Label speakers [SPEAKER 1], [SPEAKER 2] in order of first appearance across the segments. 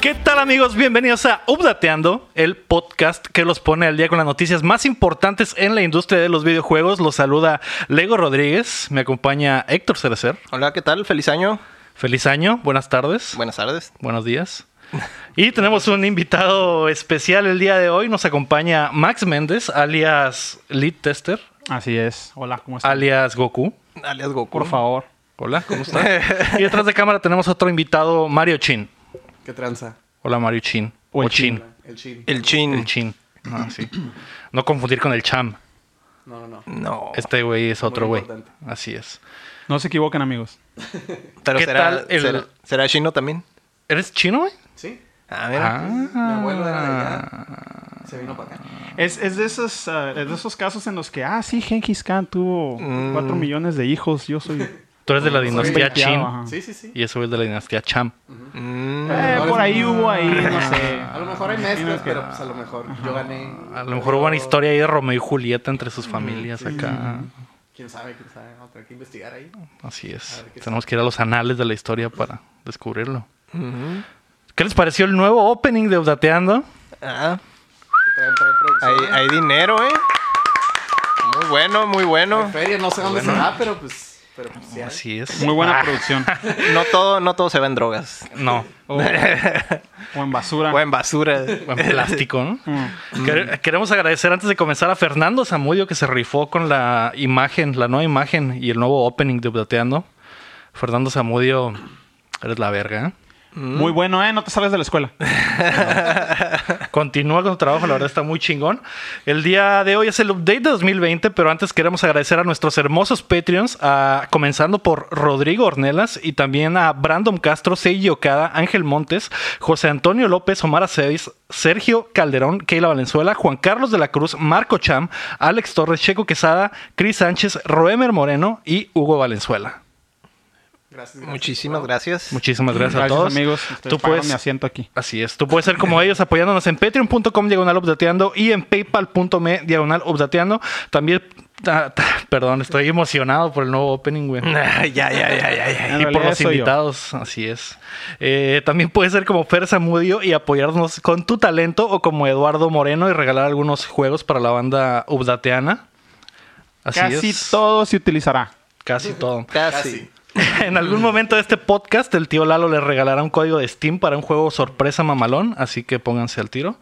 [SPEAKER 1] ¿Qué tal amigos? Bienvenidos a Updateando, el podcast que los pone al día con las noticias más importantes en la industria de los videojuegos. Los saluda Lego Rodríguez, me acompaña Héctor Cerecer.
[SPEAKER 2] Hola, ¿qué tal? Feliz año.
[SPEAKER 1] Feliz año, buenas tardes,
[SPEAKER 2] Buenas tardes.
[SPEAKER 1] buenos días. Y tenemos un invitado especial el día de hoy. Nos acompaña Max Méndez, alias Lead Tester,
[SPEAKER 3] Así es. Hola, ¿cómo estás?
[SPEAKER 1] alias Goku.
[SPEAKER 2] Alias Goku.
[SPEAKER 3] Por favor.
[SPEAKER 1] Hola, ¿cómo estás? y detrás de cámara tenemos otro invitado, Mario Chin.
[SPEAKER 4] ¿Qué tranza?
[SPEAKER 1] Hola, Mario Chin.
[SPEAKER 3] O el
[SPEAKER 1] Chin.
[SPEAKER 4] El chin.
[SPEAKER 2] El chin.
[SPEAKER 1] El Chin. Ah, sí. No confundir con el Cham.
[SPEAKER 4] No, no, no.
[SPEAKER 2] No.
[SPEAKER 1] Este güey es otro
[SPEAKER 4] Muy
[SPEAKER 1] güey.
[SPEAKER 4] importante.
[SPEAKER 1] Así es.
[SPEAKER 3] No se equivoquen, amigos.
[SPEAKER 2] Pero
[SPEAKER 1] ¿Qué
[SPEAKER 2] será,
[SPEAKER 1] tal el-
[SPEAKER 2] será, será chino también.
[SPEAKER 1] ¿Eres chino, güey?
[SPEAKER 4] ¿Sí?
[SPEAKER 2] Ah, mira.
[SPEAKER 4] Mi abuelo era de allá. Se vino para acá.
[SPEAKER 3] Es, es de, esos, ah, es de esos casos en los que, ah, sí, Genghis Khan tuvo
[SPEAKER 2] Mm.
[SPEAKER 3] 4 millones de hijos. Yo soy. eh,
[SPEAKER 1] Tú eres de la
[SPEAKER 4] Soy
[SPEAKER 1] dinastía
[SPEAKER 3] volteado,
[SPEAKER 1] Chin.
[SPEAKER 3] ajá.
[SPEAKER 4] Sí, sí, sí.
[SPEAKER 1] Y ese güey es de la dinastía Cham.
[SPEAKER 2] Mm.
[SPEAKER 3] Eh, por ahí hubo ahí, no
[SPEAKER 4] A
[SPEAKER 3] sé.
[SPEAKER 4] lo mejor hay mezclas,
[SPEAKER 3] Imagino que-
[SPEAKER 4] pero pues a lo mejor yo gané.
[SPEAKER 1] A lo mejor hubo una historia ahí de Romeo y Julieta entre sus familias acá.
[SPEAKER 4] Quién sabe, quién sabe. Vamos a tener que investigar ahí.
[SPEAKER 1] Así es.
[SPEAKER 4] A ver qué
[SPEAKER 1] Tenemos que ir a los anales de la historia para descubrirlo.
[SPEAKER 2] Ujú.
[SPEAKER 1] ¿Qué les pareció el nuevo opening de Updateando?
[SPEAKER 2] Ah,
[SPEAKER 4] Si traen, traen producción.
[SPEAKER 2] hay, hay dinero, ¿eh? Muy bueno, muy bueno.
[SPEAKER 4] Hay feria, no sé dónde será, pero pues. Pero pues sí. hay.
[SPEAKER 1] Así es.
[SPEAKER 3] Muy buena producción.
[SPEAKER 2] No todo, no todo se va en drogas.
[SPEAKER 1] No,
[SPEAKER 3] O, o en basura.
[SPEAKER 2] O en basura.
[SPEAKER 1] en plástico, ¿no?
[SPEAKER 3] Mm.
[SPEAKER 1] Quere- Queremos agradecer antes de comenzar a Fernando Zamudio que se rifó con la imagen, la nueva imagen y el nuevo opening de Updateando. Fernando Zamudio, eres la verga. ¿eh?
[SPEAKER 3] Muy bueno, ¿eh? No te sales de la escuela.
[SPEAKER 1] Continúa con tu trabajo, la verdad está muy chingón. El día de hoy es el update de 2020, pero antes queremos agradecer a nuestros hermosos Patreons, a- comenzando por Rodrigo Ornelas y también a Brandon Castro, Seiji Okada, Ángel Montes, José Antonio López, Omar Aceves, Sergio Calderón, Keila Valenzuela, Juan Carlos de la Cruz, Marco Cham, Alex Torres, Checo Quesada, Cris Sánchez, Roemer Moreno y Hugo Valenzuela.
[SPEAKER 4] Gracias, gracias.
[SPEAKER 2] Muchísimas gracias.
[SPEAKER 1] Muchísimas gracias,
[SPEAKER 3] Gracias,
[SPEAKER 1] a todos.
[SPEAKER 3] amigos. Estoy
[SPEAKER 1] Tú pues,
[SPEAKER 3] pagando
[SPEAKER 1] puedes
[SPEAKER 3] mi asiento aquí.
[SPEAKER 1] Así es. Tú puedes ser como ellos apoyándonos en patreon.com diagonal updateando y en paypal.me diagonal updateando. También, ta- ta- perdón, estoy emocionado por el nuevo opening, güey.
[SPEAKER 2] Ah, ya, ya, ya, ya, ya.
[SPEAKER 3] En
[SPEAKER 1] Y por
[SPEAKER 3] realidad
[SPEAKER 1] los
[SPEAKER 3] soy yo.
[SPEAKER 1] invitados, así es. Eh, también puedes ser como Fer Zamudio y apoyarnos con tu talento o como Eduardo Moreno y regalar algunos juegos para la banda updateana. Así
[SPEAKER 3] Casi
[SPEAKER 1] es.
[SPEAKER 3] todo se utilizará.
[SPEAKER 1] Casi todo.
[SPEAKER 2] Casi.
[SPEAKER 1] En algún momento de este podcast, el tío Lalo les regalará un código de Steam para un juego sorpresa mamalón, así que pónganse al tiro.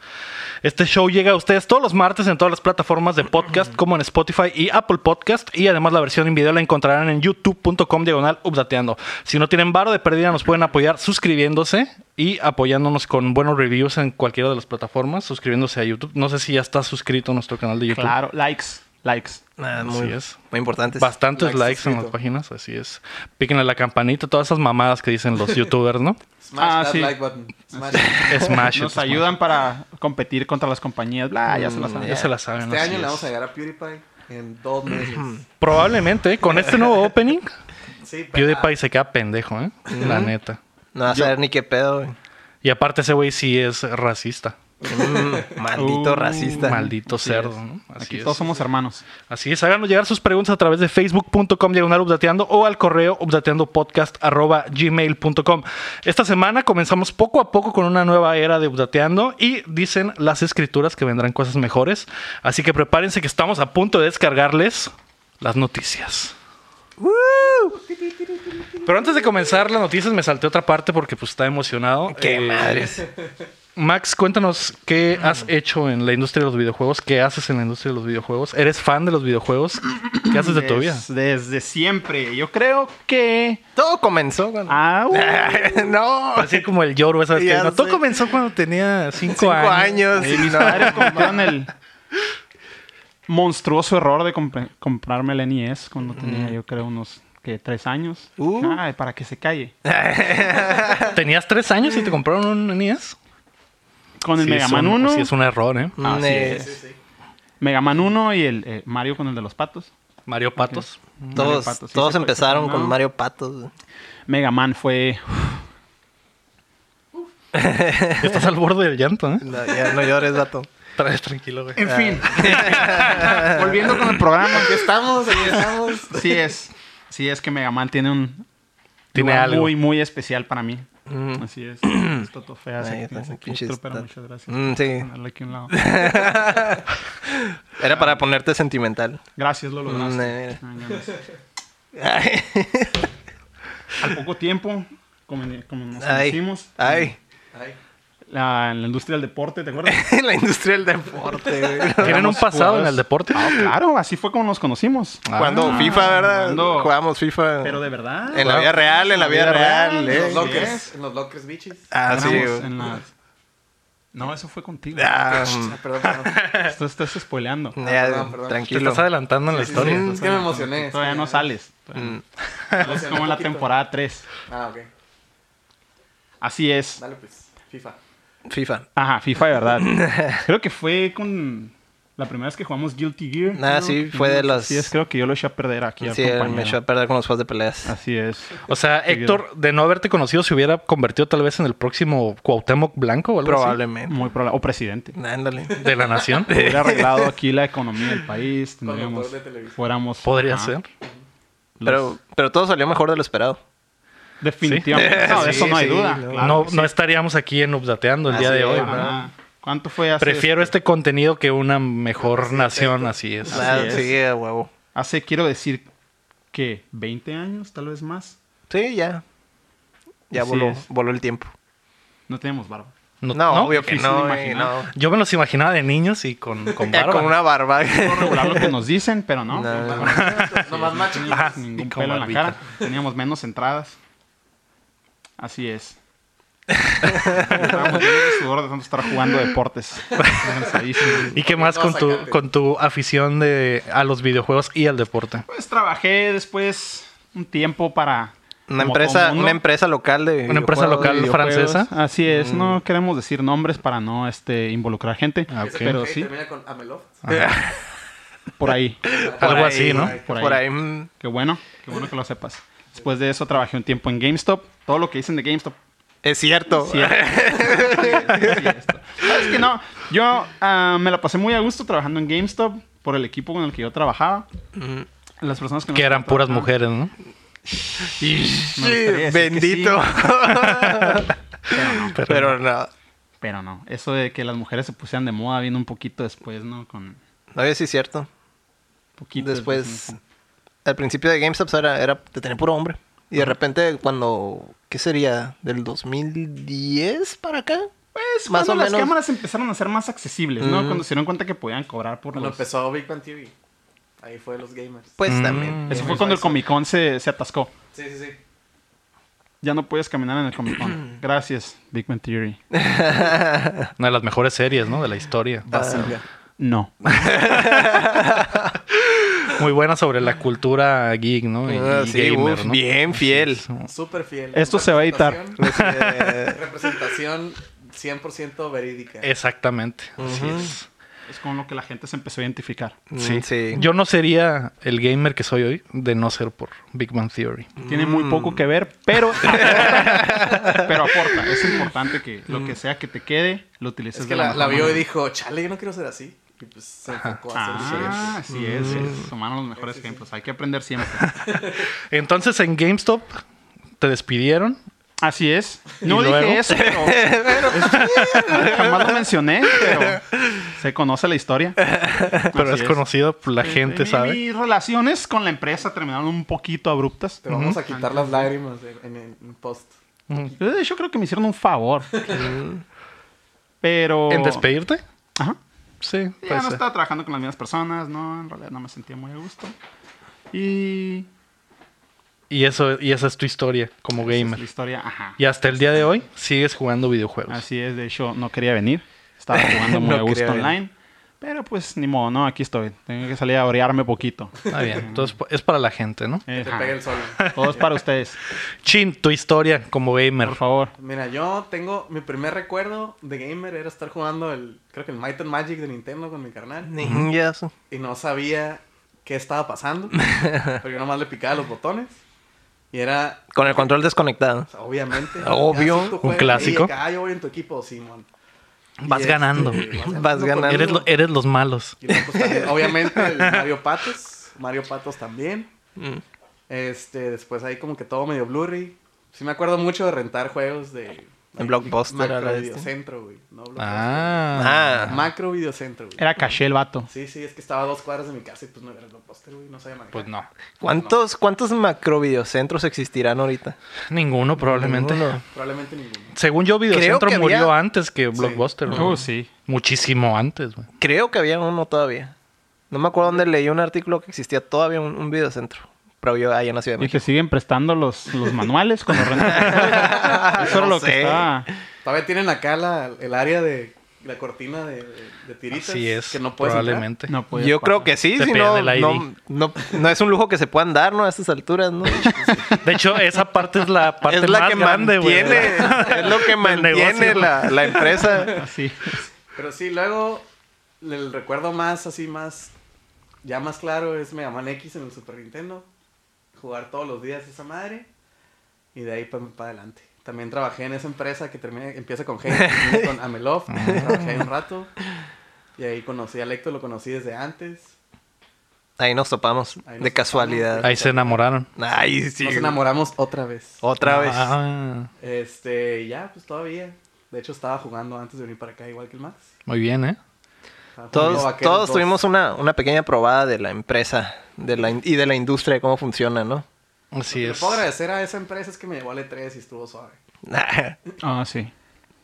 [SPEAKER 1] Este show llega a ustedes todos los martes en todas las plataformas de podcast, como en Spotify y Apple Podcast, y además la versión en video la encontrarán en youtube.com diagonal updateando. Si no tienen varo de pérdida, nos pueden apoyar suscribiéndose y apoyándonos con buenos reviews en cualquiera de las plataformas, suscribiéndose a YouTube. No sé si ya está suscrito a nuestro canal de YouTube.
[SPEAKER 3] Claro, likes. Likes.
[SPEAKER 2] Ah,
[SPEAKER 1] Así
[SPEAKER 2] muy,
[SPEAKER 1] es.
[SPEAKER 2] muy importantes.
[SPEAKER 1] Bastantes
[SPEAKER 4] Likes
[SPEAKER 1] likes en
[SPEAKER 4] suscrito.
[SPEAKER 1] las páginas, así es. Píquenle a la campanita, todas esas mamadas que dicen los youtubers, ¿no?
[SPEAKER 4] Smash
[SPEAKER 3] Ah,
[SPEAKER 4] that
[SPEAKER 3] sí.
[SPEAKER 4] like button. Smash.
[SPEAKER 1] Smash. it,
[SPEAKER 3] Nos
[SPEAKER 1] smash.
[SPEAKER 3] ayudan para competir contra las compañías. Bla, Ah, ya se las
[SPEAKER 1] Ya se la saben.
[SPEAKER 4] Este
[SPEAKER 1] así
[SPEAKER 4] año le
[SPEAKER 1] es.
[SPEAKER 4] vamos a llegar a PewDiePie en dos meses.
[SPEAKER 1] Probablemente, con este nuevo opening,
[SPEAKER 4] Sí, pero-
[SPEAKER 1] PewDiePie se queda pendejo, ¿eh? La neta.
[SPEAKER 2] No vas a ver ni qué pedo. güey.
[SPEAKER 1] Y aparte ese güey sí es racista.
[SPEAKER 2] Mm, maldito
[SPEAKER 3] Uh,
[SPEAKER 2] racista.
[SPEAKER 1] Maldito
[SPEAKER 3] Así
[SPEAKER 1] cerdo,
[SPEAKER 3] es.
[SPEAKER 1] ¿no? Así
[SPEAKER 3] Aquí
[SPEAKER 1] es.
[SPEAKER 3] todos somos hermanos.
[SPEAKER 1] Así es, háganos llegar sus preguntas a través de facebook.com diagonal updateando o al correo updateandopodcast arroba gmail.com. Esta semana comenzamos poco a poco con una nueva era de updateando y dicen las escrituras que vendrán cosas mejores. Así que prepárense que estamos a punto de descargarles las noticias. Pero antes de comenzar las noticias me salté otra parte porque pues está emocionado.
[SPEAKER 2] Qué
[SPEAKER 1] Eh,
[SPEAKER 2] madres.
[SPEAKER 1] Max, cuéntanos qué has hecho en la industria de los videojuegos, qué haces en la industria de los videojuegos, eres fan de los videojuegos, qué haces de tu vida.
[SPEAKER 3] Des- Desde siempre. Yo creo que.
[SPEAKER 2] Todo comenzó con...
[SPEAKER 3] Ah, uh,
[SPEAKER 2] no.
[SPEAKER 1] Así como el Yoro, esa vez que
[SPEAKER 2] Ya
[SPEAKER 1] no, todo
[SPEAKER 2] sé.
[SPEAKER 1] comenzó cuando tenía 5
[SPEAKER 2] Cinco
[SPEAKER 1] años.
[SPEAKER 2] años.
[SPEAKER 3] Sí,
[SPEAKER 2] y
[SPEAKER 3] mis
[SPEAKER 2] no.
[SPEAKER 3] padres cometieron el monstruoso error de compre- comprarme el NES cuando tenía, yo creo, unos que tres años.
[SPEAKER 2] Uh.
[SPEAKER 3] Ay, para que se calle.
[SPEAKER 1] ¿Tenías 3 años y te compraron un NES?
[SPEAKER 3] Con el
[SPEAKER 1] Sí,
[SPEAKER 3] Mega
[SPEAKER 1] es
[SPEAKER 3] Man
[SPEAKER 1] un-
[SPEAKER 3] 1.
[SPEAKER 1] Sí, es un error, ¿eh?
[SPEAKER 2] Mm,
[SPEAKER 3] Así
[SPEAKER 2] eh,
[SPEAKER 3] es. Mega Man 1 y el eh, Mario con el de los patos.
[SPEAKER 1] Mario Patos.
[SPEAKER 3] Mario
[SPEAKER 2] Todos,
[SPEAKER 3] Patos, sí
[SPEAKER 2] todos
[SPEAKER 3] se
[SPEAKER 2] empezaron
[SPEAKER 3] coleccionaron.
[SPEAKER 2] con Mario Patos.
[SPEAKER 3] Mega Man fue.
[SPEAKER 1] Estás al borde del llanto, ¿eh?
[SPEAKER 2] No, ya no llores, vato.
[SPEAKER 1] Traes tranquilo, güey.
[SPEAKER 3] En fin.
[SPEAKER 4] ah,
[SPEAKER 3] Volviendo con el programa.
[SPEAKER 4] Aquí estamos, aquí estamos.
[SPEAKER 3] Sí es. Sí es que Mega Man tiene un
[SPEAKER 1] Tiene
[SPEAKER 3] lugar
[SPEAKER 1] algo.
[SPEAKER 3] muy, muy especial para mí.
[SPEAKER 2] Mm.
[SPEAKER 3] Así es. Es Toto Fea.
[SPEAKER 2] Ahí
[SPEAKER 3] Así que
[SPEAKER 2] están
[SPEAKER 3] es aquí,
[SPEAKER 2] pinches
[SPEAKER 3] pero
[SPEAKER 2] tat-
[SPEAKER 3] muchas gracias.
[SPEAKER 2] Mm, sí.
[SPEAKER 3] por ponerle aquí a un lado.
[SPEAKER 2] Era para ponerte sentimental.
[SPEAKER 3] Gracias,
[SPEAKER 2] Mm,
[SPEAKER 3] lo lograste.
[SPEAKER 2] Mira.
[SPEAKER 3] Ay, gracias.
[SPEAKER 2] Ay.
[SPEAKER 3] Al poco tiempo, como, como nos
[SPEAKER 2] Ay.
[SPEAKER 3] conocimos,
[SPEAKER 2] Ay.
[SPEAKER 4] Ay,
[SPEAKER 3] la- en la industria del deporte, ¿te acuerdas?
[SPEAKER 2] La industria del deporte, güey.
[SPEAKER 1] Tienen un
[SPEAKER 3] Éramos
[SPEAKER 1] pasado en
[SPEAKER 3] jugadores.
[SPEAKER 1] el deporte.
[SPEAKER 3] Ah, claro, así fue como nos conocimos.
[SPEAKER 2] Cuando
[SPEAKER 3] Ah,
[SPEAKER 2] FIFA, ¿verdad?
[SPEAKER 3] cuando-
[SPEAKER 2] Jugamos FIFA.
[SPEAKER 3] Pero de verdad.
[SPEAKER 2] En la vida real, en la vida real,
[SPEAKER 4] en
[SPEAKER 2] eh.
[SPEAKER 4] los lockers, en los lockers bichis.
[SPEAKER 2] Ah, sí,
[SPEAKER 3] Éramos
[SPEAKER 2] güey.
[SPEAKER 3] en las- No, eso fue contigo.
[SPEAKER 2] Ah,
[SPEAKER 4] Ah, perdón, perdón.
[SPEAKER 3] Esto estás spoileando.
[SPEAKER 2] ya,
[SPEAKER 4] perdón, perdón.
[SPEAKER 1] Te
[SPEAKER 2] tranquilo.
[SPEAKER 1] estás adelantando en la
[SPEAKER 4] Sí, sí,
[SPEAKER 1] historia.
[SPEAKER 4] sí, es que Mm, me emocioné.
[SPEAKER 3] Todavía no sales. Todavía
[SPEAKER 2] Mm.
[SPEAKER 3] no. Es como en la temporada 3.
[SPEAKER 4] Ah, ok.
[SPEAKER 3] Así es.
[SPEAKER 4] Dale pues, FIFA.
[SPEAKER 2] FIFA.
[SPEAKER 3] Ajá, FIFA de verdad. Creo que fue con la primera vez que jugamos Guilty Gear.
[SPEAKER 2] Ah,
[SPEAKER 3] creo.
[SPEAKER 2] sí, fue de las-
[SPEAKER 3] Así es, creo que yo lo eché a perder aquí. al Ah,
[SPEAKER 2] Sí, él me
[SPEAKER 3] compañero.
[SPEAKER 2] echó a perder con los juegos de peleas.
[SPEAKER 3] Así es.
[SPEAKER 1] O sea, Héctor, de no haberte conocido, se hubiera convertido tal vez en el próximo Cuauhtémoc Blanco o algo
[SPEAKER 2] Probablemente.
[SPEAKER 3] Muy probable. O presidente.
[SPEAKER 2] Ándale.
[SPEAKER 1] así. De la nación.
[SPEAKER 3] Hubiera arreglado aquí la economía del país. Tendríamos,
[SPEAKER 4] Conductor de televisión.
[SPEAKER 3] fuéramos. ah,
[SPEAKER 2] Ah,
[SPEAKER 1] Podría
[SPEAKER 3] ajá,
[SPEAKER 1] ser.
[SPEAKER 3] los-
[SPEAKER 2] Pero, pero todo salió mejor de lo esperado.
[SPEAKER 3] Definitivamente. No, de
[SPEAKER 2] Sí,
[SPEAKER 3] eso no hay
[SPEAKER 2] sí,
[SPEAKER 3] duda.
[SPEAKER 2] no.
[SPEAKER 3] claro
[SPEAKER 1] no,
[SPEAKER 3] que sí.
[SPEAKER 1] no estaríamos aquí en Updateando el
[SPEAKER 2] Así
[SPEAKER 1] día de
[SPEAKER 2] es,
[SPEAKER 1] hoy.
[SPEAKER 2] ¿no?
[SPEAKER 1] ¿verdad?
[SPEAKER 3] Ajá. ¿Cuánto fue hace?
[SPEAKER 1] Prefiero este contenido que una mejor nación, así es.
[SPEAKER 2] Ah,
[SPEAKER 3] es.
[SPEAKER 2] sí, a huevo.
[SPEAKER 3] Hace, quiero decir, que 20 años, tal vez más.
[SPEAKER 2] Sí, ya. Ya
[SPEAKER 3] Así
[SPEAKER 2] voló,
[SPEAKER 3] es.
[SPEAKER 2] voló el tiempo.
[SPEAKER 3] No tenemos barba.
[SPEAKER 2] No,
[SPEAKER 1] ¿no?
[SPEAKER 2] obvio que
[SPEAKER 3] difícil
[SPEAKER 2] no,
[SPEAKER 3] de
[SPEAKER 2] eh,
[SPEAKER 3] imaginar.
[SPEAKER 2] no.
[SPEAKER 1] Yo me los imaginaba de niños y con, con
[SPEAKER 2] Eh,
[SPEAKER 1] barba.
[SPEAKER 2] con una barba.
[SPEAKER 3] Por regular lo que nos dicen, pero no.
[SPEAKER 2] No.
[SPEAKER 3] Bueno,
[SPEAKER 4] Nomás más chiquitos.
[SPEAKER 3] teníamos ningún
[SPEAKER 1] y con
[SPEAKER 3] pelo en la
[SPEAKER 1] barbita.
[SPEAKER 3] cara. Teníamos menos entradas. Así es. Estábamos llenos de sudor de tanto estar jugando deportes. Cansadísimos.
[SPEAKER 1] ¿Y qué más
[SPEAKER 4] No,
[SPEAKER 1] con tu,
[SPEAKER 4] sacate.
[SPEAKER 1] con tu afición de, a los videojuegos y al deporte?
[SPEAKER 3] Pues trabajé después un tiempo para...
[SPEAKER 2] Una
[SPEAKER 3] como
[SPEAKER 2] empresa,
[SPEAKER 3] todo mundo,
[SPEAKER 2] una empresa local de
[SPEAKER 1] Una empresa
[SPEAKER 2] videojuegos.
[SPEAKER 1] local.
[SPEAKER 3] videojuegos.
[SPEAKER 1] francesa.
[SPEAKER 3] Así es,
[SPEAKER 2] Mm.
[SPEAKER 3] no queremos decir nombres para no este involucrar gente,
[SPEAKER 1] Ah, ok.
[SPEAKER 3] pero
[SPEAKER 4] Ok,
[SPEAKER 3] sí,
[SPEAKER 4] Termina con Ameloft.
[SPEAKER 3] por ahí.
[SPEAKER 2] Por
[SPEAKER 1] Algo
[SPEAKER 2] ahí,
[SPEAKER 1] así, ¿no?
[SPEAKER 3] Por
[SPEAKER 2] Por
[SPEAKER 3] ahí.
[SPEAKER 2] ahí. mm,
[SPEAKER 3] Qué bueno, qué bueno que lo sepas. Después de eso trabajé un tiempo en GameStop. Todo lo que dicen de GameStop.
[SPEAKER 2] Es cierto.
[SPEAKER 3] sí es. Sí es. es que no, yo ah, me la pasé muy a gusto trabajando en GameStop por el equipo con el que yo trabajaba.
[SPEAKER 2] Mm.
[SPEAKER 3] Las personas que,
[SPEAKER 1] Que eran puras mujeres, ¿no?
[SPEAKER 3] Me gustaría decir que
[SPEAKER 2] Bendito.
[SPEAKER 1] Pero,
[SPEAKER 2] Pero no.
[SPEAKER 3] Pero no, eso de que las mujeres se pusieran de moda viendo un poquito después, ¿no? Con
[SPEAKER 2] No, yo sí es cierto.
[SPEAKER 3] poquito
[SPEAKER 2] Después, al principio de GameStop pues, era, era de tener puro hombre. Y de repente, cuando. ¿Qué sería? ¿Del 2010 para acá?
[SPEAKER 3] Pues
[SPEAKER 2] Más
[SPEAKER 3] más
[SPEAKER 2] o
[SPEAKER 3] las
[SPEAKER 2] menos.
[SPEAKER 3] cámaras empezaron a ser más accesibles, ¿no? Cuando se dieron cuenta que podían cobrar por
[SPEAKER 4] Cuando
[SPEAKER 3] los...
[SPEAKER 4] empezó Big Bang TV. Ahí fue los gamers.
[SPEAKER 2] Pues
[SPEAKER 1] Mm.
[SPEAKER 2] también.
[SPEAKER 3] Eso fue cuando el Comic Con se, se atascó.
[SPEAKER 4] Sí, sí, sí.
[SPEAKER 3] Ya no puedes caminar en el Comic Con. Gracias, Big Man Theory.
[SPEAKER 1] Una de las mejores series, ¿no? De la historia.
[SPEAKER 3] No.
[SPEAKER 1] Muy buena sobre la cultura geek, ¿no? Y,
[SPEAKER 2] Ah,
[SPEAKER 1] y
[SPEAKER 2] sí,
[SPEAKER 1] gamer,
[SPEAKER 2] uf,
[SPEAKER 1] ¿no?
[SPEAKER 2] bien fiel.
[SPEAKER 4] Súper fiel.
[SPEAKER 3] Esto se va a editar.
[SPEAKER 2] Eh,
[SPEAKER 4] Representación representación 100% verídica.
[SPEAKER 1] Exactamente. Así es.
[SPEAKER 3] Es con lo que la gente se empezó a identificar.
[SPEAKER 1] Sí.
[SPEAKER 2] mm, sí.
[SPEAKER 1] Yo no sería el gamer que soy hoy de no ser por Big Bang Theory.
[SPEAKER 3] Tiene
[SPEAKER 4] Mm.
[SPEAKER 3] muy poco que ver, pero aporta. pero aporta. Es importante que lo que sea que te quede, lo utilices
[SPEAKER 4] Mm. Es
[SPEAKER 3] de
[SPEAKER 4] que la,
[SPEAKER 3] mejor
[SPEAKER 4] la vio y
[SPEAKER 3] manera.
[SPEAKER 4] dijo, chale, yo no quiero ser así. Y pues se enfocó a hacer
[SPEAKER 3] Ah,
[SPEAKER 4] diferente. Mm.
[SPEAKER 3] así es. es. Tomaron los mejores ejemplos. Hay que aprender siempre.
[SPEAKER 1] Entonces en GameStop te despidieron.
[SPEAKER 3] Así es. No
[SPEAKER 1] ¿Y
[SPEAKER 3] dije
[SPEAKER 1] luego?
[SPEAKER 3] eso, pero. Es- jamás lo mencioné, pero se conoce la historia.
[SPEAKER 1] Pero es,
[SPEAKER 3] Así
[SPEAKER 1] conocido, pues, la gente
[SPEAKER 3] Mi-
[SPEAKER 1] sabe.
[SPEAKER 3] Mis relaciones con la empresa terminaron un poquito abruptas.
[SPEAKER 4] Te vamos a quitar las lágrimas en, en- en post.
[SPEAKER 3] Eh, Yo creo que me hicieron un favor. Pero.
[SPEAKER 1] ¿En despedirte?
[SPEAKER 3] Ajá.
[SPEAKER 1] Sí,
[SPEAKER 3] Ya
[SPEAKER 1] puede
[SPEAKER 3] no
[SPEAKER 1] ser.
[SPEAKER 3] estaba trabajando con las mismas personas, no, en realidad no me sentía muy a gusto. Y.
[SPEAKER 1] Y, eso, y esa es tu historia como
[SPEAKER 3] esa es
[SPEAKER 1] gamer.
[SPEAKER 3] la historia, ajá.
[SPEAKER 1] Y hasta el día de hoy sigues jugando videojuegos.
[SPEAKER 3] Así es, de hecho, no quería venir. Estaba jugando muy
[SPEAKER 2] No
[SPEAKER 3] a gusto
[SPEAKER 2] quería venir.
[SPEAKER 3] online. Pero pues ni modo, no, aquí estoy. Tengo que salir a orearme poquito.
[SPEAKER 1] Está bien. Entonces pues, es para la gente, ¿no?
[SPEAKER 4] Que te
[SPEAKER 3] Ajá.
[SPEAKER 4] pegue el sol.
[SPEAKER 3] Todo es para ustedes,
[SPEAKER 1] Chin, tu historia como gamer.
[SPEAKER 3] por favor.
[SPEAKER 4] Mira, yo tengo mi primer recuerdo de gamer era estar jugando el, creo que el Might and Magic de Nintendo con mi carnal.
[SPEAKER 2] Ninjas.
[SPEAKER 4] Y no sabía qué estaba pasando. pero yo nomás le picaba los botones. Y era
[SPEAKER 2] Con el control desconectado.
[SPEAKER 4] O sea, obviamente.
[SPEAKER 2] Obvio,
[SPEAKER 4] Ya, si tú
[SPEAKER 1] un
[SPEAKER 4] juegas,
[SPEAKER 1] clásico.
[SPEAKER 4] y acá, Ah, yo voy en tu equipo, Simón.
[SPEAKER 1] Vas
[SPEAKER 4] Y,
[SPEAKER 1] ganando.
[SPEAKER 4] este,
[SPEAKER 2] Vas ganando.
[SPEAKER 1] Eres, lo- eres los malos.
[SPEAKER 4] Y luego, pues, también, obviamente el Mario Patos. Mario Patos también. Este, después ahí como que todo medio blurry. Sí me acuerdo mucho de rentar juegos de...
[SPEAKER 2] En Blockbuster, a la
[SPEAKER 4] Macro
[SPEAKER 2] vez,
[SPEAKER 4] Videocentro, güey. No, Blockbuster.
[SPEAKER 1] Ah.
[SPEAKER 2] Ah.
[SPEAKER 4] Macro Videocentro, güey.
[SPEAKER 3] Era caché el vato.
[SPEAKER 4] Sí, sí, es que estaba a dos cuadras de mi casa y pues no era el Blockbuster, güey. No sabía manejar.
[SPEAKER 1] Pues no.
[SPEAKER 2] ¿Cuántos, ¿Cuántos macro videocentros existirán ahorita?
[SPEAKER 1] Ninguno probablemente.
[SPEAKER 2] Ninguno.
[SPEAKER 4] Probablemente ninguno.
[SPEAKER 1] Según yo, Videocentro
[SPEAKER 2] que
[SPEAKER 1] murió
[SPEAKER 2] había-
[SPEAKER 1] antes que Blockbuster. güey.
[SPEAKER 3] Oh, sí.
[SPEAKER 1] Muchísimo antes, güey.
[SPEAKER 2] Creo que había uno todavía. No me acuerdo dónde leí un artículo que existía todavía un, un videocentro. Pero yo allá en la Ciudad de
[SPEAKER 3] Y
[SPEAKER 2] México.
[SPEAKER 3] te siguen prestando los, los manuales cuando rentas. Eso era
[SPEAKER 2] Ah, No
[SPEAKER 3] lo que
[SPEAKER 2] sé.
[SPEAKER 3] estaba.
[SPEAKER 4] Todavía tienen acá la, el área de la cortina de, de tiritas.
[SPEAKER 1] Así es.
[SPEAKER 4] Que no puedes entrar.
[SPEAKER 1] probablemente.
[SPEAKER 3] No podías
[SPEAKER 2] Yo creo
[SPEAKER 3] pagar.
[SPEAKER 2] que sí,
[SPEAKER 1] Te
[SPEAKER 2] si
[SPEAKER 1] pedían
[SPEAKER 2] no,
[SPEAKER 1] el ID.
[SPEAKER 2] no, no, no es un lujo que se puedan dar, ¿no? A estas alturas, ¿no?
[SPEAKER 1] De hecho, esa parte es la parte
[SPEAKER 2] es la
[SPEAKER 1] más
[SPEAKER 2] que
[SPEAKER 1] grande, güey.
[SPEAKER 2] mantiene, es lo que
[SPEAKER 1] del
[SPEAKER 2] mantiene
[SPEAKER 1] negocio.
[SPEAKER 2] la, la empresa.
[SPEAKER 3] Así.
[SPEAKER 4] Pero sí, luego el recuerdo más así, más. Ya más claro es Mega Man X en el Super Nintendo. Jugar todos los días esa madre. Y de ahí para adelante. También trabajé en esa empresa que termina, empieza con G, termina con Ameloft. trabajé ahí un rato. Y ahí conocí a Lecto, lo conocí desde antes.
[SPEAKER 2] Ahí nos topamos,
[SPEAKER 4] Ahí nos
[SPEAKER 2] de
[SPEAKER 4] topamos.
[SPEAKER 2] casualidad.
[SPEAKER 1] Ahí se enamoraron.
[SPEAKER 2] Ay, sí.
[SPEAKER 4] Nos enamoramos otra vez.
[SPEAKER 2] Otra vez.
[SPEAKER 1] Ah,
[SPEAKER 4] Este, y ya, pues todavía. De hecho, estaba jugando antes de venir para acá, igual que el Max.
[SPEAKER 1] muy bien, ¿eh?
[SPEAKER 4] Estaba jugando
[SPEAKER 2] Todos,
[SPEAKER 4] Vaqueros
[SPEAKER 2] todos
[SPEAKER 4] 2.
[SPEAKER 2] tuvimos una, una pequeña probada de la empresa de la in- y de la industria, de cómo funciona, ¿no?
[SPEAKER 4] Lo
[SPEAKER 1] Así
[SPEAKER 4] que le
[SPEAKER 1] es.
[SPEAKER 4] puedo agradecer a esa empresa es que me llevó al E3 y estuvo suave.
[SPEAKER 2] Nah,
[SPEAKER 3] Ah, sí.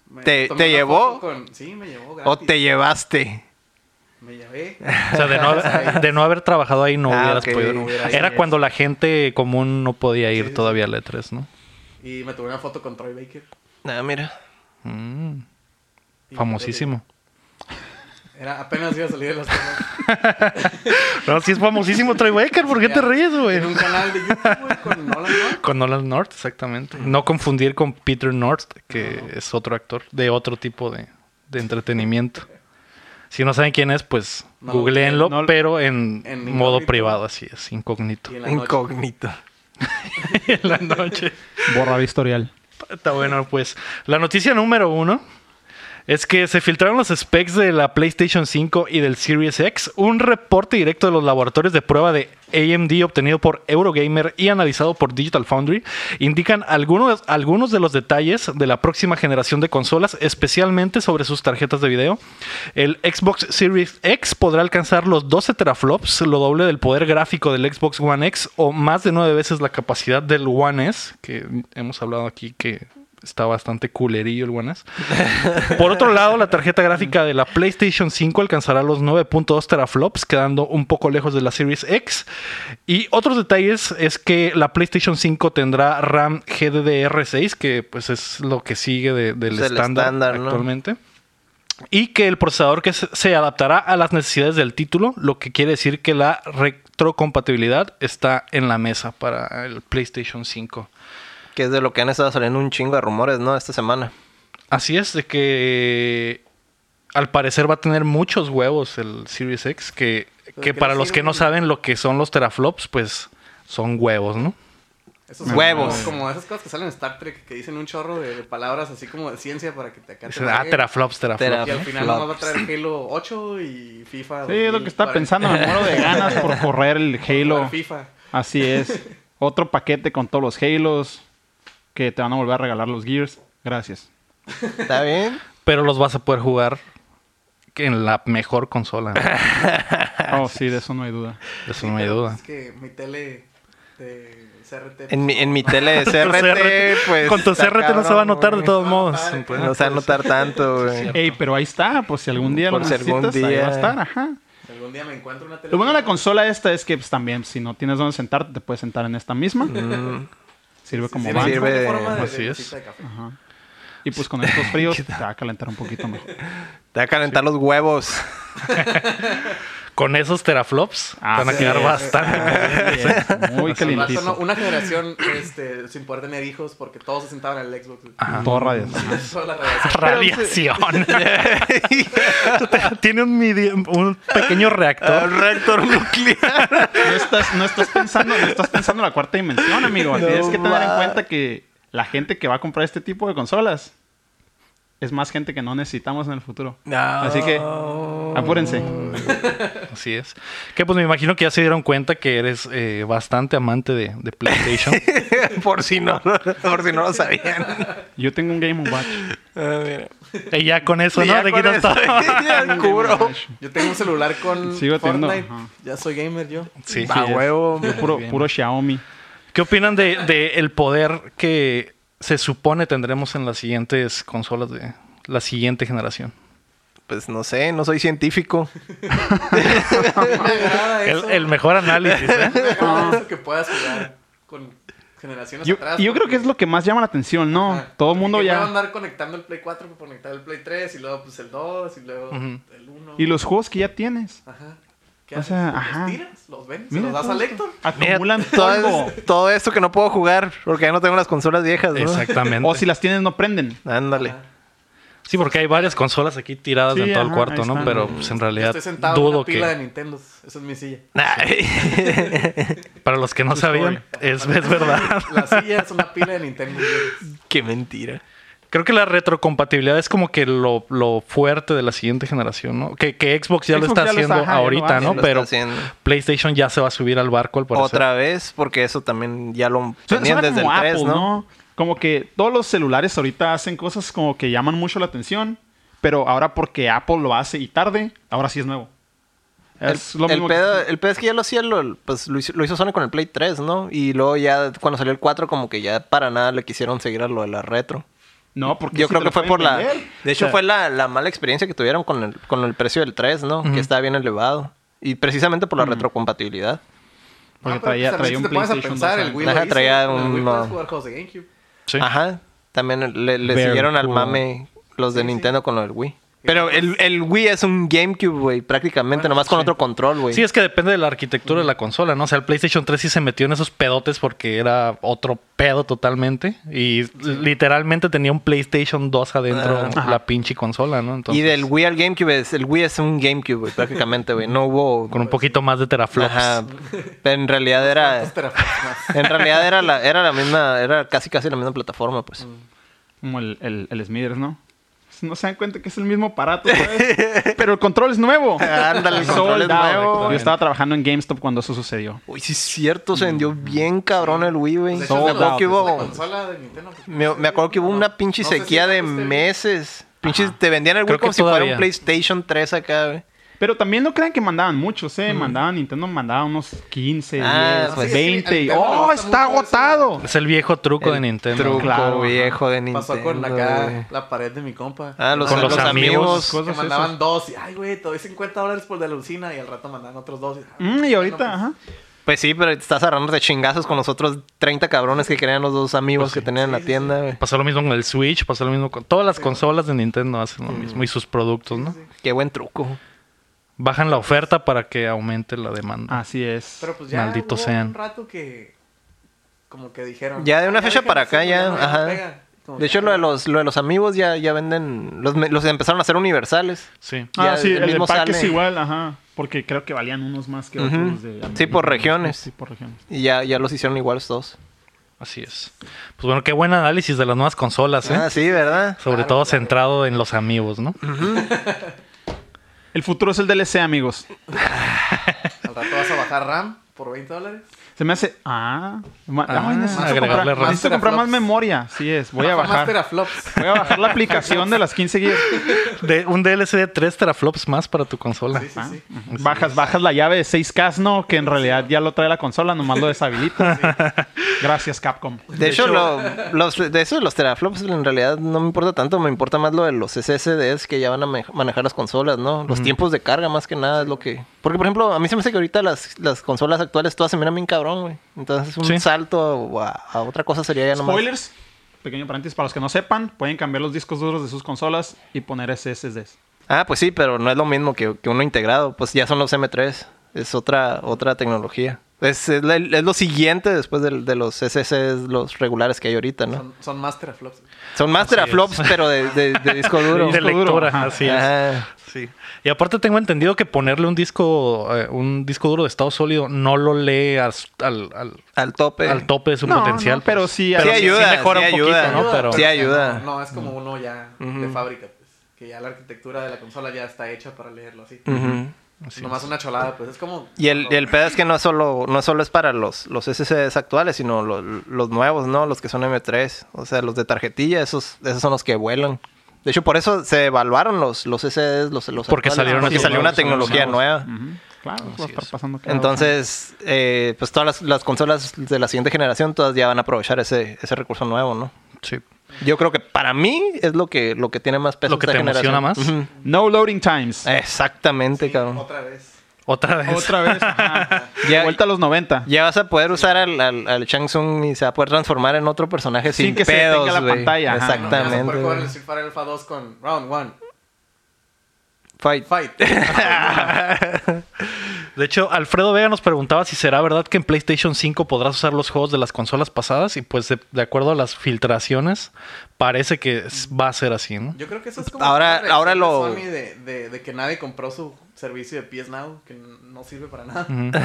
[SPEAKER 4] Me
[SPEAKER 2] ¿Te-
[SPEAKER 4] tomé
[SPEAKER 2] te
[SPEAKER 4] una
[SPEAKER 2] llevó?
[SPEAKER 4] foto con- Sí, me llevó
[SPEAKER 2] o
[SPEAKER 4] gratis.
[SPEAKER 2] te llevaste.
[SPEAKER 4] Me llevé.
[SPEAKER 1] O sea, de no, de no haber trabajado ahí no
[SPEAKER 2] Ah,
[SPEAKER 1] hubieras
[SPEAKER 2] ok.
[SPEAKER 1] podido.
[SPEAKER 4] No hubiera ido.
[SPEAKER 1] Era cuando la gente común no podía ir
[SPEAKER 4] Sí, sí,
[SPEAKER 1] todavía al E3, ¿no?
[SPEAKER 4] Y me tomé una foto con Troy Baker.
[SPEAKER 2] Nah, Ah, mira.
[SPEAKER 1] Mm,
[SPEAKER 4] Y
[SPEAKER 1] famosísimo.
[SPEAKER 4] Era apenas iba a salir de las tomas.
[SPEAKER 1] No, sí es famosísimo Troy Baker. ¿Por qué te
[SPEAKER 4] Ya.
[SPEAKER 1] ríes, güey?
[SPEAKER 4] En un canal de YouTube, güey, con Nolan North.
[SPEAKER 1] Con Nolan North, exactamente. No confundir con Peter North, que es otro actor de otro tipo de, de entretenimiento. Si no saben quién es, pues
[SPEAKER 4] No lo-
[SPEAKER 1] googleenlo,
[SPEAKER 3] no lo-
[SPEAKER 1] pero en,
[SPEAKER 4] en
[SPEAKER 1] modo
[SPEAKER 4] incógnito.
[SPEAKER 1] privado, así es, incógnito.
[SPEAKER 4] Y en la noche.
[SPEAKER 2] Incógnito.
[SPEAKER 1] en la noche.
[SPEAKER 3] Borrar historial.
[SPEAKER 1] Está bueno, pues. La noticia número uno es que se filtraron los specs de la PlayStation 5 y del Series X. Un reporte directo de los laboratorios de prueba de AMD obtenido por Eurogamer y analizado por Digital Foundry indican algunos, algunos de los detalles de la próxima generación de consolas, especialmente sobre sus tarjetas de video. El Xbox Series X podrá alcanzar los 12 teraflops, lo doble del poder gráfico del Xbox One X o más de nueve veces la capacidad del One S, que hemos hablado aquí que está bastante culerillo el One S. Por otro lado, la tarjeta gráfica de la PlayStation 5 alcanzará los 9.2 teraflops, quedando un poco lejos de la Series X. Y otros detalles es que la PlayStation 5 tendrá RAM GDDR6, que pues es lo que sigue de- del
[SPEAKER 2] Es el
[SPEAKER 1] estándar,
[SPEAKER 2] estándar, ¿no?
[SPEAKER 1] actualmente. Y que el procesador que se- se adaptará a las necesidades del título, lo que quiere decir que la retrocompatibilidad está en la mesa para el PlayStation 5.
[SPEAKER 2] Que es de lo que han estado saliendo un chingo de rumores, ¿no? Esta semana.
[SPEAKER 1] Así es, de que al parecer va a tener muchos huevos el Series X, que,
[SPEAKER 4] Pero
[SPEAKER 1] que
[SPEAKER 4] que
[SPEAKER 1] para
[SPEAKER 4] no
[SPEAKER 1] los que no
[SPEAKER 4] sirven.
[SPEAKER 1] saben lo que son los teraflops, pues son huevos, ¿no?
[SPEAKER 4] Esos son
[SPEAKER 2] Huevos.
[SPEAKER 4] Como, como esas cosas que salen en Star Trek que dicen un chorro de, de palabras así como de ciencia para que te acaten.
[SPEAKER 1] Dicen, ah, teraflops, teraflops.
[SPEAKER 2] Teraf-
[SPEAKER 4] Y al final nomás va a traer Halo 8 y FIFA.
[SPEAKER 3] Sí, es lo que estaba
[SPEAKER 4] 2040.
[SPEAKER 3] pensando. Me muero de ganas por correr el Halo.
[SPEAKER 4] FIFA.
[SPEAKER 3] Así es. Otro paquete con todos los Halos que te van a volver a regalar los Gears. Gracias.
[SPEAKER 2] ¿Está bien?
[SPEAKER 1] Pero los vas a poder jugar en la mejor consola. ¿no?
[SPEAKER 3] Oh, sí, de eso no hay duda.
[SPEAKER 1] Eso no hay duda.
[SPEAKER 4] Es que mi tele de CRT.
[SPEAKER 2] En mi, en mi tele de
[SPEAKER 1] CRT,
[SPEAKER 2] CRT, pues...
[SPEAKER 1] Con tu
[SPEAKER 2] está
[SPEAKER 1] CRT no se va a
[SPEAKER 2] cabrón,
[SPEAKER 1] notar de
[SPEAKER 2] güey.
[SPEAKER 1] todos modos.
[SPEAKER 4] padre,
[SPEAKER 1] Pues,
[SPEAKER 2] No se va a notar tanto, güey.
[SPEAKER 3] Ey, pero ahí está, por si algún día
[SPEAKER 2] Por
[SPEAKER 3] lo
[SPEAKER 2] si
[SPEAKER 3] necesitas,
[SPEAKER 2] algún
[SPEAKER 3] ahí
[SPEAKER 2] día.
[SPEAKER 3] va a estar, ajá.
[SPEAKER 4] Si algún día me encuentro una tele.
[SPEAKER 3] Lo bueno de la consola esta es que pues, también, si no tienes dónde sentarte, te puedes sentar en esta misma. Sirve como
[SPEAKER 4] Sí,
[SPEAKER 3] banco.
[SPEAKER 4] sí,
[SPEAKER 2] Sirve
[SPEAKER 4] tiene
[SPEAKER 2] de-
[SPEAKER 4] forma de-
[SPEAKER 1] Así
[SPEAKER 4] de
[SPEAKER 1] es.
[SPEAKER 4] tacita de café.
[SPEAKER 3] Ajá. Y pues con estos fríos te va a calentar un poquito mejor.
[SPEAKER 2] Te va a calentar los huevos.
[SPEAKER 1] Con esos teraflops
[SPEAKER 3] Ah,
[SPEAKER 1] van a
[SPEAKER 3] sí.
[SPEAKER 1] quedar bastante.
[SPEAKER 3] Muy
[SPEAKER 4] Al rato, no,
[SPEAKER 3] calientito. una
[SPEAKER 4] Una generación este, sin poder tener hijos porque todos se sentaban en el Xbox.
[SPEAKER 3] Torra de ajá.
[SPEAKER 4] Toda la generación.
[SPEAKER 1] Radiación. Tiene un, midi- un pequeño reactor.
[SPEAKER 2] reactor nuclear.
[SPEAKER 3] No estás, no estás pensando, no estás pensando en la cuarta dimensión, amigo.
[SPEAKER 2] No
[SPEAKER 3] Tienes que tener en
[SPEAKER 2] va.
[SPEAKER 3] cuenta que la gente que va a comprar este tipo de consolas es más gente que no necesitamos en el futuro.
[SPEAKER 2] No.
[SPEAKER 3] Así que apúrense.
[SPEAKER 1] Así es. Que pues me imagino que ya se dieron cuenta que eres eh, bastante amante de, de PlayStation.
[SPEAKER 2] por si no, por si no lo sabían.
[SPEAKER 3] Yo tengo un Game Watch.
[SPEAKER 2] Ah, mira.
[SPEAKER 1] y ya con eso,
[SPEAKER 2] Y
[SPEAKER 1] ¿no?
[SPEAKER 2] ya
[SPEAKER 1] Te
[SPEAKER 2] con
[SPEAKER 1] quitas
[SPEAKER 2] eso,
[SPEAKER 1] todo.
[SPEAKER 2] ya cubro.
[SPEAKER 4] Yo tengo un celular con
[SPEAKER 3] Sigo teniendo,
[SPEAKER 4] Fortnite.
[SPEAKER 3] ajá.
[SPEAKER 4] Ya soy gamer yo.
[SPEAKER 1] Sí,
[SPEAKER 2] A
[SPEAKER 1] sí, ya.
[SPEAKER 2] huevo.
[SPEAKER 3] Puro,
[SPEAKER 1] Bien.
[SPEAKER 3] puro Xiaomi.
[SPEAKER 1] ¿Qué opinan de, de el poder que se supone tendremos en las siguientes consolas de la siguiente generación?
[SPEAKER 2] Pues no sé, no soy científico.
[SPEAKER 4] Me agrada
[SPEAKER 1] El,
[SPEAKER 4] eso.
[SPEAKER 1] el mejor análisis, ¿eh?
[SPEAKER 4] Me agrada eso que puedas jugar con generaciones
[SPEAKER 3] Yo,
[SPEAKER 4] atrás.
[SPEAKER 3] y yo creo que es lo que más llama la atención, ¿no? Todo el mundo
[SPEAKER 4] Va a
[SPEAKER 3] ya...
[SPEAKER 4] andar conectando el Play 4 para conectar el Play 3 y luego pues el 2 y luego
[SPEAKER 1] Ujú.
[SPEAKER 4] el 1.
[SPEAKER 3] Y los juegos que ya tienes.
[SPEAKER 4] Ajá. ¿Qué
[SPEAKER 3] O
[SPEAKER 4] haces?
[SPEAKER 3] sea,
[SPEAKER 4] ¿Los
[SPEAKER 3] ajá.
[SPEAKER 4] tiras? ¿Los vendes? Ah, ¿Se
[SPEAKER 3] Mira
[SPEAKER 4] los das
[SPEAKER 3] todo
[SPEAKER 4] al
[SPEAKER 3] esto.
[SPEAKER 4] Héctor?
[SPEAKER 3] Acumulan
[SPEAKER 2] Todo,
[SPEAKER 3] polvo.
[SPEAKER 2] es- todo esto que no puedo jugar porque ya no tengo las consolas viejas, ¿no?
[SPEAKER 1] Exactamente.
[SPEAKER 3] O si las tienes no prenden.
[SPEAKER 2] Ándale.
[SPEAKER 1] Oh, Sí, porque hay varias consolas aquí tiradas
[SPEAKER 3] Sí,
[SPEAKER 1] en todo el
[SPEAKER 3] ajá,
[SPEAKER 1] cuarto,
[SPEAKER 3] ahí
[SPEAKER 1] ¿no?
[SPEAKER 3] están.
[SPEAKER 1] Pero pues, en
[SPEAKER 4] Yo
[SPEAKER 1] realidad
[SPEAKER 4] Estoy sentado en
[SPEAKER 1] dudo
[SPEAKER 4] una pila de
[SPEAKER 1] que
[SPEAKER 4] Nintendo. Esa es mi silla.
[SPEAKER 1] Ah, para los que no sabían es, es verdad.
[SPEAKER 4] La silla es una pila de Nintendo.
[SPEAKER 2] Qué mentira.
[SPEAKER 1] Creo que la retrocompatibilidad es como que lo, lo fuerte de la siguiente generación, ¿no? Que, que Xbox ya lo
[SPEAKER 3] Xbox
[SPEAKER 1] está
[SPEAKER 3] ya lo
[SPEAKER 1] haciendo
[SPEAKER 3] está, ajá, ya lo
[SPEAKER 1] ahorita,
[SPEAKER 3] hace.
[SPEAKER 1] ¿no?
[SPEAKER 2] Ya lo
[SPEAKER 1] Pero
[SPEAKER 2] está haciendo.
[SPEAKER 1] PlayStation ya se va a subir al barco al parecer.
[SPEAKER 2] Otra vez, porque eso también ya lo
[SPEAKER 3] Su-
[SPEAKER 2] tenían
[SPEAKER 3] suena
[SPEAKER 2] desde el
[SPEAKER 3] como
[SPEAKER 2] 3,
[SPEAKER 3] Apple,
[SPEAKER 2] ¿no?
[SPEAKER 3] Como que todos los celulares ahorita hacen cosas como que llaman mucho la atención, pero ahora porque Apple lo hace y tarde, ahora sí es nuevo.
[SPEAKER 2] El,
[SPEAKER 3] Es lo
[SPEAKER 2] el
[SPEAKER 3] mismo que-
[SPEAKER 2] pedo, el pedo es que ya lo hacía, lo, pues lo hizo, lo hizo Sony con el Play 3, ¿no? Y luego ya cuando salió el 4, como que ya para nada le quisieron seguir a lo de la retro.
[SPEAKER 3] No, porque
[SPEAKER 2] Yo
[SPEAKER 3] sí
[SPEAKER 2] creo
[SPEAKER 3] te
[SPEAKER 2] que
[SPEAKER 3] lo
[SPEAKER 2] fue
[SPEAKER 3] pueden
[SPEAKER 2] por la...
[SPEAKER 3] vender.
[SPEAKER 2] De hecho,
[SPEAKER 3] O sea,
[SPEAKER 2] fue la, la mala experiencia que tuvieron con el, con el precio del 3, ¿no? Que estaba bien elevado. Y precisamente por la retrocompatibilidad.
[SPEAKER 3] Porque
[SPEAKER 4] Ah, pues,
[SPEAKER 3] traía, traía un PlayStation
[SPEAKER 4] a pensar,
[SPEAKER 3] 2
[SPEAKER 4] el Wii
[SPEAKER 3] antes.
[SPEAKER 4] lo
[SPEAKER 2] Ajá,
[SPEAKER 4] hizo,
[SPEAKER 2] traía
[SPEAKER 4] con el Wii
[SPEAKER 2] un-
[SPEAKER 4] puedes jugar juegos de GameCube.
[SPEAKER 1] Sí.
[SPEAKER 2] Ajá. También le, le
[SPEAKER 3] Very
[SPEAKER 2] siguieron al
[SPEAKER 3] cool.
[SPEAKER 2] mame los de
[SPEAKER 4] Sí, sí.
[SPEAKER 2] Nintendo con lo del Wii. Pero el, el Wii es un GameCube, güey, prácticamente, nomás con otro control, güey.
[SPEAKER 1] Sí, es que depende de la arquitectura de la consola, ¿no? O sea, el PlayStation 3 sí se metió en esos pedotes porque era otro pedo totalmente. Y literalmente tenía un PlayStation 2 adentro
[SPEAKER 3] Ajá.
[SPEAKER 1] la pinche consola, ¿no? Entonces,
[SPEAKER 2] Ah. y del Wii al GameCube es, el Wii es un GameCube, güey, prácticamente, güey. No hubo.
[SPEAKER 1] Con un poquito más de teraflops.
[SPEAKER 2] Ajá. Pero en realidad era.
[SPEAKER 4] ¿Cuántos teraflops más?
[SPEAKER 2] En realidad era la, era la misma, era casi casi la misma plataforma, pues.
[SPEAKER 3] Como el, el, el Smithers, ¿no? No se dan cuenta que es el mismo aparato, ¿sabes? pero el control es nuevo.
[SPEAKER 2] Ándale, el control es
[SPEAKER 3] Sold out.
[SPEAKER 2] nuevo.
[SPEAKER 3] Yo estaba trabajando en GameStop cuando eso sucedió.
[SPEAKER 2] Uy, sí es cierto, se vendió
[SPEAKER 1] Mm.
[SPEAKER 2] bien cabrón el Wii, güey.
[SPEAKER 4] De hecho,
[SPEAKER 2] me,
[SPEAKER 3] Sold
[SPEAKER 2] acuerdo
[SPEAKER 3] out,
[SPEAKER 2] que
[SPEAKER 4] Pues La
[SPEAKER 2] hubo,
[SPEAKER 4] consola de Nintendo.
[SPEAKER 2] me, me acuerdo que hubo una pinche
[SPEAKER 4] No sé si este
[SPEAKER 2] sequía de
[SPEAKER 4] existe.
[SPEAKER 2] meses. Pinches, te vendían el Wii
[SPEAKER 1] Creo que
[SPEAKER 2] como si fuera
[SPEAKER 1] todavía.
[SPEAKER 2] un PlayStation 3 acá, güey.
[SPEAKER 3] Pero también no crean que mandaban muchos, ¿eh? Mandaban, Nintendo mandaba unos 15,
[SPEAKER 2] Ah,
[SPEAKER 3] 10,
[SPEAKER 2] pues,
[SPEAKER 3] 20.
[SPEAKER 4] sí,
[SPEAKER 3] y,
[SPEAKER 4] a Nintendo le
[SPEAKER 3] ¡Oh,
[SPEAKER 4] gusta
[SPEAKER 3] está
[SPEAKER 4] mucho eso.
[SPEAKER 3] agotado!
[SPEAKER 1] Es el viejo truco de Nintendo.
[SPEAKER 2] Truco
[SPEAKER 3] Claro,
[SPEAKER 2] viejo de Nintendo.
[SPEAKER 4] Pasó con
[SPEAKER 2] güey.
[SPEAKER 4] acá la pared de mi compa.
[SPEAKER 2] Ah, los,
[SPEAKER 1] Con
[SPEAKER 2] los
[SPEAKER 1] los amigos.
[SPEAKER 2] amigos.
[SPEAKER 4] Que
[SPEAKER 3] cosas
[SPEAKER 4] mandaban dos y, ay, güey, te doy 50 dólares por la lucina y al rato mandaban otros dos. ah,
[SPEAKER 3] Mm, y
[SPEAKER 4] bueno,
[SPEAKER 3] ahorita,
[SPEAKER 4] pues,
[SPEAKER 3] ajá.
[SPEAKER 2] Pues sí, pero estás agarrándote chingazos con los otros 30 cabrones que querían los dos
[SPEAKER 1] Pues
[SPEAKER 2] amigos que tenían en la tienda, güey.
[SPEAKER 1] Pasó lo mismo con el Switch, pasó lo mismo con todas las consolas de Nintendo hacen lo mismo y sus productos, ¿no?
[SPEAKER 2] Qué buen truco.
[SPEAKER 1] Bajan la oferta para que aumente la demanda.
[SPEAKER 3] Así es.
[SPEAKER 4] Pero pues ya
[SPEAKER 1] Maldito
[SPEAKER 4] hubo
[SPEAKER 1] sean.
[SPEAKER 4] un rato que como que dijeron.
[SPEAKER 2] Ya de una
[SPEAKER 4] "Ah,
[SPEAKER 2] fecha
[SPEAKER 4] déjenlo
[SPEAKER 2] para acá,
[SPEAKER 4] hacerlo,
[SPEAKER 2] ya,
[SPEAKER 4] no, no
[SPEAKER 2] ajá.
[SPEAKER 4] pega". Como
[SPEAKER 2] De
[SPEAKER 4] que,
[SPEAKER 2] hecho, lo de
[SPEAKER 4] ah,
[SPEAKER 2] los, lo de los amigos ya, ya venden. Los, me- los empezaron a hacer universales.
[SPEAKER 1] Sí.
[SPEAKER 3] ah,
[SPEAKER 2] ya
[SPEAKER 3] sí,
[SPEAKER 2] el
[SPEAKER 3] el, de
[SPEAKER 2] mismo
[SPEAKER 3] parque es
[SPEAKER 2] sale.
[SPEAKER 3] igual, ajá. Porque creo que valían unos más que
[SPEAKER 2] Ujú.
[SPEAKER 3] otros. de-
[SPEAKER 2] Sí, por regiones.
[SPEAKER 3] Sí, por regiones.
[SPEAKER 2] Y ya, ya los hicieron iguales todos.
[SPEAKER 1] Así es. Pues bueno, qué buen análisis de las nuevas consolas, ¿eh?
[SPEAKER 2] Ah, sí, ¿verdad?
[SPEAKER 1] Sobre
[SPEAKER 4] Claro,
[SPEAKER 1] todo
[SPEAKER 4] claro.
[SPEAKER 1] centrado en los amigos, ¿no?
[SPEAKER 3] El futuro es el DLC, amigos.
[SPEAKER 4] Al rato vas a bajar RAM por 20 dólares.
[SPEAKER 3] Se me hace. Ah, ma-
[SPEAKER 1] Ah,
[SPEAKER 3] ay, necesito,
[SPEAKER 1] agregarle
[SPEAKER 3] comprar,
[SPEAKER 1] RAM.
[SPEAKER 3] necesito comprar más
[SPEAKER 4] Teraflops.
[SPEAKER 3] memoria. Sí, es. Voy a
[SPEAKER 4] Más
[SPEAKER 3] bajar.
[SPEAKER 4] teraflops.
[SPEAKER 3] Voy a bajar la aplicación de las 15 gigas.
[SPEAKER 1] De, un DLC de 3 teraflops más para tu consola.
[SPEAKER 4] Sí, sí, sí.
[SPEAKER 3] Bajas, bajas la llave de 6K, ¿no? Que en realidad ya lo trae la consola, nomás lo deshabilitas. Gracias, Capcom.
[SPEAKER 2] De hecho, lo- los, de eso de los teraflops en realidad no me importa tanto. Me importa más lo de los SSDs que ya van a me- manejar las consolas, ¿no? Los tiempos de carga más que nada es lo que... Porque, por ejemplo, a mí se me hace que ahorita las, las consolas actuales todas se miran bien cabrón, güey. Entonces un
[SPEAKER 1] Sí.
[SPEAKER 2] salto a, a otra cosa sería ya nomás...
[SPEAKER 3] Spoilers. Pequeño paréntesis, para los que no sepan, pueden cambiar los discos duros de sus consolas y poner SSDs.
[SPEAKER 2] Ah, pues sí, pero no es lo mismo que, que uno integrado. Pues ya son los M3. Es otra, otra tecnología. Es, es la- es lo siguiente después del- de, los SSDs, los regulares que hay ahorita, ¿no?
[SPEAKER 4] Son, son más teraflops.
[SPEAKER 2] Son más teraflops, pero de, de- de disco duro.
[SPEAKER 1] De
[SPEAKER 3] Disco duro,
[SPEAKER 1] lectura,
[SPEAKER 3] ajá.
[SPEAKER 1] así es.
[SPEAKER 2] Ajá.
[SPEAKER 1] Sí. Y aparte tengo entendido que ponerle un disco, eh, un disco duro de estado sólido no lo lee as- al, al,
[SPEAKER 2] Al tope.
[SPEAKER 1] al tope de su
[SPEAKER 3] No,
[SPEAKER 1] potencial.
[SPEAKER 3] no, pero
[SPEAKER 1] pues.
[SPEAKER 3] sí-
[SPEAKER 1] Pero
[SPEAKER 3] sí
[SPEAKER 2] ayuda,
[SPEAKER 1] mejora
[SPEAKER 2] sí
[SPEAKER 1] un poquito,
[SPEAKER 2] ayuda.
[SPEAKER 1] ¿no? Pero-
[SPEAKER 2] Sí ayuda.
[SPEAKER 4] No, no, es como uno ya de
[SPEAKER 2] Ujú.
[SPEAKER 4] fábrica, pues. Que ya la arquitectura de la consola ya está hecha para leerlo así.
[SPEAKER 2] Ujú.
[SPEAKER 1] Así
[SPEAKER 4] Nomás una cholada, pues es como.
[SPEAKER 2] Y el, y el pedo es que no solo, no solo es para los, los SSDs actuales, sino lo- los nuevos, ¿no? Los que son M3. O sea, los de tarjetilla, esos, esos son los que vuelan. De hecho, por eso se evaluaron los, los SSDs, los, los
[SPEAKER 1] Porque
[SPEAKER 2] actuales,
[SPEAKER 1] salieron
[SPEAKER 2] porque
[SPEAKER 1] estos
[SPEAKER 2] salió una
[SPEAKER 1] nuevos,
[SPEAKER 2] tecnología
[SPEAKER 1] los
[SPEAKER 2] nueva.
[SPEAKER 3] Ujú. Claro, va a estar pasando cada
[SPEAKER 2] Entonces, eh, pues todas las, las consolas de la siguiente generación todas ya van a aprovechar ese, ese recurso nuevo, ¿no?
[SPEAKER 1] Sí.
[SPEAKER 2] Yo creo que para mí es lo que, lo que tiene más peso.
[SPEAKER 1] Lo que
[SPEAKER 2] esta
[SPEAKER 1] te emociona
[SPEAKER 2] generación.
[SPEAKER 1] más.
[SPEAKER 2] Ujú.
[SPEAKER 3] año. No loading times.
[SPEAKER 2] eh, Exactamente, cabrón.
[SPEAKER 4] Otra vez.
[SPEAKER 1] Otra vez.
[SPEAKER 3] Otra vez. ajá.
[SPEAKER 2] Ya-
[SPEAKER 3] Vuelta a los 90.
[SPEAKER 2] Ya vas a poder usar al, al, al Shang Tsung y se va a poder transformar en otro personaje sin,
[SPEAKER 3] Sin que se
[SPEAKER 2] pedos,
[SPEAKER 3] detenga la
[SPEAKER 2] güey.
[SPEAKER 3] pantalla, ajá.
[SPEAKER 4] Ya se
[SPEAKER 2] Exactamente.
[SPEAKER 4] puede jugar
[SPEAKER 2] güey.
[SPEAKER 4] el Street Fighter Alpha 2 con Round 1.
[SPEAKER 2] Fight.
[SPEAKER 4] Fight.
[SPEAKER 1] De hecho, Alfredo Vega nos preguntaba si será verdad que en PlayStation 5 podrás usar los juegos de las consolas pasadas y pues de, de acuerdo a las filtraciones parece que es- va a ser así, ¿no?
[SPEAKER 4] Yo creo que eso es como.
[SPEAKER 2] Ahora-
[SPEAKER 4] una reacción
[SPEAKER 2] ahora
[SPEAKER 4] de
[SPEAKER 2] lo-
[SPEAKER 4] Sony de, de, de que nadie compró su servicio de PS Now, que n- no sirve para nada.
[SPEAKER 1] Ujú.
[SPEAKER 4] Que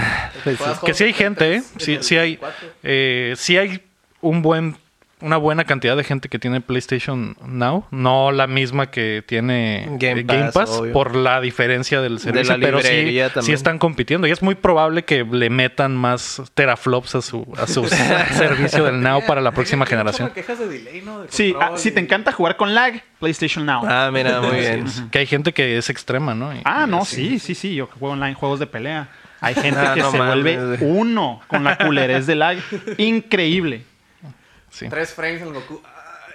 [SPEAKER 4] juegas
[SPEAKER 1] Que sí hay
[SPEAKER 4] juegos
[SPEAKER 1] gente, ¿eh?
[SPEAKER 4] en el
[SPEAKER 1] Sí, sí hay,
[SPEAKER 4] 4.
[SPEAKER 1] eh, sí hay un buen, una buena cantidad de gente que tiene PlayStation Now. No la misma que tiene eh,
[SPEAKER 2] Game
[SPEAKER 1] Game,
[SPEAKER 2] Pass,
[SPEAKER 1] Pass,
[SPEAKER 2] obvio.
[SPEAKER 1] por la diferencia del servicio,
[SPEAKER 2] la
[SPEAKER 1] pero sí,
[SPEAKER 2] librería también.
[SPEAKER 1] sí están compitiendo. Y es muy probable que le metan más teraflops a su, a su servicio del Now para la próxima
[SPEAKER 4] Tiene mucho
[SPEAKER 1] generación.
[SPEAKER 4] quejas de delay, ¿no? De
[SPEAKER 3] Sí, ah,
[SPEAKER 4] control
[SPEAKER 3] si
[SPEAKER 4] y-
[SPEAKER 3] te encanta jugar con lag, PlayStation Now.
[SPEAKER 2] Ah, mira, muy bien.
[SPEAKER 1] Que hay gente que es extrema, ¿no? Y-
[SPEAKER 3] Ah, no, sí, sí, sí. Yo que juego online juegos de pelea. Hay gente
[SPEAKER 2] Ah,
[SPEAKER 3] que
[SPEAKER 2] no
[SPEAKER 3] se
[SPEAKER 2] mames,
[SPEAKER 3] vuelve
[SPEAKER 2] güey.
[SPEAKER 3] uno con la culerez de lag. Increíble.
[SPEAKER 1] sí.
[SPEAKER 4] Tres frames en Goku. ah,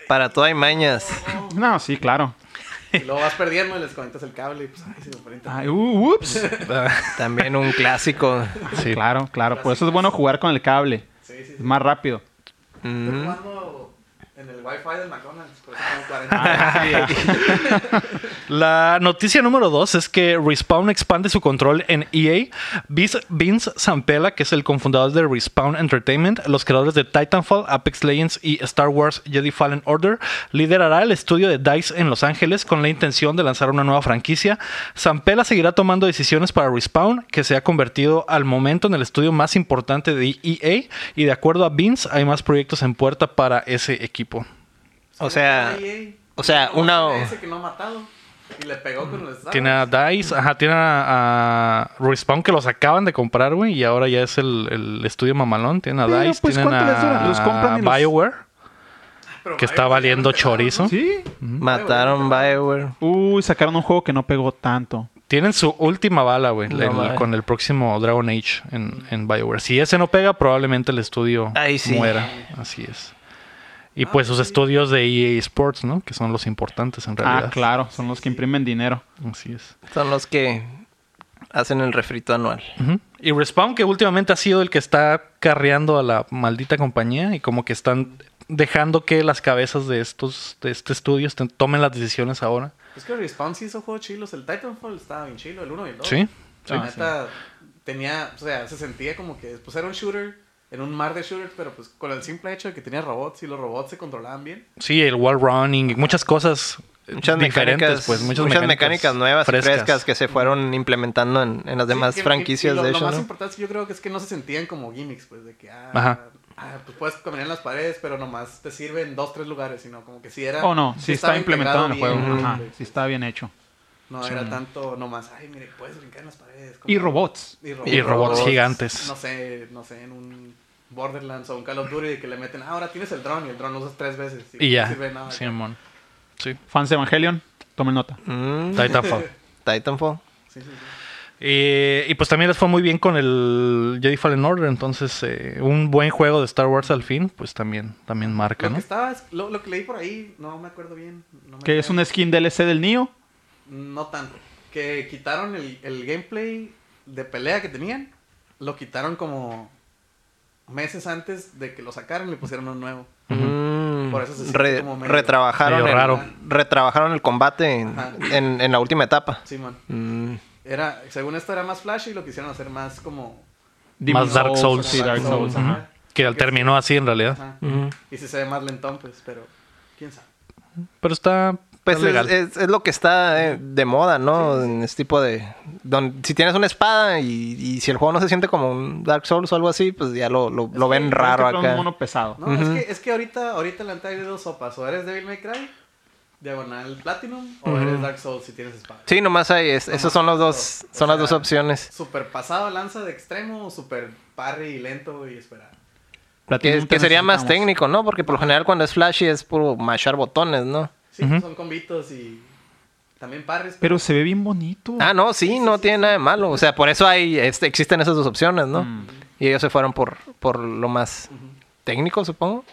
[SPEAKER 2] Para todo hay mañas.
[SPEAKER 3] No, sí, claro.
[SPEAKER 4] Y lo vas perdiendo y les conectas el cable y pues, ay, se me fue el internet.
[SPEAKER 3] Ay, u- ups.
[SPEAKER 2] También un clásico.
[SPEAKER 1] Sí.
[SPEAKER 3] Claro, claro. Por eso es bueno jugar con el cable.
[SPEAKER 4] Sí, sí,
[SPEAKER 3] Es
[SPEAKER 4] sí.
[SPEAKER 3] más rápido.
[SPEAKER 4] Estoy
[SPEAKER 2] Mm.
[SPEAKER 4] jugando en el Wi-Fi del McDonald's, por eso tengo
[SPEAKER 3] Ah,
[SPEAKER 4] 40.
[SPEAKER 1] La noticia número dos es que Respawn expande su control en EA. Vince, Vince Zampella, que es el cofundador de Respawn Entertainment, los creadores de Titanfall, Apex Legends y Star Wars Jedi Fallen Order, liderará el estudio de DICE en Los Ángeles con la intención de lanzar una nueva franquicia. Zampella seguirá tomando decisiones para Respawn, que se ha convertido al momento en el estudio más importante de EA. Y de acuerdo a Vince, hay más proyectos en puerta para ese equipo.
[SPEAKER 2] O sea,
[SPEAKER 4] Ay,
[SPEAKER 2] o sea,
[SPEAKER 4] ay,
[SPEAKER 2] una-
[SPEAKER 4] Ese que no ha matado. Y le pegó con el Star
[SPEAKER 1] Tiene
[SPEAKER 4] Wars.
[SPEAKER 1] a Dice, ajá, tiene a, a Respawn que los acaban de comprar, güey, y ahora ya es el, el estudio mamalón. Tiene a
[SPEAKER 3] Pero,
[SPEAKER 1] Dice,
[SPEAKER 3] pues,
[SPEAKER 1] tienen
[SPEAKER 3] ¿cuánto les dura?
[SPEAKER 1] a
[SPEAKER 3] Los compran y los-
[SPEAKER 1] BioWare,
[SPEAKER 4] Ah, Pero
[SPEAKER 1] que
[SPEAKER 4] vaya,
[SPEAKER 1] está
[SPEAKER 4] ya
[SPEAKER 1] valiendo
[SPEAKER 4] lo pegaron,
[SPEAKER 1] chorizo.
[SPEAKER 3] Sí.
[SPEAKER 2] mataron Bioware.
[SPEAKER 3] Uy, sacaron un juego que no pegó tanto.
[SPEAKER 1] Tienen su última bala, güey,
[SPEAKER 2] No
[SPEAKER 1] el-
[SPEAKER 2] mames.
[SPEAKER 1] con el próximo Dragon Age en, en BioWare. Si ese no pega, probablemente el estudio
[SPEAKER 2] Ahí sí.
[SPEAKER 1] muera. Así es. Y pues
[SPEAKER 4] Ah,
[SPEAKER 1] sus estudios de EA Sports, ¿no? Que son los importantes en realidad.
[SPEAKER 3] Ah, claro. Son los que imprimen dinero.
[SPEAKER 1] Así es.
[SPEAKER 2] Son los que hacen el refrito anual.
[SPEAKER 1] Ujú. Y Respawn, que últimamente ha sido el que está carreando a la maldita compañía y como que están dejando que las cabezas de estos de este estudio estén- tomen las decisiones ahora.
[SPEAKER 4] Es que Respawn sí hizo juegos chilos. El Titanfall estaba bien chilo, el 1 y el 2.
[SPEAKER 1] Sí,
[SPEAKER 4] La neta tenía, o sea, se sentía como que pues era un shooter en un mar de shooters, pero pues con el simple hecho de que tenía robots y los robots se controlaban bien.
[SPEAKER 1] Sí, el wall running, muchas cosas eh,
[SPEAKER 2] Muchas mecánicas,
[SPEAKER 1] diferentes, pues muchas,
[SPEAKER 2] mecánicas nuevas y frescas. que se fueron implementando en, en las demás
[SPEAKER 4] Sí, que-
[SPEAKER 2] franquicias,
[SPEAKER 4] y lo,
[SPEAKER 2] de
[SPEAKER 4] lo
[SPEAKER 2] hecho,
[SPEAKER 4] más
[SPEAKER 2] ¿no?
[SPEAKER 4] importante yo creo que es que no se sentían como gimmicks, pues de que ah,
[SPEAKER 1] Ajá.
[SPEAKER 4] ah, pues puedes caminar en las paredes, pero nomás te sirve en dos, tres lugares, sino como que si era.
[SPEAKER 3] Oh, no. Sí está
[SPEAKER 4] estaba
[SPEAKER 3] implementado en el
[SPEAKER 4] integrado
[SPEAKER 3] juego.
[SPEAKER 4] bien,
[SPEAKER 3] Ajá.
[SPEAKER 4] pues.
[SPEAKER 3] Sí está bien hecho.
[SPEAKER 4] No era tanto nomás, ay, mire, puedes brincar en las paredes. como-
[SPEAKER 3] Y robots.
[SPEAKER 4] Y robots.
[SPEAKER 1] Y robots gigantes.
[SPEAKER 4] No sé, no sé, en un Borderlands o un Call of Duty que le meten, ah, ahora tienes el dron y el dron lo usas tres veces.
[SPEAKER 1] Y ya.
[SPEAKER 4] No sirve de nada.
[SPEAKER 1] Simón. Sí,
[SPEAKER 3] Fans de Evangelion, tomen nota.
[SPEAKER 2] Mm,
[SPEAKER 1] Titanfall.
[SPEAKER 2] Titanfall.
[SPEAKER 4] Sí, sí, sí.
[SPEAKER 1] Eh, y pues también les fue muy bien con el Jedi Fallen Order, entonces eh, un buen juego de Star Wars al fin, pues también, también marca,
[SPEAKER 4] Lo que
[SPEAKER 1] ¿no?
[SPEAKER 4] estaba, lo, lo que leí por ahí, no me acuerdo bien. no me
[SPEAKER 3] Que es un skin DLC del Neo.
[SPEAKER 4] No tanto. Que quitaron el, el gameplay de pelea que tenían. Lo quitaron como meses antes de que lo sacaran y le pusieron uno nuevo.
[SPEAKER 2] Mm,
[SPEAKER 4] Por eso se siente
[SPEAKER 2] re-
[SPEAKER 4] como medio-
[SPEAKER 2] retrabajaron,
[SPEAKER 1] medio
[SPEAKER 2] el,
[SPEAKER 1] raro.
[SPEAKER 2] retrabajaron el combate en,
[SPEAKER 4] Ajá.
[SPEAKER 2] en- en la última etapa.
[SPEAKER 4] Simón.
[SPEAKER 2] Mm,
[SPEAKER 4] Era, según esto era más flashy y lo quisieron hacer más como...
[SPEAKER 3] Demon
[SPEAKER 1] Más Dark Souls.
[SPEAKER 3] Sí, Dark Souls.
[SPEAKER 1] Ujú.
[SPEAKER 3] ajá.
[SPEAKER 1] Que al
[SPEAKER 2] Mm.
[SPEAKER 1] terminó así en realidad.
[SPEAKER 4] Ajá. Y si se ve más lentón, pues, pero... ¿Quién sabe?
[SPEAKER 1] Pero está,
[SPEAKER 2] Pues
[SPEAKER 1] Es
[SPEAKER 2] es,
[SPEAKER 1] legal.
[SPEAKER 2] es- es lo que está eh, de moda, ¿no? En este tipo de... don- si tienes una espada y, y si el juego no se siente como un Dark Souls o algo así, pues ya lo, lo, lo ven raro
[SPEAKER 3] Es que fue
[SPEAKER 2] acá.
[SPEAKER 3] un mono pesado.
[SPEAKER 4] No, es que, es que ahorita, ahorita la entrada hay de dos sopas. O eres Devil May Cry, diagonal Platinum, o eres Dark Souls si tienes espada.
[SPEAKER 2] Sí, nomás hay... es- esos son los dos...
[SPEAKER 4] O
[SPEAKER 2] Son las
[SPEAKER 4] sea,
[SPEAKER 2] dos opciones.
[SPEAKER 4] Super pasado lanza de extremo o super parry y lento y esperar.
[SPEAKER 2] Que,
[SPEAKER 3] Platinum
[SPEAKER 2] que
[SPEAKER 3] te
[SPEAKER 2] sería más
[SPEAKER 3] necesitamos.
[SPEAKER 2] técnico, ¿no? Porque por lo general cuando es flashy es puro machar botones, ¿no?
[SPEAKER 4] Sí, son combitos y también parries.
[SPEAKER 3] Pero se ve bien bonito.
[SPEAKER 2] Ah, no, sí, no tiene nada de malo. O sea, por eso hay, este, existen esas dos opciones, ¿no?
[SPEAKER 3] Mm.
[SPEAKER 2] Y ellos se fueron por, por lo más técnico, supongo.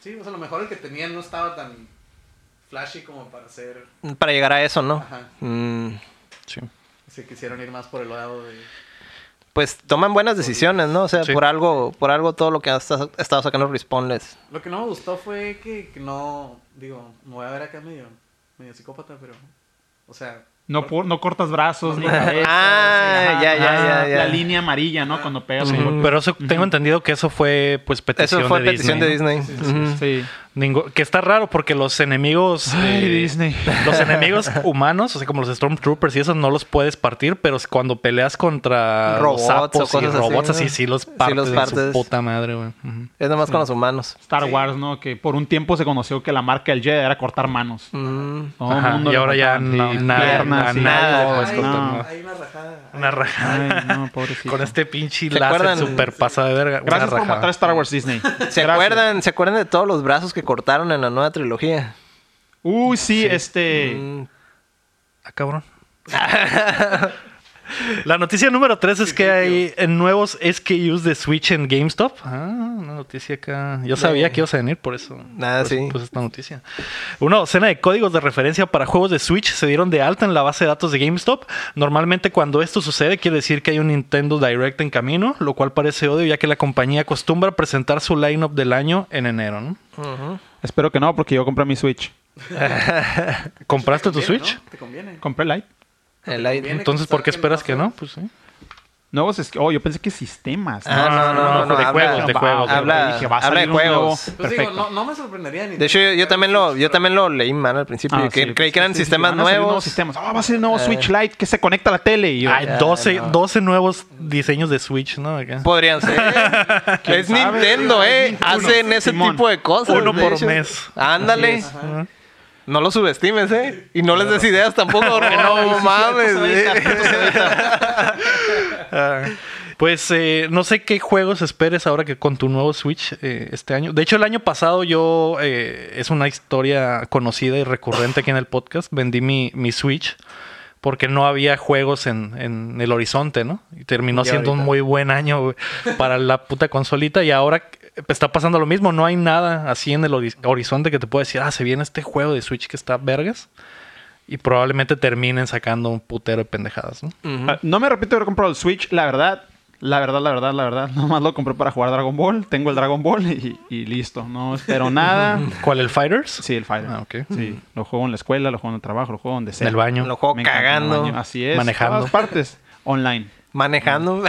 [SPEAKER 4] Sí, o sea, a lo mejor el que tenían no estaba tan flashy como para hacer.
[SPEAKER 2] Para llegar a eso, ¿no?
[SPEAKER 4] Ajá.
[SPEAKER 2] Mm,
[SPEAKER 1] Sí.
[SPEAKER 4] Se quisieron ir más por el lado de.
[SPEAKER 2] pues toman buenas decisiones, ¿no? O sea,
[SPEAKER 1] Sí.
[SPEAKER 2] por algo, por algo todo lo que ha esta- ha estado sacando Respawn les-
[SPEAKER 4] Lo que no me gustó fue que, que no. Digo, me voy a ver acá medio, medio psicópata, pero. O sea.
[SPEAKER 3] No, por- no cortas brazos ni cabezas.
[SPEAKER 2] Ah,
[SPEAKER 3] ajá,
[SPEAKER 2] ya, ya,
[SPEAKER 3] ajá.
[SPEAKER 2] ya, ya.
[SPEAKER 3] La línea amarilla, ¿no? Cuando pegas
[SPEAKER 1] Sí,
[SPEAKER 3] un golpe.
[SPEAKER 1] Pero eso tengo entendido que eso fue pues petición
[SPEAKER 2] Eso fue
[SPEAKER 1] de
[SPEAKER 2] petición
[SPEAKER 1] Disney. ¿no?
[SPEAKER 2] de Disney. Ujú.
[SPEAKER 3] Sí.
[SPEAKER 1] Ningú- que está raro porque los enemigos.
[SPEAKER 3] Ay,
[SPEAKER 1] eh,
[SPEAKER 3] Disney.
[SPEAKER 1] Los enemigos humanos, o sea, como los Stormtroopers y esos no los puedes partir, pero cuando peleas contra
[SPEAKER 2] Robots
[SPEAKER 1] los sapos
[SPEAKER 2] o
[SPEAKER 1] y
[SPEAKER 2] cosas así,
[SPEAKER 1] robots así,
[SPEAKER 2] ¿no?
[SPEAKER 1] sí los
[SPEAKER 2] Sí
[SPEAKER 1] partes.
[SPEAKER 2] los
[SPEAKER 1] en
[SPEAKER 2] partes.
[SPEAKER 1] su puta madre, güey. Ujú.
[SPEAKER 2] Es nomás con los humanos.
[SPEAKER 3] Star
[SPEAKER 4] Sí.
[SPEAKER 3] Wars, ¿no? Que por un tiempo se conoció que la marca del Jedi era cortar manos.
[SPEAKER 2] Mm.
[SPEAKER 3] Todo el
[SPEAKER 1] Ajá,
[SPEAKER 3] mundo
[SPEAKER 1] y
[SPEAKER 3] le
[SPEAKER 1] ahora ya
[SPEAKER 3] cortaban,
[SPEAKER 1] no,
[SPEAKER 3] sí,
[SPEAKER 1] nada,
[SPEAKER 3] piernas, sí.
[SPEAKER 1] nada,
[SPEAKER 2] nada.
[SPEAKER 1] pues,
[SPEAKER 4] ay,
[SPEAKER 1] con-
[SPEAKER 3] no.
[SPEAKER 4] Hay una rajada.
[SPEAKER 1] Una rajada.
[SPEAKER 3] Ay, no, pobrecito.
[SPEAKER 1] Con este pinche
[SPEAKER 2] ¿Se
[SPEAKER 1] láser
[SPEAKER 2] acuerdan?
[SPEAKER 1] super pasada de verga.
[SPEAKER 3] Gracias
[SPEAKER 1] Una
[SPEAKER 3] por
[SPEAKER 1] rajada.
[SPEAKER 3] matar a Star Wars Disney.
[SPEAKER 2] ¿Se
[SPEAKER 3] Gracias.
[SPEAKER 2] acuerdan, ¿Se acuerdan de todos los brazos que cortaron en la nueva trilogía?
[SPEAKER 3] Uy, sí, este.
[SPEAKER 2] Mm.
[SPEAKER 1] Ah, cabrón. La noticia número 3 es que hay eh, nuevos SKUs de Switch en GameStop. Ah, una noticia acá. Yo sabía que ibas a venir, por eso.
[SPEAKER 4] Ah,
[SPEAKER 2] Nada,
[SPEAKER 1] por eso
[SPEAKER 2] sí.
[SPEAKER 1] puse esta noticia. Una docena de códigos de referencia para juegos de Switch se dieron de alta en la base de datos de GameStop. Normalmente, cuando esto sucede, quiere decir que hay un Nintendo Direct en camino, lo cual parece odio, ya que la compañía acostumbra presentar su lineup del año en enero. ¿no?
[SPEAKER 2] Ujú.
[SPEAKER 3] Espero que no, porque yo compré mi Switch.
[SPEAKER 1] ¿Compraste tu
[SPEAKER 4] Conviene,
[SPEAKER 1] Switch?
[SPEAKER 4] Pues, ¿no? ¿Te conviene?
[SPEAKER 3] Compré Lite.
[SPEAKER 2] El aire.
[SPEAKER 4] Viene
[SPEAKER 1] Entonces,
[SPEAKER 4] que
[SPEAKER 1] ¿por qué
[SPEAKER 4] saquen más
[SPEAKER 1] esperas que no? Pues sí.
[SPEAKER 3] Nuevos. es- Oh, yo pensé que sistemas. ¿no?
[SPEAKER 2] Ah, no, no, no, no,
[SPEAKER 1] de
[SPEAKER 2] habla-
[SPEAKER 1] juegos, Ah, de
[SPEAKER 3] va,
[SPEAKER 1] juegos. de
[SPEAKER 2] habla-
[SPEAKER 1] juegos.
[SPEAKER 3] Dije, va a
[SPEAKER 2] habla de
[SPEAKER 3] salir un nuevo.
[SPEAKER 2] juegos.
[SPEAKER 4] Pues digo,
[SPEAKER 3] Perfecto.
[SPEAKER 4] no, no me sorprendería ni.
[SPEAKER 2] De hecho, yo, yo también lo, yo también lo leí mal al principio.
[SPEAKER 3] Ah,
[SPEAKER 2] que,
[SPEAKER 3] sí,
[SPEAKER 2] creí que eran
[SPEAKER 3] sí, sí,
[SPEAKER 2] sistemas
[SPEAKER 3] van a salir
[SPEAKER 2] nuevos.
[SPEAKER 3] sistemas. Ah, va a ser el nuevo Switch Lite que se conecta a la tele. Y yo,
[SPEAKER 1] Hay
[SPEAKER 2] Ya,
[SPEAKER 1] 12,
[SPEAKER 2] no. Pues
[SPEAKER 1] 12 nuevos diseños de Switch, ¿no? Acá.
[SPEAKER 2] Podrían ser. es
[SPEAKER 3] sabe?
[SPEAKER 2] Nintendo, ¿eh? Hacen ese
[SPEAKER 3] Simón.
[SPEAKER 2] tipo de cosas.
[SPEAKER 1] Uno
[SPEAKER 2] de
[SPEAKER 1] por
[SPEAKER 2] hecho.
[SPEAKER 1] mes.
[SPEAKER 2] Ándale.
[SPEAKER 4] Ajá.
[SPEAKER 2] No lo subestimes, ¿eh? Y no les des ideas tampoco. porque no mames. ¿eh?
[SPEAKER 1] Pues eh, no sé qué juegos esperes ahora que con tu nuevo Switch eh, este año. De hecho, el año pasado yo, eh, es una historia conocida y recurrente aquí en el podcast, vendí mi, mi Switch porque no había juegos en, en el horizonte, ¿no? Y terminó
[SPEAKER 2] Y
[SPEAKER 1] siendo un
[SPEAKER 2] ahorita.
[SPEAKER 1] muy buen año güey, para la puta consolita y ahora eh, está pasando lo mismo, no hay nada así en el hori- horizonte que te pueda decir, ah, se viene este juego de Switch que está vergas y probablemente terminen sacando un putero de pendejadas, ¿no?
[SPEAKER 3] Ah, No me repito haber comprado el Switch, la verdad. La verdad, la verdad, la verdad. Nomás lo compré para jugar Dragon Ball. Tengo el Dragon Ball y, y listo. No espero nada.
[SPEAKER 1] ¿Cuál, el Fighters?
[SPEAKER 3] Sí, el Fire.
[SPEAKER 1] Ah, ok.
[SPEAKER 3] Sí, lo juego en la escuela, lo juego en el trabajo, lo juego donde sea.
[SPEAKER 1] En el baño.
[SPEAKER 2] Lo juego
[SPEAKER 3] Me encanta
[SPEAKER 2] cagando.
[SPEAKER 3] el baño. Así es.
[SPEAKER 1] Manejando.
[SPEAKER 3] Manejando. todas partes. Online.
[SPEAKER 2] Manejando.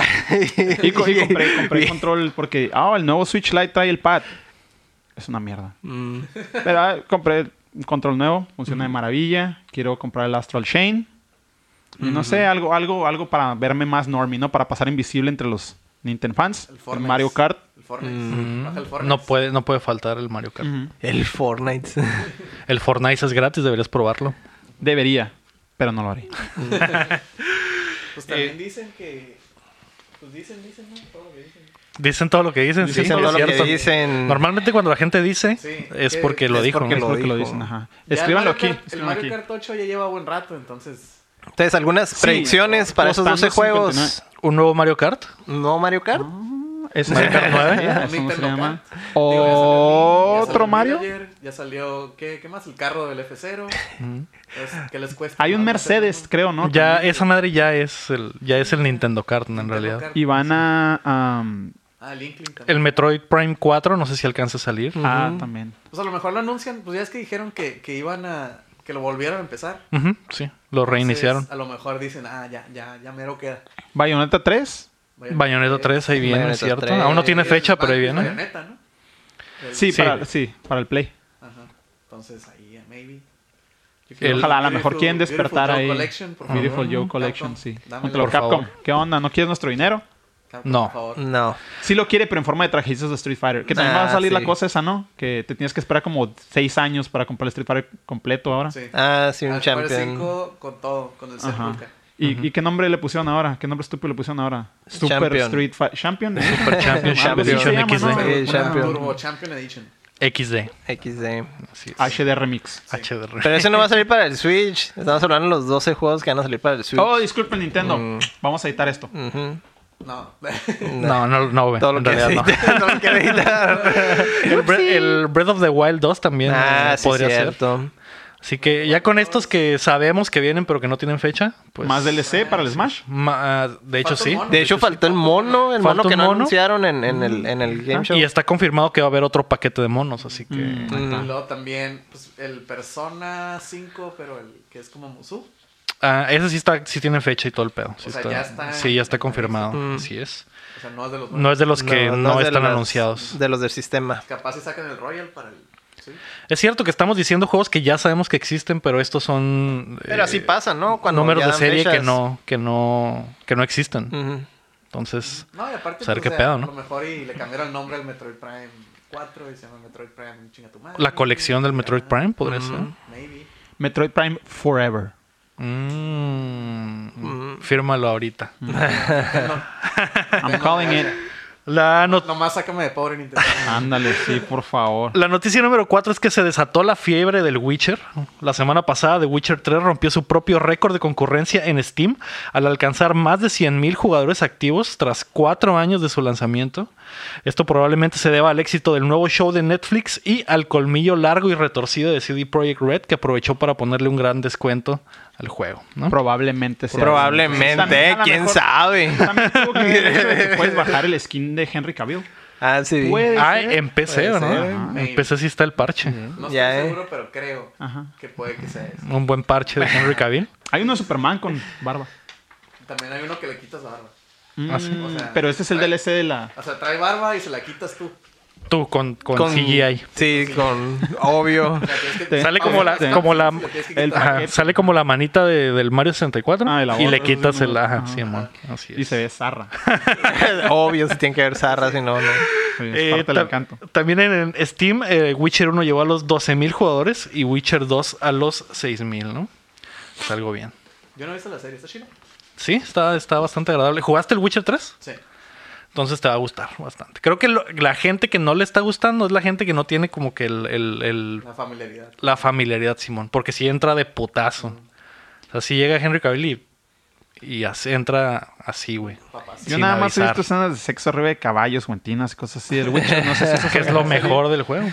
[SPEAKER 3] Y, co- y compré, compré control porque... Ah, el nuevo Switch Lite trae el pad. Es una mierda.
[SPEAKER 2] Mm.
[SPEAKER 3] Pero ah, compré un control nuevo. Funciona de maravilla. Quiero comprar el Astral Chain. Y No sé, algo, algo, algo para verme más normie, ¿no? Para pasar invisible entre los Nintendo fans.
[SPEAKER 4] El
[SPEAKER 3] El
[SPEAKER 4] Fortnite.
[SPEAKER 3] Mario Kart.
[SPEAKER 4] El Fortnite. Baja el Fortnite.
[SPEAKER 1] No puede, no puede faltar el Mario Kart.
[SPEAKER 3] Ujú.
[SPEAKER 2] El Fortnite.
[SPEAKER 1] El Fortnite es gratis, deberías probarlo.
[SPEAKER 3] Debería, pero no lo haré.
[SPEAKER 4] Pues también dicen que. Pues dicen, dicen, ¿no? Todo lo que dicen.
[SPEAKER 1] Dicen todo lo que dicen, sí,
[SPEAKER 2] Dicen
[SPEAKER 1] es
[SPEAKER 2] todo lo que
[SPEAKER 1] cierto.
[SPEAKER 2] dicen.
[SPEAKER 1] Normalmente cuando la gente dice
[SPEAKER 4] Sí,
[SPEAKER 1] es
[SPEAKER 4] que-
[SPEAKER 1] porque lo
[SPEAKER 2] es
[SPEAKER 1] dijo.
[SPEAKER 2] porque
[SPEAKER 1] ¿no?
[SPEAKER 3] Es porque lo
[SPEAKER 2] dijo.
[SPEAKER 3] dicen, ajá.
[SPEAKER 4] Ya el
[SPEAKER 3] Escríbanlo
[SPEAKER 4] Mario
[SPEAKER 3] aquí.
[SPEAKER 4] Kart- El
[SPEAKER 3] escríbanlo
[SPEAKER 4] Mario
[SPEAKER 3] aquí.
[SPEAKER 4] Kart 8 ya lleva buen rato, entonces.
[SPEAKER 2] Entonces, algunas predicciones para esos 12
[SPEAKER 3] Costando
[SPEAKER 2] juegos.
[SPEAKER 1] ¿Un nuevo Mario Kart?
[SPEAKER 2] No Mario Kart.
[SPEAKER 3] Eso
[SPEAKER 1] Mario Kart nueve.
[SPEAKER 3] Eso no se
[SPEAKER 4] Nintendo
[SPEAKER 3] llama.
[SPEAKER 4] Kart. Digo, ya salió- ya salió
[SPEAKER 3] ¿Otro
[SPEAKER 4] el
[SPEAKER 3] Mario?
[SPEAKER 4] Voyager, ya salió, ¿qué, ¿qué más? El carro del F0. Es- ¿Qué les cuesta?
[SPEAKER 3] Hay un
[SPEAKER 4] más
[SPEAKER 3] Mercedes,
[SPEAKER 4] hacer
[SPEAKER 3] creo, ¿no?
[SPEAKER 1] ya, esa madre ya es el, ya es el Nintendo Kart en
[SPEAKER 4] Nintendo
[SPEAKER 1] realidad.
[SPEAKER 4] Kart.
[SPEAKER 3] Y van a... am,
[SPEAKER 4] Ah, el Inkling también.
[SPEAKER 1] El Metroid Prime 4, no sé si alcanza a salir.
[SPEAKER 3] Ah, también.
[SPEAKER 4] Pues a lo mejor lo anuncian, pues ya es que dijeron que, que iban a. que lo volvieron a empezar.
[SPEAKER 1] Ujú, sí, lo reiniciaron.
[SPEAKER 4] Entonces, a lo mejor dicen, ah, ya, ya, ya mero queda.
[SPEAKER 3] Bayonetta 3.
[SPEAKER 4] Bayonetta
[SPEAKER 1] Bayonetta 3, ahí viene,
[SPEAKER 2] Bayonetta
[SPEAKER 1] es ¿cierto?
[SPEAKER 2] 3.
[SPEAKER 1] Aún no tiene fecha, pero ahí viene.
[SPEAKER 4] eh, Bayonetta, ¿no?
[SPEAKER 3] Sí,
[SPEAKER 1] Sí.
[SPEAKER 3] Para, sí, para el Play.
[SPEAKER 4] Ajá. Entonces ahí, eh, maybe.
[SPEAKER 1] El-
[SPEAKER 3] Ojalá a lo mejor
[SPEAKER 4] Beautiful-
[SPEAKER 3] quieren despertar
[SPEAKER 4] Beautiful Joe
[SPEAKER 3] ahí. Ah.
[SPEAKER 4] Collection, por favor.
[SPEAKER 3] Beautiful Joe Collection,
[SPEAKER 4] Capcom,
[SPEAKER 3] sí.
[SPEAKER 4] dámelo,
[SPEAKER 3] Contra
[SPEAKER 1] por
[SPEAKER 3] Capcom.
[SPEAKER 1] favor.
[SPEAKER 3] ¿Qué onda? ¿No quieres nuestro dinero?
[SPEAKER 4] Capcom,
[SPEAKER 1] No.
[SPEAKER 4] por favor.
[SPEAKER 2] No.
[SPEAKER 3] Sí lo quiere, pero en forma de trajecitos de Street Fighter. Que también
[SPEAKER 2] Ah,
[SPEAKER 3] va a salir la
[SPEAKER 2] sí.
[SPEAKER 3] cosa esa, ¿no? Que te tienes que esperar como seis años para comprar el Street Fighter completo ahora.
[SPEAKER 4] Sí.
[SPEAKER 2] Ah, sí, un
[SPEAKER 4] Al Fighter
[SPEAKER 2] champion.
[SPEAKER 4] 5 con todo, con el
[SPEAKER 3] Ajá.
[SPEAKER 4] Serpuca.
[SPEAKER 3] ¿Y, y qué nombre le pusieron ahora? ¿Qué nombre estúpido le pusieron ahora? Super
[SPEAKER 2] Champion.
[SPEAKER 3] Street Fighter. Champion.
[SPEAKER 1] Super Champion
[SPEAKER 3] Champion.
[SPEAKER 1] Edition
[SPEAKER 3] Algo así se llama,
[SPEAKER 1] XD.
[SPEAKER 3] ¿no?
[SPEAKER 2] Sí,
[SPEAKER 4] Una
[SPEAKER 2] champion.
[SPEAKER 4] Turbo Champion Edition.
[SPEAKER 1] XD.
[SPEAKER 2] XD.
[SPEAKER 1] Así es.
[SPEAKER 3] HD Remix.
[SPEAKER 1] HDR.
[SPEAKER 2] Pero ese no va a salir para el Switch. Estamos hablando de los 12 juegos que van a salir para el Switch.
[SPEAKER 3] Oh, disculpen, Nintendo.
[SPEAKER 2] Mm.
[SPEAKER 3] Vamos a editar esto.
[SPEAKER 2] Ujú.
[SPEAKER 4] No.
[SPEAKER 1] No, no, no, güey.
[SPEAKER 2] Todo lo
[SPEAKER 1] en
[SPEAKER 2] que
[SPEAKER 1] realidad no.
[SPEAKER 2] necesitas, todo lo que necesitas.
[SPEAKER 1] El, Bre- el Breath of the Wild 2 también
[SPEAKER 2] Ah,
[SPEAKER 1] eh,
[SPEAKER 2] sí,
[SPEAKER 1] podría ser.
[SPEAKER 2] cierto.
[SPEAKER 1] Así que ya con estos que sabemos que vienen pero que no tienen fecha, pues...
[SPEAKER 3] Más DLC para el Smash.
[SPEAKER 1] ma- ah, de hecho
[SPEAKER 4] Falta un
[SPEAKER 1] sí.
[SPEAKER 4] mono.
[SPEAKER 2] De hecho, faltó el mono, el
[SPEAKER 1] Falta
[SPEAKER 2] mono que
[SPEAKER 1] un mono.
[SPEAKER 2] no
[SPEAKER 1] Mm. Ah,
[SPEAKER 2] anunciaron en, en el, en el Game Show.
[SPEAKER 1] Y está confirmado que va a haber otro paquete de monos, así que...
[SPEAKER 3] Mm.
[SPEAKER 4] Y
[SPEAKER 2] Mm.
[SPEAKER 4] luego también pues, el Persona 5, pero el que es como Musu.
[SPEAKER 1] Ah, ese sí está, sí tiene fecha y todo el pedo. Sí,
[SPEAKER 4] O sea,
[SPEAKER 1] está,
[SPEAKER 4] ya está-
[SPEAKER 1] sí, ya está confirmado.
[SPEAKER 2] Mm.
[SPEAKER 1] Así es.
[SPEAKER 4] O sea, no es de los
[SPEAKER 1] No es de los que no,
[SPEAKER 2] es de
[SPEAKER 1] están
[SPEAKER 2] las-
[SPEAKER 1] anunciados.
[SPEAKER 2] De los del sistema.
[SPEAKER 4] Capaz si sacan el Royal para el. ¿sí?
[SPEAKER 1] Es cierto que estamos diciendo juegos que ya sabemos que existen, pero estos son
[SPEAKER 2] Pero
[SPEAKER 1] eh,
[SPEAKER 2] así pasa, ¿no? Cuando
[SPEAKER 1] números
[SPEAKER 2] ya
[SPEAKER 1] de
[SPEAKER 2] dan
[SPEAKER 1] serie que
[SPEAKER 2] fechas.
[SPEAKER 1] no, que no, que no existen.
[SPEAKER 2] Ujú.
[SPEAKER 1] Entonces,
[SPEAKER 4] No, y aparte.
[SPEAKER 1] Saber qué
[SPEAKER 4] pues, o sea,
[SPEAKER 1] pedo,
[SPEAKER 4] A
[SPEAKER 1] ¿no?
[SPEAKER 4] lo mejor y le cambiaron el nombre al Metroid Prime 4 y se llama Metroid Prime chinga tu madre.
[SPEAKER 1] la colección del Metroid
[SPEAKER 4] Ah,
[SPEAKER 1] Prime podría
[SPEAKER 2] Mm.
[SPEAKER 1] ser.
[SPEAKER 4] Maybe.
[SPEAKER 3] Metroid Prime Forever.
[SPEAKER 1] Mm, Fírmalo ahorita.
[SPEAKER 3] Mm. I'm calling it.
[SPEAKER 1] La, not-
[SPEAKER 4] Nomás sácame de pobre Nintendo.
[SPEAKER 3] Ándale, sí, por favor.
[SPEAKER 1] la noticia número 4 es que se desató la fiebre del Witcher. La semana pasada, The Witcher 3 rompió su propio récord de concurrencia en Steam al alcanzar más de 100.000 jugadores activos tras cuatro años de su lanzamiento. Esto probablemente se deba al éxito del nuevo show de Netflix y al colmillo largo y retorcido de CD Projekt Red que aprovechó para ponerle un gran descuento al juego. ¿no?
[SPEAKER 3] Probablemente sea.
[SPEAKER 2] Probablemente,
[SPEAKER 3] También,
[SPEAKER 2] ¿eh?
[SPEAKER 3] a lo
[SPEAKER 2] quién
[SPEAKER 3] mejor-
[SPEAKER 2] sabe.
[SPEAKER 3] También tuvo que ver el hecho de que puedes bajar el skin de Henry Cavill.
[SPEAKER 2] Ah, sí.
[SPEAKER 3] Puede
[SPEAKER 1] Ah,
[SPEAKER 3] ser.
[SPEAKER 1] en PC,
[SPEAKER 2] puede
[SPEAKER 1] ¿no?
[SPEAKER 2] ser.
[SPEAKER 1] Ajá.
[SPEAKER 4] Maybe.
[SPEAKER 1] En PC sí está el parche.
[SPEAKER 4] No estoy
[SPEAKER 2] Ya, eh.
[SPEAKER 4] seguro, pero creo
[SPEAKER 3] Ajá.
[SPEAKER 4] que puede que sea eso.
[SPEAKER 1] Un buen parche de Henry Cavill.
[SPEAKER 3] Hay uno de Superman con barba.
[SPEAKER 4] También hay uno que le quitas la barba.
[SPEAKER 1] Ah, sí.
[SPEAKER 3] Mm,
[SPEAKER 4] O sea,
[SPEAKER 3] pero este es el
[SPEAKER 4] hay-
[SPEAKER 3] DLC de la.
[SPEAKER 4] O sea, trae barba y se la quitas tú.
[SPEAKER 1] Tú con, con, CGI.
[SPEAKER 2] Sí, con obvio.
[SPEAKER 4] O sea, tienes que-
[SPEAKER 3] Te-
[SPEAKER 1] Sale como la,
[SPEAKER 4] Sí.
[SPEAKER 1] como la,
[SPEAKER 4] Sí, tienes que
[SPEAKER 3] el-
[SPEAKER 4] quitar.
[SPEAKER 1] ajá,
[SPEAKER 3] paquete.
[SPEAKER 1] sale como la manita de- del Mario 64
[SPEAKER 3] Ah, y la
[SPEAKER 1] y le
[SPEAKER 3] otra, sí,
[SPEAKER 1] quitas
[SPEAKER 3] ¿no?
[SPEAKER 1] el ajá,
[SPEAKER 3] Ajá.
[SPEAKER 1] Simón. Así
[SPEAKER 3] Y
[SPEAKER 1] es.
[SPEAKER 3] se ve zarra.
[SPEAKER 2] obvio, si tiene que haber zarras, si no, no.
[SPEAKER 3] Sí, es
[SPEAKER 1] Eh,
[SPEAKER 3] parte del
[SPEAKER 1] ta-
[SPEAKER 3] encanto.
[SPEAKER 1] también en en Steam, eh, Witcher 1 llegó a los 12.000 jugadores y Witcher 2 a los 6.000, ¿no? Es algo bien.
[SPEAKER 4] Yo no he visto la serie, ¿está chida?
[SPEAKER 1] Sí, está, está bastante agradable. ¿Jugaste el Witcher 3?
[SPEAKER 4] Sí.
[SPEAKER 1] Entonces te va a gustar bastante. Creo que lo- la gente que no le está gustando es la gente que no tiene como que el- el- el
[SPEAKER 4] La familiaridad.
[SPEAKER 1] la familiaridad, Simón. Porque si entra de putazo. O sea, si llega Henry Cavill y, y así- entra así, güey.
[SPEAKER 4] Papás.
[SPEAKER 3] Yo
[SPEAKER 1] sin
[SPEAKER 3] nada más he
[SPEAKER 1] avisar.
[SPEAKER 3] visto escenas de sexo arriba de caballos, guantinas, cosas así del Witcher. No sé si eso
[SPEAKER 1] Que es lo mejor del juego.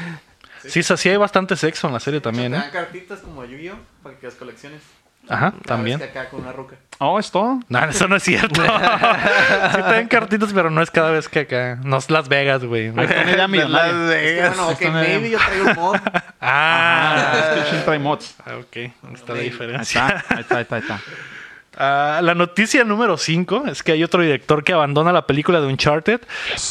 [SPEAKER 1] Sí, sí, sí hay bastante sexo en la serie también,
[SPEAKER 4] Te dan
[SPEAKER 1] ¿eh?
[SPEAKER 4] cartitas como Yu-Gi-Oh! para que las colecciones.
[SPEAKER 1] Ajá,
[SPEAKER 4] Cada
[SPEAKER 1] también.
[SPEAKER 4] vez que acá con una ruca.
[SPEAKER 3] Oh, es todo.
[SPEAKER 1] No, eso no es cierto. sí te dan cartitas, pero no es cada vez que acá. No es Las Vegas, güey.
[SPEAKER 3] Ahí está una idea millonaria.
[SPEAKER 2] Las
[SPEAKER 4] Es que,
[SPEAKER 2] Vegas.
[SPEAKER 4] bueno, ok,
[SPEAKER 3] está muy
[SPEAKER 4] maybe
[SPEAKER 3] bien.
[SPEAKER 4] yo traigo un mod.
[SPEAKER 1] Ah,
[SPEAKER 3] Ah, es que Shin trae mods.
[SPEAKER 1] ah, ok. Ahí está la
[SPEAKER 3] Ahí
[SPEAKER 1] diferencia.
[SPEAKER 3] está, ahí está, ahí está. ahí está.
[SPEAKER 1] Ah, la noticia número 5 es que hay otro director que abandona la película de Uncharted.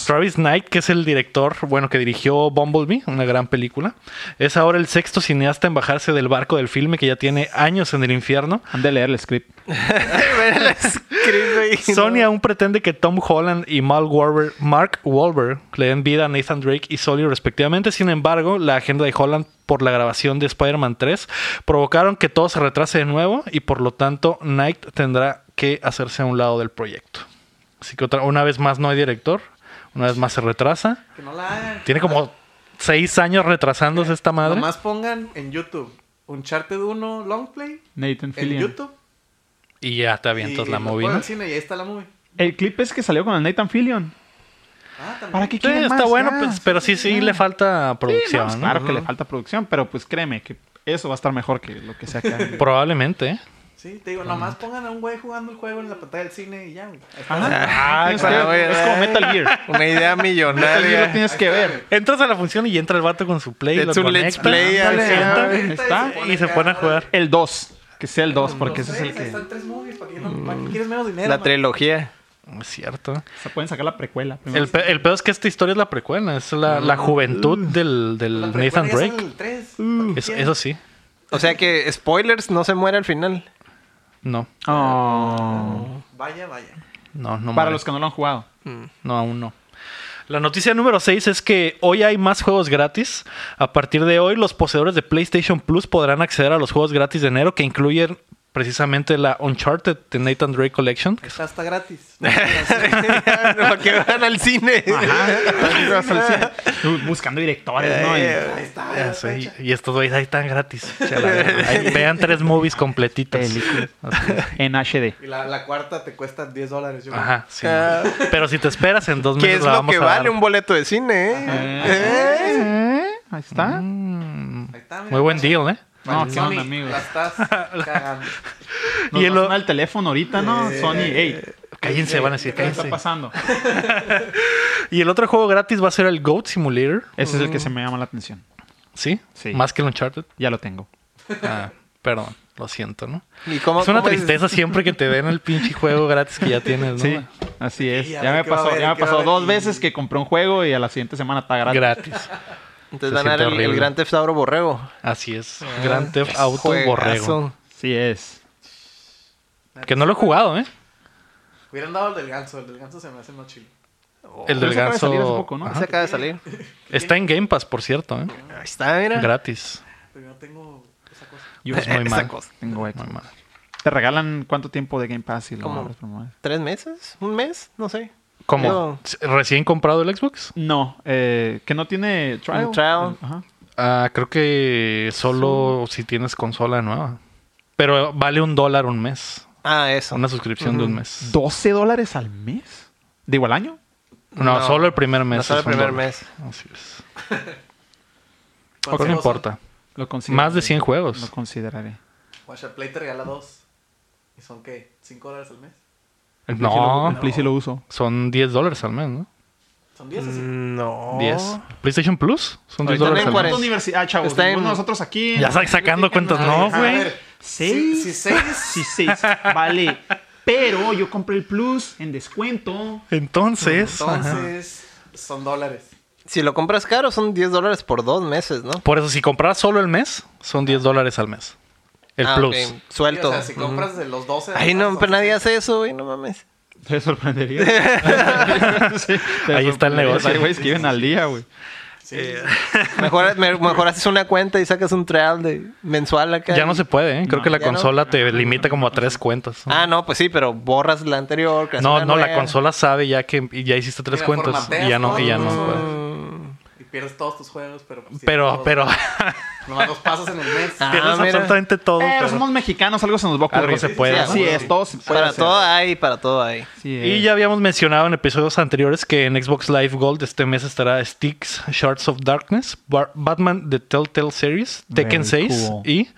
[SPEAKER 1] Travis Knight, que es el director, bueno, que dirigió Bumblebee, una gran película. Es ahora el sexto cineasta en bajarse del barco del filme que ya tiene años en el infierno.
[SPEAKER 3] Han de leer el script.
[SPEAKER 2] Ver el script ahí, ¿no?
[SPEAKER 1] Sony aún pretende que Tom Holland y Mal Warber- Mark Wahlberg le den vida a Nathan Drake y Sully respectivamente. Sin embargo, la agenda de Holland por la grabación de Spider-Man 3 provocaron que todo se retrase de nuevo y por lo tanto Knight tendrá que hacerse a un lado del proyecto. Así que otra, una vez más no hay director, una vez más se retrasa.
[SPEAKER 4] Que no la hagan.
[SPEAKER 1] Tiene como seis años retrasándose esta madre.
[SPEAKER 4] Nomás pongan en YouTube Uncharted 1 Long Play.
[SPEAKER 3] Nathan
[SPEAKER 4] En
[SPEAKER 3] Fillion.
[SPEAKER 4] YouTube.
[SPEAKER 1] Y ya te avientas
[SPEAKER 4] y
[SPEAKER 1] la
[SPEAKER 4] lo
[SPEAKER 1] movie.
[SPEAKER 4] ponen
[SPEAKER 1] ¿no?
[SPEAKER 4] al cine y ahí está la movie.
[SPEAKER 3] El clip es que salió con el Nathan Fillion.
[SPEAKER 4] Ah, también.
[SPEAKER 3] ¿Para qué
[SPEAKER 1] Sí,
[SPEAKER 3] quieren
[SPEAKER 1] está
[SPEAKER 3] más?
[SPEAKER 1] bueno,
[SPEAKER 3] Ya,
[SPEAKER 1] pues, pero sí, sí, le falta
[SPEAKER 3] Sí, no,
[SPEAKER 1] producción.
[SPEAKER 3] pues,
[SPEAKER 1] ¿no?
[SPEAKER 3] Claro que le falta producción, pero pues créeme que eso va a estar mejor que lo que sea que hagan.
[SPEAKER 1] Probablemente. ¿eh?
[SPEAKER 4] Sí, te digo, nomás pongan a un güey jugando el juego en la pantalla del cine y ya, güey. Ahí está.
[SPEAKER 1] Ah,
[SPEAKER 3] Tienes que-
[SPEAKER 2] claro, güey,
[SPEAKER 3] es como Metal Gear.
[SPEAKER 2] Una idea
[SPEAKER 3] Metal Gear lo
[SPEAKER 2] millonaria.
[SPEAKER 3] tienes que ver.
[SPEAKER 1] Entras a la función y entra el vato con su play,
[SPEAKER 2] Es
[SPEAKER 1] lo
[SPEAKER 2] un let's
[SPEAKER 1] conecta,
[SPEAKER 2] play,
[SPEAKER 1] ándale,
[SPEAKER 2] así,
[SPEAKER 1] sienta,
[SPEAKER 2] ah,
[SPEAKER 4] Ahí
[SPEAKER 1] está,
[SPEAKER 4] está,
[SPEAKER 1] y se pone a
[SPEAKER 4] acá.
[SPEAKER 1] jugar.
[SPEAKER 3] El 2. Que sea el 2,
[SPEAKER 4] Los
[SPEAKER 3] porque ese es el
[SPEAKER 4] tres, ahí
[SPEAKER 3] que.
[SPEAKER 4] Están tres movies, ¿para qué, no- para qué quieres menos dinero?
[SPEAKER 2] La
[SPEAKER 4] man?
[SPEAKER 2] trilogía.
[SPEAKER 1] No Es cierto.
[SPEAKER 3] Se pueden sacar la precuela. primero.
[SPEAKER 1] El, pe- el pedo es que esta historia es la precuela, es la, la juventud del, del
[SPEAKER 4] La
[SPEAKER 1] Nathan
[SPEAKER 4] precuela
[SPEAKER 1] Drake.
[SPEAKER 4] ya
[SPEAKER 1] Uh.
[SPEAKER 4] sale en el tres.
[SPEAKER 1] Eso, eso sí.
[SPEAKER 2] O sea que, spoilers, no se muere al final.
[SPEAKER 1] No,
[SPEAKER 3] Oh.
[SPEAKER 4] Vaya, vaya.
[SPEAKER 1] no, no.
[SPEAKER 3] Para
[SPEAKER 1] muere.
[SPEAKER 3] los que no lo han jugado.
[SPEAKER 1] No, aún no. La noticia número 6 es que hoy hay más juegos gratis. A partir de hoy, los poseedores de PlayStation Plus podrán acceder a los juegos gratis de enero, que incluyen precisamente la Uncharted de Nathan Drake Collection.
[SPEAKER 4] Esta está gratis.
[SPEAKER 2] Para que van al cine.
[SPEAKER 3] Buscando directores, ¿no?
[SPEAKER 1] Eh.
[SPEAKER 4] Ahí está.
[SPEAKER 2] Ah,
[SPEAKER 1] Ya sé, y- y estos güeyes ahí están gratis. O sea, la verdad, ahí vean tres movies completitas. Así es.
[SPEAKER 3] En HD.
[SPEAKER 1] Eh.
[SPEAKER 4] Y la, la cuarta te cuesta 10 dólares. Yo
[SPEAKER 1] Ajá, sí.
[SPEAKER 2] Ah.
[SPEAKER 1] Pero si te esperas, en dos
[SPEAKER 2] ¿Qué
[SPEAKER 1] meses
[SPEAKER 2] es
[SPEAKER 1] pues la
[SPEAKER 2] lo
[SPEAKER 1] vamos
[SPEAKER 2] que
[SPEAKER 1] a dar.
[SPEAKER 2] vale un boleto de cine? ¿eh? ¿Eh?
[SPEAKER 3] Ahí está.
[SPEAKER 1] Mm,
[SPEAKER 4] Ahí está, mira.
[SPEAKER 1] Muy buen deal, ¿eh?
[SPEAKER 3] No, qué
[SPEAKER 4] Sony,
[SPEAKER 3] onda, amigo.
[SPEAKER 4] La estás cagando.
[SPEAKER 3] Nos
[SPEAKER 1] Y
[SPEAKER 3] y
[SPEAKER 1] el
[SPEAKER 3] el,
[SPEAKER 1] o- Eh,
[SPEAKER 3] el teléfono ahorita, ¿no? Sony, hey.
[SPEAKER 1] Cállense, van a decir,
[SPEAKER 3] ¿Qué está
[SPEAKER 1] cállense.
[SPEAKER 3] pasando?
[SPEAKER 1] Y el otro juego gratis va a ser el Goat Simulator.
[SPEAKER 3] Ese es el que
[SPEAKER 1] Mm.
[SPEAKER 3] se me llama la atención.
[SPEAKER 1] ¿Sí?
[SPEAKER 3] Sí.
[SPEAKER 1] Más que el Uncharted.
[SPEAKER 3] Ya lo tengo.
[SPEAKER 1] Ah, perdón, lo siento, ¿no?
[SPEAKER 2] ¿Y cómo-
[SPEAKER 1] es una
[SPEAKER 2] cómo
[SPEAKER 1] tristeza siempre que te den el pinche juego gratis que ya tienes, ¿no?
[SPEAKER 3] Sí, así es.
[SPEAKER 4] Sí, a
[SPEAKER 3] ya
[SPEAKER 4] ver
[SPEAKER 3] me
[SPEAKER 4] qué va a
[SPEAKER 3] pasó,
[SPEAKER 4] haber,
[SPEAKER 3] ya me
[SPEAKER 4] qué va a
[SPEAKER 3] pasó
[SPEAKER 4] haber
[SPEAKER 3] dos
[SPEAKER 4] y-
[SPEAKER 3] veces que compré un juego y a la siguiente semana está gratis.
[SPEAKER 1] Gratis.
[SPEAKER 2] Entonces
[SPEAKER 1] Se
[SPEAKER 2] van a dar
[SPEAKER 1] siente
[SPEAKER 2] el, el
[SPEAKER 1] horrible.
[SPEAKER 2] Gran Theft Auto Borrego.
[SPEAKER 1] Así es. Gran Theft Auto
[SPEAKER 2] Juegazo.
[SPEAKER 1] Borrego.
[SPEAKER 3] Sí es.
[SPEAKER 1] Que no lo he jugado, ¿eh?
[SPEAKER 4] Hubieran dado el del ganso. El del ganso se me hace más chilo.
[SPEAKER 1] El del
[SPEAKER 3] Ese acaba de salir hace
[SPEAKER 1] ganso.
[SPEAKER 3] poco, ¿no?
[SPEAKER 1] Ajá.
[SPEAKER 2] Ese acaba de salir.
[SPEAKER 1] Está en Game Pass, por cierto, ¿eh?
[SPEAKER 2] Ahí está, mira.
[SPEAKER 1] Gratis.
[SPEAKER 4] Pero yo no tengo esa cosa.
[SPEAKER 1] Es muy
[SPEAKER 2] Esa
[SPEAKER 1] mal.
[SPEAKER 2] cosa.
[SPEAKER 3] Tengo Xbox.
[SPEAKER 1] Muy mal.
[SPEAKER 3] ¿Te regalan cuánto tiempo de Game Pass y lo
[SPEAKER 2] ¿Cómo?
[SPEAKER 3] abres por mes?
[SPEAKER 2] ¿Tres meses? ¿Un mes? No sé.
[SPEAKER 1] ¿Cómo?
[SPEAKER 2] Yo-
[SPEAKER 1] ¿Recién comprado el Xbox?
[SPEAKER 3] No, eh, que no tiene trial.
[SPEAKER 2] Un trial.
[SPEAKER 3] Ajá.
[SPEAKER 1] Ah, creo que solo si tienes consola nueva. Pero vale un dólar un mes.
[SPEAKER 2] Ah, eso.
[SPEAKER 1] Una suscripción de un mes.
[SPEAKER 3] ¿12 dólares al mes? ¿Digo al año?
[SPEAKER 1] No,
[SPEAKER 2] No,
[SPEAKER 1] solo el primer mes.
[SPEAKER 2] no solo
[SPEAKER 1] es
[SPEAKER 2] el
[SPEAKER 1] un
[SPEAKER 2] primer
[SPEAKER 1] dólar.
[SPEAKER 2] mes.
[SPEAKER 1] Así es.
[SPEAKER 4] ¿Cuántos
[SPEAKER 1] Pero no
[SPEAKER 4] juegos son?
[SPEAKER 1] importa.
[SPEAKER 3] Lo consideraré.
[SPEAKER 1] Más de 100
[SPEAKER 3] Lo
[SPEAKER 1] juegos.
[SPEAKER 3] consideraré.
[SPEAKER 4] Watcher Play te regala dos. ¿Y son qué? ¿5 dólares al mes?
[SPEAKER 3] El Play sí lo- El
[SPEAKER 1] No,
[SPEAKER 3] Play sí lo uso.
[SPEAKER 1] son 10 dólares al mes, ¿no?
[SPEAKER 4] ¿Son 10 o
[SPEAKER 2] Mm.
[SPEAKER 4] sí?
[SPEAKER 2] No.
[SPEAKER 1] 10. PlayStation Plus son 10
[SPEAKER 2] Oh. Ahorita
[SPEAKER 1] dólares
[SPEAKER 2] en
[SPEAKER 1] al mes.
[SPEAKER 2] cuarenta.
[SPEAKER 3] ¿Cuántas universidades? Ah, chavos,
[SPEAKER 2] Está en-
[SPEAKER 3] ninguno de nosotros aquí.
[SPEAKER 1] Ya estás sacando cuentas, no,
[SPEAKER 4] A
[SPEAKER 1] güey.
[SPEAKER 4] ver,
[SPEAKER 3] ¿Seis?
[SPEAKER 4] Si 6
[SPEAKER 3] Sí, seis. Vale. Pero yo compré el Plus en descuento.
[SPEAKER 1] Entonces, ajá.
[SPEAKER 4] Entonces, son dólares.
[SPEAKER 2] Si lo compras caro, son 10 dólares por dos meses, ¿no?
[SPEAKER 1] por eso si compras solo el mes, son 10 dólares al mes. El
[SPEAKER 2] Ah,
[SPEAKER 1] Plus.
[SPEAKER 2] ok.
[SPEAKER 4] Sí,
[SPEAKER 2] Suelto.
[SPEAKER 4] O sea, si compras de los 12.
[SPEAKER 2] Ay, no,
[SPEAKER 4] son
[SPEAKER 2] pero nadie
[SPEAKER 4] 6.
[SPEAKER 2] hace eso, güey, no mames.
[SPEAKER 3] Te sorprendería. Sí, te
[SPEAKER 1] Ahí está el
[SPEAKER 3] sorprendería.
[SPEAKER 1] negocio.
[SPEAKER 3] Hay güeyes que viven al día, güey.
[SPEAKER 4] Sí, sí,
[SPEAKER 2] Eh.
[SPEAKER 4] sí.
[SPEAKER 2] Mejor, me- mejor haces una cuenta y sacas un trial de mensual acá.
[SPEAKER 1] Ya no se puede, ¿eh? Creo
[SPEAKER 3] No,
[SPEAKER 1] que la
[SPEAKER 2] ya no.
[SPEAKER 1] consola te limita como a tres cuentas.
[SPEAKER 2] Ah, no, pues sí, pero borras la anterior. creas
[SPEAKER 1] no,
[SPEAKER 2] una
[SPEAKER 1] no, la
[SPEAKER 2] nueva.
[SPEAKER 1] consola sabe ya que ya hiciste tres
[SPEAKER 4] Mira,
[SPEAKER 1] cuentas
[SPEAKER 4] formateas
[SPEAKER 1] y ya no, y ya
[SPEAKER 4] todo,
[SPEAKER 1] no.
[SPEAKER 4] ¿no?
[SPEAKER 1] puede.
[SPEAKER 2] Mm,
[SPEAKER 4] Y pierdes todos tus juegos, pero. pues, sí,
[SPEAKER 1] Pero,
[SPEAKER 4] todos.
[SPEAKER 1] pero
[SPEAKER 4] Nomás los pasas en el mes.
[SPEAKER 2] Ah,
[SPEAKER 1] tienes
[SPEAKER 2] mira.
[SPEAKER 1] absolutamente todo.
[SPEAKER 3] Pero,
[SPEAKER 1] pero-
[SPEAKER 3] Eh, somos mexicanos, algo se nos va a ocurrir.
[SPEAKER 1] Algo se puede,
[SPEAKER 3] Sí,
[SPEAKER 1] ¿no?
[SPEAKER 3] así es, todo se puede
[SPEAKER 2] Para
[SPEAKER 3] hacer.
[SPEAKER 2] todo hay, para todo hay.
[SPEAKER 3] Así
[SPEAKER 1] Y
[SPEAKER 3] es.
[SPEAKER 1] ya habíamos mencionado en episodios anteriores que en Xbox Live Gold este mes estará Sticks, Shards of Darkness, Bar- Batman The Telltale Series, Tekken
[SPEAKER 3] Very
[SPEAKER 1] 6
[SPEAKER 3] cool.
[SPEAKER 1] y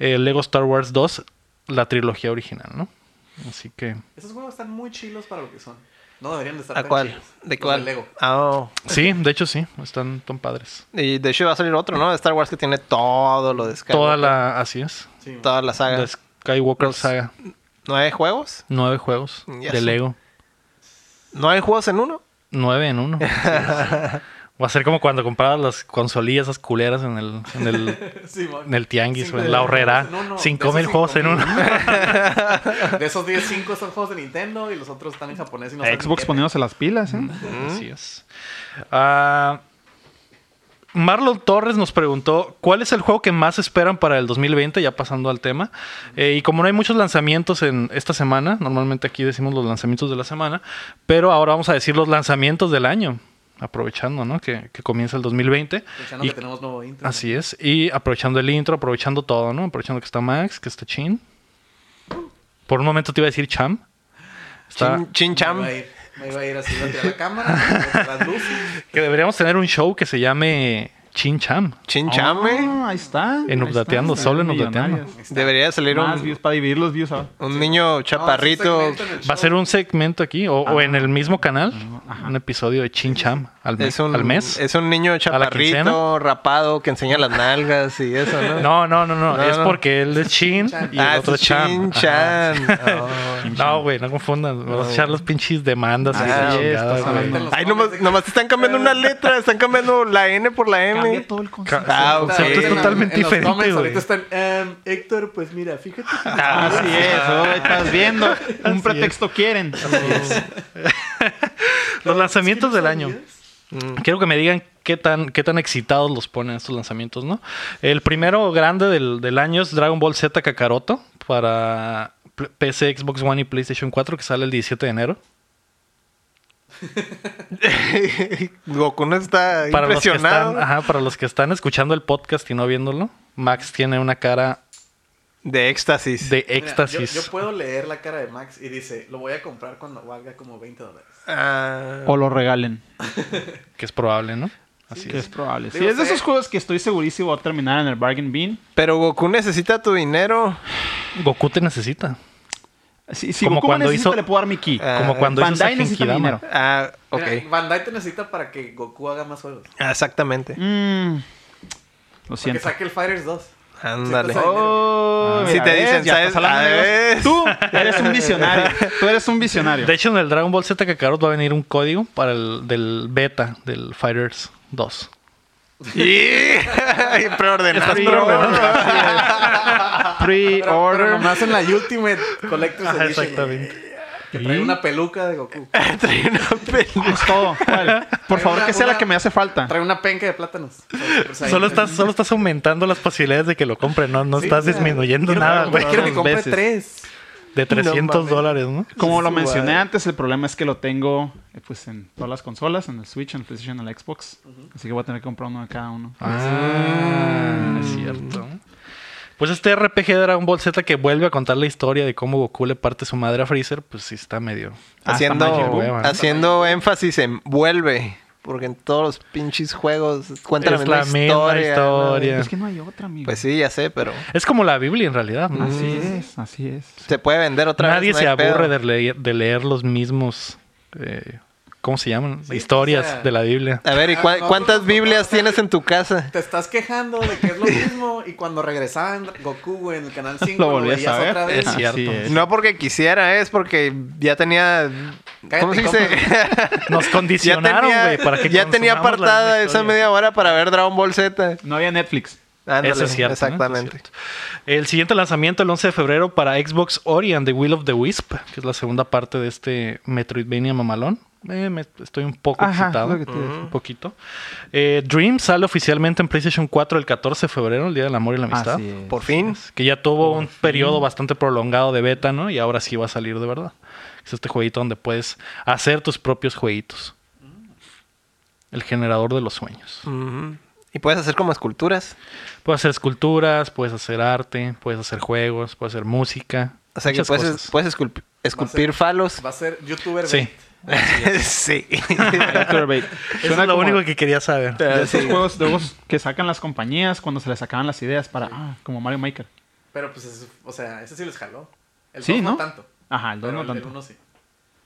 [SPEAKER 1] eh, Lego Star Wars 2, la trilogía original, ¿no? Así que
[SPEAKER 4] Esos juegos están muy chilos para lo que son. No deberían de estar
[SPEAKER 2] ¿A
[SPEAKER 4] tan
[SPEAKER 2] cuál?
[SPEAKER 4] chilos.
[SPEAKER 2] ¿De
[SPEAKER 4] Los
[SPEAKER 2] cuál?
[SPEAKER 4] Lego.
[SPEAKER 2] Ah, oh.
[SPEAKER 1] sí, de hecho sí, están tan padres.
[SPEAKER 2] Y de hecho va a salir otro, ¿no? De Star Wars que tiene todo lo de Skywalker.
[SPEAKER 1] Toda la así es.
[SPEAKER 4] Sí, man.
[SPEAKER 2] Toda la saga.
[SPEAKER 1] La
[SPEAKER 4] Pues-
[SPEAKER 1] Skywalker saga,
[SPEAKER 2] ¿Nueve juegos?
[SPEAKER 1] nueve juegos
[SPEAKER 2] Ya
[SPEAKER 1] de
[SPEAKER 2] sé.
[SPEAKER 1] Lego,
[SPEAKER 2] ¿No hay juegos en uno?
[SPEAKER 1] nueve en uno. Así es. Va a ser como cuando comprabas las consolillas, esas culeras en el, en el
[SPEAKER 4] Sí, man.
[SPEAKER 1] en el tianguis,
[SPEAKER 4] Cinco
[SPEAKER 1] o en
[SPEAKER 4] mil
[SPEAKER 1] la
[SPEAKER 4] juegos
[SPEAKER 1] horrera.
[SPEAKER 4] en uno. De
[SPEAKER 1] Cinco
[SPEAKER 4] esos
[SPEAKER 1] mil juegos en
[SPEAKER 4] cinco
[SPEAKER 1] uno.
[SPEAKER 4] mil- De esos 10, 5 son juegos de Nintendo y los otros están en japonés y no saben
[SPEAKER 3] eh, Xbox
[SPEAKER 4] qué-
[SPEAKER 3] poniéndose las pilas,
[SPEAKER 1] Mm.
[SPEAKER 3] ¿eh?
[SPEAKER 1] Así es. Ah, Marlon Torres nos preguntó cuál es el juego que más esperan para el 2020, ya pasando al tema. Eh, y como no hay muchos lanzamientos en esta semana, normalmente aquí decimos los lanzamientos de la semana, pero ahora vamos a decir los lanzamientos del año, aprovechando ¿no? que, que comienza el 2020.
[SPEAKER 4] Aprovechando
[SPEAKER 1] Y-
[SPEAKER 4] que tenemos nuevo intro.
[SPEAKER 2] Ah,
[SPEAKER 1] así es, y aprovechando el intro, aprovechando todo, ¿no? Aprovechando que está Max, que está Chin. Por un momento te iba a decir Cham. Está-
[SPEAKER 2] Chin, chin
[SPEAKER 4] Me
[SPEAKER 2] cham.
[SPEAKER 4] iba a ir, me iba a ir así, iba a tirar la cámara, me iba a tirar las luces.
[SPEAKER 1] Que deberíamos tener un show que se llame Chin Cham.
[SPEAKER 2] Chin cham, güey.
[SPEAKER 3] Ah, ahí está.
[SPEAKER 1] En
[SPEAKER 3] Ahí está,
[SPEAKER 1] Updateando,
[SPEAKER 3] está.
[SPEAKER 1] solo en Updateando.
[SPEAKER 3] Millonarios.
[SPEAKER 2] Debería de salir
[SPEAKER 3] Más
[SPEAKER 2] un,
[SPEAKER 3] views para dividir los views ahora.
[SPEAKER 2] un niño chaparrito.
[SPEAKER 4] Vamos a un segmento en el
[SPEAKER 1] Va a ser un segmento aquí o, o en el mismo canal,
[SPEAKER 3] Ajá.
[SPEAKER 1] un episodio de Chin Cham al, mes-
[SPEAKER 2] Es un,
[SPEAKER 1] al mes.
[SPEAKER 2] es un niño
[SPEAKER 1] quincena?
[SPEAKER 2] chaparrito, rapado, que enseña las nalgas y eso, ¿no?
[SPEAKER 1] No, no, no, no,
[SPEAKER 2] No,
[SPEAKER 1] es
[SPEAKER 2] no.
[SPEAKER 1] porque él es Chin
[SPEAKER 4] Chan.
[SPEAKER 1] y
[SPEAKER 2] ah,
[SPEAKER 1] el otro
[SPEAKER 2] es
[SPEAKER 1] es Cham.
[SPEAKER 2] Chin Chan. Oh.
[SPEAKER 1] Ajá. No, güey, no confundan, vamos a echar los pinches demandas. y
[SPEAKER 2] Ah,
[SPEAKER 1] la
[SPEAKER 2] sí,
[SPEAKER 1] chingada,
[SPEAKER 3] estás
[SPEAKER 1] güey.
[SPEAKER 4] show.
[SPEAKER 3] hablando.
[SPEAKER 2] Ay, nomás, nomás te están cambiando una letra, están cambiando la N por la M
[SPEAKER 3] cambia todo el concepto.
[SPEAKER 2] Ah, ok.
[SPEAKER 1] concepto es
[SPEAKER 4] Ahorita en-
[SPEAKER 1] totalmente
[SPEAKER 4] en los
[SPEAKER 1] diferente,
[SPEAKER 4] comments
[SPEAKER 1] güey.
[SPEAKER 4] ahorita están, "Em, Héctor, pues mira, fíjate. que-
[SPEAKER 2] Ah,
[SPEAKER 3] Así es, oh, estás viendo. Un
[SPEAKER 1] es.
[SPEAKER 3] pretexto quieren.
[SPEAKER 1] Los lanzamientos del año.
[SPEAKER 4] ¿Sabías?
[SPEAKER 2] Mm.
[SPEAKER 1] Quiero que me digan qué tan, qué tan excitados los ponen estos lanzamientos, ¿no? El primero grande del, del año es Dragon Ball Z Kakaroto para pl- PC, Xbox One y PlayStation 4 que sale el 17 de enero.
[SPEAKER 2] Goku no está
[SPEAKER 1] Para los, que
[SPEAKER 2] impresionado
[SPEAKER 1] están, ajá, para los que están escuchando el podcast y no viéndolo, Max tiene una cara
[SPEAKER 2] de éxtasis.
[SPEAKER 1] de
[SPEAKER 4] Mira, yo,
[SPEAKER 1] éxtasis.
[SPEAKER 4] yo puedo leer la cara de Max y dice, lo voy a comprar cuando valga como 20 dólares.
[SPEAKER 2] Ah,
[SPEAKER 3] O lo regalen.
[SPEAKER 1] Que es probable, ¿no? Así
[SPEAKER 3] Que es
[SPEAKER 1] es.
[SPEAKER 3] probable. Sí,
[SPEAKER 4] Digo,
[SPEAKER 3] es de
[SPEAKER 4] sé.
[SPEAKER 3] esos juegos que estoy segurísimo va a terminar en el Bargain Bean.
[SPEAKER 2] pero Goku necesita tu dinero.
[SPEAKER 1] Goku te necesita.
[SPEAKER 3] Si, si
[SPEAKER 1] Como
[SPEAKER 3] Goku
[SPEAKER 1] cuando
[SPEAKER 3] me necesita,
[SPEAKER 1] hizo-
[SPEAKER 3] le puedo dar mi ki.
[SPEAKER 2] Ah,
[SPEAKER 1] Como cuando hizo
[SPEAKER 3] Bandai
[SPEAKER 1] ese
[SPEAKER 3] necesita mi
[SPEAKER 1] Genkidama.
[SPEAKER 3] dinero.
[SPEAKER 2] Ah, ok.
[SPEAKER 4] Mira, Bandai te necesita para que Goku haga más juegos.
[SPEAKER 2] Ah, Exactamente.
[SPEAKER 3] Mm, lo
[SPEAKER 4] Para que
[SPEAKER 3] siento.
[SPEAKER 4] saque el Fighters 2.
[SPEAKER 2] Ándale.
[SPEAKER 3] pues
[SPEAKER 4] Sí, cosa-
[SPEAKER 3] Oh,
[SPEAKER 2] Si
[SPEAKER 3] mira,
[SPEAKER 2] te
[SPEAKER 3] ves,
[SPEAKER 2] dicen,
[SPEAKER 3] ya
[SPEAKER 2] ¿sabes?
[SPEAKER 3] estás hablando
[SPEAKER 2] A
[SPEAKER 3] de
[SPEAKER 2] ver.
[SPEAKER 3] Dios. Tú eres un visionario. Tú eres un visionario.
[SPEAKER 1] De hecho, en el Dragon Ball Z Kakarot va a venir un código para el del beta del Fighters 2.
[SPEAKER 2] Y preordenar.
[SPEAKER 1] Estás preordenando.
[SPEAKER 4] Ah, Pero, pero
[SPEAKER 3] Pre-order.
[SPEAKER 4] nomás en la Ultimate Collector's
[SPEAKER 3] Ah,
[SPEAKER 1] Ajá,
[SPEAKER 4] Edition.
[SPEAKER 1] exactamente.
[SPEAKER 4] Que trae una peluca de Goku.
[SPEAKER 2] Trae una peli-
[SPEAKER 3] Es todo. Vale. Por favor,
[SPEAKER 4] Una-
[SPEAKER 3] que sea
[SPEAKER 4] una-
[SPEAKER 3] la que me hace falta.
[SPEAKER 4] Trae una penca de plátanos. O sea, pues
[SPEAKER 1] Solo estás, solo estás aumentando las posibilidades de que lo compren, no, no
[SPEAKER 4] Sí,
[SPEAKER 1] estás
[SPEAKER 4] mira,
[SPEAKER 1] disminuyendo
[SPEAKER 4] quiero-
[SPEAKER 1] nada, güey.
[SPEAKER 4] Quiero que compre
[SPEAKER 3] veces.
[SPEAKER 4] tres.
[SPEAKER 1] De 300 dólares, ¿no?
[SPEAKER 3] Como lo
[SPEAKER 4] Su
[SPEAKER 3] mencioné
[SPEAKER 4] madre.
[SPEAKER 3] antes, el problema es que lo tengo eh, pues en todas las consolas, en el Switch, en el PlayStation, en el Xbox. Así que voy a tener que comprar uno de cada uno.
[SPEAKER 1] Ah, es cierto. Pues este RPG de Dragon Ball Z que vuelve a contar la historia de cómo Goku le parte su madre a Freezer, pues sí Ah, está medio.
[SPEAKER 3] Hasta Magic
[SPEAKER 2] haciendo
[SPEAKER 1] Boy, man.
[SPEAKER 2] haciendo énfasis en vuelve. Porque en todos los pinches juegos cuentan
[SPEAKER 1] Es
[SPEAKER 2] la
[SPEAKER 1] la
[SPEAKER 2] misma
[SPEAKER 1] misma
[SPEAKER 2] historia. ¿no?
[SPEAKER 1] historia.
[SPEAKER 3] Es que no hay otra, amigo.
[SPEAKER 2] Pues sí, ya sé, pero
[SPEAKER 1] Es como la Biblia en realidad, ¿no?
[SPEAKER 3] así es, así es.
[SPEAKER 2] se puede vender otra
[SPEAKER 1] Nadie
[SPEAKER 2] vez. no
[SPEAKER 1] se
[SPEAKER 2] hay pedo.
[SPEAKER 1] aburre de leer, de leer los mismos. eh, ¿Cómo se llaman?
[SPEAKER 4] Sí,
[SPEAKER 1] Historias
[SPEAKER 4] o sea,
[SPEAKER 1] de la Biblia.
[SPEAKER 2] A ver, ¿y cua-
[SPEAKER 4] Ah, no,
[SPEAKER 2] cuántas
[SPEAKER 4] no, no,
[SPEAKER 2] Biblias
[SPEAKER 4] no.
[SPEAKER 2] tienes en tu casa?
[SPEAKER 4] Te estás quejando de que es lo mismo y cuando regresaban Goku güey, en el canal 5
[SPEAKER 3] Lo volví a
[SPEAKER 4] veías
[SPEAKER 3] saber.
[SPEAKER 4] otra vez.
[SPEAKER 2] Ah,
[SPEAKER 1] Es cierto.
[SPEAKER 3] Así es.
[SPEAKER 2] No porque quisiera, es porque ya tenía. ¿Cómo se dice?
[SPEAKER 1] Nos
[SPEAKER 2] ya
[SPEAKER 1] condicionaron,
[SPEAKER 2] tenía,
[SPEAKER 1] güey, para que
[SPEAKER 2] ya tenía
[SPEAKER 1] consumamos la
[SPEAKER 2] apartada
[SPEAKER 1] misma
[SPEAKER 2] esa
[SPEAKER 1] historia.
[SPEAKER 2] media hora para ver Dragon Ball Z.
[SPEAKER 3] No había Netflix.
[SPEAKER 2] Ándale,
[SPEAKER 1] Eso es cierto. ¿no? Eso es
[SPEAKER 2] Exactamente.
[SPEAKER 1] cierto. El siguiente lanzamiento, el 11 de febrero, para Xbox Ori and the Will of the Wisp, que es la segunda parte de este Metroidvania mamalón. Eh, me- estoy un poco
[SPEAKER 3] Ajá,
[SPEAKER 1] excitado.
[SPEAKER 3] lo que te iba a decir.
[SPEAKER 1] Un poquito. Eh, Dream sale oficialmente en PlayStation 4 el 14 de febrero, el Día del Amor y la Amistad.
[SPEAKER 3] Así es.
[SPEAKER 2] Por fin.
[SPEAKER 1] Que ya tuvo un periodo bastante prolongado de beta, ¿no? Y ahora sí va a salir de verdad. Es este jueguito donde puedes hacer tus propios jueguitos. El generador de los sueños.
[SPEAKER 2] Ujú. Y puedes hacer como esculturas.
[SPEAKER 1] Puedes hacer esculturas, puedes hacer arte, puedes hacer juegos, puedes hacer música.
[SPEAKER 2] O sea que
[SPEAKER 1] muchas
[SPEAKER 2] puedes,
[SPEAKER 1] cosas.
[SPEAKER 2] puedes esculp- esculpir falos.
[SPEAKER 4] Va a ser youtuber.
[SPEAKER 1] Sí.
[SPEAKER 4] bait.
[SPEAKER 2] sí.
[SPEAKER 3] Actorbate.
[SPEAKER 1] Eso es lo único que quería saber.
[SPEAKER 3] de esos juegos de juegos que sacan las compañías cuando se les sacaban las ideas para, ah, como Mario Maker.
[SPEAKER 4] Pero pues, es- o sea, ese sí les jaló. El
[SPEAKER 3] Sí,
[SPEAKER 4] dos
[SPEAKER 3] ¿no?
[SPEAKER 4] no tanto.
[SPEAKER 3] Ajá, el 2
[SPEAKER 4] Pero
[SPEAKER 3] no
[SPEAKER 4] el- el
[SPEAKER 3] tanto.
[SPEAKER 4] uno sí.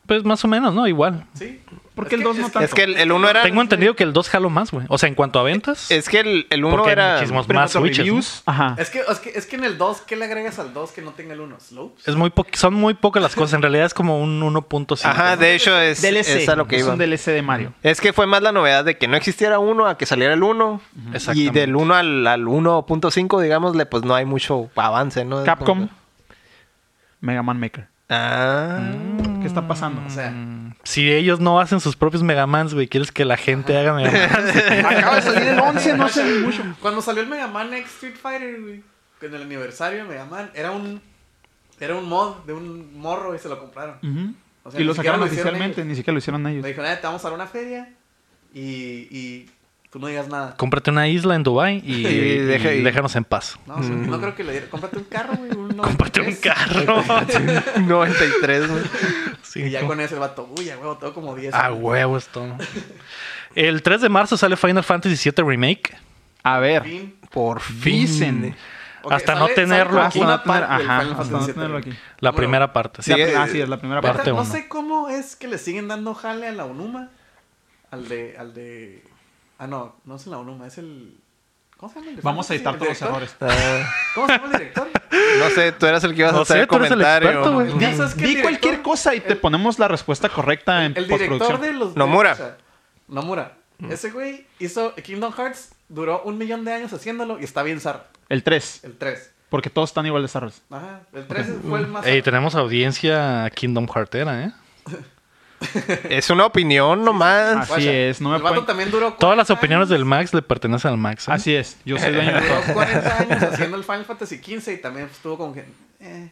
[SPEAKER 1] Pues más o menos, ¿no? Igual.
[SPEAKER 4] Sí.
[SPEAKER 3] ¿Por
[SPEAKER 4] Es
[SPEAKER 3] qué el
[SPEAKER 4] que-
[SPEAKER 3] dos no
[SPEAKER 4] es
[SPEAKER 3] tanto?
[SPEAKER 2] es que el, el uno era.
[SPEAKER 1] Tengo entendido que el 2 jaló más, güey. O sea, en cuanto a ventas.
[SPEAKER 2] Es que el, el uno
[SPEAKER 1] Porque hay
[SPEAKER 2] era.
[SPEAKER 1] muchísimos
[SPEAKER 3] Pero en
[SPEAKER 1] más
[SPEAKER 3] cuanto a
[SPEAKER 1] switches, ¿no?
[SPEAKER 3] reviews, Ajá.
[SPEAKER 4] Es que, es, que, es que en el 2, ¿qué le agregas al 2 que no tenga el 1? ¿Slopes?
[SPEAKER 1] Es muy po- son muy pocas las cosas. En realidad es como un 1.5.
[SPEAKER 2] Ajá, de hecho es, es a lo que
[SPEAKER 3] es
[SPEAKER 2] iba.
[SPEAKER 3] un DLC de Mario.
[SPEAKER 2] Es que fue más la novedad de que no existiera uno a que saliera el uno. Y
[SPEAKER 1] Exactamente.
[SPEAKER 2] del 1 al, al 1.5, digámosle, pues no hay mucho avance, ¿no?
[SPEAKER 3] Capcom, Mega Man Maker.
[SPEAKER 2] Ah.
[SPEAKER 3] ¿Qué está pasando?
[SPEAKER 4] O sea,
[SPEAKER 1] Si ellos no hacen sus propios Megamans, güey, quieres que la gente haga Megamans.
[SPEAKER 3] acaba de salir el 11, no hace mucho.
[SPEAKER 4] cuando salió el Mega Man X Street Fighter, güey, en el aniversario de Mega Man, era un, era un mod de un morro y se lo compraron.
[SPEAKER 3] Mm.
[SPEAKER 4] O sea,
[SPEAKER 3] y
[SPEAKER 4] ni
[SPEAKER 3] lo
[SPEAKER 4] siquiera
[SPEAKER 3] sacaron
[SPEAKER 4] lo hicieron
[SPEAKER 3] oficialmente,
[SPEAKER 4] ellos.
[SPEAKER 3] ni siquiera lo hicieron ellos.
[SPEAKER 4] Le dijeron, "Eh, te vamos a dar una feria y, y tú no digas nada.
[SPEAKER 1] Cómprate una isla en Dubai y,
[SPEAKER 2] Y
[SPEAKER 1] y
[SPEAKER 2] deja- y-
[SPEAKER 1] déjanos en paz.
[SPEAKER 4] No, o sea, no creo que le dieran. Cómprate un carro, güey. Un
[SPEAKER 1] Cómprate un
[SPEAKER 4] 93".
[SPEAKER 1] carro.
[SPEAKER 2] 93, güey.
[SPEAKER 1] Sí,
[SPEAKER 4] Y ya
[SPEAKER 1] como-
[SPEAKER 4] con eso el vato, uy, a huevo, todo como 10.
[SPEAKER 1] A
[SPEAKER 4] güey".
[SPEAKER 1] huevo esto. ¿no? El 3 de marzo sale Final Fantasy VII Remake.
[SPEAKER 3] A ver,
[SPEAKER 4] Fin.
[SPEAKER 2] Por fin.
[SPEAKER 3] dicen.
[SPEAKER 4] Ok,
[SPEAKER 1] Hasta no
[SPEAKER 4] sale- sale
[SPEAKER 1] tenerlo
[SPEAKER 4] como
[SPEAKER 1] aquí.
[SPEAKER 3] Ah,
[SPEAKER 4] una
[SPEAKER 3] Hasta no tener-
[SPEAKER 4] parte del
[SPEAKER 3] ajá,
[SPEAKER 4] Final
[SPEAKER 3] hasta no
[SPEAKER 4] Fantasy
[SPEAKER 3] tenerlo
[SPEAKER 4] VII.
[SPEAKER 3] aquí.
[SPEAKER 1] La
[SPEAKER 4] Número
[SPEAKER 1] primera parte. Sí,
[SPEAKER 2] Sigue-
[SPEAKER 3] ah, sí, es la primera
[SPEAKER 1] Parte
[SPEAKER 3] parte.
[SPEAKER 4] Neta,
[SPEAKER 1] uno.
[SPEAKER 4] No sé cómo es que le siguen dando jale a la UNUMA. Al de. Al de ah, no, no es la UNUMA, es el. ¿Cómo se llama el de-
[SPEAKER 3] Vamos a editar
[SPEAKER 4] el
[SPEAKER 3] todos los
[SPEAKER 4] director?
[SPEAKER 3] errores.
[SPEAKER 2] Ah,
[SPEAKER 4] ¿Cómo se llama el director?
[SPEAKER 2] no sé, tú eras el que ibas
[SPEAKER 1] No
[SPEAKER 2] a hacer
[SPEAKER 1] sé,
[SPEAKER 2] el
[SPEAKER 1] tú eres el
[SPEAKER 2] comentario.
[SPEAKER 1] experto, güey.
[SPEAKER 4] Ya sabes que el
[SPEAKER 3] Di
[SPEAKER 4] director-
[SPEAKER 3] cualquier cosa y te ponemos la respuesta correcta en
[SPEAKER 4] El director
[SPEAKER 3] postproducción. Mm.
[SPEAKER 4] de los.
[SPEAKER 2] Nomura.
[SPEAKER 4] de- o sea, Nomura. Ese güey hizo Kingdom Hearts duró un millón de años haciéndolo y está bien zarra.
[SPEAKER 3] El 3.
[SPEAKER 4] El 3.
[SPEAKER 3] Porque todos están igual de zarros.
[SPEAKER 4] Ajá. El 3 fue
[SPEAKER 3] Mm.
[SPEAKER 4] el más.
[SPEAKER 1] Ey,
[SPEAKER 4] zarra.
[SPEAKER 1] tenemos audiencia Kingdom Heartera, ¿eh?
[SPEAKER 2] Es una opinión nomás.
[SPEAKER 3] Así es, no me
[SPEAKER 4] El vato
[SPEAKER 3] pueden-
[SPEAKER 4] también duró
[SPEAKER 1] Todas
[SPEAKER 4] 40
[SPEAKER 1] las opiniones
[SPEAKER 4] años.
[SPEAKER 1] del Max le pertenecen al Max. ¿eh?
[SPEAKER 3] Así es, yo soy dueño de todo.
[SPEAKER 4] Duró 40 años haciendo el Final Fantasy XV y también estuvo como que. eh.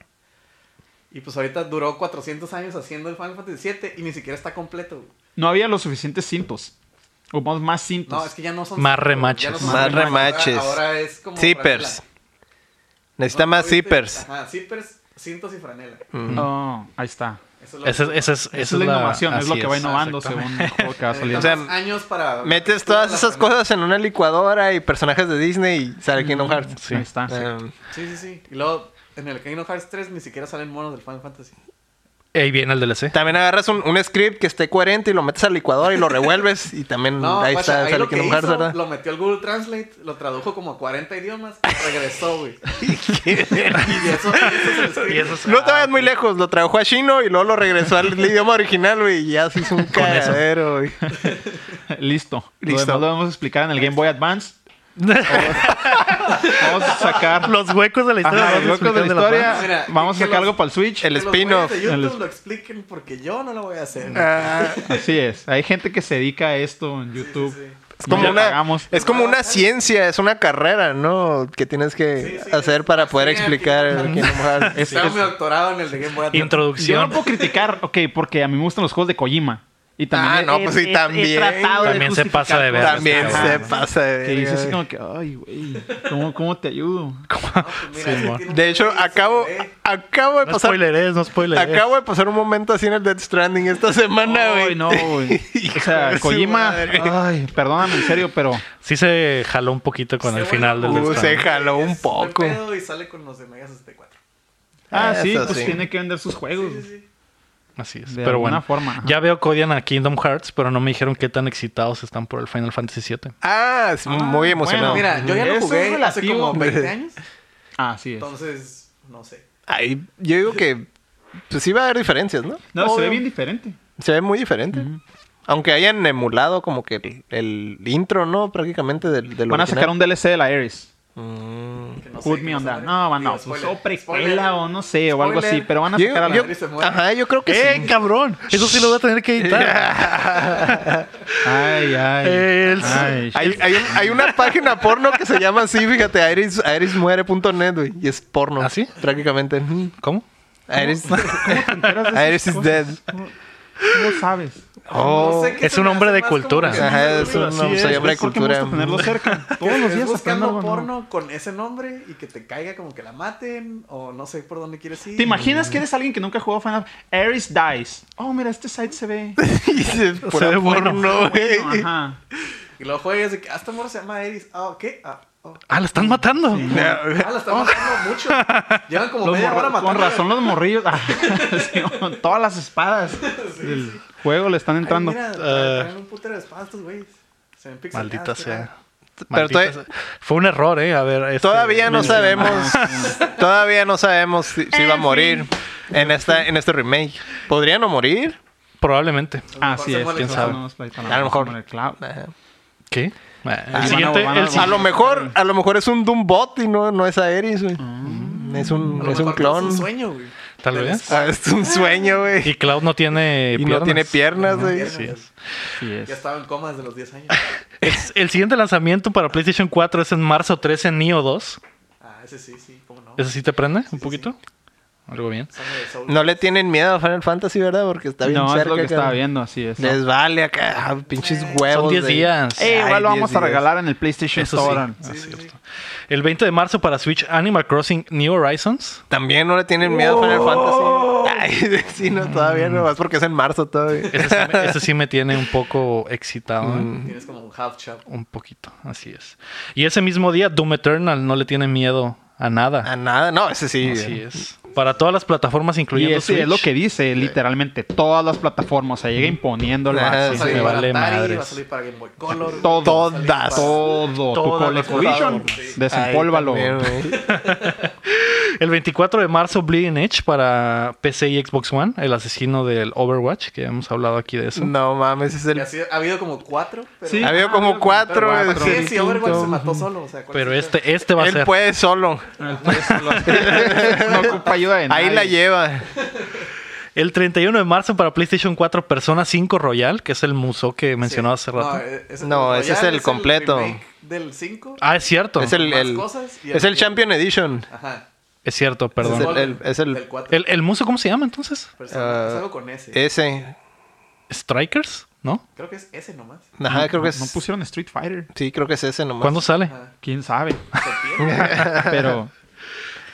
[SPEAKER 4] Y pues ahorita duró 400 años haciendo el Final Fantasy VII y ni siquiera está completo. güey.
[SPEAKER 3] No había los suficientes cintos. O más- más cintos.
[SPEAKER 4] No, es que ya no son.
[SPEAKER 1] Más
[SPEAKER 4] cinco,
[SPEAKER 1] remaches.
[SPEAKER 4] ya no son
[SPEAKER 2] Más
[SPEAKER 4] cinco, ahora-
[SPEAKER 2] remaches.
[SPEAKER 4] Ahora es como.
[SPEAKER 2] Zippers.
[SPEAKER 4] franela.
[SPEAKER 2] Necesita
[SPEAKER 4] ¿No?
[SPEAKER 2] más
[SPEAKER 4] ¿Viste?
[SPEAKER 2] zippers.
[SPEAKER 4] Ajá, zippers, cintos y franela.
[SPEAKER 3] Oh, ahí está.
[SPEAKER 4] Eso es lo
[SPEAKER 1] Esa,
[SPEAKER 4] que-
[SPEAKER 1] es- esa es,
[SPEAKER 3] Esa es la innovación, es
[SPEAKER 1] así
[SPEAKER 3] lo que va innovando
[SPEAKER 1] exactamente.
[SPEAKER 3] según el juego que va saliendo.
[SPEAKER 4] O
[SPEAKER 2] O sea,
[SPEAKER 4] años para.
[SPEAKER 2] Metes todas
[SPEAKER 4] para
[SPEAKER 2] esas
[SPEAKER 4] frenar.
[SPEAKER 2] cosas en una licuadora y personajes de Disney y sale Kingdom Hearts.
[SPEAKER 3] Ahí Mm, está.
[SPEAKER 2] Eh,
[SPEAKER 4] Sí, sí, sí. Y luego en el Kingdom Hearts 3 ni siquiera salen monos del Final Fantasy.
[SPEAKER 1] Ahí viene el DLC.
[SPEAKER 2] también agarras un, un script que esté coherente y lo metes a la licuadora y lo revuelves y también
[SPEAKER 4] No,
[SPEAKER 2] Mm, ahí
[SPEAKER 4] guacha,
[SPEAKER 2] está,
[SPEAKER 4] ahí
[SPEAKER 2] sale
[SPEAKER 4] lo que
[SPEAKER 2] Kingdom Hearts,
[SPEAKER 4] hizo,
[SPEAKER 2] ¿verdad?
[SPEAKER 4] Lo metió al Google Translate, lo tradujo como a 40 idiomas, regresó, güey. y eso, eso es el script.
[SPEAKER 1] Y eso es-
[SPEAKER 2] No te vayas muy lejos, lo trajo a chino y luego lo regresó al idioma original, güey, y ya se hizo un cagadero, güey.
[SPEAKER 3] Listo. Lo
[SPEAKER 2] Listo.
[SPEAKER 3] demás lo vamos a explicar en el Game Boy Advance. Vamos a sacar
[SPEAKER 1] Los huecos de la historia.
[SPEAKER 3] Ajá,
[SPEAKER 1] los
[SPEAKER 3] los locos
[SPEAKER 1] huecos de
[SPEAKER 3] de la
[SPEAKER 1] la
[SPEAKER 3] historia.
[SPEAKER 1] Max.
[SPEAKER 4] Mira,
[SPEAKER 3] Vamos a
[SPEAKER 4] que
[SPEAKER 3] sacar
[SPEAKER 4] los-
[SPEAKER 3] algo para el Switch.
[SPEAKER 2] El
[SPEAKER 4] Que los
[SPEAKER 2] spin-off.
[SPEAKER 4] güeyes de YouTube
[SPEAKER 3] El-
[SPEAKER 4] lo expliquen porque yo no lo voy a hacer.
[SPEAKER 2] Ah,
[SPEAKER 3] Así es. Hay gente que se dedica a esto en YouTube.
[SPEAKER 4] sí.
[SPEAKER 2] es como,
[SPEAKER 3] Ya
[SPEAKER 2] una,
[SPEAKER 3] pagamos.
[SPEAKER 2] es como una ciencia, es una carrera, ¿no? Que tienes que
[SPEAKER 4] Sí, sí,
[SPEAKER 2] hacer
[SPEAKER 4] es-
[SPEAKER 2] para poder
[SPEAKER 4] sí,
[SPEAKER 2] explicar
[SPEAKER 4] aquí-
[SPEAKER 2] el Kingdom Hearts.
[SPEAKER 3] Es-
[SPEAKER 4] Estaba
[SPEAKER 3] es-
[SPEAKER 4] mi doctorado en el de Game Boy Advance.
[SPEAKER 3] Yo no
[SPEAKER 1] Introducción.
[SPEAKER 3] puedo criticar, ok, porque a mí me gustan los juegos de Kojima. Y también
[SPEAKER 2] Ah,
[SPEAKER 3] he-
[SPEAKER 2] no, pues sí,
[SPEAKER 3] he- he
[SPEAKER 2] también.
[SPEAKER 3] tratado de
[SPEAKER 1] También se
[SPEAKER 3] justificar
[SPEAKER 1] pasa de
[SPEAKER 3] cosas.
[SPEAKER 1] verga.
[SPEAKER 2] También
[SPEAKER 1] Ajá.
[SPEAKER 2] se pasa de
[SPEAKER 3] Que dices
[SPEAKER 2] verga,
[SPEAKER 3] así
[SPEAKER 2] güey.
[SPEAKER 3] como que, ay, güey, ¿cómo, ¿cómo te ayudo?
[SPEAKER 4] No, pues mira, ese
[SPEAKER 1] Simón.
[SPEAKER 4] tiene un
[SPEAKER 2] De hecho,
[SPEAKER 4] güey que se
[SPEAKER 2] acabo,
[SPEAKER 4] ve.
[SPEAKER 2] acabo de
[SPEAKER 1] No
[SPEAKER 2] pasar.
[SPEAKER 1] spoileres, no spoileres.
[SPEAKER 2] Acabo de pasar un momento así en el Dead Stranding esta semana,
[SPEAKER 3] Ay,
[SPEAKER 2] güey.
[SPEAKER 3] no, güey. O sea,
[SPEAKER 2] de su
[SPEAKER 3] Kojima,
[SPEAKER 2] madre.
[SPEAKER 3] ay, perdóname, en serio, pero
[SPEAKER 1] Sí se jaló un poquito con
[SPEAKER 4] Se
[SPEAKER 1] el
[SPEAKER 4] vuelve
[SPEAKER 1] final del
[SPEAKER 4] como
[SPEAKER 2] Uh,
[SPEAKER 1] Death
[SPEAKER 2] se
[SPEAKER 1] Stranding.
[SPEAKER 2] jaló un
[SPEAKER 4] Es buen
[SPEAKER 2] poco.
[SPEAKER 4] pedo Y sale con los de Mega 64.
[SPEAKER 3] Ah,
[SPEAKER 2] Eso
[SPEAKER 3] sí, pues
[SPEAKER 2] sí.
[SPEAKER 3] tiene que vender sus juegos.
[SPEAKER 4] Sí, sí, sí.
[SPEAKER 1] Así es.
[SPEAKER 3] De
[SPEAKER 1] pero
[SPEAKER 3] alguna
[SPEAKER 1] bueno,
[SPEAKER 3] forma, ajá.
[SPEAKER 1] ya veo que odian a Kingdom Hearts, pero no me dijeron qué tan excitados están por el Final Fantasy VII.
[SPEAKER 2] Ah, es muy emocionado.
[SPEAKER 3] bueno,
[SPEAKER 4] Mira, yo ya
[SPEAKER 3] Eso
[SPEAKER 4] lo
[SPEAKER 3] es
[SPEAKER 4] jugué hace
[SPEAKER 3] relativo.
[SPEAKER 4] como 20 años.
[SPEAKER 3] Ah, sí es.
[SPEAKER 4] Entonces, no sé.
[SPEAKER 2] Ay, yo digo que pues sí va a haber diferencias, ¿no?
[SPEAKER 3] No, se ve
[SPEAKER 2] Obvio.
[SPEAKER 3] bien diferente.
[SPEAKER 2] Se ve muy diferente. Aunque hayan emulado como que el, el intro, ¿no? Prácticamente del, del
[SPEAKER 3] Van a sacar un DLC de la Ares.
[SPEAKER 2] Mm.
[SPEAKER 4] que no sé
[SPEAKER 3] Put
[SPEAKER 4] qué
[SPEAKER 3] me on
[SPEAKER 4] cosa
[SPEAKER 3] that.
[SPEAKER 4] era.
[SPEAKER 3] No, van a
[SPEAKER 4] Digo, spoiler.
[SPEAKER 3] usar
[SPEAKER 4] Spoiler.
[SPEAKER 3] precuela o no sé, o algo
[SPEAKER 4] Spoiler.
[SPEAKER 3] así, pero van a
[SPEAKER 2] Yo-
[SPEAKER 3] sacar
[SPEAKER 2] yo-
[SPEAKER 3] algo.
[SPEAKER 4] Madre se muere.
[SPEAKER 2] ajá, yo creo que
[SPEAKER 1] ¡Eh,
[SPEAKER 2] sí.
[SPEAKER 1] cabrón! Eso sí lo voy a tener que editar.
[SPEAKER 3] Ay, ay.
[SPEAKER 2] Eh.
[SPEAKER 1] El-
[SPEAKER 3] ay.
[SPEAKER 2] Hay, hay un- hay una página porno que se llama así, fíjate, Iris, irismuere.net, güey. Y es porno.
[SPEAKER 1] ¿Ah, sí?
[SPEAKER 2] Prácticamente. Ujú.
[SPEAKER 1] ¿Cómo?
[SPEAKER 2] Iris,
[SPEAKER 3] ¿Enteras de esas
[SPEAKER 2] Iris is
[SPEAKER 3] cosas?
[SPEAKER 2] dead.
[SPEAKER 3] ¿Cómo, cómo sabes?
[SPEAKER 2] Oh.
[SPEAKER 4] No sé qué
[SPEAKER 1] es
[SPEAKER 4] se
[SPEAKER 1] un
[SPEAKER 4] me
[SPEAKER 1] hombre
[SPEAKER 4] hace
[SPEAKER 1] de
[SPEAKER 4] más como
[SPEAKER 1] cultura.
[SPEAKER 4] que-
[SPEAKER 2] Ajá, es un
[SPEAKER 3] Así
[SPEAKER 2] soy hombre de
[SPEAKER 3] es porque me
[SPEAKER 2] pues, cultura.
[SPEAKER 3] gusta tenerlo cerca. Todos
[SPEAKER 4] que
[SPEAKER 3] los
[SPEAKER 4] estés
[SPEAKER 3] días
[SPEAKER 4] buscando
[SPEAKER 3] buscando algo nuevo.
[SPEAKER 4] porno con ese nombre y que te caiga como que la maten o no sé por dónde quieres ir.
[SPEAKER 3] ¿Te imaginas que eres alguien que nunca ha jugado Final Ares dies. Oh, mira, este site se ve.
[SPEAKER 2] Y se, pura
[SPEAKER 1] ve bueno.
[SPEAKER 2] porno, güey.
[SPEAKER 3] Ajá.
[SPEAKER 4] Y lo juegas de que hasta amor se llama Eris. Ah, ¿qué? Ah, oh.
[SPEAKER 1] ¡Ah, la están matando!
[SPEAKER 4] Ah, la están matando mucho. Llevan como
[SPEAKER 3] Los
[SPEAKER 4] media
[SPEAKER 3] morro-
[SPEAKER 4] hora matando.
[SPEAKER 3] con razón los morrillos. Ah, sí, con todas las espadas del juego le están
[SPEAKER 4] Ay,
[SPEAKER 3] entrando.
[SPEAKER 4] mira,
[SPEAKER 1] Eh.
[SPEAKER 4] traen un putero de espadas estos güeyes. Se ven pixeladas,
[SPEAKER 1] Maldita
[SPEAKER 4] qué
[SPEAKER 1] sea.
[SPEAKER 4] raro.
[SPEAKER 1] Maldita
[SPEAKER 2] todavía-
[SPEAKER 1] sea. Fue un error, ¿eh? A ver. este,
[SPEAKER 2] Todavía no
[SPEAKER 1] mencionar-
[SPEAKER 2] sabemos. todavía no sabemos si, si va a
[SPEAKER 3] En
[SPEAKER 2] morir en esta en este remake. ¿Podría no morir?
[SPEAKER 1] Probablemente.
[SPEAKER 3] Ah, Así es,
[SPEAKER 4] Hacemos
[SPEAKER 3] quién
[SPEAKER 4] el-
[SPEAKER 3] sabe.
[SPEAKER 2] A lo mejor.
[SPEAKER 3] Como en el cloud.
[SPEAKER 2] Ajá.
[SPEAKER 1] ¿Qué? Eh,
[SPEAKER 3] van a-
[SPEAKER 1] el siguiente.
[SPEAKER 3] van a-
[SPEAKER 1] el
[SPEAKER 2] A
[SPEAKER 1] si-
[SPEAKER 2] lo mejor, a lo mejor es un Doombot y no, no es Aeris, güey. Es
[SPEAKER 4] A
[SPEAKER 2] un,
[SPEAKER 4] lo
[SPEAKER 2] es un
[SPEAKER 4] mejor todo
[SPEAKER 2] clon.
[SPEAKER 4] Es un sueño, güey.
[SPEAKER 1] Tal
[SPEAKER 4] Del
[SPEAKER 1] vez.
[SPEAKER 2] Ah, es un sueño, güey.
[SPEAKER 1] Y Cloud no tiene
[SPEAKER 2] Y no tiene piernas, güey.
[SPEAKER 1] Así es.
[SPEAKER 3] Así
[SPEAKER 4] Ya
[SPEAKER 3] es.
[SPEAKER 4] estaba en coma desde los 10 años.
[SPEAKER 1] Es- El siguiente lanzamiento para PlayStation 4 es en marzo 13 en Neo 2.
[SPEAKER 4] Ah, ese sí, sí, cómo no.
[SPEAKER 1] ¿Eso sí te prende
[SPEAKER 4] sí,
[SPEAKER 1] un poquito? Algo bien.
[SPEAKER 4] Sangre de Soul.
[SPEAKER 2] No le tienen miedo a Final Fantasy, ¿verdad? Porque está bien
[SPEAKER 3] No,
[SPEAKER 2] cerca.
[SPEAKER 3] es lo que
[SPEAKER 2] cabrón.
[SPEAKER 3] estaba viendo, así es.
[SPEAKER 2] Les vale acá, ah, pinches huevos.
[SPEAKER 1] Son 10
[SPEAKER 2] de-
[SPEAKER 1] días.
[SPEAKER 3] Eh, igual lo
[SPEAKER 2] Ay,
[SPEAKER 3] vamos
[SPEAKER 2] 10
[SPEAKER 3] a
[SPEAKER 2] días.
[SPEAKER 3] regalar en el PlayStation
[SPEAKER 1] Eso sí.
[SPEAKER 3] Store.
[SPEAKER 1] Ah,
[SPEAKER 4] Sí, sí,
[SPEAKER 1] cierto.
[SPEAKER 4] sí.
[SPEAKER 1] El 20 de marzo para Switch Animal Crossing New Horizons.
[SPEAKER 2] También no le tienen miedo a Final Fantasy. Ay, sí, no, todavía no. Es porque es en marzo todavía.
[SPEAKER 1] Ese sí, me- ese sí me tiene un poco excitado. ¿eh?
[SPEAKER 4] Tienes como un half chop.
[SPEAKER 1] Un poquito, así es. Y ese mismo día, Doom Eternal no le tiene miedo a nada.
[SPEAKER 4] Ah,
[SPEAKER 2] A nada, no, ese sí.
[SPEAKER 1] así es. Para todas las plataformas,
[SPEAKER 3] Y
[SPEAKER 1] incluyendo
[SPEAKER 3] eso
[SPEAKER 1] Switch.
[SPEAKER 3] es lo que dice literalmente todas las plataformas. O sea, llega imponiendo el
[SPEAKER 2] Ah, sí,
[SPEAKER 3] vato.
[SPEAKER 1] me
[SPEAKER 4] para
[SPEAKER 1] vale
[SPEAKER 4] Atari,
[SPEAKER 1] madres.
[SPEAKER 4] Va a salir para Game Boy Color.
[SPEAKER 3] Todo.
[SPEAKER 4] va a salir para-
[SPEAKER 2] Todas.
[SPEAKER 3] Todo. Tu
[SPEAKER 1] Todas las
[SPEAKER 3] ColecoVision.
[SPEAKER 1] plataformas.
[SPEAKER 2] Ay,
[SPEAKER 3] Desempólvalo.
[SPEAKER 2] también, güey.
[SPEAKER 1] El 24 de marzo, Bleeding Edge para PC y Xbox One, el asesino del Overwatch, que ya hemos hablado aquí de
[SPEAKER 4] Mm.
[SPEAKER 1] eso.
[SPEAKER 2] No mames, es
[SPEAKER 4] Y
[SPEAKER 2] el.
[SPEAKER 4] así ha habido como cuatro. Pero,
[SPEAKER 3] Sí.
[SPEAKER 2] Ha
[SPEAKER 1] Ah,
[SPEAKER 2] habido como cuatro.
[SPEAKER 3] cuatro.
[SPEAKER 2] es
[SPEAKER 4] Sí, sí,
[SPEAKER 2] distinto.
[SPEAKER 4] Overwatch se mató solo. O sea, ¿cuál
[SPEAKER 1] Pero
[SPEAKER 4] es el
[SPEAKER 1] este, este va a
[SPEAKER 2] Él
[SPEAKER 1] ser.
[SPEAKER 2] puede solo.
[SPEAKER 3] no ocupa ayuda de
[SPEAKER 2] Ahí
[SPEAKER 3] nadie.
[SPEAKER 2] la lleva.
[SPEAKER 1] El 31 de marzo para PlayStation 4, Persona 5 Royal, que es el muso que mencionó hace rato.
[SPEAKER 4] No, eh, ese,
[SPEAKER 2] No, ese
[SPEAKER 4] Royal
[SPEAKER 2] es el completo.
[SPEAKER 4] remake del 5.
[SPEAKER 1] Ah, es cierto.
[SPEAKER 2] Es el,
[SPEAKER 4] Más
[SPEAKER 2] el-
[SPEAKER 4] cosas y
[SPEAKER 2] es el
[SPEAKER 4] así.
[SPEAKER 2] Champion Edition.
[SPEAKER 4] Ajá.
[SPEAKER 1] Es cierto,
[SPEAKER 2] Es
[SPEAKER 1] perdón.
[SPEAKER 2] el- el- es el-
[SPEAKER 4] del cuatro.
[SPEAKER 1] ¿El, el muso cómo se llama entonces?
[SPEAKER 4] Pero es algo- es
[SPEAKER 2] Ah,
[SPEAKER 4] algo con ese.
[SPEAKER 2] Ese.
[SPEAKER 1] ¿Strikers? ¿No?
[SPEAKER 4] Creo que es ese nomás.
[SPEAKER 2] Ajá, creo que
[SPEAKER 3] No
[SPEAKER 2] es.
[SPEAKER 3] pusieron Street Fighter.
[SPEAKER 2] Sí, creo que es ese nomás.
[SPEAKER 1] ¿Cuándo sale?
[SPEAKER 4] Ajá.
[SPEAKER 3] ¿Quién sabe?
[SPEAKER 4] Se pierde.
[SPEAKER 3] Pero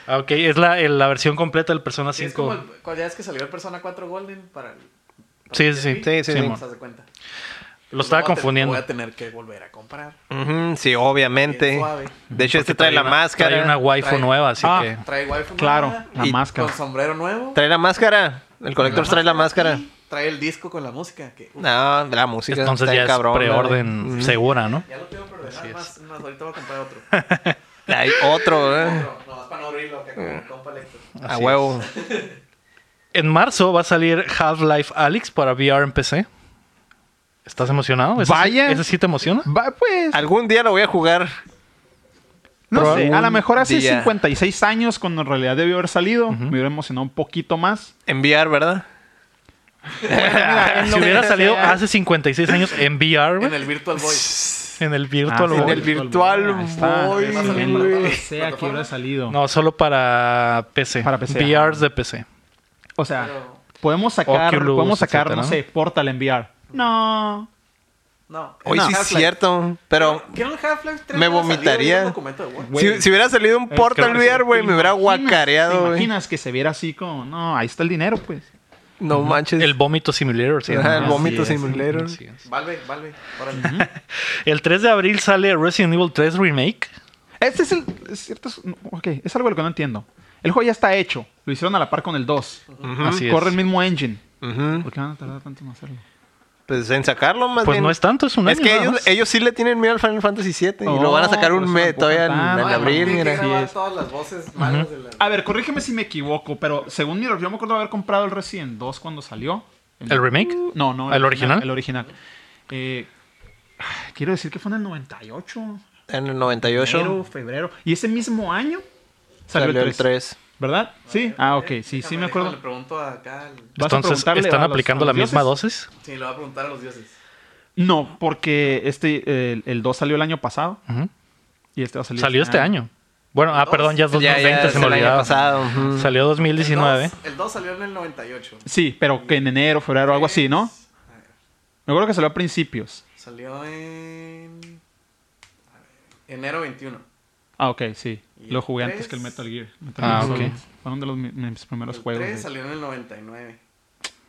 [SPEAKER 1] Ah, ok, es la, el- la versión completa del Persona
[SPEAKER 4] Sí, es como
[SPEAKER 1] 5.
[SPEAKER 4] el, cuando ya es que salió el Persona 4 Golden para el. para
[SPEAKER 1] Sí,
[SPEAKER 4] el
[SPEAKER 1] sí, sí.
[SPEAKER 4] Wii,
[SPEAKER 2] Sí, sí,
[SPEAKER 1] sí.
[SPEAKER 4] ¿cómo se hace cuenta?
[SPEAKER 1] Lo estaba
[SPEAKER 4] voy a tener-
[SPEAKER 1] confundiendo.
[SPEAKER 4] Voy a tener que volver a comprar.
[SPEAKER 2] Ujú, sí,
[SPEAKER 4] Bien
[SPEAKER 2] obviamente.
[SPEAKER 4] suave.
[SPEAKER 2] De hecho, este
[SPEAKER 1] Porque
[SPEAKER 2] trae la
[SPEAKER 1] una-
[SPEAKER 2] máscara.
[SPEAKER 1] Trae una waifu
[SPEAKER 4] Trae-
[SPEAKER 1] nueva, así
[SPEAKER 3] Ah.
[SPEAKER 1] que.
[SPEAKER 4] Trae wifi
[SPEAKER 3] claro,
[SPEAKER 4] nueva,
[SPEAKER 3] la
[SPEAKER 2] Y-
[SPEAKER 3] máscara.
[SPEAKER 4] Con sombrero nuevo.
[SPEAKER 2] Trae la máscara. El colector trae la máscara.
[SPEAKER 4] y Trae el disco con la música. Que, uf,
[SPEAKER 2] No, la música.
[SPEAKER 1] Entonces
[SPEAKER 2] está
[SPEAKER 1] ya es
[SPEAKER 2] cabrona,
[SPEAKER 1] preorden
[SPEAKER 2] güey.
[SPEAKER 1] segura, ¿no?
[SPEAKER 4] ya lo tengo pero
[SPEAKER 1] Así
[SPEAKER 4] dejar
[SPEAKER 1] es.
[SPEAKER 4] más, más. Ahorita voy a comprar otro.
[SPEAKER 2] Mm. Hay otro, ¿eh?
[SPEAKER 4] Otro, nomás para no abrirlo. Que con el compa Lector.
[SPEAKER 2] A
[SPEAKER 1] Así
[SPEAKER 2] huevo.
[SPEAKER 1] En marzo va a salir Half-Life Alyx para VR en PC. ¿Estás emocionado? ¿Ese
[SPEAKER 3] Vaya.
[SPEAKER 1] Sí, ¿Ese sí te emociona?
[SPEAKER 3] va, pues
[SPEAKER 2] Algún día lo voy a jugar.
[SPEAKER 3] no sé, a lo
[SPEAKER 2] Algún
[SPEAKER 3] mejor hace
[SPEAKER 2] día.
[SPEAKER 3] 56 años cuando en realidad debió haber salido, me hubiera emocionado un poquito más.
[SPEAKER 2] Enviar, ¿verdad?
[SPEAKER 1] Si hubiera salido hace 56 años en VR,
[SPEAKER 4] En
[SPEAKER 1] güey,
[SPEAKER 4] el Virtual Boy.
[SPEAKER 1] en el Virtual
[SPEAKER 3] Ah, sí,
[SPEAKER 2] En
[SPEAKER 1] Boy.
[SPEAKER 2] el Virtual
[SPEAKER 3] Ahí está.
[SPEAKER 2] Boy,
[SPEAKER 3] Eso
[SPEAKER 4] güey.
[SPEAKER 3] es lo que sea que hubiera salido.
[SPEAKER 1] No, solo para PC.
[SPEAKER 3] Para PC,
[SPEAKER 1] VRs de PC.
[SPEAKER 3] O sea,
[SPEAKER 4] Pero-
[SPEAKER 3] podemos sacar,
[SPEAKER 1] Oculus,
[SPEAKER 3] podemos sacar,
[SPEAKER 1] etcétera,
[SPEAKER 3] no
[SPEAKER 1] ¿no?
[SPEAKER 3] sé, Portal en VR. No.
[SPEAKER 4] No.
[SPEAKER 2] Hoy
[SPEAKER 4] no,
[SPEAKER 2] sí es
[SPEAKER 4] Half-Life.
[SPEAKER 2] cierto, pero
[SPEAKER 4] ¿Qué era el Half-Life 3?
[SPEAKER 2] Me
[SPEAKER 4] Hubiera salido
[SPEAKER 2] vomitaría.
[SPEAKER 4] un documento de Word.
[SPEAKER 3] Güey.
[SPEAKER 2] si, si hubiera salido un
[SPEAKER 3] Es
[SPEAKER 2] Portal
[SPEAKER 3] que-
[SPEAKER 2] VR, güey,
[SPEAKER 3] ¿te
[SPEAKER 2] me hubiera
[SPEAKER 3] imaginas- ¿Te
[SPEAKER 2] guacareado, güey.
[SPEAKER 3] imaginas que se viera así como, no, ahí está el dinero, pues?
[SPEAKER 2] No manches.
[SPEAKER 1] El Vómito Simulator. se
[SPEAKER 2] Ajá,
[SPEAKER 1] llama.
[SPEAKER 2] el
[SPEAKER 1] Así
[SPEAKER 2] vómito
[SPEAKER 1] es,
[SPEAKER 2] simulator.
[SPEAKER 1] así es.
[SPEAKER 4] Valve, Valve. Órale.
[SPEAKER 1] El 3 de abril sale Resident Evil 3 Remake.
[SPEAKER 3] Este es el. Es cierto, es- no, ok, es algo de lo que no entiendo. El juego ya está hecho. Lo hicieron a la par con el 2.
[SPEAKER 1] Así es.
[SPEAKER 3] Corre el mismo engine.
[SPEAKER 2] Ujú.
[SPEAKER 3] ¿Por qué van a tardar tanto en hacerlo?
[SPEAKER 2] Pues en sacarlo más
[SPEAKER 1] Pues
[SPEAKER 2] bien.
[SPEAKER 1] no es tanto, es un
[SPEAKER 2] Es
[SPEAKER 1] año
[SPEAKER 2] que
[SPEAKER 1] nada
[SPEAKER 2] ellos,
[SPEAKER 1] más.
[SPEAKER 2] ellos sí le tienen miedo al Final Fantasy VII y lo van a sacar
[SPEAKER 3] Oh,
[SPEAKER 2] un
[SPEAKER 3] por eso
[SPEAKER 2] mes
[SPEAKER 3] tampoco
[SPEAKER 2] todavía en,
[SPEAKER 3] tanto.
[SPEAKER 2] en
[SPEAKER 3] Ah,
[SPEAKER 2] abril,
[SPEAKER 4] tiene que
[SPEAKER 2] mira.
[SPEAKER 4] grabar
[SPEAKER 3] Así es.
[SPEAKER 4] todas las voces malas de la-
[SPEAKER 3] A ver, corrígeme si me equivoco, pero según mi yo me acuerdo haber comprado el Resident 2 cuando salió.
[SPEAKER 1] ¿El remake?
[SPEAKER 3] No, no.
[SPEAKER 1] ¿El original?
[SPEAKER 3] El original. Eh, ay, quiero decir que fue en el 98.
[SPEAKER 2] En el 98
[SPEAKER 3] Enero, febrero. Y ese mismo año
[SPEAKER 2] salió,
[SPEAKER 3] salió,
[SPEAKER 2] el 3.
[SPEAKER 3] ¿Verdad? Sí. Ah, ok. Sí, sí
[SPEAKER 4] Déjame,
[SPEAKER 3] me
[SPEAKER 4] Le
[SPEAKER 3] acuerdo.
[SPEAKER 4] pregunto acá. al-
[SPEAKER 3] ¿Vas a
[SPEAKER 1] Entonces,
[SPEAKER 3] preguntarle
[SPEAKER 1] ¿están
[SPEAKER 3] a los-
[SPEAKER 1] aplicando
[SPEAKER 3] a
[SPEAKER 1] la
[SPEAKER 3] los
[SPEAKER 1] misma
[SPEAKER 3] dioses?
[SPEAKER 1] dosis?
[SPEAKER 4] Sí, le voy a preguntar a los dioses.
[SPEAKER 3] No, porque este, el, el 2 salió el año pasado
[SPEAKER 1] Ujú.
[SPEAKER 3] y este va a salir
[SPEAKER 1] Salió este año. Bueno, ah,
[SPEAKER 4] Dos.
[SPEAKER 1] perdón, ya es
[SPEAKER 2] Ya,
[SPEAKER 1] 2020,
[SPEAKER 2] ya, es
[SPEAKER 1] se me
[SPEAKER 2] el año
[SPEAKER 1] olvidaba.
[SPEAKER 2] pasado, ujú.
[SPEAKER 1] Salió 2019.
[SPEAKER 4] El 2, salió en el 98.
[SPEAKER 3] Sí, pero que en enero, febrero, algo así, ¿no? Me acuerdo que salió a principios.
[SPEAKER 4] Salió en. a ver, Enero 21.
[SPEAKER 3] Ah, ok, sí.
[SPEAKER 4] Y
[SPEAKER 3] Lo
[SPEAKER 4] el
[SPEAKER 3] jugué
[SPEAKER 4] tres-
[SPEAKER 3] antes que el Metal Gear. Metal
[SPEAKER 1] Ah,
[SPEAKER 3] Gear
[SPEAKER 1] ok.
[SPEAKER 3] Solid. Fueron de los, mi- mis primeros
[SPEAKER 4] el
[SPEAKER 3] juegos.
[SPEAKER 4] 3
[SPEAKER 3] de-
[SPEAKER 4] salió en el 99.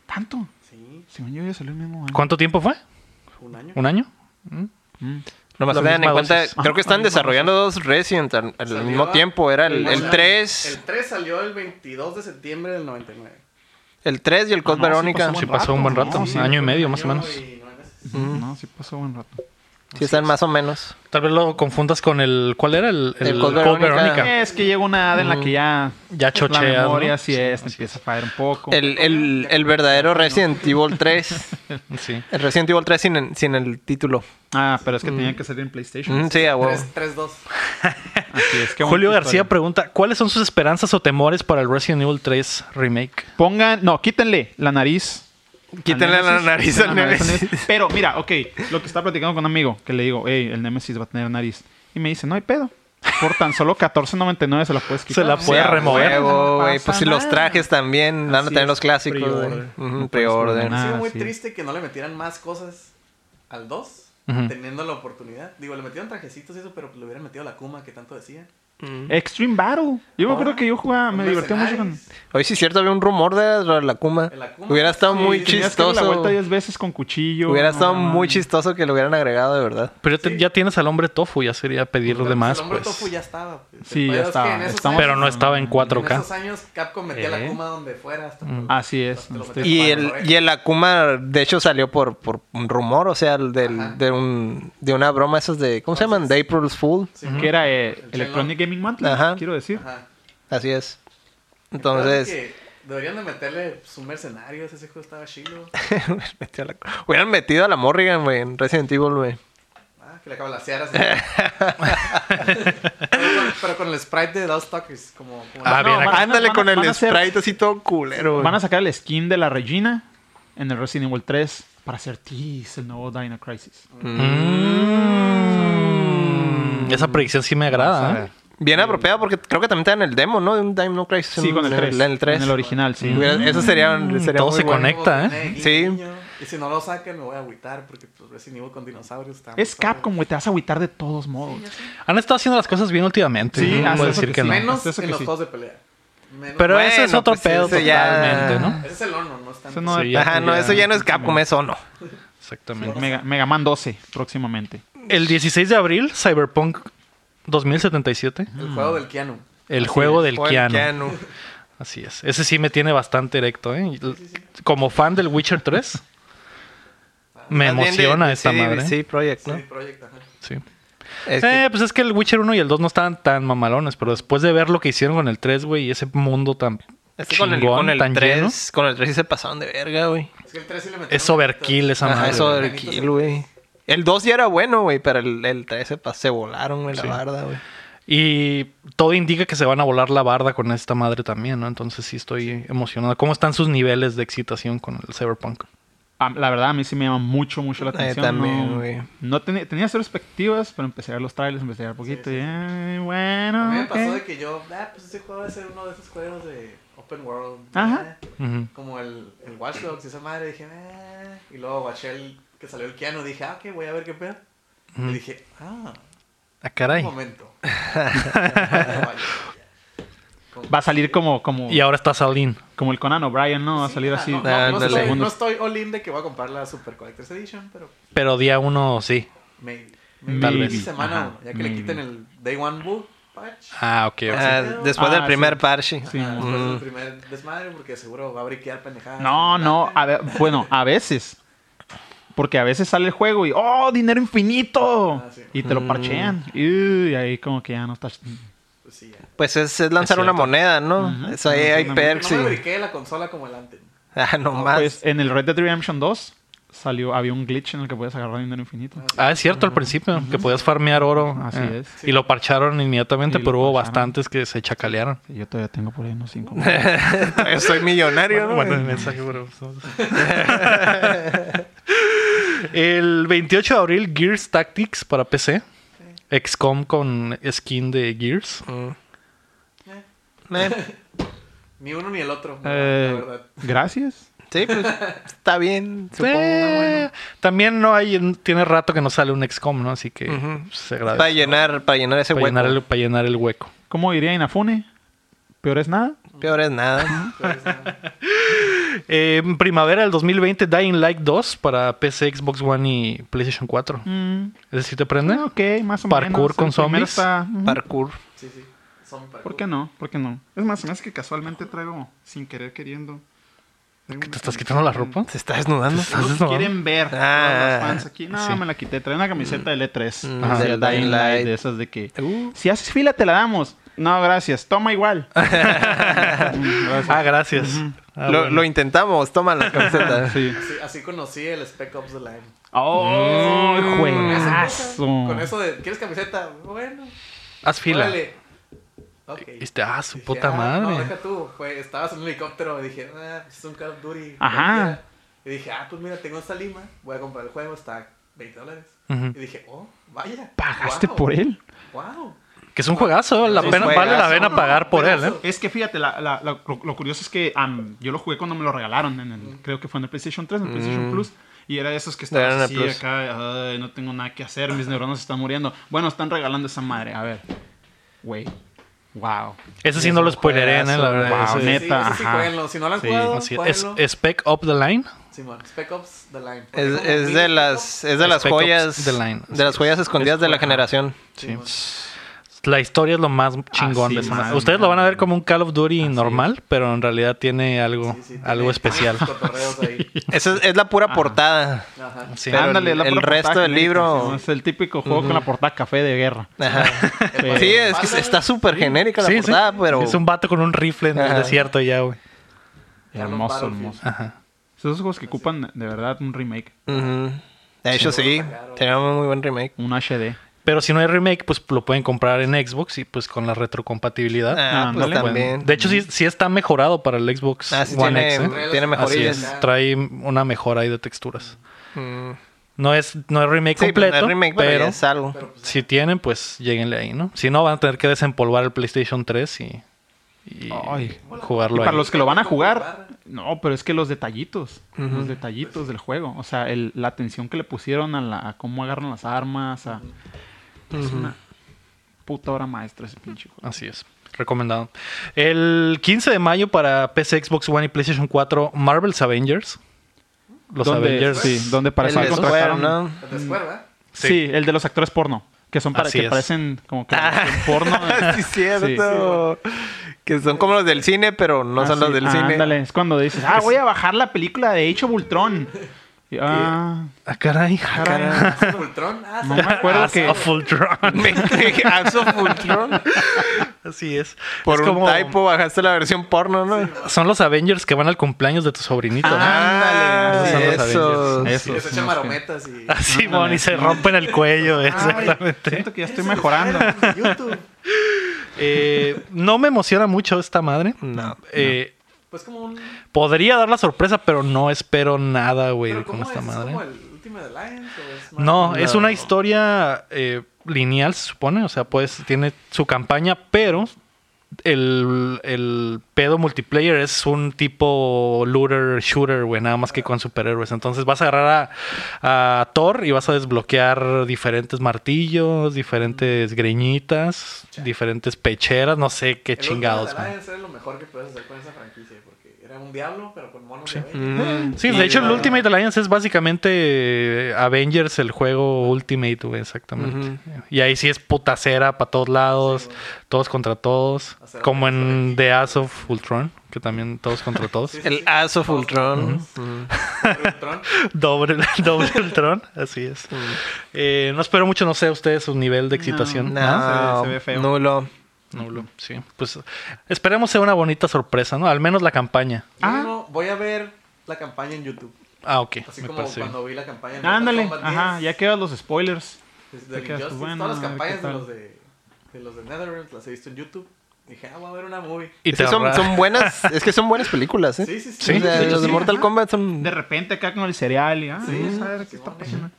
[SPEAKER 3] ¿Tanto?
[SPEAKER 4] Sí,
[SPEAKER 3] Según yo, ya salió el mismo año.
[SPEAKER 1] ¿Cuánto tiempo fue?
[SPEAKER 4] un año.
[SPEAKER 1] ¿Un año?
[SPEAKER 3] Mm.
[SPEAKER 2] Nomás
[SPEAKER 1] La
[SPEAKER 2] tengan en
[SPEAKER 1] misma
[SPEAKER 2] cuenta,
[SPEAKER 1] dosis.
[SPEAKER 2] creo que están desarrollando dos Resident al, al
[SPEAKER 4] Salió
[SPEAKER 2] mismo tiempo. Era el, el
[SPEAKER 4] salió-
[SPEAKER 2] 3,
[SPEAKER 4] El 3 salió el 22 de septiembre del 99.
[SPEAKER 2] el 3 y el
[SPEAKER 3] Ah, no,
[SPEAKER 2] Code
[SPEAKER 3] sí
[SPEAKER 2] Verónica.
[SPEAKER 3] pasó
[SPEAKER 1] Sí,
[SPEAKER 3] Buen
[SPEAKER 1] pasó un buen
[SPEAKER 3] rato,
[SPEAKER 1] rato,
[SPEAKER 3] ¿no? Sí,
[SPEAKER 1] año y
[SPEAKER 4] Fue
[SPEAKER 1] medio
[SPEAKER 4] un
[SPEAKER 1] más o
[SPEAKER 4] año
[SPEAKER 1] menos.
[SPEAKER 4] y nueve meses.
[SPEAKER 1] Mm.
[SPEAKER 3] No, sí pasó buen rato.
[SPEAKER 2] Sí, están más o menos.
[SPEAKER 1] Tal vez lo confundas con el. ¿Cuál era? El, el,
[SPEAKER 2] El Code
[SPEAKER 1] Code
[SPEAKER 2] Verónica.
[SPEAKER 1] Verónica.
[SPEAKER 3] Es que llega una edad en la que ya
[SPEAKER 1] Mm. Ya
[SPEAKER 3] la
[SPEAKER 1] chocheas.
[SPEAKER 3] memoria
[SPEAKER 1] ¿no?
[SPEAKER 3] así es, te empieza a fallar un poco.
[SPEAKER 2] El, el, el verdadero Resident Evil 3.
[SPEAKER 1] Sí.
[SPEAKER 2] El Resident Evil 3 sin, el- sin el título.
[SPEAKER 3] Ah, pero es
[SPEAKER 1] Mm.
[SPEAKER 3] que tenía que salir en PlayStation.
[SPEAKER 2] Mm, Sí, a huevo.
[SPEAKER 4] 3 3-2.
[SPEAKER 3] Así es. qué bonita
[SPEAKER 1] Julio García
[SPEAKER 3] historia.
[SPEAKER 1] pregunta: ¿Cuáles son sus esperanzas o temores para el Resident Evil 3 Remake?
[SPEAKER 3] Pongan, no, quítenle la nariz.
[SPEAKER 2] Quítenle
[SPEAKER 3] al
[SPEAKER 2] la
[SPEAKER 3] Nemesis,
[SPEAKER 2] nariz al
[SPEAKER 3] quítenle la nariz
[SPEAKER 2] Nemesis.
[SPEAKER 3] Pero mira, ok, lo que estaba platicando con un amigo, que le digo, hey, el Nemesis va a tener nariz. Y me dice, no hay pedo. Por tan solo 14.99 se la puedes quitar.
[SPEAKER 1] Se la puede
[SPEAKER 2] Sí, a
[SPEAKER 1] remover.
[SPEAKER 2] huevo, güey.
[SPEAKER 3] No
[SPEAKER 2] Pues
[SPEAKER 3] pasa
[SPEAKER 2] si los
[SPEAKER 3] nada.
[SPEAKER 2] trajes también van a
[SPEAKER 3] Así
[SPEAKER 2] tener
[SPEAKER 3] es,
[SPEAKER 2] los clásicos. güey.
[SPEAKER 3] pre-order.
[SPEAKER 2] Ujú,
[SPEAKER 3] No puedes
[SPEAKER 2] pre-order.
[SPEAKER 3] ordenar.
[SPEAKER 4] Ha
[SPEAKER 3] Ah,
[SPEAKER 4] sido muy
[SPEAKER 3] sí.
[SPEAKER 4] triste que no le metieran más cosas al 2,
[SPEAKER 1] Ujú.
[SPEAKER 4] teniendo la oportunidad. Digo, le metieron trajecitos y eso, pero le hubieran metido la Kuma que tanto decía.
[SPEAKER 3] Extreme Battle. Yo me acuerdo que yo jugaba, Ah, me
[SPEAKER 4] Los
[SPEAKER 3] divertía mucho con...
[SPEAKER 4] mercenarios.
[SPEAKER 2] Hoy sí es cierto, había un rumor de la- la Kuma.
[SPEAKER 4] El Akuma.
[SPEAKER 2] Hubiera estado
[SPEAKER 4] Sí,
[SPEAKER 2] muy
[SPEAKER 3] Tenías que darle la
[SPEAKER 2] chistoso.
[SPEAKER 3] vuelta 10 veces con cuchillo.
[SPEAKER 2] Hubiera
[SPEAKER 3] no,
[SPEAKER 2] estado
[SPEAKER 3] no,
[SPEAKER 2] muy
[SPEAKER 3] no.
[SPEAKER 2] chistoso que lo hubieran agregado, de verdad.
[SPEAKER 1] Pero ya, te- ya tienes al hombre tofu, ya sería pedir lo
[SPEAKER 4] Pero, pues,
[SPEAKER 1] demás.
[SPEAKER 4] El hombre
[SPEAKER 1] Pues.
[SPEAKER 4] tofu ya estaba. pues.
[SPEAKER 3] Sí,
[SPEAKER 4] El
[SPEAKER 3] ya
[SPEAKER 4] pedo es que
[SPEAKER 3] estaba.
[SPEAKER 4] en esos
[SPEAKER 3] Estamos-
[SPEAKER 4] años-
[SPEAKER 1] Pero no estaba en
[SPEAKER 4] En esos
[SPEAKER 1] 4K.
[SPEAKER 4] años Capcom metía
[SPEAKER 1] ¿Eh?
[SPEAKER 4] la Kuma donde fuera. Hasta
[SPEAKER 3] Mm. Así es.
[SPEAKER 4] hasta lo
[SPEAKER 3] Este-
[SPEAKER 4] metía
[SPEAKER 2] Y
[SPEAKER 4] para
[SPEAKER 2] el,
[SPEAKER 4] correr.
[SPEAKER 2] y el Akuma, de hecho, salió por, por un rumor, o sea, el
[SPEAKER 4] Ajá.
[SPEAKER 2] del, de, un, de una broma esas de... ¿Cómo se llaman? De April's Fool.
[SPEAKER 4] Sí.
[SPEAKER 3] Que era eh,
[SPEAKER 4] El
[SPEAKER 3] Electronic Gaming Monthly,
[SPEAKER 2] Ajá.
[SPEAKER 3] quiero decir.
[SPEAKER 4] Ajá.
[SPEAKER 2] Así es.
[SPEAKER 4] Creo
[SPEAKER 2] Entonces,
[SPEAKER 4] que deberían de meterle pues, un mercenario. Ese juego estaba chido.
[SPEAKER 2] metió a la- hubieran metido a la Morrigan, güey, en Resident Evil, güey.
[SPEAKER 4] Ah, que le cabalacearas. ¿no? pero, con, pero con el sprite de Dos Talkers. Como, como
[SPEAKER 1] Ah,
[SPEAKER 4] la-
[SPEAKER 1] bien,
[SPEAKER 3] van a-
[SPEAKER 2] Ándale
[SPEAKER 3] van a-
[SPEAKER 2] con
[SPEAKER 3] van a
[SPEAKER 2] el
[SPEAKER 3] hacer-
[SPEAKER 2] sprite así todo culero, güey.
[SPEAKER 3] Van a sacar el skin de la Regina en el Resident Evil 3 para hacer tease el nuevo Dino Crisis.
[SPEAKER 1] Mm. Esa predicción sí me
[SPEAKER 3] Vamos a
[SPEAKER 1] agrada.
[SPEAKER 3] ver.
[SPEAKER 1] ¿eh?
[SPEAKER 2] Bien apropiada porque creo que también está en el demo, ¿no? De un Dime No Crisis.
[SPEAKER 3] Sí,
[SPEAKER 2] en-
[SPEAKER 3] con el 3.
[SPEAKER 2] En el 3.
[SPEAKER 3] En el original, sí. Mm,
[SPEAKER 2] Hubiera- Eso sería, sería
[SPEAKER 1] todo
[SPEAKER 2] muy
[SPEAKER 1] se
[SPEAKER 2] bueno.
[SPEAKER 1] conecta. ¿eh?
[SPEAKER 4] Guiño,
[SPEAKER 2] Sí.
[SPEAKER 4] guiño. Y si no lo sacan, me voy a agüitar. Porque pues, Resident Evil con dinosaurios está.
[SPEAKER 3] Es
[SPEAKER 4] está-
[SPEAKER 3] Capcom, güey. Te vas a agüitar de todos modos.
[SPEAKER 1] Han estado haciendo las cosas bien últimamente.
[SPEAKER 3] Sí,
[SPEAKER 1] no
[SPEAKER 3] hasta
[SPEAKER 1] puedo
[SPEAKER 3] eso
[SPEAKER 1] decir
[SPEAKER 3] que
[SPEAKER 1] que
[SPEAKER 3] sí.
[SPEAKER 1] no.
[SPEAKER 4] Menos
[SPEAKER 3] eso que
[SPEAKER 4] en los
[SPEAKER 3] sí.
[SPEAKER 4] juegos de pelea. Menos-
[SPEAKER 1] Pero ese es
[SPEAKER 2] Bueno,
[SPEAKER 1] otro
[SPEAKER 2] pues,
[SPEAKER 1] pedo
[SPEAKER 2] ese ya-
[SPEAKER 1] totalmente, ¿no?
[SPEAKER 4] Ese es el Ono, no es tanto.
[SPEAKER 3] Ese no-
[SPEAKER 1] Sí,
[SPEAKER 2] Ajá, no, eso ya no es Capcom,
[SPEAKER 3] últimamente.
[SPEAKER 2] es Ono.
[SPEAKER 1] Exactamente.
[SPEAKER 3] Mega, Mega Man 12 próximamente.
[SPEAKER 1] El 16 de abril, Cyberpunk 2077.
[SPEAKER 4] El juego del Keanu.
[SPEAKER 1] El juego del
[SPEAKER 2] Juan
[SPEAKER 1] Keanu.
[SPEAKER 2] Keanu.
[SPEAKER 1] Así es. Ese sí me tiene bastante erecto, ¿eh? Como fan del Witcher 3, me
[SPEAKER 2] Más bien de-
[SPEAKER 1] emociona
[SPEAKER 2] de
[SPEAKER 1] esta
[SPEAKER 2] CD,
[SPEAKER 1] madre. Sí.
[SPEAKER 2] Sí, Project,
[SPEAKER 4] Sí,
[SPEAKER 2] ¿no?
[SPEAKER 4] Project, ajá.
[SPEAKER 2] Es
[SPEAKER 1] Eh,
[SPEAKER 2] que-
[SPEAKER 1] pues es que el Witcher 1 y el 2 no estaban tan mamalones, pero después de ver lo que hicieron con el 3, güey, y ese mundo tan
[SPEAKER 2] es que con
[SPEAKER 1] chingón,
[SPEAKER 2] el, con el
[SPEAKER 1] tan
[SPEAKER 2] 3,
[SPEAKER 1] lleno,
[SPEAKER 2] con el 3 sí se pasaron de verga, güey.
[SPEAKER 4] Es que el 3 sí le metieron
[SPEAKER 1] es overkill esa
[SPEAKER 2] Ajá,
[SPEAKER 1] madre.
[SPEAKER 2] eso
[SPEAKER 1] güey.
[SPEAKER 2] del kill, güey. El 2 ya era bueno, güey, pero el, el 3 se, pas- se volaron, güey, la
[SPEAKER 1] Sí.
[SPEAKER 2] barda, güey.
[SPEAKER 1] Y todo indica que se van a volar la barda con esta madre también, ¿no? Entonces sí estoy emocionado. ¿Cómo están sus niveles de excitación con el Cyberpunk?
[SPEAKER 3] Ah, la verdad, a mí sí me llama mucho, mucho la
[SPEAKER 2] Eh,
[SPEAKER 3] atención.
[SPEAKER 2] también,
[SPEAKER 3] no-
[SPEAKER 2] güey.
[SPEAKER 3] no tenía- tenía cero expectativas, pero empecé a ver los trailers, empecé a ver poquito.
[SPEAKER 4] Sí, sí.
[SPEAKER 3] y, ay,
[SPEAKER 4] A
[SPEAKER 3] bueno.
[SPEAKER 4] mí me
[SPEAKER 3] ok.
[SPEAKER 4] pasó de que yo, ah, pues este juego va a ser uno de esos juegos de open world.
[SPEAKER 3] Ajá.
[SPEAKER 4] eh,
[SPEAKER 1] Ujú.
[SPEAKER 4] Como el, el Watch Dogs y esa madre, dije, ah. Y luego watché el que salió el Keanu, dije, ah, ok, voy a ver qué pedo. Y dije, ah,
[SPEAKER 1] Ah,
[SPEAKER 4] un
[SPEAKER 1] caray.
[SPEAKER 4] momento.
[SPEAKER 3] Va a salir como, como,
[SPEAKER 1] Y ahora está Salín.
[SPEAKER 3] como el Conan O'Brien, ¿no? Va a salir así.
[SPEAKER 4] No, no,
[SPEAKER 2] Ah,
[SPEAKER 4] no
[SPEAKER 2] ándale.
[SPEAKER 4] estoy, no
[SPEAKER 3] Segundos.
[SPEAKER 4] estoy all in de que voy a comprar la Super Collector's Edition, pero
[SPEAKER 1] Pero día uno sí.
[SPEAKER 4] maybe.
[SPEAKER 1] Tal
[SPEAKER 4] maybe
[SPEAKER 1] vez.
[SPEAKER 4] semana
[SPEAKER 3] Ajá,
[SPEAKER 4] uno, ya que le
[SPEAKER 3] maybe.
[SPEAKER 4] quiten el Day One Book patch.
[SPEAKER 1] Ah, ok. ok.
[SPEAKER 2] Ah, después
[SPEAKER 3] Ah,
[SPEAKER 2] del primer
[SPEAKER 3] sí.
[SPEAKER 2] parche.
[SPEAKER 3] Sí.
[SPEAKER 4] Ah, después
[SPEAKER 2] Mm.
[SPEAKER 4] del primer desmadre, porque seguro va a briquear pendejadas.
[SPEAKER 3] No, no, a ver, bueno, a veces. Porque a veces sale el juego y ¡oh, dinero infinito!
[SPEAKER 4] Ah, sí. Mm.
[SPEAKER 3] Y te lo parchean. Y ahí como que ya no estás...
[SPEAKER 4] Pues sí, ya.
[SPEAKER 2] Pues es, es lanzar una
[SPEAKER 1] cierto.
[SPEAKER 2] moneda, ¿no?
[SPEAKER 3] Ujú.
[SPEAKER 2] Eso ahí hay
[SPEAKER 3] No,
[SPEAKER 2] perks.
[SPEAKER 4] No me
[SPEAKER 2] y-
[SPEAKER 4] briqué la consola como el antes.
[SPEAKER 2] Ah, no más.
[SPEAKER 3] Pues en el Red Dead Redemption 2 salió, había un glitch en el que podías agarrar dinero infinito.
[SPEAKER 1] Ah, es cierto, al principio, que podías farmear oro.
[SPEAKER 4] Ah,
[SPEAKER 3] Así
[SPEAKER 1] eh,
[SPEAKER 3] es.
[SPEAKER 1] Y lo parcharon inmediatamente,
[SPEAKER 3] Sí, Ah, lo
[SPEAKER 1] pero hubo
[SPEAKER 3] parcharon.
[SPEAKER 1] bastantes que se chacalearon.
[SPEAKER 3] Sí, yo todavía tengo por ahí unos 5.
[SPEAKER 2] Yo soy millonario, ¿no?
[SPEAKER 1] Bueno, el mensaje, bro. el 28 de abril, Gears Tactics para PC. XCOM con skin de Gears.
[SPEAKER 2] Mm. Eh,
[SPEAKER 4] Ni uno ni el otro,
[SPEAKER 3] Eh.
[SPEAKER 4] la verdad.
[SPEAKER 3] gracias.
[SPEAKER 2] sí, pues está bien, supongo. ah,
[SPEAKER 1] Eh, También no hay, tiene rato que no sale un XCOM, ¿no? Así que pues,
[SPEAKER 2] Ujú.
[SPEAKER 1] se
[SPEAKER 2] Para
[SPEAKER 1] agradece.
[SPEAKER 2] llenar, para llenar ese
[SPEAKER 1] Para
[SPEAKER 2] hueco.
[SPEAKER 1] llenar, el, para llenar el hueco.
[SPEAKER 3] ¿Cómo diría Inafune? ¿Peor es nada?
[SPEAKER 2] Peor es nada.
[SPEAKER 4] Entonces, nada.
[SPEAKER 1] Eh, en primavera del 2020, Dying Light 2 para PC, Xbox One y PlayStation 4.
[SPEAKER 3] Mm,
[SPEAKER 1] ¿Ese sí te prende?
[SPEAKER 3] ah, ok, más o
[SPEAKER 1] Parkour
[SPEAKER 3] menos. El
[SPEAKER 1] con
[SPEAKER 3] primero
[SPEAKER 1] zombies.
[SPEAKER 3] está- mm. ujú.
[SPEAKER 2] Parkour.
[SPEAKER 4] Sí, sí. Son para-
[SPEAKER 3] ¿Por qué no? ¿Por qué no? Es más, más que casualmente traigo, sin querer queriendo... traigo
[SPEAKER 1] ¿Te
[SPEAKER 3] una
[SPEAKER 1] estás quitando la ropa?
[SPEAKER 2] Se está desnudando.
[SPEAKER 1] Se está-
[SPEAKER 3] Los
[SPEAKER 1] desnudando?
[SPEAKER 3] quieren ver
[SPEAKER 2] Ah,
[SPEAKER 3] los fans aquí. No,
[SPEAKER 1] sí.
[SPEAKER 3] me la quité. Trae una camiseta del E3.
[SPEAKER 2] Mm,
[SPEAKER 3] Ajá.
[SPEAKER 2] del
[SPEAKER 3] Del Dying
[SPEAKER 2] Dying
[SPEAKER 3] Light,
[SPEAKER 2] Light.
[SPEAKER 3] De esas de que...
[SPEAKER 2] Uh.
[SPEAKER 3] Si haces fila, te la damos. No, gracias. Toma igual. Mm, gracias.
[SPEAKER 1] Ah, gracias. Ah,
[SPEAKER 2] lo,
[SPEAKER 1] bueno.
[SPEAKER 2] lo intentamos, toma la camiseta.
[SPEAKER 3] Sí.
[SPEAKER 4] Así, así conocí el Spec Ops The Line.
[SPEAKER 3] ¡Oh, juegazo!
[SPEAKER 4] Con eso de, ¿quieres camiseta? Bueno.
[SPEAKER 1] Haz fila.
[SPEAKER 4] órale. Ok.
[SPEAKER 1] Y este, ah, su
[SPEAKER 4] Dije,
[SPEAKER 1] puta
[SPEAKER 4] ah,
[SPEAKER 1] madre.
[SPEAKER 4] No, deja tú. Fue, estabas en un helicóptero. Dije, ah, es un Call of Duty.
[SPEAKER 3] Ajá.
[SPEAKER 4] cualquiera. Y dije, ah, pues mira, tengo esta lima. Voy a comprar el juego. Está 20 dólares.
[SPEAKER 1] Ujú.
[SPEAKER 4] Y dije, oh, vaya.
[SPEAKER 3] ¿Pagaste
[SPEAKER 4] wow,
[SPEAKER 3] por él?
[SPEAKER 4] Wow.
[SPEAKER 1] Que es un juegazo, la
[SPEAKER 2] Es un
[SPEAKER 1] pena, vale la
[SPEAKER 2] juegazo.
[SPEAKER 1] pena pagar por él, ¿eh?
[SPEAKER 4] Juegazo.
[SPEAKER 3] Es que fíjate, la- la- la- lo, lo curioso es que am, yo lo jugué cuando me lo regalaron. En el, Creo que fue en el PlayStation 3, en el PlayStation Plus. Y era Mm. de esos que
[SPEAKER 2] Era en
[SPEAKER 3] estaban
[SPEAKER 2] el
[SPEAKER 3] así
[SPEAKER 2] Plus.
[SPEAKER 3] acá. "Ay, no tengo nada que hacer, mis neuronas se están muriendo. Bueno, están regalando esa madre. A ver. Güey. Wow.
[SPEAKER 1] Ese sí no lo spoileré, ¿eh? La verdad.
[SPEAKER 3] Wow,
[SPEAKER 1] ese-
[SPEAKER 3] neta,
[SPEAKER 4] Sí, ese sí,
[SPEAKER 3] ajá.
[SPEAKER 4] jueguenlo. Si no lo han
[SPEAKER 3] Sí,
[SPEAKER 4] jugado,
[SPEAKER 1] así es.
[SPEAKER 4] jueguenlo.
[SPEAKER 1] Es- Spec Up the Line.
[SPEAKER 4] Simón, Spec Ops The Line. Porque
[SPEAKER 2] Es,
[SPEAKER 4] como
[SPEAKER 2] es
[SPEAKER 4] mini
[SPEAKER 2] de
[SPEAKER 4] Spec
[SPEAKER 2] las, es de las
[SPEAKER 1] Spec Ops
[SPEAKER 2] joyas,
[SPEAKER 1] The Line.
[SPEAKER 2] de las joyas escondidas de la generación.
[SPEAKER 4] Ops, Simón.
[SPEAKER 1] Sí. La historia es lo más chingón
[SPEAKER 3] Así
[SPEAKER 1] de esa
[SPEAKER 3] más,
[SPEAKER 1] madre. Ustedes lo van a ver como un Call of Duty
[SPEAKER 3] Así
[SPEAKER 1] normal, pero en realidad tiene algo,
[SPEAKER 4] Sí, sí, tiene-
[SPEAKER 1] algo
[SPEAKER 4] tiene
[SPEAKER 1] especial.
[SPEAKER 4] sus cotorreos ahí.
[SPEAKER 2] Esa es, es la pura portada.
[SPEAKER 4] Ajá.
[SPEAKER 1] Sí.
[SPEAKER 2] Pero
[SPEAKER 3] Ándale,
[SPEAKER 2] el-
[SPEAKER 3] la
[SPEAKER 2] el
[SPEAKER 3] pura
[SPEAKER 2] resto
[SPEAKER 3] portada
[SPEAKER 2] del
[SPEAKER 3] genérica,
[SPEAKER 2] libro-
[SPEAKER 3] sí, ¿no? Es el típico juego con la portada café de guerra.
[SPEAKER 2] Ajá.
[SPEAKER 3] Pero-
[SPEAKER 2] Sí, es que está súper genérica la
[SPEAKER 1] Sí, sí.
[SPEAKER 2] portada, pero.
[SPEAKER 1] Es un vato con un rifle en el
[SPEAKER 2] Ajá.
[SPEAKER 1] desierto ya, güey.
[SPEAKER 3] Hermoso, hermoso.
[SPEAKER 1] Ajá.
[SPEAKER 3] Esos juegos que ocupan de verdad un remake,
[SPEAKER 2] Ujú. De hecho, sí. Tenemos un muy buen remake.
[SPEAKER 3] un HD.
[SPEAKER 1] Pero si no hay remake, pues lo pueden comprar en Xbox y pues con la retrocompatibilidad.
[SPEAKER 2] Ah, pues
[SPEAKER 3] ándale.
[SPEAKER 2] también.
[SPEAKER 1] De hecho, sí, sí está mejorado para el Xbox
[SPEAKER 2] Ah, sí,
[SPEAKER 1] One
[SPEAKER 2] tiene,
[SPEAKER 1] X. ¿eh?
[SPEAKER 2] tiene
[SPEAKER 1] Así
[SPEAKER 2] mejorillas.
[SPEAKER 1] es, trae una mejora ahí de texturas.
[SPEAKER 2] Mm.
[SPEAKER 1] No es, no es remake
[SPEAKER 2] Sí, pues,
[SPEAKER 1] completo,
[SPEAKER 2] no es remake, pero,
[SPEAKER 1] pero
[SPEAKER 2] ya es algo.
[SPEAKER 1] si tienen, pues lleguenle ahí, ¿no? Si no, van a tener que desempolvar el PlayStation 3 y, y
[SPEAKER 3] Ay. Y
[SPEAKER 1] jugarlo
[SPEAKER 3] para
[SPEAKER 1] ahí.
[SPEAKER 3] los que lo van a jugar, no, pero es que los detallitos, los detallitos del juego, o sea, el- la atención que le pusieron a, la, a cómo agarran las armas, a, es una puta obra maestra ese pinche juego.
[SPEAKER 1] Así es. Recomendado. El 15 de mayo para PC, Xbox One y PlayStation 4, Marvel's Avengers. Los
[SPEAKER 3] Donde-
[SPEAKER 1] Avengers.
[SPEAKER 3] sí, donde parece
[SPEAKER 2] El
[SPEAKER 3] que
[SPEAKER 2] de
[SPEAKER 3] contrataron.
[SPEAKER 2] Square, ¿no?
[SPEAKER 4] ¿Te acuerdas?
[SPEAKER 1] Sí.
[SPEAKER 3] Sí. el de los actores porno, que son para
[SPEAKER 1] Así
[SPEAKER 3] que
[SPEAKER 1] es.
[SPEAKER 3] parecen como que porno.
[SPEAKER 2] Ah, sí, cierto. Que son como los del cine, pero no son
[SPEAKER 3] Ah,
[SPEAKER 2] los
[SPEAKER 3] sí.
[SPEAKER 2] del
[SPEAKER 3] Ah,
[SPEAKER 2] cine.
[SPEAKER 3] Ándale, es cuando dices, ah, voy a bajar la película de Hecho Bultrón. Y, ah,
[SPEAKER 1] Ah, caray.
[SPEAKER 3] caray,
[SPEAKER 4] Ultron. Ah,
[SPEAKER 3] no me acuerdo
[SPEAKER 1] As
[SPEAKER 3] que...
[SPEAKER 1] of Ultron.
[SPEAKER 2] Axe of Ultron.
[SPEAKER 1] Así es.
[SPEAKER 2] Por
[SPEAKER 1] Es
[SPEAKER 2] un typo bajaste la versión porno, ¿no?
[SPEAKER 1] Son los Avengers que van al cumpleaños de tu sobrinito. ¿no?
[SPEAKER 2] Ah,
[SPEAKER 1] Esos son los
[SPEAKER 2] esos.
[SPEAKER 1] Avengers.
[SPEAKER 3] Esos,
[SPEAKER 4] se echan
[SPEAKER 3] unos que-
[SPEAKER 4] marometas y.
[SPEAKER 1] Ah, Simón, y se rompen el
[SPEAKER 2] Ah,
[SPEAKER 1] cuello, exactamente.
[SPEAKER 3] Ah, Siento que ya estoy mejorando.
[SPEAKER 4] YouTube.
[SPEAKER 1] Eh, no me emociona mucho esta madre.
[SPEAKER 2] No.
[SPEAKER 1] Eh,
[SPEAKER 4] Pues como un.
[SPEAKER 1] Podría dar la sorpresa, pero no espero nada, güey, de
[SPEAKER 4] ¿Pero
[SPEAKER 1] cómo
[SPEAKER 4] cómo es?
[SPEAKER 1] esta
[SPEAKER 4] ¿Es
[SPEAKER 1] madre.
[SPEAKER 4] como el Ultimate Alliance? o es más-
[SPEAKER 1] No, es
[SPEAKER 2] No.
[SPEAKER 1] una historia eh, lineal, se supone. O sea, pues tiene su campaña, pero el, el pedo multiplayer es un tipo looter, shooter, güey, nada más que con superhéroes. Entonces vas a agarrar a, a Thor y vas a desbloquear diferentes martillos, diferentes greñitas, diferentes pecheras, no sé qué
[SPEAKER 4] El
[SPEAKER 1] chingados,
[SPEAKER 4] Ultimate
[SPEAKER 1] güey.
[SPEAKER 4] Alliance era lo mejor que puedes hacer con esa franquicia. Porque era un diablo, pero con monos de Avengers.
[SPEAKER 2] Mm.
[SPEAKER 1] Sí,
[SPEAKER 2] Y
[SPEAKER 1] de hecho el
[SPEAKER 2] la-
[SPEAKER 1] Ultimate Alliance es básicamente eh, Avengers, el juego Ultimate, güey, exactamente. Y ahí sí es putacera para todos lados, todos contra todos,
[SPEAKER 4] Hacer
[SPEAKER 1] como en The Ass of Ultron, que también todos contra todos.
[SPEAKER 2] El Axe of Ultron. Mm.
[SPEAKER 4] Ultron.
[SPEAKER 1] doble, doble Ultron, así es. Eh, no espero mucho, no sé, ustedes su nivel de excitación.
[SPEAKER 3] No.
[SPEAKER 2] No,
[SPEAKER 3] Se- se ve feo.
[SPEAKER 2] nulo.
[SPEAKER 1] Nulo, sí. Pues esperemos sea una bonita sorpresa, ¿no? Al menos la campaña.
[SPEAKER 3] Ah.
[SPEAKER 4] Ah. voy a ver la campaña en YouTube.
[SPEAKER 1] Ah, ok,
[SPEAKER 4] Así
[SPEAKER 1] me
[SPEAKER 4] como
[SPEAKER 1] parece bien.
[SPEAKER 4] cuando vi la campaña en
[SPEAKER 3] Ándale,
[SPEAKER 4] Mortal Kombat
[SPEAKER 3] ajá,
[SPEAKER 4] 10,
[SPEAKER 3] ya quedan los spoilers.
[SPEAKER 4] desde
[SPEAKER 3] ya
[SPEAKER 4] el
[SPEAKER 3] quedas tú,
[SPEAKER 4] Injustice,
[SPEAKER 3] bueno,
[SPEAKER 4] todas las
[SPEAKER 3] a ver qué
[SPEAKER 4] campañas de
[SPEAKER 3] tal.
[SPEAKER 4] los de, de los de Netherlands las he visto en YouTube. Dije, ah, voy a ver una movie.
[SPEAKER 1] Y
[SPEAKER 2] Es
[SPEAKER 1] te
[SPEAKER 2] que son,
[SPEAKER 1] ahorra-
[SPEAKER 2] son buenas, es que son buenas películas, ¿eh?
[SPEAKER 4] Sí, sí, sí.
[SPEAKER 1] Sí,
[SPEAKER 2] O sea,
[SPEAKER 1] de hecho,
[SPEAKER 2] los de
[SPEAKER 3] sí,
[SPEAKER 2] Mortal
[SPEAKER 3] ajá.
[SPEAKER 2] Kombat son.
[SPEAKER 3] De repente acá con el cereal y ah, vamos a ver qué está
[SPEAKER 4] Simón.
[SPEAKER 3] pasando.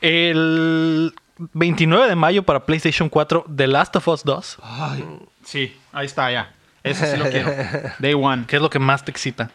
[SPEAKER 1] El 29 de mayo para PlayStation 4, The Last of Us 2.
[SPEAKER 2] Ah.
[SPEAKER 3] Sí, ahí está, ya. Eso sí lo quiero. Day one.
[SPEAKER 1] ¿Qué es lo que más te excita?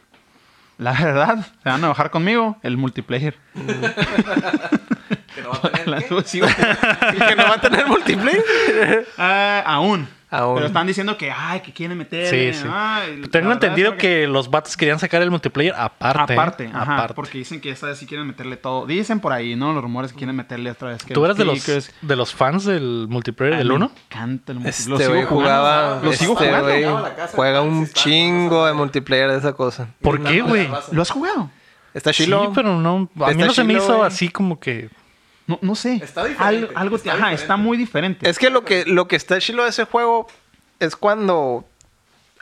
[SPEAKER 3] La verdad, se van a bajar conmigo el multiplayer.
[SPEAKER 4] Que no va a tener
[SPEAKER 3] La-
[SPEAKER 4] ¿qué?
[SPEAKER 3] sí, güey.
[SPEAKER 2] que no va a tener multiplayer.
[SPEAKER 3] Ah, aún.
[SPEAKER 2] Aún.
[SPEAKER 3] Pero están diciendo que, ay, que quieren meter.
[SPEAKER 1] Sí,
[SPEAKER 3] eh,
[SPEAKER 1] sí.
[SPEAKER 3] ay, la
[SPEAKER 1] Tengo
[SPEAKER 3] verdad
[SPEAKER 1] entendido
[SPEAKER 3] es
[SPEAKER 1] que... los vatos querían sacar el multiplayer aparte. ¿eh?
[SPEAKER 3] Aparte, ajá,
[SPEAKER 1] aparte.
[SPEAKER 3] porque dicen que esta vez sí quieren meterle todo. Dicen por ahí, ¿no? Los rumores que quieren meterle otra vez. que
[SPEAKER 1] ¿Tú eras de los,
[SPEAKER 3] stickers,
[SPEAKER 1] de los fans del multiplayer
[SPEAKER 3] Ay,
[SPEAKER 1] del
[SPEAKER 3] me
[SPEAKER 1] 1?
[SPEAKER 3] encanta el multi- lo
[SPEAKER 2] Este
[SPEAKER 3] sigo
[SPEAKER 2] güey
[SPEAKER 3] jugando.
[SPEAKER 2] jugaba.
[SPEAKER 4] Lo
[SPEAKER 3] sigo
[SPEAKER 2] este
[SPEAKER 3] jugando.
[SPEAKER 2] güey
[SPEAKER 4] Llegaba a la casa,
[SPEAKER 2] juega
[SPEAKER 4] sí,
[SPEAKER 2] un
[SPEAKER 4] está,
[SPEAKER 2] chingo
[SPEAKER 4] está.
[SPEAKER 2] de multiplayer de esa cosa.
[SPEAKER 1] ¿Por qué, güey?
[SPEAKER 4] Raza.
[SPEAKER 3] ¿Lo has jugado?
[SPEAKER 2] Está
[SPEAKER 1] Sí,
[SPEAKER 2] chilo.
[SPEAKER 1] pero no. A mí
[SPEAKER 2] Está
[SPEAKER 1] no se me
[SPEAKER 2] chilo, eh.
[SPEAKER 1] hizo
[SPEAKER 2] güey.
[SPEAKER 1] así como que.
[SPEAKER 3] No, no sé.
[SPEAKER 4] Está diferente,
[SPEAKER 3] Al- algo te-
[SPEAKER 4] está
[SPEAKER 3] ajá, está
[SPEAKER 4] diferente.
[SPEAKER 3] muy diferente.
[SPEAKER 2] Es que lo que lo que está chilo de ese juego es cuando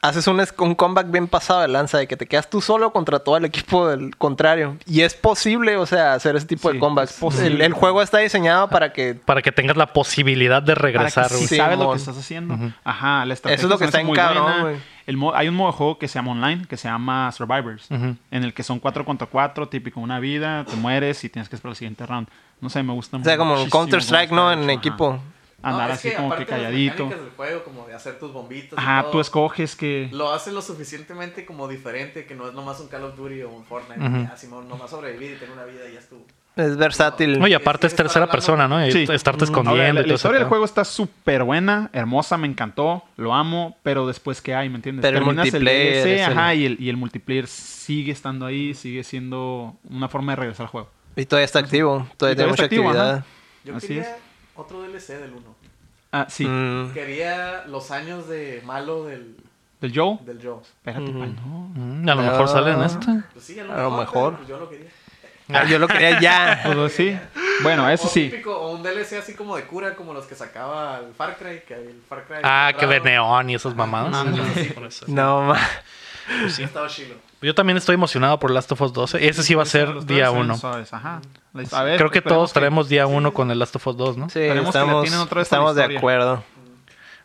[SPEAKER 2] haces un, es- un comeback bien pasado de lanza de que te quedas tú solo contra todo el equipo del contrario y es posible, o sea, hacer ese tipo
[SPEAKER 3] Sí,
[SPEAKER 2] de comebacks.
[SPEAKER 3] es posible.
[SPEAKER 2] El, el juego está diseñado para que
[SPEAKER 1] Para que tengas la posibilidad de
[SPEAKER 3] para
[SPEAKER 1] regresar,
[SPEAKER 3] que
[SPEAKER 1] güey.
[SPEAKER 3] sí
[SPEAKER 2] güey.
[SPEAKER 3] sabes lo
[SPEAKER 2] Simón.
[SPEAKER 3] que estás haciendo. Ajá, la estrategia
[SPEAKER 2] Eso es lo que
[SPEAKER 3] se me hace
[SPEAKER 2] está en
[SPEAKER 3] muy
[SPEAKER 2] cabrón,
[SPEAKER 3] buena.
[SPEAKER 2] güey.
[SPEAKER 3] El mo- hay un modo de juego que se llama online, que se llama Survivors, en el que son 4 contra 4, típico una vida, te mueres y tienes que esperar el siguiente round. No sé, me gusta
[SPEAKER 2] o sea, como un
[SPEAKER 3] muchísimo
[SPEAKER 2] Counter Strike,
[SPEAKER 3] cómo
[SPEAKER 2] ¿no?
[SPEAKER 3] está
[SPEAKER 2] En
[SPEAKER 3] hecho, ajá.
[SPEAKER 2] equipo.
[SPEAKER 3] Andar
[SPEAKER 4] No, es
[SPEAKER 3] así como que
[SPEAKER 4] aparte de las
[SPEAKER 3] calladito.
[SPEAKER 4] mecánicas del juego, como de hacer tus bombitas. y
[SPEAKER 3] Ajá,
[SPEAKER 4] todo,
[SPEAKER 3] tú escoges que...
[SPEAKER 4] Lo hace lo suficientemente como diferente, que no es nomás un Call of Duty o un Fortnite. Así nomás sobrevivir y tener una vida y ya estuvo.
[SPEAKER 2] Es versátil.
[SPEAKER 1] No, y aparte es
[SPEAKER 4] Estar
[SPEAKER 1] tercera
[SPEAKER 4] hablando.
[SPEAKER 1] persona, ¿no? Y
[SPEAKER 3] Sí.
[SPEAKER 1] Estarte
[SPEAKER 3] Mm.
[SPEAKER 1] escondiendo
[SPEAKER 3] Ahora, la,
[SPEAKER 1] y
[SPEAKER 3] la
[SPEAKER 1] todo eso.
[SPEAKER 3] historia del juego está súper buena, hermosa, me encantó, lo amo, pero después que hay, ¿me entiendes?
[SPEAKER 2] Pero el multiplayer
[SPEAKER 3] DLC,
[SPEAKER 2] es el-
[SPEAKER 3] ajá, y, el, y el multiplayer sigue estando ahí, sigue siendo una forma de regresar al juego.
[SPEAKER 2] Y todavía está activo, todavía
[SPEAKER 3] Y todavía
[SPEAKER 2] tiene
[SPEAKER 3] está
[SPEAKER 2] mucha
[SPEAKER 3] activo,
[SPEAKER 2] actividad.
[SPEAKER 3] ajá.
[SPEAKER 4] Yo
[SPEAKER 3] Así
[SPEAKER 4] quería
[SPEAKER 3] es.
[SPEAKER 4] otro DLC del 1.
[SPEAKER 3] Ah, sí.
[SPEAKER 2] Mm.
[SPEAKER 4] Quería los años de malo del,
[SPEAKER 3] ¿Del Joe?
[SPEAKER 4] del Joe.
[SPEAKER 3] Espérate,
[SPEAKER 2] Ujú.
[SPEAKER 3] pal, no.
[SPEAKER 1] Mm, a lo mejor sale
[SPEAKER 2] Ah.
[SPEAKER 1] en este. esta.
[SPEAKER 4] Pues sí, a
[SPEAKER 2] A lo mejor.
[SPEAKER 4] pero, pues, yo lo quería.
[SPEAKER 2] Ah, yo lo quería ya.
[SPEAKER 3] Pues, pues, sí. Bueno, eso
[SPEAKER 4] o
[SPEAKER 3] sí.
[SPEAKER 4] Típico, o un DLC así como de cura, como los que sacaba el Far Cry. Que el Far Cry
[SPEAKER 1] Ah, que de
[SPEAKER 4] veneno.
[SPEAKER 1] neón y esas mamadas.
[SPEAKER 4] no, no.
[SPEAKER 1] Sí, por eso.
[SPEAKER 2] No, ma.
[SPEAKER 4] Sí, estaba chilo.
[SPEAKER 1] Yo también estoy emocionado por Last of Us 12. Ese sí va a ser
[SPEAKER 3] Los
[SPEAKER 1] día
[SPEAKER 3] tres
[SPEAKER 1] 1.
[SPEAKER 3] suaves, Ajá. Les- a ver,
[SPEAKER 1] Creo que
[SPEAKER 3] esperemos
[SPEAKER 1] todos traemos día 1 con el Last of Us 2, ¿no?
[SPEAKER 2] Sí,
[SPEAKER 3] Esperemos que le
[SPEAKER 2] estamos,
[SPEAKER 3] atinen otra vez a la
[SPEAKER 2] estamos de
[SPEAKER 3] historia.
[SPEAKER 2] acuerdo.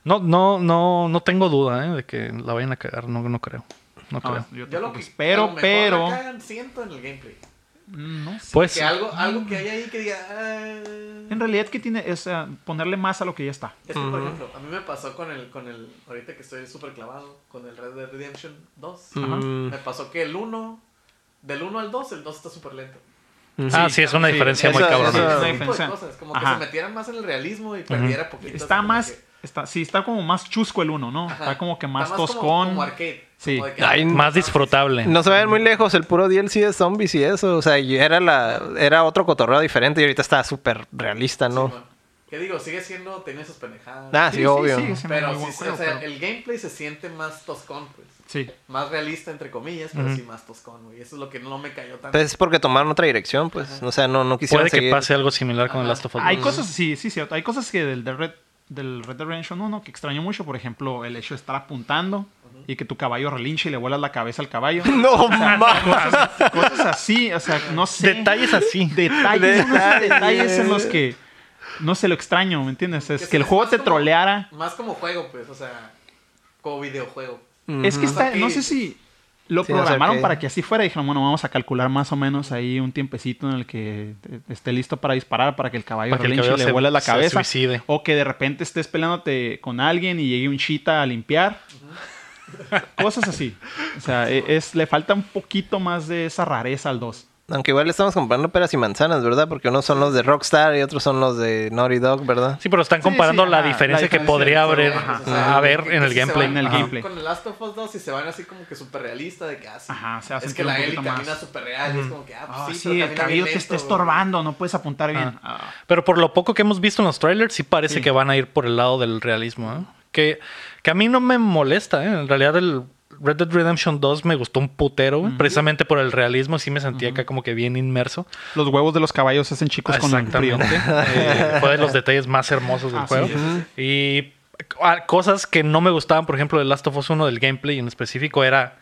[SPEAKER 1] No, no, no, no tengo duda, ¿eh? De que la vayan a cagar. No, no creo. No
[SPEAKER 3] No,
[SPEAKER 1] creo.
[SPEAKER 3] yo
[SPEAKER 4] Yo
[SPEAKER 3] tampoco
[SPEAKER 4] lo que a lo
[SPEAKER 3] espero,
[SPEAKER 4] mejor
[SPEAKER 3] pero...
[SPEAKER 4] la cagan, siento en el gameplay.
[SPEAKER 3] Mm, No sé.
[SPEAKER 1] Pues
[SPEAKER 4] Que algo, algo que hay ahí que diga. ah,
[SPEAKER 3] En realidad que tiene es eh, ponerle más a lo que ya está.
[SPEAKER 4] Es que, por ejemplo, a mí me pasó con el, con el, ahorita que estoy súper clavado, con el Red Dead Redemption 2.
[SPEAKER 2] Ajá.
[SPEAKER 4] Me
[SPEAKER 3] Ah,
[SPEAKER 4] pasó que el 1, del 1 al 2, el 2 está súper lento.
[SPEAKER 1] Ah, sí, es una
[SPEAKER 3] sí,
[SPEAKER 1] diferencia muy
[SPEAKER 2] eso-
[SPEAKER 1] cabrona.
[SPEAKER 2] eso-
[SPEAKER 4] Ese
[SPEAKER 3] Sí,
[SPEAKER 4] tipo de
[SPEAKER 3] sí.
[SPEAKER 4] cosas, como que
[SPEAKER 3] Ajá.
[SPEAKER 4] se metieran más en el realismo y perdiera poquito.
[SPEAKER 3] Está
[SPEAKER 4] así como
[SPEAKER 3] más
[SPEAKER 4] que-
[SPEAKER 3] está sí está como más chusco el uno, ¿no?
[SPEAKER 4] ajá.
[SPEAKER 3] Está como que
[SPEAKER 4] Está
[SPEAKER 3] más
[SPEAKER 4] como-
[SPEAKER 3] toscón.
[SPEAKER 4] Como arcade.
[SPEAKER 3] Sí.
[SPEAKER 4] como de que- ah,
[SPEAKER 2] Ay,
[SPEAKER 1] Más disfrutable.
[SPEAKER 2] No se vayan muy lejos, el puro DLC de zombies y eso. O sea, y era la era otro cotorreo diferente y ahorita está súper realista,
[SPEAKER 4] Sí,
[SPEAKER 2] ¿no?
[SPEAKER 4] bueno. ¿Qué digo? Sigue siendo, tiene sus pendejadas.
[SPEAKER 2] Ah, sí, obvio.
[SPEAKER 3] se me
[SPEAKER 4] pero
[SPEAKER 3] muy
[SPEAKER 4] sí,
[SPEAKER 3] buen
[SPEAKER 4] sí,
[SPEAKER 3] juego,
[SPEAKER 4] o sea,
[SPEAKER 3] pero-
[SPEAKER 4] el gameplay se siente más toscón, pues.
[SPEAKER 3] Sí.
[SPEAKER 4] Más realista, entre comillas, pero
[SPEAKER 1] Ujú.
[SPEAKER 4] sí más toscón, güey. Eso es lo que no me cayó
[SPEAKER 2] Entonces
[SPEAKER 3] Pues,
[SPEAKER 4] tanto.
[SPEAKER 2] Pues es porque tomaron otra dirección, pues. O sea, no, no quisieron
[SPEAKER 1] Puede que
[SPEAKER 2] seguir.
[SPEAKER 1] pase algo similar con el Last of Us 2.
[SPEAKER 3] Hay cosas sí, sí cierto. Hay cosas que del, de Red del Red Dead Redemption 1 que extraño mucho, por ejemplo, el hecho de estar apuntando y que tu caballo relinche y le vuelas la cabeza al caballo.
[SPEAKER 2] No, mames.
[SPEAKER 3] Cosas así, o sea, no sé.
[SPEAKER 1] Detalles así.
[SPEAKER 3] detalles, unos
[SPEAKER 2] Detalles.
[SPEAKER 3] detalles en los que no se lo extraño, ¿me entiendes? Es
[SPEAKER 4] Que
[SPEAKER 3] que el
[SPEAKER 4] se-
[SPEAKER 3] juego
[SPEAKER 4] es
[SPEAKER 3] te
[SPEAKER 4] como-
[SPEAKER 3] troleara.
[SPEAKER 4] Más como juego, pues, o sea, como videojuego.
[SPEAKER 3] Es que
[SPEAKER 4] Ujú.
[SPEAKER 3] está, no sé si lo
[SPEAKER 2] Sí, o sea
[SPEAKER 3] programaron
[SPEAKER 2] que-
[SPEAKER 3] para que así fuera. Dijeron, bueno, vamos a calcular más o menos ahí un tiempecito en el que eh, esté listo para disparar, para que el caballo
[SPEAKER 1] Para que el
[SPEAKER 3] relinche y
[SPEAKER 1] caballo
[SPEAKER 3] le
[SPEAKER 1] se-
[SPEAKER 3] vuela la
[SPEAKER 1] se
[SPEAKER 3] cabeza.
[SPEAKER 1] suicide.
[SPEAKER 3] O que de repente estés peleándote con alguien y llegue un chita a limpiar. Cosas así. O sea, e- es, le falta un poquito más de esa rareza al 2.
[SPEAKER 2] Aunque igual le estamos comprando peras y manzanas, ¿verdad? Porque unos son los de Rockstar y otros son los de Naughty Dog, ¿verdad?
[SPEAKER 1] Sí, pero están
[SPEAKER 3] Sí,
[SPEAKER 1] comparando
[SPEAKER 3] sí,
[SPEAKER 1] la,
[SPEAKER 3] ajá, la
[SPEAKER 1] diferencia que
[SPEAKER 3] diferencia,
[SPEAKER 1] podría
[SPEAKER 3] sí,
[SPEAKER 1] haber,
[SPEAKER 3] ajá.
[SPEAKER 4] Ajá.
[SPEAKER 1] haber
[SPEAKER 4] Que- que
[SPEAKER 1] en el
[SPEAKER 4] si se
[SPEAKER 1] gameplay.
[SPEAKER 4] van
[SPEAKER 3] En el
[SPEAKER 4] así
[SPEAKER 3] gameplay.
[SPEAKER 4] Con el Last of Us 2 y se van así como que súper realista de que así.
[SPEAKER 3] Ajá, se hace
[SPEAKER 4] es que
[SPEAKER 3] sentir un
[SPEAKER 4] la Ellie
[SPEAKER 3] poquito más.
[SPEAKER 4] camina súper real. y Es como que, ah, pues
[SPEAKER 3] Ah, sí,
[SPEAKER 4] pero
[SPEAKER 3] el
[SPEAKER 4] camina
[SPEAKER 3] caballo
[SPEAKER 4] bien
[SPEAKER 3] te
[SPEAKER 4] lento,
[SPEAKER 3] está
[SPEAKER 4] güey.
[SPEAKER 3] estorbando, no puedes apuntar bien. Ah.
[SPEAKER 1] Pero por lo poco que hemos visto en los trailers, sí parece
[SPEAKER 3] Sí.
[SPEAKER 1] que van a ir por el lado del realismo. ¿eh? Que, que a mí no me molesta. ¿eh? En realidad, el Red Dead Redemption 2 me gustó un putero, güey, precisamente por el realismo. Sí me sentía acá como que bien inmerso.
[SPEAKER 3] Los huevos de los caballos se hacen chicos Pues con el frío.
[SPEAKER 1] Eh, fue de los detalles más hermosos del
[SPEAKER 3] Así
[SPEAKER 1] juego. Y ah, cosas que no me gustaban, por ejemplo, del Last of Us 1 del gameplay en específico era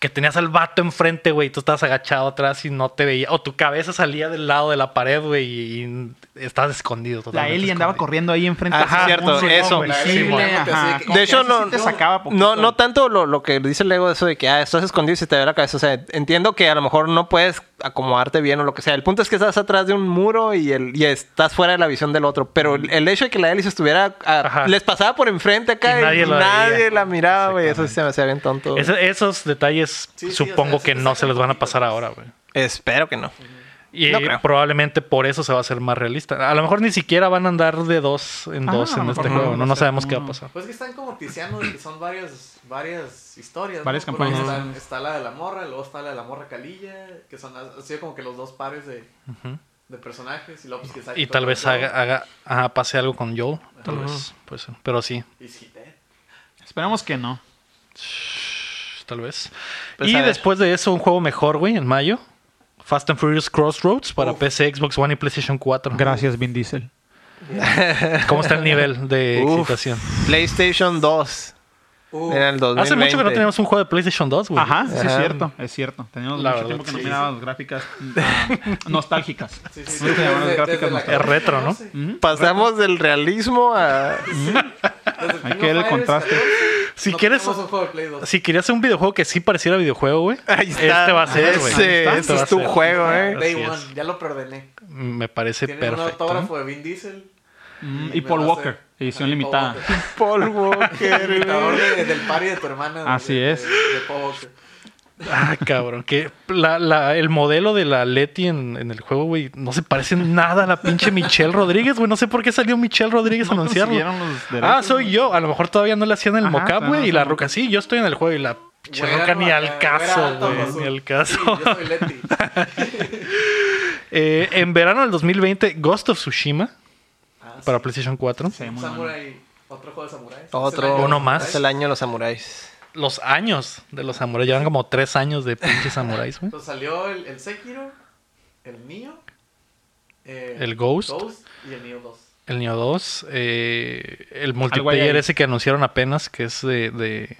[SPEAKER 1] que tenías al vato enfrente, güey, y tú estabas agachado atrás y no te veía. O tu cabeza salía del lado de la pared, güey, y, y estabas escondido.
[SPEAKER 3] La
[SPEAKER 1] totalmente
[SPEAKER 3] Ellie andaba
[SPEAKER 1] escondido.
[SPEAKER 3] corriendo ahí enfrente.
[SPEAKER 2] Ah, sí,
[SPEAKER 3] Ajá,
[SPEAKER 2] cierto,
[SPEAKER 3] un
[SPEAKER 2] eso.
[SPEAKER 3] ojo
[SPEAKER 4] La
[SPEAKER 3] visible,
[SPEAKER 4] Ellie,
[SPEAKER 3] ajá.
[SPEAKER 4] como que así de que-
[SPEAKER 3] Como
[SPEAKER 2] De hecho,
[SPEAKER 3] que así
[SPEAKER 2] no,
[SPEAKER 3] te sacaba
[SPEAKER 2] no,
[SPEAKER 3] poquito.
[SPEAKER 2] no, no tanto lo, lo que dice el ego de eso de que ah, estás escondido y se te ve la cabeza. O sea, entiendo que a lo mejor no puedes acomodarte bien o lo que sea. El punto es que estás atrás de un muro y, el, y estás fuera de la visión del otro. Pero el, el hecho de que la hélice estuviera. ah,
[SPEAKER 1] Mm. Ajá.
[SPEAKER 2] les pasaba por enfrente acá
[SPEAKER 1] Y
[SPEAKER 2] y,
[SPEAKER 1] nadie
[SPEAKER 2] nadie,
[SPEAKER 1] lo veía.
[SPEAKER 2] la miraba, güey. Eso sí
[SPEAKER 1] Exactamente.
[SPEAKER 2] se me hacía bien tonto. güey.
[SPEAKER 1] Ese- esos detalles
[SPEAKER 4] Sí, sí,
[SPEAKER 1] supongo
[SPEAKER 4] o sea,
[SPEAKER 1] que
[SPEAKER 4] sí te
[SPEAKER 1] no
[SPEAKER 4] saca
[SPEAKER 1] se les van a
[SPEAKER 4] poquito,
[SPEAKER 1] pasar
[SPEAKER 4] pues.
[SPEAKER 1] ahora, güey.
[SPEAKER 2] Espero que no.
[SPEAKER 1] Y
[SPEAKER 2] No creo.
[SPEAKER 1] probablemente por eso se va a hacer más realista. A lo mejor ni siquiera van a andar de dos en
[SPEAKER 3] Ah,
[SPEAKER 1] dos
[SPEAKER 3] a
[SPEAKER 1] en
[SPEAKER 3] lo
[SPEAKER 1] este
[SPEAKER 3] mejor no,
[SPEAKER 1] juego. No,
[SPEAKER 3] no
[SPEAKER 1] no
[SPEAKER 3] sé,
[SPEAKER 1] sabemos
[SPEAKER 3] no,
[SPEAKER 1] qué va a
[SPEAKER 3] no.
[SPEAKER 1] pasar.
[SPEAKER 4] Pues que están como ticiando de que son varias, varias historias. ¿no?
[SPEAKER 3] Varias
[SPEAKER 4] Porque
[SPEAKER 3] campañas.
[SPEAKER 4] están- está la de la morra, luego está la de la morra calilla, que son las- han sido como que los dos pares de, de personajes. Y, luego, pues, que
[SPEAKER 1] Y
[SPEAKER 4] saque
[SPEAKER 1] tal
[SPEAKER 4] todo
[SPEAKER 1] vez
[SPEAKER 4] el
[SPEAKER 1] haga,
[SPEAKER 4] juego.
[SPEAKER 1] haga- ajá, pase algo con Joel. Tal vez, puede ser. Pero sí,
[SPEAKER 4] Y si te-
[SPEAKER 3] Esperemos que no.
[SPEAKER 1] tal vez.
[SPEAKER 2] Pues,
[SPEAKER 1] y
[SPEAKER 2] a ver.
[SPEAKER 1] después de eso, un juego mejor, güey, en mayo. Fast and Furious Crossroads para
[SPEAKER 4] Uf.
[SPEAKER 1] PC, Xbox One y PlayStation 4.
[SPEAKER 3] Gracias, Vin Diesel.
[SPEAKER 1] ¿Cómo está el nivel de
[SPEAKER 2] Uf.
[SPEAKER 1] excitación?
[SPEAKER 2] PlayStation 2
[SPEAKER 4] Uh,
[SPEAKER 2] en el 2020.
[SPEAKER 1] Hace mucho que no teníamos un juego de PlayStation 2, güey.
[SPEAKER 3] Ajá, sí es
[SPEAKER 2] Ajá.
[SPEAKER 3] cierto, es cierto. Teníamos
[SPEAKER 1] La verdad,
[SPEAKER 3] mucho tiempo que no
[SPEAKER 1] sí.
[SPEAKER 3] mirábamos gráficas ah, nostálgicas.
[SPEAKER 4] sí, sí,
[SPEAKER 3] No
[SPEAKER 4] sí,
[SPEAKER 3] se llamaban
[SPEAKER 4] desde-
[SPEAKER 3] gráficas
[SPEAKER 4] desde la
[SPEAKER 1] Es
[SPEAKER 3] nostálgicas.
[SPEAKER 1] retro, ¿no?
[SPEAKER 4] 14,
[SPEAKER 2] Pasamos del realismo a.
[SPEAKER 4] desde el
[SPEAKER 3] Hay que ver el
[SPEAKER 4] King of Fighters
[SPEAKER 3] contraste.
[SPEAKER 4] 14,
[SPEAKER 1] Si
[SPEAKER 4] no
[SPEAKER 1] quieres-
[SPEAKER 4] tenemos un juego de Play 2.
[SPEAKER 1] Si querías un videojuego que sí pareciera videojuego, güey.
[SPEAKER 2] Ahí está.
[SPEAKER 1] Este va a ser, güey.
[SPEAKER 2] Ese-
[SPEAKER 1] Este
[SPEAKER 2] ese
[SPEAKER 1] va a
[SPEAKER 2] es tu
[SPEAKER 1] ser.
[SPEAKER 2] juego, eh.
[SPEAKER 4] Day
[SPEAKER 1] Así
[SPEAKER 4] One,
[SPEAKER 1] es.
[SPEAKER 4] ya lo perdoné.
[SPEAKER 1] Me parece
[SPEAKER 4] Tiene un
[SPEAKER 1] perfecto. ¿eh?
[SPEAKER 4] autógrafo de Vin Diesel.
[SPEAKER 3] Mm,
[SPEAKER 4] me
[SPEAKER 3] Y Paul
[SPEAKER 4] va a
[SPEAKER 3] Walker,
[SPEAKER 4] hacer-
[SPEAKER 3] edición
[SPEAKER 4] Ajá, y Paul
[SPEAKER 3] limitada.
[SPEAKER 4] Walker.
[SPEAKER 2] Paul
[SPEAKER 4] El
[SPEAKER 2] Walker,
[SPEAKER 4] imitador
[SPEAKER 2] güey.
[SPEAKER 4] de- del party de tu hermana. de-
[SPEAKER 3] Así
[SPEAKER 4] de-
[SPEAKER 3] es.
[SPEAKER 4] De, de Paul Walker.
[SPEAKER 1] Ah, cabrón. Que la- la- el modelo de la Leti en, en el juego, güey, no se parece en nada a la pinche Michelle Rodríguez, güey. No sé por qué salió Michelle Rodríguez a
[SPEAKER 3] No
[SPEAKER 1] anunciarlo.
[SPEAKER 3] consiguieron los derechos,
[SPEAKER 1] Ah, soy yo. A lo mejor todavía no le hacían el
[SPEAKER 3] Ajá,
[SPEAKER 1] mocap,
[SPEAKER 3] todavía no
[SPEAKER 1] güey. Y
[SPEAKER 3] hacen
[SPEAKER 1] la
[SPEAKER 3] el
[SPEAKER 1] roca, sí, yo estoy en el juego. Y la pinche
[SPEAKER 4] Güero
[SPEAKER 1] roca ni
[SPEAKER 4] acá,
[SPEAKER 1] al
[SPEAKER 4] güey,
[SPEAKER 1] caso,
[SPEAKER 4] alto,
[SPEAKER 1] güey.
[SPEAKER 4] azul.
[SPEAKER 1] Ni al
[SPEAKER 4] Sí,
[SPEAKER 1] caso.
[SPEAKER 4] yo soy Leti. Ah,
[SPEAKER 1] Eh, en verano del 2020, Ghost of Tsushima.
[SPEAKER 4] Ah, más.
[SPEAKER 1] para PlayStation 4.
[SPEAKER 3] Sí, muy bueno.
[SPEAKER 4] Samurai, otro juego de samuráis.
[SPEAKER 2] Otro.
[SPEAKER 1] Uno más.
[SPEAKER 2] Es el año de los samuráis.
[SPEAKER 1] Los años de los samuráis. Llevan como tres años de pinches samuráis, güey.
[SPEAKER 4] Pues salió el, el Sekiro, el Nioh, eh,
[SPEAKER 1] El Ghost.
[SPEAKER 4] y el Nioh 2.
[SPEAKER 1] El Neo 2. eh, el
[SPEAKER 3] hay
[SPEAKER 1] multiplayer
[SPEAKER 3] ahí.
[SPEAKER 1] ese que anunciaron apenas, que es de, de,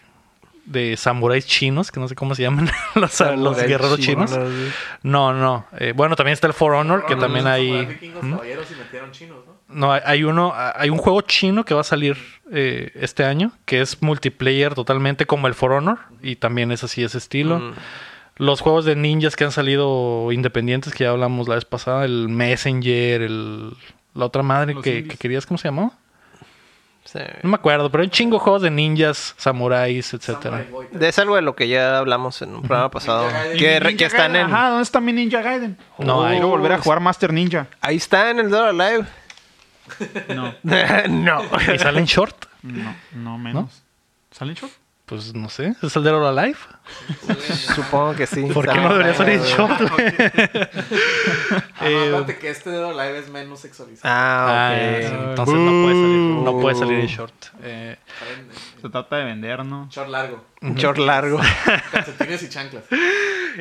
[SPEAKER 1] de samuráis chinos, que no sé cómo se llaman los, los
[SPEAKER 2] Samuráis
[SPEAKER 1] guerreros chinos. No, no. eh, bueno, también está el For Honor, que
[SPEAKER 4] Pero
[SPEAKER 1] también
[SPEAKER 4] no son
[SPEAKER 1] hay...
[SPEAKER 4] samuráis vikingos,
[SPEAKER 1] ¿Mm?
[SPEAKER 4] caballeros y metieron chinos, ¿no?
[SPEAKER 1] No, hay- hay uno, hay un juego chino que va a salir eh, este año, que es multiplayer totalmente como el For Honor, y también es así ese estilo.
[SPEAKER 2] Mm.
[SPEAKER 1] Los juegos de ninjas que han salido independientes, que ya hablamos la vez pasada, el Messenger, el, la otra madre
[SPEAKER 3] Los
[SPEAKER 1] que,
[SPEAKER 3] indies.
[SPEAKER 1] que querías, ¿cómo se llamó?
[SPEAKER 2] Sí.
[SPEAKER 1] No me acuerdo, pero hay un chingo de juegos de ninjas, samuráis, etcétera.
[SPEAKER 4] Samurai Boy.
[SPEAKER 2] De es algo de lo que ya hablamos en un programa pasado.
[SPEAKER 4] Ninja Gaiden.
[SPEAKER 2] Que, re-
[SPEAKER 3] Ninja
[SPEAKER 2] que están
[SPEAKER 3] Gaiden,
[SPEAKER 2] en.
[SPEAKER 3] Ajá, ¿dónde está mi Ninja Gaiden? Oh.
[SPEAKER 1] No hay.
[SPEAKER 3] Quiero volver a jugar Master Ninja.
[SPEAKER 2] Ahí está en el Dollar Live.
[SPEAKER 3] No,
[SPEAKER 2] no.
[SPEAKER 1] ¿Y salen short?
[SPEAKER 3] no, no menos. ¿Salen short?
[SPEAKER 1] Pues no sé, es el de la Live.
[SPEAKER 2] Supongo que sí.
[SPEAKER 1] ¿Por qué no debería salir short? güey?
[SPEAKER 4] Ah,
[SPEAKER 1] Eh,
[SPEAKER 4] acuérdate que este dedo live es menos sexualizado.
[SPEAKER 1] Ah,
[SPEAKER 2] Ah,
[SPEAKER 1] sí,
[SPEAKER 2] ok.
[SPEAKER 1] entonces no puede salir, no
[SPEAKER 2] Boo.
[SPEAKER 1] puede salir en short. Eh,
[SPEAKER 4] Aprende.
[SPEAKER 3] Se trata de vender, ¿no?
[SPEAKER 4] Short largo.
[SPEAKER 2] Un Short largo.
[SPEAKER 4] Calcetines y chanclas.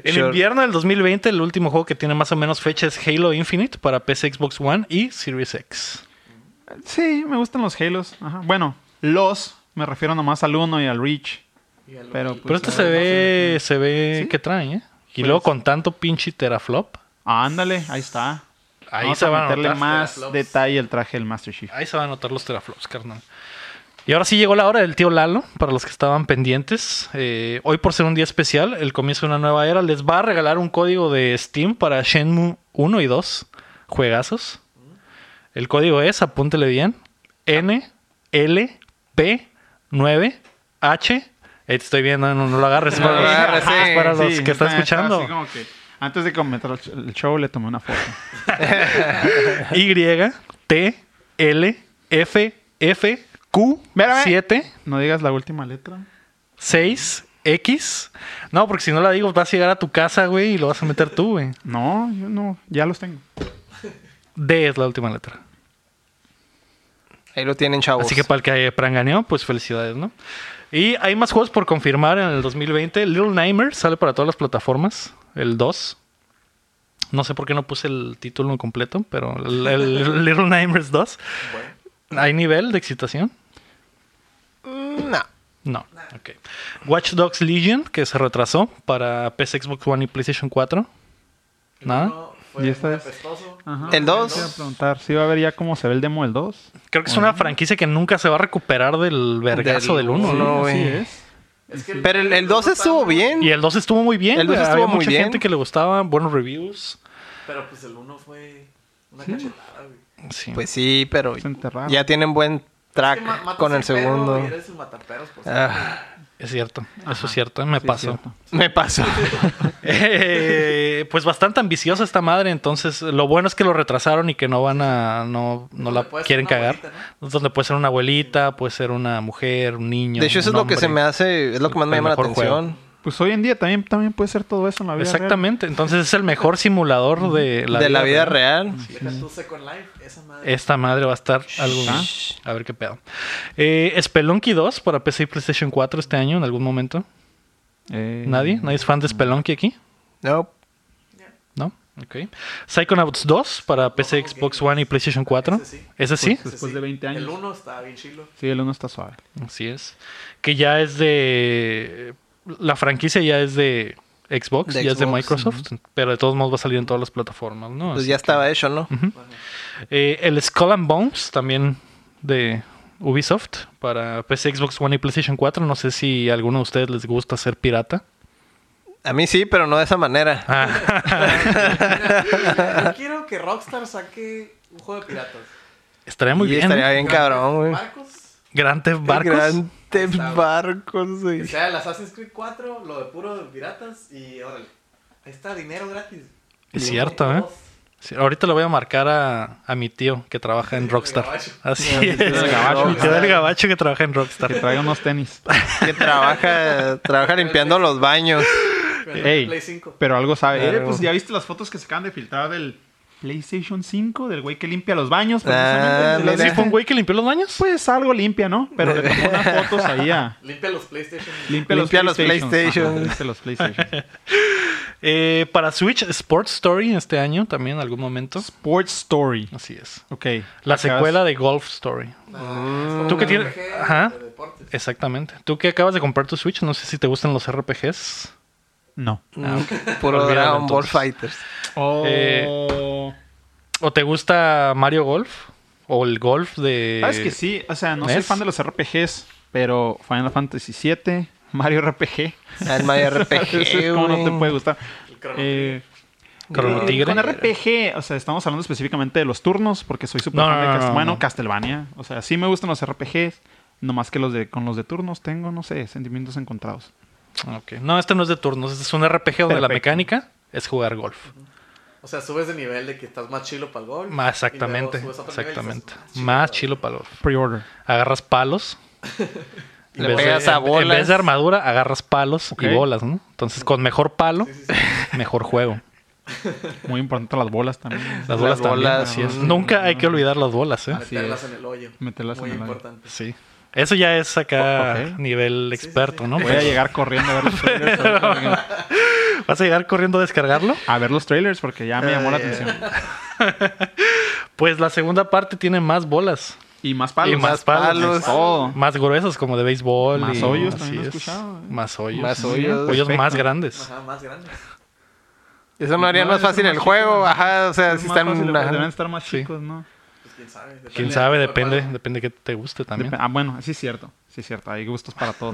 [SPEAKER 1] En
[SPEAKER 2] Sure.
[SPEAKER 1] invierno del 2020, el último juego que tiene más o menos fecha es Halo Infinite para PC, Xbox One y Series X.
[SPEAKER 3] Sí, me gustan los Halos. Ajá. Bueno, los, me refiero nomás al 1 y al Reach.
[SPEAKER 4] Y algo-
[SPEAKER 3] Pero, pues,
[SPEAKER 4] y-
[SPEAKER 1] Pero este se ve, se ve que traen, ¿eh? Y luego con tanto pinche teraflop,
[SPEAKER 3] Ah, Ándale, ahí está.
[SPEAKER 1] ahí
[SPEAKER 3] Vamos
[SPEAKER 1] se
[SPEAKER 3] a
[SPEAKER 1] van a
[SPEAKER 3] meterle
[SPEAKER 1] notar.
[SPEAKER 3] más
[SPEAKER 4] teraflops.
[SPEAKER 3] detalle al traje del Master Chief.
[SPEAKER 1] Ahí se van a notar los teraflops, carnal. Y ahora sí llegó la hora del tío Lalo, para los que estaban pendientes. Eh, hoy por ser un día especial, el comienzo de una nueva era, les va a regalar un código de Steam para Shenmue 1 y 2, juegazos. El código es, apúntele bien, NLP9H. Ahí te estoy viendo, no, no lo agarres.
[SPEAKER 2] No lo
[SPEAKER 1] para los-
[SPEAKER 2] agarres,
[SPEAKER 1] es
[SPEAKER 2] sí,
[SPEAKER 1] para los
[SPEAKER 3] Sí,
[SPEAKER 1] que están
[SPEAKER 3] estaba
[SPEAKER 1] escuchando.
[SPEAKER 3] así como que antes de comentar el sh- el show le tomé una foto.
[SPEAKER 1] Y, T, L, F, F, Q,
[SPEAKER 3] Espérame.
[SPEAKER 1] 7.
[SPEAKER 3] No digas la última letra.
[SPEAKER 1] 6X. No, porque si no la digo, vas a llegar a tu casa, güey, y lo vas a meter tú, güey.
[SPEAKER 3] No, yo no, ya los tengo.
[SPEAKER 1] D es la última letra.
[SPEAKER 2] Ahí lo tienen, chavos.
[SPEAKER 1] Así que para el que pranganeó, pues felicidades, ¿no? Y hay más juegos por confirmar en el 2020. Little Nightmares sale para todas las plataformas, el 2. No sé por qué no puse el título completo, pero el, el Little Nightmares 2.
[SPEAKER 4] Bueno,
[SPEAKER 1] ¿Hay nivel de excitación?
[SPEAKER 2] Mm, No.
[SPEAKER 1] No. Ok. Watch Dogs Legion, que se retrasó para PC, Xbox One y PlayStation 4.
[SPEAKER 4] el
[SPEAKER 1] Nada.
[SPEAKER 4] uno fue
[SPEAKER 3] Y esta
[SPEAKER 4] muy
[SPEAKER 3] es-
[SPEAKER 4] apestoso.
[SPEAKER 3] Ajá.
[SPEAKER 2] El
[SPEAKER 3] Te iba a
[SPEAKER 2] 2.
[SPEAKER 3] preguntar, si va a ver ya cómo se ve el demo del 2?
[SPEAKER 1] Creo que es una franquicia que nunca se va a recuperar del vergazo del 1.
[SPEAKER 2] uno,
[SPEAKER 1] ¿no?
[SPEAKER 2] güey.
[SPEAKER 3] es.
[SPEAKER 4] Es que
[SPEAKER 2] Pero el, el 2
[SPEAKER 4] uno
[SPEAKER 2] estuvo
[SPEAKER 4] está muy-
[SPEAKER 2] bien.
[SPEAKER 1] Y el 2 estuvo muy bien.
[SPEAKER 2] El dos
[SPEAKER 1] güey.
[SPEAKER 2] estuvo
[SPEAKER 1] Había
[SPEAKER 2] muy
[SPEAKER 1] mucha
[SPEAKER 2] bien.
[SPEAKER 1] gente que le gustaba, buenos reviews.
[SPEAKER 4] Pero pues el uno fue una cachetada, güey.
[SPEAKER 1] Sí.
[SPEAKER 2] Pues sí, pero
[SPEAKER 3] Se enterraron.
[SPEAKER 2] ya tienen buen
[SPEAKER 4] Es que ma-
[SPEAKER 2] track
[SPEAKER 4] matas
[SPEAKER 2] con el
[SPEAKER 4] perro
[SPEAKER 2] segundo.
[SPEAKER 4] y eres un mataperros, pues. por
[SPEAKER 2] Ah.
[SPEAKER 1] es cierto. Eso es cierto. Me
[SPEAKER 3] Sí, es
[SPEAKER 1] pasó.
[SPEAKER 3] cierto.
[SPEAKER 2] Me pasó.
[SPEAKER 1] Eh, pues bastante ambiciosa esta madre. Entonces, lo bueno es que lo retrasaron y que no van a. No, no la
[SPEAKER 4] Donde puede ser
[SPEAKER 1] quieren
[SPEAKER 4] una
[SPEAKER 1] cagar.
[SPEAKER 4] abuelita,
[SPEAKER 1] Donde puede ser una abuelita, puede ser una mujer, un niño.
[SPEAKER 2] De hecho, eso
[SPEAKER 1] un
[SPEAKER 2] es lo que se
[SPEAKER 1] hombre.
[SPEAKER 2] me hace, es lo que más me
[SPEAKER 1] El
[SPEAKER 2] llama la
[SPEAKER 1] mejor juego.
[SPEAKER 2] atención.
[SPEAKER 3] Pues hoy en día también, también puede ser todo eso en la vida. real.
[SPEAKER 1] Exactamente. Entonces, es el mejor simulador de la
[SPEAKER 2] de
[SPEAKER 1] vida
[SPEAKER 2] la vida
[SPEAKER 1] real.
[SPEAKER 2] real.
[SPEAKER 4] Deja tú Second Life, esa madre.
[SPEAKER 1] Esta madre va a estar algo.
[SPEAKER 3] Ah.
[SPEAKER 1] A ver qué pedo. Eh, Spelunky 2 para PC y PlayStation 4 este año, en algún momento.
[SPEAKER 3] Eh,
[SPEAKER 1] ¿Nadie? ¿Nadie es fan de Spelunky aquí?
[SPEAKER 2] No.
[SPEAKER 1] ¿No? Ok. Psychonauts 2 para PC, Xbox One y PlayStation 4.
[SPEAKER 4] Ese sí.
[SPEAKER 1] Ese sí.
[SPEAKER 3] Pues- Después de 20 años.
[SPEAKER 4] El uno estaba bien chilo.
[SPEAKER 3] Sí, el 1 está suave.
[SPEAKER 1] Así es. Que ya es de. La franquicia ya es de Xbox,
[SPEAKER 2] De
[SPEAKER 1] ya es de
[SPEAKER 2] Xbox,
[SPEAKER 1] Microsoft. Pero de todos modos va a salir en todas las plataformas, ¿no?
[SPEAKER 2] Pues
[SPEAKER 1] Así
[SPEAKER 2] ya
[SPEAKER 1] que-
[SPEAKER 2] estaba hecho, ¿no?
[SPEAKER 1] Eh, el Skull and Bones también de Ubisoft para PC, Xbox One y PlayStation 4. No sé si a alguno de ustedes les gusta ser pirata.
[SPEAKER 2] A mí sí, pero no de esa manera.
[SPEAKER 1] Ah,
[SPEAKER 4] Yo quiero que Rockstar saque un juego de piratas.
[SPEAKER 1] estaría muy
[SPEAKER 2] Y
[SPEAKER 1] bien.
[SPEAKER 2] Estaría
[SPEAKER 1] ¿eh?
[SPEAKER 2] bien cabrón, güey.
[SPEAKER 4] Marcos.
[SPEAKER 1] Grand Theft Barcos.
[SPEAKER 2] Grandes
[SPEAKER 4] Está-
[SPEAKER 2] barcos,
[SPEAKER 4] Que
[SPEAKER 2] güey.
[SPEAKER 4] sea el Assassin's Creed 4, lo de puro de piratas y órale. Ahí está, dinero gratis.
[SPEAKER 1] Es cierto, ¿eh? Sí, ahorita le voy a marcar a, a mi tío que trabaja en Rockstar.
[SPEAKER 4] gabacho.
[SPEAKER 1] Así es.
[SPEAKER 3] tío del gabacho.
[SPEAKER 1] Mi tío del gabacho que trabaja en
[SPEAKER 3] Que
[SPEAKER 1] Rockstar.
[SPEAKER 3] traiga unos tenis.
[SPEAKER 2] Que trabaja, trabaja limpiando los baños.
[SPEAKER 4] Pero
[SPEAKER 3] Ey.
[SPEAKER 4] Play 5.
[SPEAKER 3] Pero algo sabe.
[SPEAKER 2] Claro.
[SPEAKER 3] Eh, pues ya viste las fotos que se acaban de filtrar del, PlayStation 5 del güey que limpia los baños.
[SPEAKER 2] Ah,
[SPEAKER 3] precisamente.
[SPEAKER 2] mira.
[SPEAKER 1] ¿Sí fue un güey que limpió los baños?
[SPEAKER 3] Pues algo limpia, ¿no? Pero le tomó unas fotos ahí a...
[SPEAKER 4] Limpia los PlayStation.
[SPEAKER 3] Limpia,
[SPEAKER 2] Limpia los
[SPEAKER 3] PlayStation.
[SPEAKER 2] PlayStations.
[SPEAKER 3] los PlayStation.
[SPEAKER 1] Eh, para Switch, Sports Story este año también, en algún momento.
[SPEAKER 3] Sports Story.
[SPEAKER 1] Así es.
[SPEAKER 3] Ok.
[SPEAKER 1] La
[SPEAKER 3] Acabas-
[SPEAKER 1] secuela de Golf Story. ¿Tú qué tienes? Ajá.
[SPEAKER 4] Ajá. deportes.
[SPEAKER 1] Exactamente. Tú que acabas de comprar tu Switch, no sé si te gustan los RPGs.
[SPEAKER 3] No.
[SPEAKER 1] Ah,
[SPEAKER 2] Puro
[SPEAKER 1] Olvídalo,
[SPEAKER 2] Dragon Ball
[SPEAKER 1] entonces.
[SPEAKER 2] Fighters.
[SPEAKER 3] Oh. Eh,
[SPEAKER 1] ¿O te gusta Mario Golf? ¿O el golf de...?
[SPEAKER 3] Sabes Ah, que sí, o sea, no soy
[SPEAKER 1] ¿NES?
[SPEAKER 3] fan de los RPGs, pero Final Fantasy VII, Mario RPG.
[SPEAKER 2] El Mario RPG,
[SPEAKER 3] ¿Cómo no te
[SPEAKER 2] güey.
[SPEAKER 3] puede gustar?
[SPEAKER 4] El Chrono
[SPEAKER 3] Eh,
[SPEAKER 1] Chrono
[SPEAKER 3] eh,
[SPEAKER 1] Trigger.
[SPEAKER 3] Con RPG, o sea, estamos hablando específicamente de los turnos, porque soy súper
[SPEAKER 1] No,
[SPEAKER 3] fan
[SPEAKER 1] no,
[SPEAKER 3] de
[SPEAKER 1] no,
[SPEAKER 3] Cast-
[SPEAKER 1] no,
[SPEAKER 3] bueno,
[SPEAKER 1] no.
[SPEAKER 3] Castlevania. O sea, sí me gustan los RPGs, nomás que los de, con los de turnos tengo, no sé, sentimientos encontrados.
[SPEAKER 1] Ok. No, este no es de turnos. Este es un RPG donde la
[SPEAKER 3] Perfecto.
[SPEAKER 1] mecánica es jugar golf.
[SPEAKER 4] O sea, subes de nivel de que estás más chilo para el gol.
[SPEAKER 1] Más Exactamente.
[SPEAKER 4] y luego subes a otro nivel y "Ah, estás
[SPEAKER 1] Exactamente.
[SPEAKER 4] más
[SPEAKER 1] Más chilo para el golf.
[SPEAKER 3] Pre-order.
[SPEAKER 1] Agarras palos.
[SPEAKER 2] Le
[SPEAKER 1] En vez de-
[SPEAKER 2] pegas
[SPEAKER 1] en-
[SPEAKER 2] a
[SPEAKER 1] En
[SPEAKER 2] bolas.
[SPEAKER 1] vez de armadura, agarras palos
[SPEAKER 3] Ok.
[SPEAKER 1] y bolas, ¿no? Entonces, con mejor palo,
[SPEAKER 4] Sí, sí, sí.
[SPEAKER 1] mejor juego.
[SPEAKER 3] Muy importante las bolas también.
[SPEAKER 1] Las bolas, también,
[SPEAKER 2] bolas,
[SPEAKER 1] así es.
[SPEAKER 2] mm.
[SPEAKER 1] Nunca hay que olvidar las bolas, ¿eh?
[SPEAKER 3] Así
[SPEAKER 4] Meterlas
[SPEAKER 3] es.
[SPEAKER 4] en el hoyo.
[SPEAKER 3] Meterlas
[SPEAKER 4] Muy
[SPEAKER 3] en el hoyo.
[SPEAKER 4] importante.
[SPEAKER 1] Sí. Eso ya es acá
[SPEAKER 3] Ok.
[SPEAKER 1] nivel
[SPEAKER 4] sí,
[SPEAKER 1] experto,
[SPEAKER 4] sí.
[SPEAKER 1] ¿no?
[SPEAKER 3] Voy a
[SPEAKER 1] Pero-
[SPEAKER 3] llegar corriendo a ver los trailers. porque-
[SPEAKER 1] ¿Vas a llegar corriendo a descargarlo?
[SPEAKER 3] A ver los trailers porque ya me llamó la
[SPEAKER 2] Ay,
[SPEAKER 3] atención.
[SPEAKER 1] Pues la segunda parte tiene más bolas.
[SPEAKER 3] Y más palos.
[SPEAKER 1] Y más
[SPEAKER 2] Más palos.
[SPEAKER 1] palos.
[SPEAKER 3] Todo.
[SPEAKER 1] Más gruesas, como de béisbol.
[SPEAKER 3] Más
[SPEAKER 1] y-
[SPEAKER 3] hoyos,
[SPEAKER 1] así
[SPEAKER 3] también lo he
[SPEAKER 1] es.
[SPEAKER 3] escuchado, ¿eh?
[SPEAKER 1] Más hoyos.
[SPEAKER 2] Más
[SPEAKER 3] hoyos.
[SPEAKER 2] hoyos.
[SPEAKER 1] Hoyos más
[SPEAKER 3] Perfecto.
[SPEAKER 1] grandes.
[SPEAKER 4] Ajá, más grandes.
[SPEAKER 2] Eso no haría
[SPEAKER 3] No,
[SPEAKER 2] más
[SPEAKER 3] eso
[SPEAKER 2] fácil
[SPEAKER 3] es
[SPEAKER 2] el
[SPEAKER 3] más
[SPEAKER 2] juego.
[SPEAKER 3] chido.
[SPEAKER 2] Ajá, o sea,
[SPEAKER 3] Es
[SPEAKER 2] si
[SPEAKER 3] más fácil,
[SPEAKER 2] están...
[SPEAKER 3] pues,
[SPEAKER 2] ajá.
[SPEAKER 3] Deben estar más
[SPEAKER 1] Sí.
[SPEAKER 3] chicos, ¿no?
[SPEAKER 4] Pues quién sabe. Depende
[SPEAKER 1] Quién
[SPEAKER 4] de-
[SPEAKER 1] sabe,
[SPEAKER 4] de-
[SPEAKER 1] depende, depende que te guste también. Mm,
[SPEAKER 3] Dep- Ah, bueno, sí es cierto. Sí es cierto. Hay gustos para todo.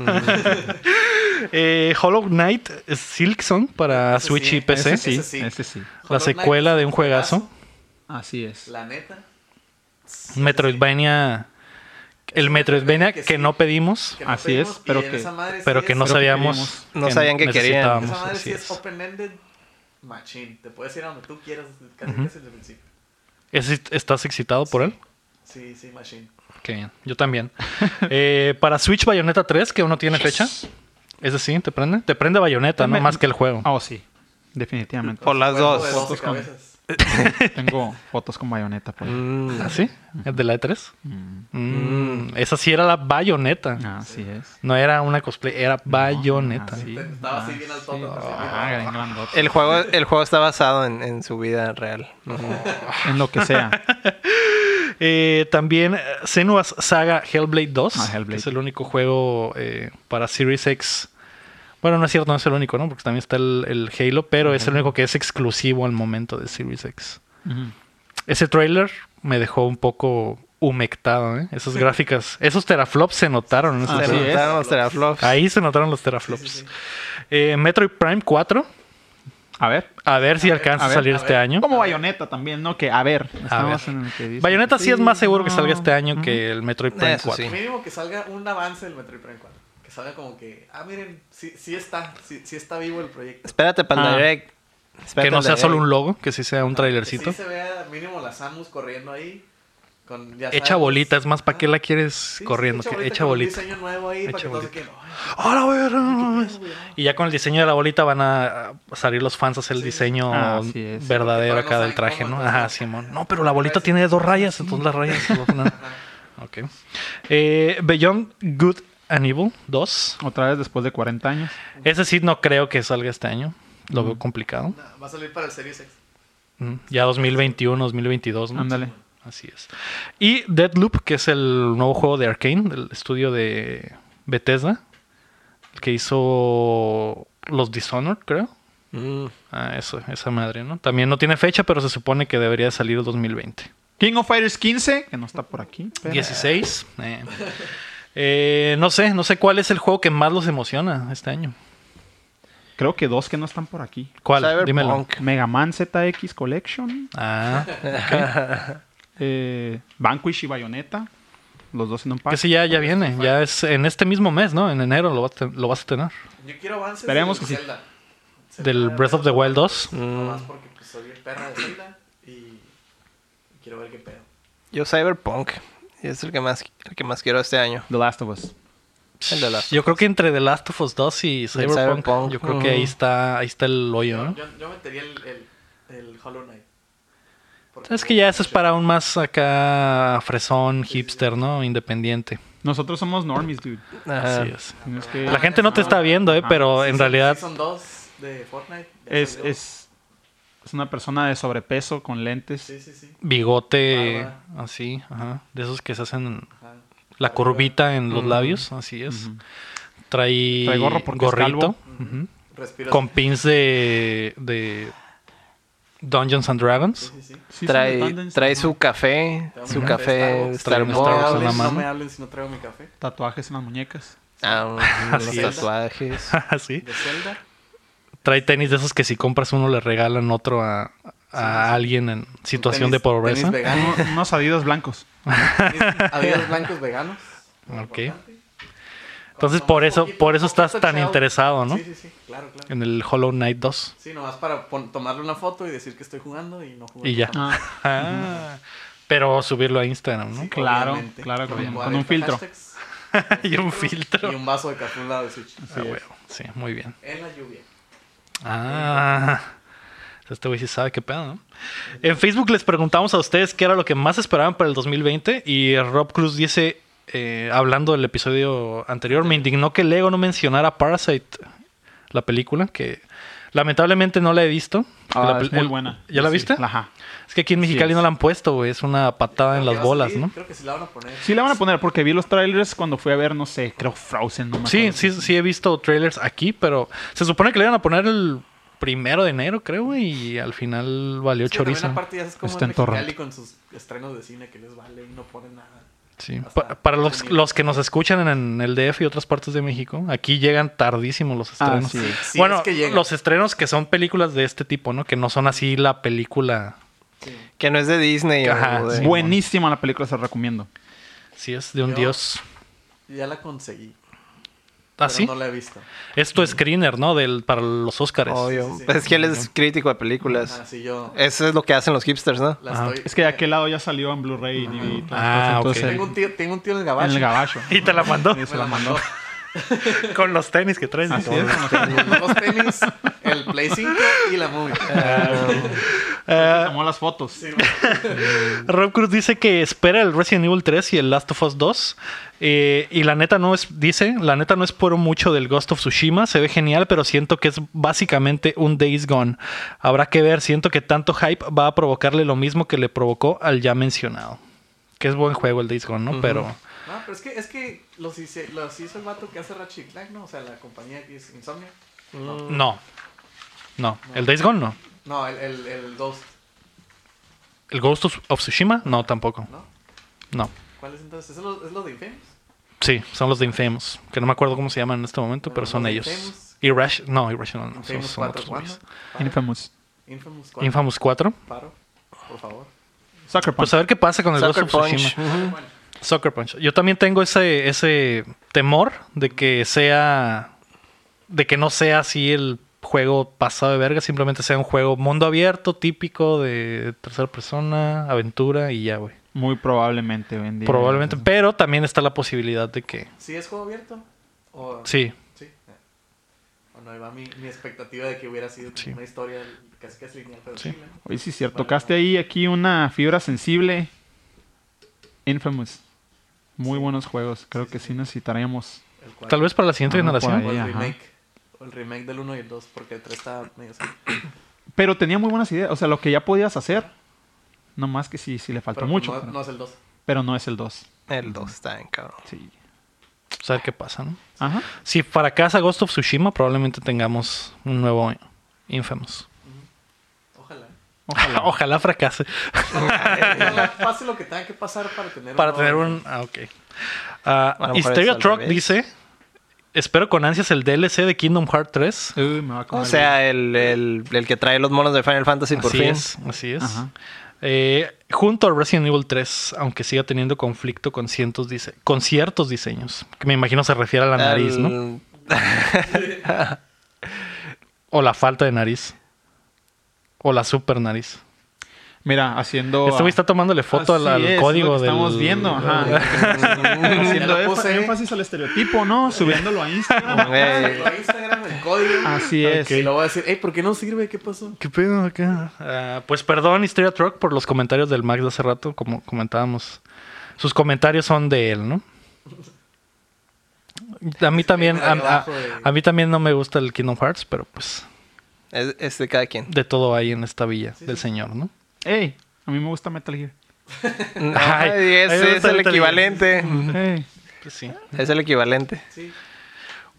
[SPEAKER 1] Eh, Hollow Knight Silksong para
[SPEAKER 4] Ese
[SPEAKER 1] Switch
[SPEAKER 4] sí,
[SPEAKER 1] y PC.
[SPEAKER 3] Ese sí,
[SPEAKER 4] Ese sí.
[SPEAKER 3] ese sí.
[SPEAKER 1] La
[SPEAKER 4] Hollow Knight
[SPEAKER 1] secuela de un
[SPEAKER 4] es
[SPEAKER 1] juegazo.
[SPEAKER 3] Así es.
[SPEAKER 4] La neta.
[SPEAKER 1] Metroidvania. El Metroidvania
[SPEAKER 4] Que
[SPEAKER 1] que,
[SPEAKER 4] sí.
[SPEAKER 1] no pedimos,
[SPEAKER 4] Que no
[SPEAKER 3] Así
[SPEAKER 4] pedimos,
[SPEAKER 3] es, pero
[SPEAKER 4] y en
[SPEAKER 3] que-
[SPEAKER 4] esa madre
[SPEAKER 1] pero
[SPEAKER 4] sí
[SPEAKER 1] que
[SPEAKER 4] es-
[SPEAKER 1] no
[SPEAKER 3] Pero que
[SPEAKER 1] sabían
[SPEAKER 3] queríamos.
[SPEAKER 2] No sabían que querían.
[SPEAKER 4] Esa madre sí
[SPEAKER 1] Así
[SPEAKER 4] es
[SPEAKER 1] es.
[SPEAKER 4] open-ended machín. Te puedes ir a donde tú quieras casi
[SPEAKER 1] Ujú.
[SPEAKER 4] casi desde el principio.
[SPEAKER 1] ¿Es- ¿Estás excitado por él?
[SPEAKER 4] Sí, sí, machín.
[SPEAKER 1] Qué bien, yo también. Eh, para Switch Bayonetta 3, que aún no tiene fecha. Ese sí, ¿te prende? Te prende Bayonetta, no
[SPEAKER 3] Me-
[SPEAKER 1] más que el juego.
[SPEAKER 3] Oh, sí. Definitivamente.
[SPEAKER 2] Por las
[SPEAKER 4] Cuerpo
[SPEAKER 2] dos.
[SPEAKER 4] de doce
[SPEAKER 3] Fotos con-
[SPEAKER 4] cabezas.
[SPEAKER 3] Tengo fotos con bayoneta. pues. Por ahí.
[SPEAKER 2] Mm.
[SPEAKER 1] ¿Ah, sí? ¿El de la E3?
[SPEAKER 3] Mm.
[SPEAKER 1] Mm, esa sí era la Bayonetta.
[SPEAKER 3] Así es.
[SPEAKER 1] No ah, era una cosplay, era Bayonetta.
[SPEAKER 3] así.
[SPEAKER 4] Estaba así bien al tope.
[SPEAKER 3] Ah, gran grandote.
[SPEAKER 2] El juego, el juego está basado en, en su vida real.
[SPEAKER 3] En lo que sea.
[SPEAKER 1] Eh, también eh, Senua's Saga Hellblade 2.
[SPEAKER 3] Ah, Hellblade.
[SPEAKER 1] que es el único juego eh, para Series X. Bueno, no es cierto, no es el único, ¿no? Porque también está el, el Halo, pero es el único que es exclusivo al momento de Series X.
[SPEAKER 3] Ujú.
[SPEAKER 1] Ese trailer me dejó un poco humectado, ¿eh? Esas gráficas, esos teraflops se notaron. en ese
[SPEAKER 2] Ah,
[SPEAKER 3] Así
[SPEAKER 1] trailer.
[SPEAKER 3] es.
[SPEAKER 2] Están los teraflops.
[SPEAKER 1] Ahí se notaron los teraflops. Eh, Metroid Prime 4,
[SPEAKER 3] A ver.
[SPEAKER 1] a ver si alcanza
[SPEAKER 3] a
[SPEAKER 1] a,
[SPEAKER 3] ver,
[SPEAKER 1] salir
[SPEAKER 4] a
[SPEAKER 1] este
[SPEAKER 4] ver.
[SPEAKER 1] año.
[SPEAKER 3] Como bayoneta también, ¿no? Que a ver. Estamos
[SPEAKER 1] ver.
[SPEAKER 3] en el que dice.
[SPEAKER 1] Bayonetta sí, es más seguro que salga
[SPEAKER 3] no.
[SPEAKER 1] este año que el Metroid Prime
[SPEAKER 2] Eso
[SPEAKER 1] 4.
[SPEAKER 2] sí.
[SPEAKER 4] Mínimo que salga un avance del Metroid Prime 4. Que salga como que, ah, miren, sí, sí está, sí, sí está vivo el proyecto.
[SPEAKER 2] Espérate para el
[SPEAKER 3] Ah.
[SPEAKER 2] direct.
[SPEAKER 1] Que
[SPEAKER 2] Espérate
[SPEAKER 1] no
[SPEAKER 2] al
[SPEAKER 1] sea
[SPEAKER 2] direct.
[SPEAKER 1] solo un logo, que sí sea un
[SPEAKER 4] Que
[SPEAKER 1] trailercito.
[SPEAKER 4] sí se vea mínimo la Samus corriendo ahí. Con, ya
[SPEAKER 1] Hecha
[SPEAKER 4] sabes, Ah,
[SPEAKER 1] bolita, es más, ¿para qué la quieres
[SPEAKER 4] sí, sí,
[SPEAKER 1] corriendo? Que- Hecha
[SPEAKER 4] con un
[SPEAKER 1] bolita.
[SPEAKER 4] diseño nuevo ahí para
[SPEAKER 1] Hecha
[SPEAKER 4] que todos se
[SPEAKER 1] bolita.
[SPEAKER 4] queden, "Ay,
[SPEAKER 1] ¡Hola, güey! no mames!
[SPEAKER 4] güey, no".
[SPEAKER 1] Y ya con el diseño de la bolita van a a salir los fans a hacer el
[SPEAKER 4] Sí.
[SPEAKER 1] diseño
[SPEAKER 3] Ah, así es.
[SPEAKER 1] verdadero
[SPEAKER 4] Porque todavía no
[SPEAKER 1] acá del
[SPEAKER 4] saben
[SPEAKER 1] traje,
[SPEAKER 4] cómo,
[SPEAKER 1] ¿no?
[SPEAKER 4] entonces,
[SPEAKER 1] Ajá,
[SPEAKER 4] no.
[SPEAKER 1] Simón. No, pero la bolita tiene dos rayas, entonces las rayas. se lo ponen-
[SPEAKER 4] Ajá.
[SPEAKER 1] Ok. Eh, Beyond Good and Evil 2.
[SPEAKER 3] Otra vez después de 40 años.
[SPEAKER 1] Ese sí no creo que salga este año. Lo
[SPEAKER 3] Mm.
[SPEAKER 1] veo complicado.
[SPEAKER 4] No, va a salir para el Series X.
[SPEAKER 1] Mm, Ya 2021, 2022, ¿no?
[SPEAKER 3] Ándale.
[SPEAKER 1] Así es. Y Deadloop, que es el nuevo juego de Arkane, del estudio de Bethesda, el que hizo los Dishonored, creo.
[SPEAKER 2] Mm.
[SPEAKER 1] Ah, eso, esa madre, ¿no? También no tiene fecha, pero se supone que debería salir el 2020.
[SPEAKER 3] King of Fighters 15, que no está por aquí. pero-
[SPEAKER 1] 16. eh. Eh, no sé, no sé cuál es el juego que más los emociona este año.
[SPEAKER 3] Creo que dos que no están por aquí.
[SPEAKER 1] ¿Cuál?
[SPEAKER 2] Cyberpunk.
[SPEAKER 1] Dímelo.
[SPEAKER 3] Mega Man ZX Collection,
[SPEAKER 1] Ah,
[SPEAKER 3] eh, Vanquish y Bayonetta. Los dos en un pack.
[SPEAKER 1] que sí, ya, ya viene. Ya es en este mismo mes, ¿no? En enero lo, vas a ten- lo vas a tener.
[SPEAKER 4] Yo quiero avances
[SPEAKER 3] Esperemos
[SPEAKER 4] del
[SPEAKER 3] que sí.
[SPEAKER 4] Zelda.
[SPEAKER 1] Del
[SPEAKER 4] Zelda,
[SPEAKER 1] Breath of the Wild 2.
[SPEAKER 4] Nomás porque pues, soy bien perra de Zelda y quiero ver qué pedo.
[SPEAKER 2] Yo Cyberpunk. Y es el que más, el que más quiero este año.
[SPEAKER 3] The Last of Us.
[SPEAKER 2] El de las-
[SPEAKER 1] Yo creo que entre The Last of Us 2 y Cyberpunk,
[SPEAKER 2] Cyberpunk,
[SPEAKER 1] yo creo que
[SPEAKER 2] ujú.
[SPEAKER 1] ahí está, ahí está el hoyo,
[SPEAKER 4] Yo,
[SPEAKER 1] ¿no?
[SPEAKER 4] yo, yo metería el, el, el Hollow Knight. Porque
[SPEAKER 1] Es que ya eso es para un más acá fresón, hipster, ¿no? Independiente.
[SPEAKER 3] Nosotros somos normies, dude.
[SPEAKER 2] Ajá.
[SPEAKER 1] Así es.
[SPEAKER 3] Tienes que-
[SPEAKER 1] La gente no te está viendo, ¿eh? Pero en
[SPEAKER 4] Season-
[SPEAKER 1] realidad...
[SPEAKER 4] Season 2 de Fortnite. ya
[SPEAKER 3] es,
[SPEAKER 4] salió.
[SPEAKER 3] es, es una persona de sobrepeso con lentes.
[SPEAKER 4] Sí, sí, sí.
[SPEAKER 1] bigote
[SPEAKER 4] Barba.
[SPEAKER 1] así, ajá, de esos que se hacen
[SPEAKER 4] Ajá.
[SPEAKER 1] la curvita en los labios, así es. Trae,
[SPEAKER 3] Trae gorro porque es
[SPEAKER 1] gorrito
[SPEAKER 3] calvo.
[SPEAKER 1] ujú,
[SPEAKER 4] Respiro.
[SPEAKER 1] con pins de, de Dungeons and Dragons.
[SPEAKER 4] Sí, sí, sí.
[SPEAKER 3] Sí, son de
[SPEAKER 2] Trae,
[SPEAKER 3] Dungeons,
[SPEAKER 2] trae
[SPEAKER 3] ¿no?
[SPEAKER 2] su café,
[SPEAKER 4] Trae un
[SPEAKER 2] su
[SPEAKER 4] café
[SPEAKER 2] café
[SPEAKER 4] Starbucks.
[SPEAKER 1] Trae un
[SPEAKER 4] No me,
[SPEAKER 1] Starbucks en
[SPEAKER 2] Starbucks.
[SPEAKER 1] la
[SPEAKER 4] hablen, no
[SPEAKER 1] mano.
[SPEAKER 4] me hablen si no traigo mi café.
[SPEAKER 3] tatuajes en las muñecas.
[SPEAKER 2] Ah, los
[SPEAKER 4] Así es.
[SPEAKER 2] tatuajes.
[SPEAKER 1] sí.
[SPEAKER 4] De Zelda.
[SPEAKER 1] Trae tenis de esos que si compras uno le regalan otro a, a alguien en situación de
[SPEAKER 4] Tenis-
[SPEAKER 1] pobreza.
[SPEAKER 4] Tenis veganos.
[SPEAKER 3] Uno- unos adidas blancos.
[SPEAKER 4] Adidas blancos veganos. Muy
[SPEAKER 1] Ok.
[SPEAKER 4] importante.
[SPEAKER 1] Entonces
[SPEAKER 4] Con-
[SPEAKER 1] por
[SPEAKER 4] con
[SPEAKER 1] eso,
[SPEAKER 4] poquito-
[SPEAKER 1] por eso
[SPEAKER 4] con
[SPEAKER 1] estás
[SPEAKER 4] poquito
[SPEAKER 1] tan
[SPEAKER 4] chao.
[SPEAKER 1] interesado, ¿no?
[SPEAKER 4] Sí, sí, sí. Claro, claro.
[SPEAKER 1] En el Hollow Knight 2.
[SPEAKER 4] Sí, nomás para pon- tomarle una foto y decir que estoy jugando y no jugar.
[SPEAKER 1] Y ya.
[SPEAKER 3] Ah,
[SPEAKER 1] Ah, pero subirlo a Instagram, ¿no?
[SPEAKER 3] Claro, claro,
[SPEAKER 4] Con,
[SPEAKER 3] con-
[SPEAKER 4] con
[SPEAKER 3] con
[SPEAKER 4] un
[SPEAKER 3] un filtro.
[SPEAKER 4] hashtags
[SPEAKER 1] y un filtro.
[SPEAKER 4] Y un vaso de café a un lado de Switch.
[SPEAKER 1] Ah, huevo. Sí, muy bien.
[SPEAKER 4] En la lluvia.
[SPEAKER 1] Ah. Este güey sí sabe qué pedo, ¿no? En Facebook les preguntamos a ustedes qué era lo que más esperaban para el 2020 y Rob Cruz dice, eh, hablando del episodio anterior, me indignó que Lego no mencionara Parasite, la película, que lamentablemente no la he visto.
[SPEAKER 3] Ah,
[SPEAKER 1] La
[SPEAKER 3] es
[SPEAKER 1] pel-
[SPEAKER 3] muy buena.
[SPEAKER 1] ¿Ya la
[SPEAKER 3] Sí,
[SPEAKER 1] viste?
[SPEAKER 3] Ajá.
[SPEAKER 1] Es que aquí en Mexicali
[SPEAKER 3] es.
[SPEAKER 1] no la han puesto, güey. Es una patada en
[SPEAKER 4] Creo que
[SPEAKER 1] las
[SPEAKER 4] va a
[SPEAKER 1] bolas,
[SPEAKER 4] salir,
[SPEAKER 1] ¿no?
[SPEAKER 4] Creo que sí la van a poner.
[SPEAKER 3] Sí, la van a poner porque vi los trailers cuando fui a ver, no sé, creo Frozen. No me
[SPEAKER 1] Sí,
[SPEAKER 3] acuerdo.
[SPEAKER 1] sí, sí he visto trailers aquí, pero se supone que le iban a poner el primero de enero, creo, güey, y al final valió
[SPEAKER 4] Sí, también
[SPEAKER 1] chorizo.
[SPEAKER 4] aparte ya es como
[SPEAKER 3] Está
[SPEAKER 4] en
[SPEAKER 3] en torrent.
[SPEAKER 4] Mexicali con sus estrenos de cine que les vale y no ponen nada.
[SPEAKER 1] Sí.
[SPEAKER 4] hasta
[SPEAKER 1] Pa- para los,
[SPEAKER 4] enero.
[SPEAKER 1] los que nos escuchan en, en el DF y otras partes de México, aquí llegan tardísimos los
[SPEAKER 3] Ah,
[SPEAKER 1] estrenos.
[SPEAKER 3] sí.
[SPEAKER 4] Sí,
[SPEAKER 1] bueno,
[SPEAKER 4] es que llegan.
[SPEAKER 1] los estrenos que son películas de este tipo, ¿no? Que no son así la película.
[SPEAKER 4] Sí.
[SPEAKER 2] Que no es de Disney. o
[SPEAKER 1] Ajá,
[SPEAKER 2] de-
[SPEAKER 1] sí.
[SPEAKER 3] Buenísima la película, se la recomiendo.
[SPEAKER 1] Sí, es de un
[SPEAKER 4] Yo-
[SPEAKER 1] dios.
[SPEAKER 4] Ya la conseguí. pero
[SPEAKER 1] Así.
[SPEAKER 4] No la he visto.
[SPEAKER 1] Es tu screener, ¿no? Del, para los Oscars.
[SPEAKER 2] Obvio.
[SPEAKER 4] Sí, sí, sí.
[SPEAKER 2] Pues es que él es crítico de películas.
[SPEAKER 4] Así Ah, yo
[SPEAKER 2] Eso es lo que hacen los hipsters, ¿no?
[SPEAKER 4] la
[SPEAKER 1] Ajá.
[SPEAKER 4] estoy.
[SPEAKER 3] Es que de aquel lado ya salió en Blu-ray y DVD. y todas
[SPEAKER 1] Ah,
[SPEAKER 3] las cosas,
[SPEAKER 1] ok.
[SPEAKER 4] Tengo un tío, tengo un tío en el
[SPEAKER 3] en
[SPEAKER 4] gabacho.
[SPEAKER 3] el gabacho.
[SPEAKER 1] Y te la mandó
[SPEAKER 3] Sí,
[SPEAKER 4] Me
[SPEAKER 3] se
[SPEAKER 4] la
[SPEAKER 3] la mandó.
[SPEAKER 4] mandó.
[SPEAKER 1] con los tenis que traes. y
[SPEAKER 3] Así
[SPEAKER 1] todo.
[SPEAKER 3] es.
[SPEAKER 4] Los tenis, el Play 5 y la movie.
[SPEAKER 1] Ah,
[SPEAKER 3] Tomó las fotos.
[SPEAKER 4] Sí,
[SPEAKER 1] Rob Cruz dice que espera el Resident Evil 3 y el Last of Us 2. Eh, y la neta no es, dice, la neta no espero mucho del Ghost of Tsushima. Se ve genial, pero siento que es básicamente un Days Gone. Habrá que ver, siento que tanto hype va a provocarle lo mismo que le provocó al ya mencionado. Que es buen juego el Days Gone, ¿no? Pero
[SPEAKER 4] No, pero es que, es que los, hice- los hizo el vato que hace Ratchet y Clank, ¿no? O sea, la compañía que es Insomniac. No,
[SPEAKER 1] no. No, el Days Gone no.
[SPEAKER 4] no el, el, el Ghost,
[SPEAKER 1] El Ghost of of Tsushima no tampoco.
[SPEAKER 4] ¿no?
[SPEAKER 1] No.
[SPEAKER 4] ¿Cuál es entonces? ¿Es lo, es lo de Infamous?
[SPEAKER 1] Sí, son los de Infamous, que no me acuerdo cómo se llaman en este momento, pero
[SPEAKER 4] Bueno,
[SPEAKER 1] son
[SPEAKER 4] los de
[SPEAKER 1] ellos.
[SPEAKER 4] Infamous.
[SPEAKER 1] Irrational, no, Irrational no, son,
[SPEAKER 4] Infamous
[SPEAKER 1] son
[SPEAKER 4] 4,
[SPEAKER 1] otros
[SPEAKER 4] ¿cuándo?
[SPEAKER 1] güeyes.
[SPEAKER 4] Paro.
[SPEAKER 3] Infamous.
[SPEAKER 4] Infamous 4.
[SPEAKER 1] Infamous 4.
[SPEAKER 4] Paro, por favor.
[SPEAKER 3] Sucker Punch.
[SPEAKER 1] Pues a ver qué pasa con el
[SPEAKER 2] Sucker
[SPEAKER 1] Ghost of
[SPEAKER 2] Punch.
[SPEAKER 1] Tsushima.
[SPEAKER 2] Ujú.
[SPEAKER 4] Bueno,
[SPEAKER 1] Sucker Punch. Yo también tengo ese, ese temor de que sea. de que no sea así el juego pasado de verga, simplemente sea un juego mundo abierto, típico, de tercera persona, aventura y ya, güey.
[SPEAKER 3] Muy probablemente hoy en día.
[SPEAKER 1] Probablemente. Pero también está la posibilidad de que.
[SPEAKER 4] ¿sí es juego abierto? ¿O,
[SPEAKER 1] Sí.
[SPEAKER 4] ¿Sí? Eh. O no, iba mi, mi expectativa de que hubiera sido
[SPEAKER 1] Sí.
[SPEAKER 4] una historia casi casi lineal, pero
[SPEAKER 1] Sí.
[SPEAKER 4] sí, ¿no?
[SPEAKER 3] Oye, sí, cierto. Tocaste ahí aquí una fibra sensible. Infamous. Muy buenos juegos. Creo que sí necesitaríamos.
[SPEAKER 4] El cuatro.
[SPEAKER 1] Tal vez para la siguiente
[SPEAKER 3] Ah, no, por
[SPEAKER 1] generación.
[SPEAKER 4] O el
[SPEAKER 3] Ahí, ajá.
[SPEAKER 4] remake. O el remake del 1 y el 2, porque el 3 está medio... así.
[SPEAKER 3] Pero tenía muy buenas ideas. O sea, lo que ya podías hacer. No más que sí, sí le faltó
[SPEAKER 4] Pero
[SPEAKER 3] mucho.
[SPEAKER 4] No,
[SPEAKER 3] pero,
[SPEAKER 4] no es el 2.
[SPEAKER 3] pero no es el 2.
[SPEAKER 2] El 2 está en cabrón.
[SPEAKER 3] Sí.
[SPEAKER 1] Pues a ver qué pasa, ¿no?
[SPEAKER 3] Ajá.
[SPEAKER 1] Si fracasa Ghost of Tsushima, probablemente tengamos un nuevo Infamous.
[SPEAKER 4] Ojalá.
[SPEAKER 3] Ojalá.
[SPEAKER 1] Ojalá fracase.
[SPEAKER 4] Ojalá pase lo que tenga que pasar para tener
[SPEAKER 1] Para
[SPEAKER 4] un-
[SPEAKER 1] tener un. Ah, ok. Ah,
[SPEAKER 2] A lo mejor es
[SPEAKER 1] Hysteria
[SPEAKER 2] al
[SPEAKER 1] Truck
[SPEAKER 2] revés.
[SPEAKER 1] dice: Espero con ansias el DLC de Kingdom Hearts 3.
[SPEAKER 3] Uy, me va a comer
[SPEAKER 2] O
[SPEAKER 3] el-
[SPEAKER 2] sea, el, el, el que trae los monos de Final Fantasy por
[SPEAKER 1] así
[SPEAKER 2] fin.
[SPEAKER 1] es, así es.
[SPEAKER 3] Ajá.
[SPEAKER 1] Eh, junto a Resident Evil 3, aunque siga teniendo conflicto con, cientos dise- con ciertos diseños. Que me imagino se refiere a la nariz,
[SPEAKER 2] Al-
[SPEAKER 1] ¿no? O la falta de nariz. O la super nariz.
[SPEAKER 3] Mira, haciendo.
[SPEAKER 1] Este güey está tomándole foto al,
[SPEAKER 3] Oh. Así
[SPEAKER 1] al
[SPEAKER 3] es, es
[SPEAKER 1] código
[SPEAKER 3] lo que estamos
[SPEAKER 1] del-
[SPEAKER 3] viendo, ajá. haciendo
[SPEAKER 4] Ya lo
[SPEAKER 3] énfa-
[SPEAKER 4] puse. eh.
[SPEAKER 3] énfasis al estereotipo, ¿no? Subiéndolo a Instagram.
[SPEAKER 2] Güey.
[SPEAKER 4] Por Instagram, el código.
[SPEAKER 3] Eh, Así es.
[SPEAKER 4] Y luego voy a decir, hey, ¿por qué no sirve? ¿Qué pasó?
[SPEAKER 1] ¿Qué pedo acá? Ah, pues perdón, Historia Truck, por los comentarios del Max de hace rato, como comentábamos. Sus comentarios son de él, ¿no? A
[SPEAKER 4] Este,
[SPEAKER 1] mí también, a, a- a mí también no me gusta el Kingdom Hearts, pero pues
[SPEAKER 2] Es, es de cada quien.
[SPEAKER 1] de todo hay en esta villa del señor, ¿no?
[SPEAKER 3] Ey, a mí me gusta Metal Gear.
[SPEAKER 1] Ay,
[SPEAKER 2] Ay,
[SPEAKER 1] ahí
[SPEAKER 2] ese es
[SPEAKER 1] está
[SPEAKER 2] el
[SPEAKER 1] el
[SPEAKER 2] equivalente.
[SPEAKER 3] Ey.
[SPEAKER 1] Pues sí.
[SPEAKER 2] Es el equivalente.
[SPEAKER 4] Sí.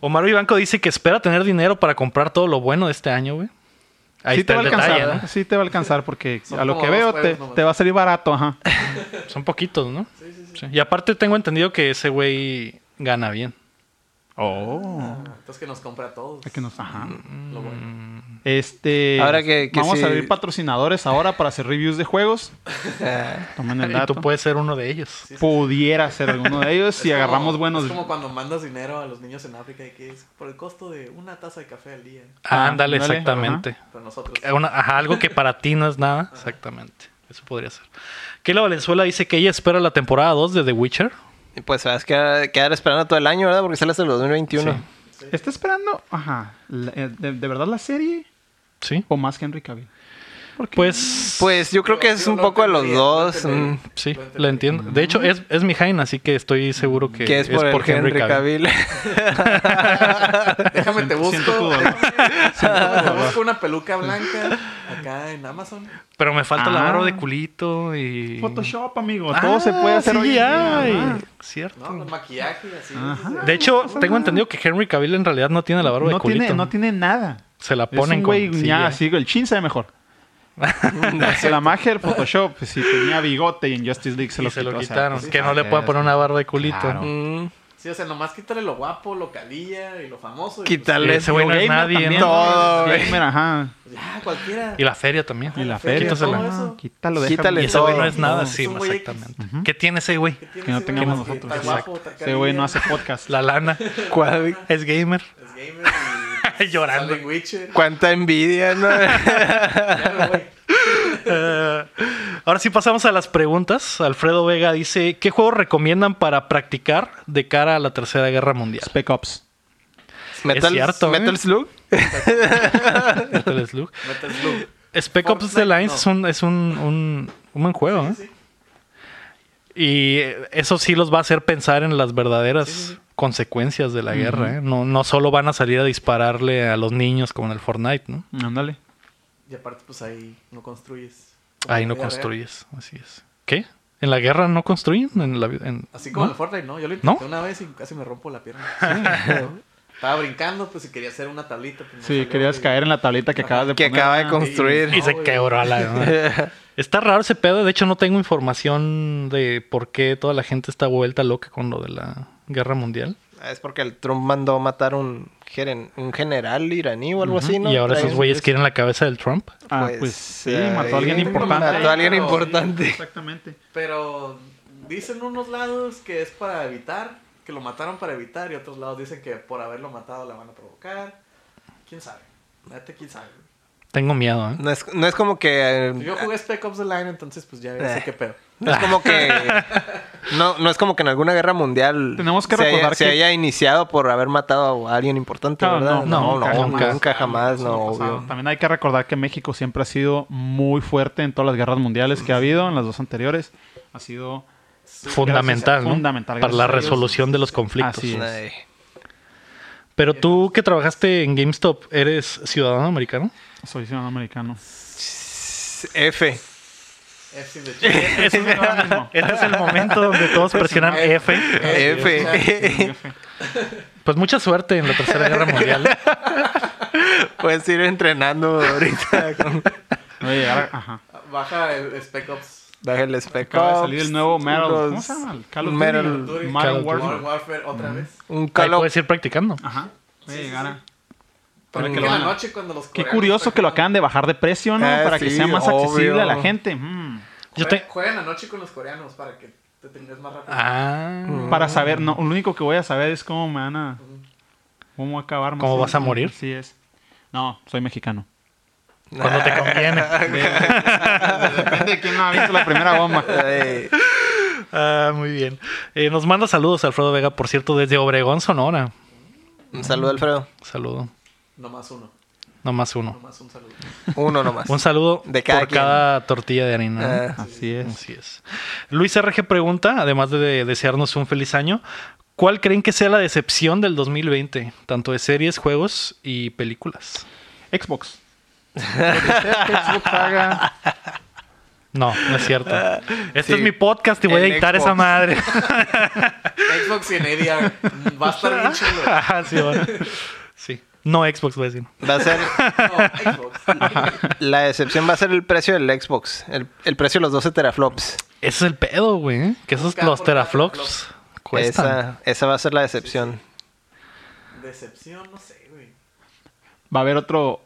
[SPEAKER 1] Omar Vivanco dice que espera tener dinero para comprar todo lo bueno de este año, güey. Ahí
[SPEAKER 3] sí
[SPEAKER 1] está
[SPEAKER 3] te va
[SPEAKER 1] el
[SPEAKER 3] a alcanzar,
[SPEAKER 1] detalle,
[SPEAKER 3] ¿eh? sí te va a alcanzar porque
[SPEAKER 4] Son
[SPEAKER 3] a lo
[SPEAKER 4] como
[SPEAKER 3] que
[SPEAKER 4] dos
[SPEAKER 3] veo te,
[SPEAKER 4] juegos nomás.
[SPEAKER 3] te va a salir barato, ajá.
[SPEAKER 1] ¿no? Son poquitos, ¿no?
[SPEAKER 4] Sí, sí, sí.
[SPEAKER 1] Sí. Y aparte tengo entendido que ese güey gana bien.
[SPEAKER 3] Oh.
[SPEAKER 4] Ah, Entonces que nos compra a todos.
[SPEAKER 3] Que nos, ajá.
[SPEAKER 1] Mm,
[SPEAKER 4] Lo bueno.
[SPEAKER 3] Este,
[SPEAKER 2] Ahora que- que
[SPEAKER 3] vamos
[SPEAKER 2] sí.
[SPEAKER 3] a abrir patrocinadores ahora para hacer reviews de juegos.
[SPEAKER 2] Ah,
[SPEAKER 3] Tomen el
[SPEAKER 1] Y
[SPEAKER 3] dato.
[SPEAKER 1] tú puedes ser uno de ellos.
[SPEAKER 3] Pudiera ser alguno de ellos si
[SPEAKER 4] Es como-
[SPEAKER 3] agarramos buenos.
[SPEAKER 4] Es como cuando mandas dinero a los niños en África y que es por el costo de una taza de café al día.
[SPEAKER 1] Ah,
[SPEAKER 3] Ah,
[SPEAKER 1] Ándale,
[SPEAKER 3] ándale,
[SPEAKER 1] exactamente.
[SPEAKER 4] Pero nosotros.
[SPEAKER 3] Eh,
[SPEAKER 1] Una- ajá, algo que para ti no es nada. Exactamente. Eso podría ser. Keila Valenzuela dice que ella espera la temporada 2 de The Witcher.
[SPEAKER 2] y pues vas a quedar, quedar esperando todo el año, ¿verdad? Porque sale hasta el 2021.
[SPEAKER 1] Sí.
[SPEAKER 3] ¿Está esperando? Ajá. la- eh, de, de verdad la serie?
[SPEAKER 1] Sí.
[SPEAKER 3] ¿O más que Henry Cavill? Porque
[SPEAKER 1] Pues.
[SPEAKER 2] Pues yo creo que es un poco de los dos. mm,
[SPEAKER 1] Sí, la entiendo. De hecho, es, es mi Jaina, así que estoy seguro que,
[SPEAKER 2] Que es por, el Henry Cavill.
[SPEAKER 4] Déjame te busco.
[SPEAKER 3] siento tu dolor.
[SPEAKER 4] déjame te busco una peluca blanca acá en Amazon.
[SPEAKER 1] Pero me falta la
[SPEAKER 3] Ah.
[SPEAKER 1] barba de culito y.
[SPEAKER 3] Photoshop, amigo.
[SPEAKER 1] Ah,
[SPEAKER 3] Todo se puede hacer hoy en día,
[SPEAKER 1] CGI.
[SPEAKER 3] ajá.
[SPEAKER 1] Cierto.
[SPEAKER 4] No, con maquillaje así.
[SPEAKER 1] De hecho, tengo entendido que Henry Cavill en realidad no tiene la barba de
[SPEAKER 3] No
[SPEAKER 1] culito.
[SPEAKER 3] tiene, no tiene nada.
[SPEAKER 1] Se la
[SPEAKER 3] Es
[SPEAKER 1] ponen
[SPEAKER 3] un güey
[SPEAKER 1] con CGI.
[SPEAKER 3] ya, así, el chin se ve mejor. se la magia del Photoshop, pues, si tenía bigote y en Justice League se
[SPEAKER 1] Y
[SPEAKER 3] lo,
[SPEAKER 1] se lo
[SPEAKER 3] quitó, o sea,
[SPEAKER 1] quitaron.
[SPEAKER 3] pues,
[SPEAKER 1] que no le
[SPEAKER 3] ya,
[SPEAKER 1] puedan
[SPEAKER 3] ya,
[SPEAKER 1] poner una barba de culito.
[SPEAKER 3] Claro.
[SPEAKER 2] Mm,
[SPEAKER 4] Sí, o sea, nomás quítale lo guapo, lo calilla y lo famoso. y
[SPEAKER 2] Quítale.
[SPEAKER 4] pues,
[SPEAKER 1] Ese güey no es
[SPEAKER 3] Gamer
[SPEAKER 1] nadie,
[SPEAKER 3] también,
[SPEAKER 1] ¿no?
[SPEAKER 2] Todo,
[SPEAKER 3] Es
[SPEAKER 2] güey.
[SPEAKER 3] gamer, ajá.
[SPEAKER 4] ya, cualquiera.
[SPEAKER 1] Y la feria también.
[SPEAKER 3] Y la
[SPEAKER 4] feria,
[SPEAKER 3] feria.
[SPEAKER 1] Quítasela.
[SPEAKER 4] todo eso.
[SPEAKER 3] Quítalo, déjame.
[SPEAKER 2] Quítale
[SPEAKER 1] Y ese güey no
[SPEAKER 2] todo.
[SPEAKER 1] es nada,
[SPEAKER 2] No,
[SPEAKER 1] sí,
[SPEAKER 4] es un güey
[SPEAKER 1] exactamente. ¿Qué tiene ese güey?
[SPEAKER 4] ¿Qué tiene
[SPEAKER 3] Que no
[SPEAKER 4] ese
[SPEAKER 3] tengamos
[SPEAKER 4] güey?
[SPEAKER 3] nosotros.
[SPEAKER 4] Está guapo,
[SPEAKER 3] Exacto.
[SPEAKER 4] está
[SPEAKER 3] Ese güey no
[SPEAKER 4] calilla,
[SPEAKER 3] hace podcast.
[SPEAKER 1] La lana.
[SPEAKER 2] cuál-
[SPEAKER 1] Es gamer.
[SPEAKER 4] Es gamer y
[SPEAKER 1] Llorando.
[SPEAKER 4] sale en Witcher.
[SPEAKER 2] cuánta envidia, ¿no?
[SPEAKER 4] Ya me voy.
[SPEAKER 1] Eh, ahora sí pasamos a las preguntas. Alfredo Vega dice, ¿qué juegos recomiendan para practicar de cara a la Tercera Guerra Mundial?
[SPEAKER 3] Spec Ops.
[SPEAKER 2] Metal,
[SPEAKER 1] cierto, ¿eh?
[SPEAKER 2] Metal Slug.
[SPEAKER 1] Metal Slug.
[SPEAKER 4] Metal Slug.
[SPEAKER 1] Spec Ops The
[SPEAKER 4] Fortnite,
[SPEAKER 1] Lines
[SPEAKER 4] no.
[SPEAKER 1] es, un, es un, un- un buen juego. ¿eh? Y eh, eso sí los va a hacer pensar en las verdaderas consecuencias de la guerra. ¿eh? No, no solo van a salir a dispararle a los niños como en el Fortnite, ¿no?
[SPEAKER 3] Ándale.
[SPEAKER 4] Y aparte, pues ahí no construyes. Como
[SPEAKER 1] Ahí
[SPEAKER 4] en
[SPEAKER 1] no
[SPEAKER 4] la vida real.
[SPEAKER 1] construyes, así es. ¿Qué? ¿En la guerra no construyen? ¿En la, vi- en-
[SPEAKER 4] Así como
[SPEAKER 1] ¿no?
[SPEAKER 4] en el Fortnite, ¿no? Yo lo intenté
[SPEAKER 1] ¿No?
[SPEAKER 4] una vez y casi me rompo la pierna. Sí. Estaba brincando, pues, y quería hacer una tablita. pues, no
[SPEAKER 3] Sí,
[SPEAKER 4] salió,
[SPEAKER 3] querías
[SPEAKER 4] güey.
[SPEAKER 3] caer en la tableta que acabas de
[SPEAKER 2] Que
[SPEAKER 3] poner.
[SPEAKER 2] acaba de
[SPEAKER 3] Ah,
[SPEAKER 2] construir.
[SPEAKER 1] Y
[SPEAKER 4] No,
[SPEAKER 1] se
[SPEAKER 4] güey.
[SPEAKER 1] quebró a la... está raro ese pedo. De hecho, no tengo información de por qué toda la gente está vuelta loca con lo de la guerra mundial.
[SPEAKER 2] Ah, Es porque el Trump mandó matar un, geren- un general iraní o algo así, ¿no?
[SPEAKER 1] y ahora
[SPEAKER 2] Trae
[SPEAKER 1] esos
[SPEAKER 2] un-
[SPEAKER 1] güeyes quieren la cabeza del Trump.
[SPEAKER 3] Ah, pues sí,
[SPEAKER 2] ahí
[SPEAKER 3] mató a alguien importante.
[SPEAKER 2] Mató a alguien
[SPEAKER 4] Pero-
[SPEAKER 2] importante.
[SPEAKER 3] Exactamente.
[SPEAKER 4] Pero dicen unos lados que es para evitar, que lo mataron para evitar, y otros lados dicen que por haberlo matado la van a provocar. ¿Quién sabe? Neta, quién sabe. Pues
[SPEAKER 1] Tengo miedo, ¿eh?
[SPEAKER 2] No es, no es como que. eh,
[SPEAKER 4] Yo jugué Spec Ops The Line, entonces, pues, ya sé
[SPEAKER 2] Eh.
[SPEAKER 4] qué pedo.
[SPEAKER 2] No es como que. No, no es como que en alguna guerra mundial
[SPEAKER 3] Tenemos que
[SPEAKER 2] se, haya,
[SPEAKER 3] recordar
[SPEAKER 2] se
[SPEAKER 3] que-
[SPEAKER 2] haya iniciado por haber matado a alguien importante,
[SPEAKER 3] No,
[SPEAKER 2] ¿verdad?
[SPEAKER 3] no,
[SPEAKER 1] nunca,
[SPEAKER 2] nunca,
[SPEAKER 1] jamás.
[SPEAKER 2] jamás,
[SPEAKER 3] Eso
[SPEAKER 2] no,
[SPEAKER 3] ha pasado.
[SPEAKER 2] obvio.
[SPEAKER 3] También hay que recordar que México siempre ha sido muy fuerte en todas las guerras mundiales que ha habido, en las dos anteriores. Ha sido
[SPEAKER 1] fundamental,
[SPEAKER 3] gracias a-
[SPEAKER 1] ¿no?
[SPEAKER 3] fundamental,
[SPEAKER 1] Para la
[SPEAKER 3] gracias a Dios.
[SPEAKER 1] resolución de los conflictos.
[SPEAKER 3] Así es.
[SPEAKER 2] Ay.
[SPEAKER 1] Pero tú que trabajaste en GameStop, ¿eres ciudadano americano?
[SPEAKER 3] Soy ciudadano americano.
[SPEAKER 2] F.
[SPEAKER 4] F de Chile.
[SPEAKER 1] Este es el momento donde todos presionan F.
[SPEAKER 2] F.
[SPEAKER 1] Pues mucha suerte en la Tercera Guerra Mundial.
[SPEAKER 2] Puedes ir entrenando ahorita. Con...
[SPEAKER 3] Voy a llegar a- ajá.
[SPEAKER 4] Baja el Spec Ops.
[SPEAKER 2] Baja el Spec
[SPEAKER 3] Acaba de
[SPEAKER 2] Ops,
[SPEAKER 3] salir el nuevo Metal.
[SPEAKER 2] los-
[SPEAKER 3] ¿Cómo se llama? El Call of Duty.
[SPEAKER 2] Metal-
[SPEAKER 4] Duty.
[SPEAKER 3] Modern
[SPEAKER 1] Call of
[SPEAKER 3] Warfare.
[SPEAKER 4] Modern Warfare otra vez.
[SPEAKER 2] Un
[SPEAKER 1] Ahí
[SPEAKER 2] Call of-
[SPEAKER 1] puedes ir practicando.
[SPEAKER 3] Ajá. Voy a llegar a-
[SPEAKER 4] Pero
[SPEAKER 3] Para
[SPEAKER 4] que
[SPEAKER 3] que lo
[SPEAKER 4] en la
[SPEAKER 3] hagan.
[SPEAKER 4] noche cuando los
[SPEAKER 3] Qué
[SPEAKER 4] coreanos
[SPEAKER 3] curioso
[SPEAKER 4] sacan-
[SPEAKER 3] que lo acaban de bajar de precio, ¿no?
[SPEAKER 2] Ah,
[SPEAKER 3] Para que
[SPEAKER 2] sí,
[SPEAKER 3] sea más
[SPEAKER 2] obvio.
[SPEAKER 3] accesible a la gente. Mm.
[SPEAKER 1] Yo
[SPEAKER 4] Jue-
[SPEAKER 1] te-
[SPEAKER 4] Juegan anoche con los coreanos para que te tengas más rápido.
[SPEAKER 1] Ah,
[SPEAKER 3] Para saber, no, lo único que voy a saber es cómo me van a. ¿Cómo voy a acabar más
[SPEAKER 1] ¿Cómo
[SPEAKER 3] o
[SPEAKER 1] vas a
[SPEAKER 3] menos.
[SPEAKER 1] morir?
[SPEAKER 3] Así es. No, soy mexicano.
[SPEAKER 1] Cuando te conviene.
[SPEAKER 3] Depende de quién no ha visto la primera bomba.
[SPEAKER 2] Ay,
[SPEAKER 1] Ah, muy bien. Eh, nos manda saludos Alfredo Vega, por cierto, desde Obregón, Sonora.
[SPEAKER 2] un saludo, Alfredo.
[SPEAKER 1] Saludo.
[SPEAKER 4] Nomás uno.
[SPEAKER 1] Nomás uno.
[SPEAKER 4] Nomás un saludo.
[SPEAKER 2] Uno nomás.
[SPEAKER 1] Un saludo
[SPEAKER 2] De cada
[SPEAKER 1] por
[SPEAKER 2] quien.
[SPEAKER 1] cada tortilla de harina. ¿no?
[SPEAKER 2] Ah,
[SPEAKER 3] Así es.
[SPEAKER 1] Así es. Luis RG pregunta, además de, de desearnos un feliz año, ¿cuál creen que sea la decepción del 2020? Tanto de series, juegos y películas.
[SPEAKER 3] Xbox. Lo que sea que Xbox haga.
[SPEAKER 1] No, no es cierto. Este
[SPEAKER 2] Ah, Sí.
[SPEAKER 1] es mi podcast y voy a
[SPEAKER 2] El
[SPEAKER 1] editar
[SPEAKER 2] Xbox.
[SPEAKER 1] esa madre.
[SPEAKER 4] Xbox y en ADR. Va a estar bien chulo.
[SPEAKER 1] Ajá, sí, bueno. Sí. No Xbox, voy a decir.
[SPEAKER 2] Va a ser.
[SPEAKER 4] No, Xbox.
[SPEAKER 2] La excepción va a ser el precio del Xbox. El, el precio de los 12 teraflops.
[SPEAKER 1] Ese es el pedo, güey. ¿eh? Que esos
[SPEAKER 4] Busca
[SPEAKER 1] los
[SPEAKER 4] por cada
[SPEAKER 1] teraflops cuestan.
[SPEAKER 2] Esa, esa va a ser la decepción.
[SPEAKER 4] Decepción, no sé, güey.
[SPEAKER 3] Va a haber otro.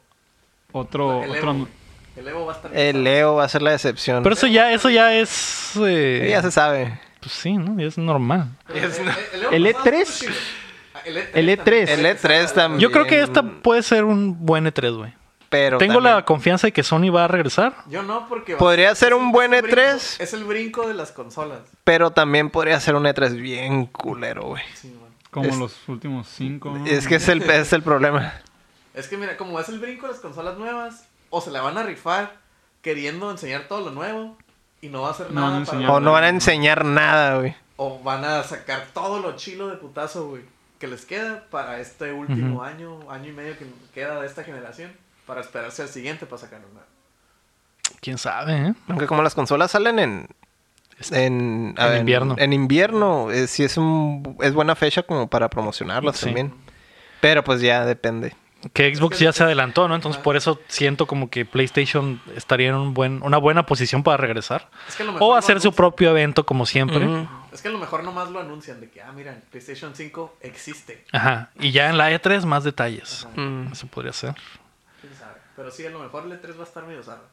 [SPEAKER 3] Otro.
[SPEAKER 4] El
[SPEAKER 3] otro
[SPEAKER 4] Evo.
[SPEAKER 3] anu-
[SPEAKER 4] El Evo va a estar.
[SPEAKER 2] El E Leo va a ser la decepción.
[SPEAKER 1] Pero eso ya, eso ya es. eh,
[SPEAKER 2] Sí, ya se sabe.
[SPEAKER 1] Pues sí, ¿no? Ya es normal.
[SPEAKER 4] Pero el- el-
[SPEAKER 3] El
[SPEAKER 4] el Evo pasado
[SPEAKER 3] E3.
[SPEAKER 4] estuvo chido. Ah, El E3.
[SPEAKER 3] El E E3.
[SPEAKER 4] también.
[SPEAKER 2] El E3 también.
[SPEAKER 1] Yo creo que esta puede ser un buen E3, güey.
[SPEAKER 2] Pero
[SPEAKER 1] Tengo
[SPEAKER 2] también-
[SPEAKER 1] la confianza de que Sony va a regresar.
[SPEAKER 4] Yo no, porque. va-
[SPEAKER 2] Podría ser
[SPEAKER 4] es
[SPEAKER 2] un
[SPEAKER 4] el-
[SPEAKER 2] buen E
[SPEAKER 4] es el
[SPEAKER 2] E3.
[SPEAKER 4] brinco- Es el brinco de las consolas.
[SPEAKER 2] Pero también podría ser un E3 bien culero, güey.
[SPEAKER 4] Sí, man.
[SPEAKER 3] Como
[SPEAKER 2] Es-
[SPEAKER 3] los últimos cinco.
[SPEAKER 2] Es que es el, es el problema.
[SPEAKER 4] Es que mira, como es el brinco de las consolas nuevas, o se la van a rifar queriendo enseñar todo lo nuevo y no va a hacer
[SPEAKER 3] No van
[SPEAKER 4] nada.
[SPEAKER 3] a
[SPEAKER 4] para-
[SPEAKER 3] enseñar
[SPEAKER 2] O no van a enseñar nada, güey.
[SPEAKER 4] O van a sacar todo lo chilo de putazo, güey, que les queda para este último año, año y medio que queda de esta generación, para esperarse al siguiente para sacar nada.
[SPEAKER 1] Quién sabe, ¿eh?
[SPEAKER 2] Aunque como las consolas salen en... En, a
[SPEAKER 1] En
[SPEAKER 2] ver,
[SPEAKER 1] invierno.
[SPEAKER 2] En invierno, eh, sí es, un, es buena fecha como para promocionarlas
[SPEAKER 1] Sí.
[SPEAKER 2] también. Pero pues ya depende.
[SPEAKER 1] Que Xbox ya se adelantó, ¿no? Entonces por eso siento como que PlayStation estaría en un buen, una buena posición para regresar.
[SPEAKER 4] Es que a lo mejor
[SPEAKER 1] O
[SPEAKER 4] no
[SPEAKER 1] hacer su
[SPEAKER 4] anuncian-
[SPEAKER 1] propio evento como siempre.
[SPEAKER 4] Es que a lo mejor nomás lo anuncian de que, ah, mira, el PlayStation 5 existe.
[SPEAKER 1] Ajá. Y ya en la E3 más detalles.
[SPEAKER 2] Mm.
[SPEAKER 1] Eso podría ser.
[SPEAKER 4] ¿Quién sabe? Pero sí, a lo mejor el E3 va a estar medio zarra,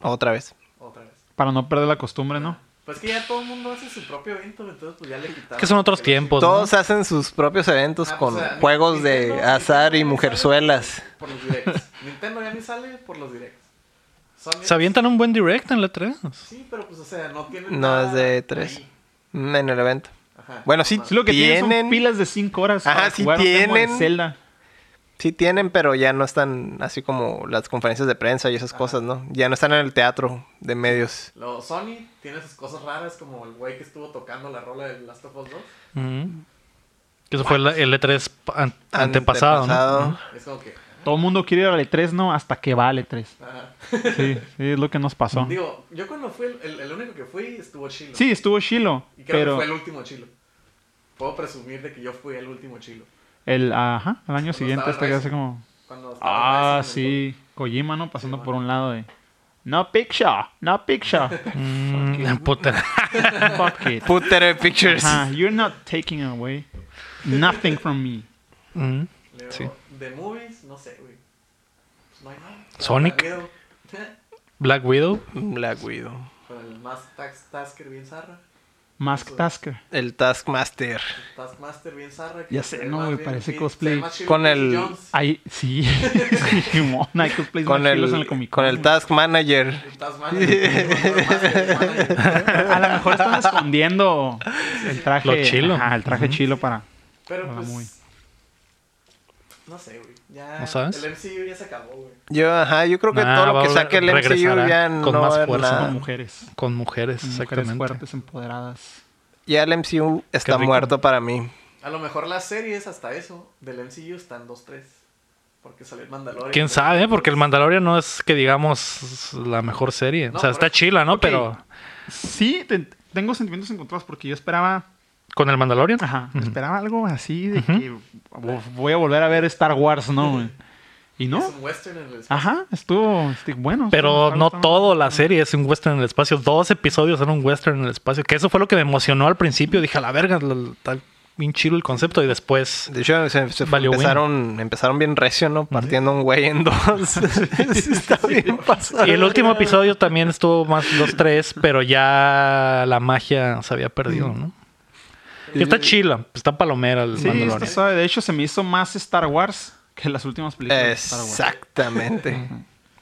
[SPEAKER 2] Otra vez.
[SPEAKER 4] otra vez.
[SPEAKER 3] Para no perder la costumbre, ¿no?
[SPEAKER 4] Pues que ya todo el mundo hace su propio evento, entonces pues ya le quitaron.
[SPEAKER 1] Que son otros
[SPEAKER 4] lo-
[SPEAKER 1] tiempos. Pues ¿no?
[SPEAKER 2] Todos hacen sus propios eventos
[SPEAKER 4] Ah, pues,
[SPEAKER 2] con
[SPEAKER 4] o sea,
[SPEAKER 2] juegos de
[SPEAKER 4] Nintendo-
[SPEAKER 2] azar y
[SPEAKER 4] Nintendo
[SPEAKER 2] mujerzuelas.
[SPEAKER 4] Por los directs. Nintendo ya ni sale por los directs. Sony-
[SPEAKER 1] Se avientan un buen direct en la E3.
[SPEAKER 4] Sí, pero pues, o sea, no tienen.
[SPEAKER 2] No
[SPEAKER 4] nada
[SPEAKER 2] es de E tres.
[SPEAKER 4] ahí.
[SPEAKER 2] Mm, En el evento.
[SPEAKER 4] Ajá.
[SPEAKER 2] Bueno, sí,
[SPEAKER 3] Sí, lo que tienen,
[SPEAKER 2] tienen,
[SPEAKER 3] son pilas de 5 horas.
[SPEAKER 2] Ajá,
[SPEAKER 3] para
[SPEAKER 2] sí
[SPEAKER 3] jugar un demo de
[SPEAKER 2] tienen.
[SPEAKER 3] Zelda.
[SPEAKER 2] sí tienen, pero ya no están así como las conferencias de prensa y esas cosas, ¿no? Ya no están en el teatro de medios.
[SPEAKER 4] Lo, Sony tiene sus cosas raras, como el güey que estuvo tocando la rola del Last of Us 2.
[SPEAKER 1] Ujú. Que eso fue la- el E3 an- antepasado, ¿no?
[SPEAKER 2] Antepasado.
[SPEAKER 4] Es como que.
[SPEAKER 3] Todo el mundo quiere ir al E3, ¿no? Hasta que va al E3.
[SPEAKER 4] ajá.
[SPEAKER 3] Sí, sí, es lo que nos pasó.
[SPEAKER 4] ah. Digo, yo cuando fui, el, el- el único que fui estuvo chilo.
[SPEAKER 3] Sí, estuvo chilo,
[SPEAKER 4] Y creo que
[SPEAKER 3] pero
[SPEAKER 4] fue el último chilo. Puedo presumir de que yo fui el último chilo.
[SPEAKER 3] el, ajá, el año
[SPEAKER 4] Cuando
[SPEAKER 3] siguiente
[SPEAKER 4] estaba
[SPEAKER 3] hasta que
[SPEAKER 4] Ryzen.
[SPEAKER 3] hace como...
[SPEAKER 4] Cuando estaba
[SPEAKER 3] Ah,
[SPEAKER 4] Ryzen en el-
[SPEAKER 3] sí, Kojima, ¿no? Pasando
[SPEAKER 4] Sí,
[SPEAKER 3] por un lado de... No picture, no picture.
[SPEAKER 1] Mm, puta.
[SPEAKER 3] Fuck it.
[SPEAKER 2] Putere Pictures.
[SPEAKER 3] Ajá, you're not taking away nothing from me.
[SPEAKER 1] Mm.
[SPEAKER 4] Luego,
[SPEAKER 1] Sí.
[SPEAKER 4] De movies, no sé, güey. Pues no hay nada.
[SPEAKER 1] Sonic.
[SPEAKER 4] Video.
[SPEAKER 1] Black Widow.
[SPEAKER 2] Black Widow.
[SPEAKER 4] Con el más tax, Tasker bien zarra.
[SPEAKER 3] Mask Tasker.
[SPEAKER 2] El Taskmaster.
[SPEAKER 4] Taskmaster bien zarra. que
[SPEAKER 3] Ya
[SPEAKER 4] se
[SPEAKER 3] sé,
[SPEAKER 4] ve
[SPEAKER 3] no,
[SPEAKER 4] más
[SPEAKER 3] güey,
[SPEAKER 4] bien
[SPEAKER 3] parece
[SPEAKER 4] fit,
[SPEAKER 3] cosplay.
[SPEAKER 4] se ve más chido
[SPEAKER 2] Con
[SPEAKER 4] que
[SPEAKER 2] el-
[SPEAKER 4] Jones.
[SPEAKER 3] Ahí, sí. Simón, hay cosplays
[SPEAKER 2] Con
[SPEAKER 3] más chilos en
[SPEAKER 2] el,
[SPEAKER 3] el Comic Con,
[SPEAKER 2] con el
[SPEAKER 3] güey.
[SPEAKER 2] Task Manager.
[SPEAKER 4] El Taskmaster.
[SPEAKER 3] A lo mejor están escondiendo el traje.
[SPEAKER 1] Lo chilo.
[SPEAKER 3] Ajá, el traje chilo para.
[SPEAKER 4] Pero
[SPEAKER 3] Ah,
[SPEAKER 4] pues.
[SPEAKER 3] muy.
[SPEAKER 4] No sé, güey. Ya.
[SPEAKER 1] ¿No sabes?
[SPEAKER 4] El MCU ya se acabó, güey.
[SPEAKER 2] Yo, ajá, yo creo que
[SPEAKER 1] Nah,
[SPEAKER 2] todo
[SPEAKER 1] Ah, va
[SPEAKER 2] lo que
[SPEAKER 1] a
[SPEAKER 2] saque el
[SPEAKER 1] regresar
[SPEAKER 2] MCU
[SPEAKER 1] a-
[SPEAKER 2] ya no
[SPEAKER 1] con más
[SPEAKER 2] va a haber
[SPEAKER 1] fuerza.
[SPEAKER 2] nada.
[SPEAKER 3] Con mujeres.
[SPEAKER 1] Con mujeres,
[SPEAKER 3] Mujeres
[SPEAKER 1] exactamente.
[SPEAKER 3] fuertes, empoderadas.
[SPEAKER 2] Ya el MCU está
[SPEAKER 1] rico.
[SPEAKER 2] muerto para mí.
[SPEAKER 4] A lo mejor las series, hasta eso, del MCU están 2-3. Porque salió el Mandalorian.
[SPEAKER 1] Quién sabe, porque el Mandalorian no es que digamos la mejor serie. o
[SPEAKER 4] No,
[SPEAKER 1] sea,
[SPEAKER 4] por
[SPEAKER 1] está
[SPEAKER 4] eso.
[SPEAKER 1] chila, ¿no?
[SPEAKER 3] Ok.
[SPEAKER 1] Pero
[SPEAKER 3] Sí, te- tengo sentimientos encontrados porque yo esperaba.
[SPEAKER 1] con el Mandalorian.
[SPEAKER 3] Ajá,
[SPEAKER 1] Ujú.
[SPEAKER 3] esperaba algo así de que vo- voy a volver a ver Star Wars, ¿no? güey? Y no.
[SPEAKER 4] Es un western en el espacio.
[SPEAKER 3] Ajá, estuvo este, bueno.
[SPEAKER 1] Pero
[SPEAKER 3] estuvo-
[SPEAKER 1] no
[SPEAKER 3] estuvo-
[SPEAKER 1] todo la serie es un western en el espacio. Dos episodios son un western en el espacio. Que eso fue lo que me emocionó al principio. Dije, a la verga, lo- está bien chido el concepto. Y después,
[SPEAKER 2] De hecho, se, se
[SPEAKER 1] Valió
[SPEAKER 2] empezaron, empezaron bien recio, ¿no? Partiendo un güey en dos. Está bien pasado.
[SPEAKER 1] Y el último episodio también estuvo más 2-3, pero ya la magia se había perdido,
[SPEAKER 2] Mm.
[SPEAKER 1] ¿no? Y está chila, está palomera el
[SPEAKER 3] Sí,
[SPEAKER 1] Mandalorian.
[SPEAKER 3] está suave. De hecho, se me hizo más Star Wars que las últimas películas de Star Wars.
[SPEAKER 2] Exactamente.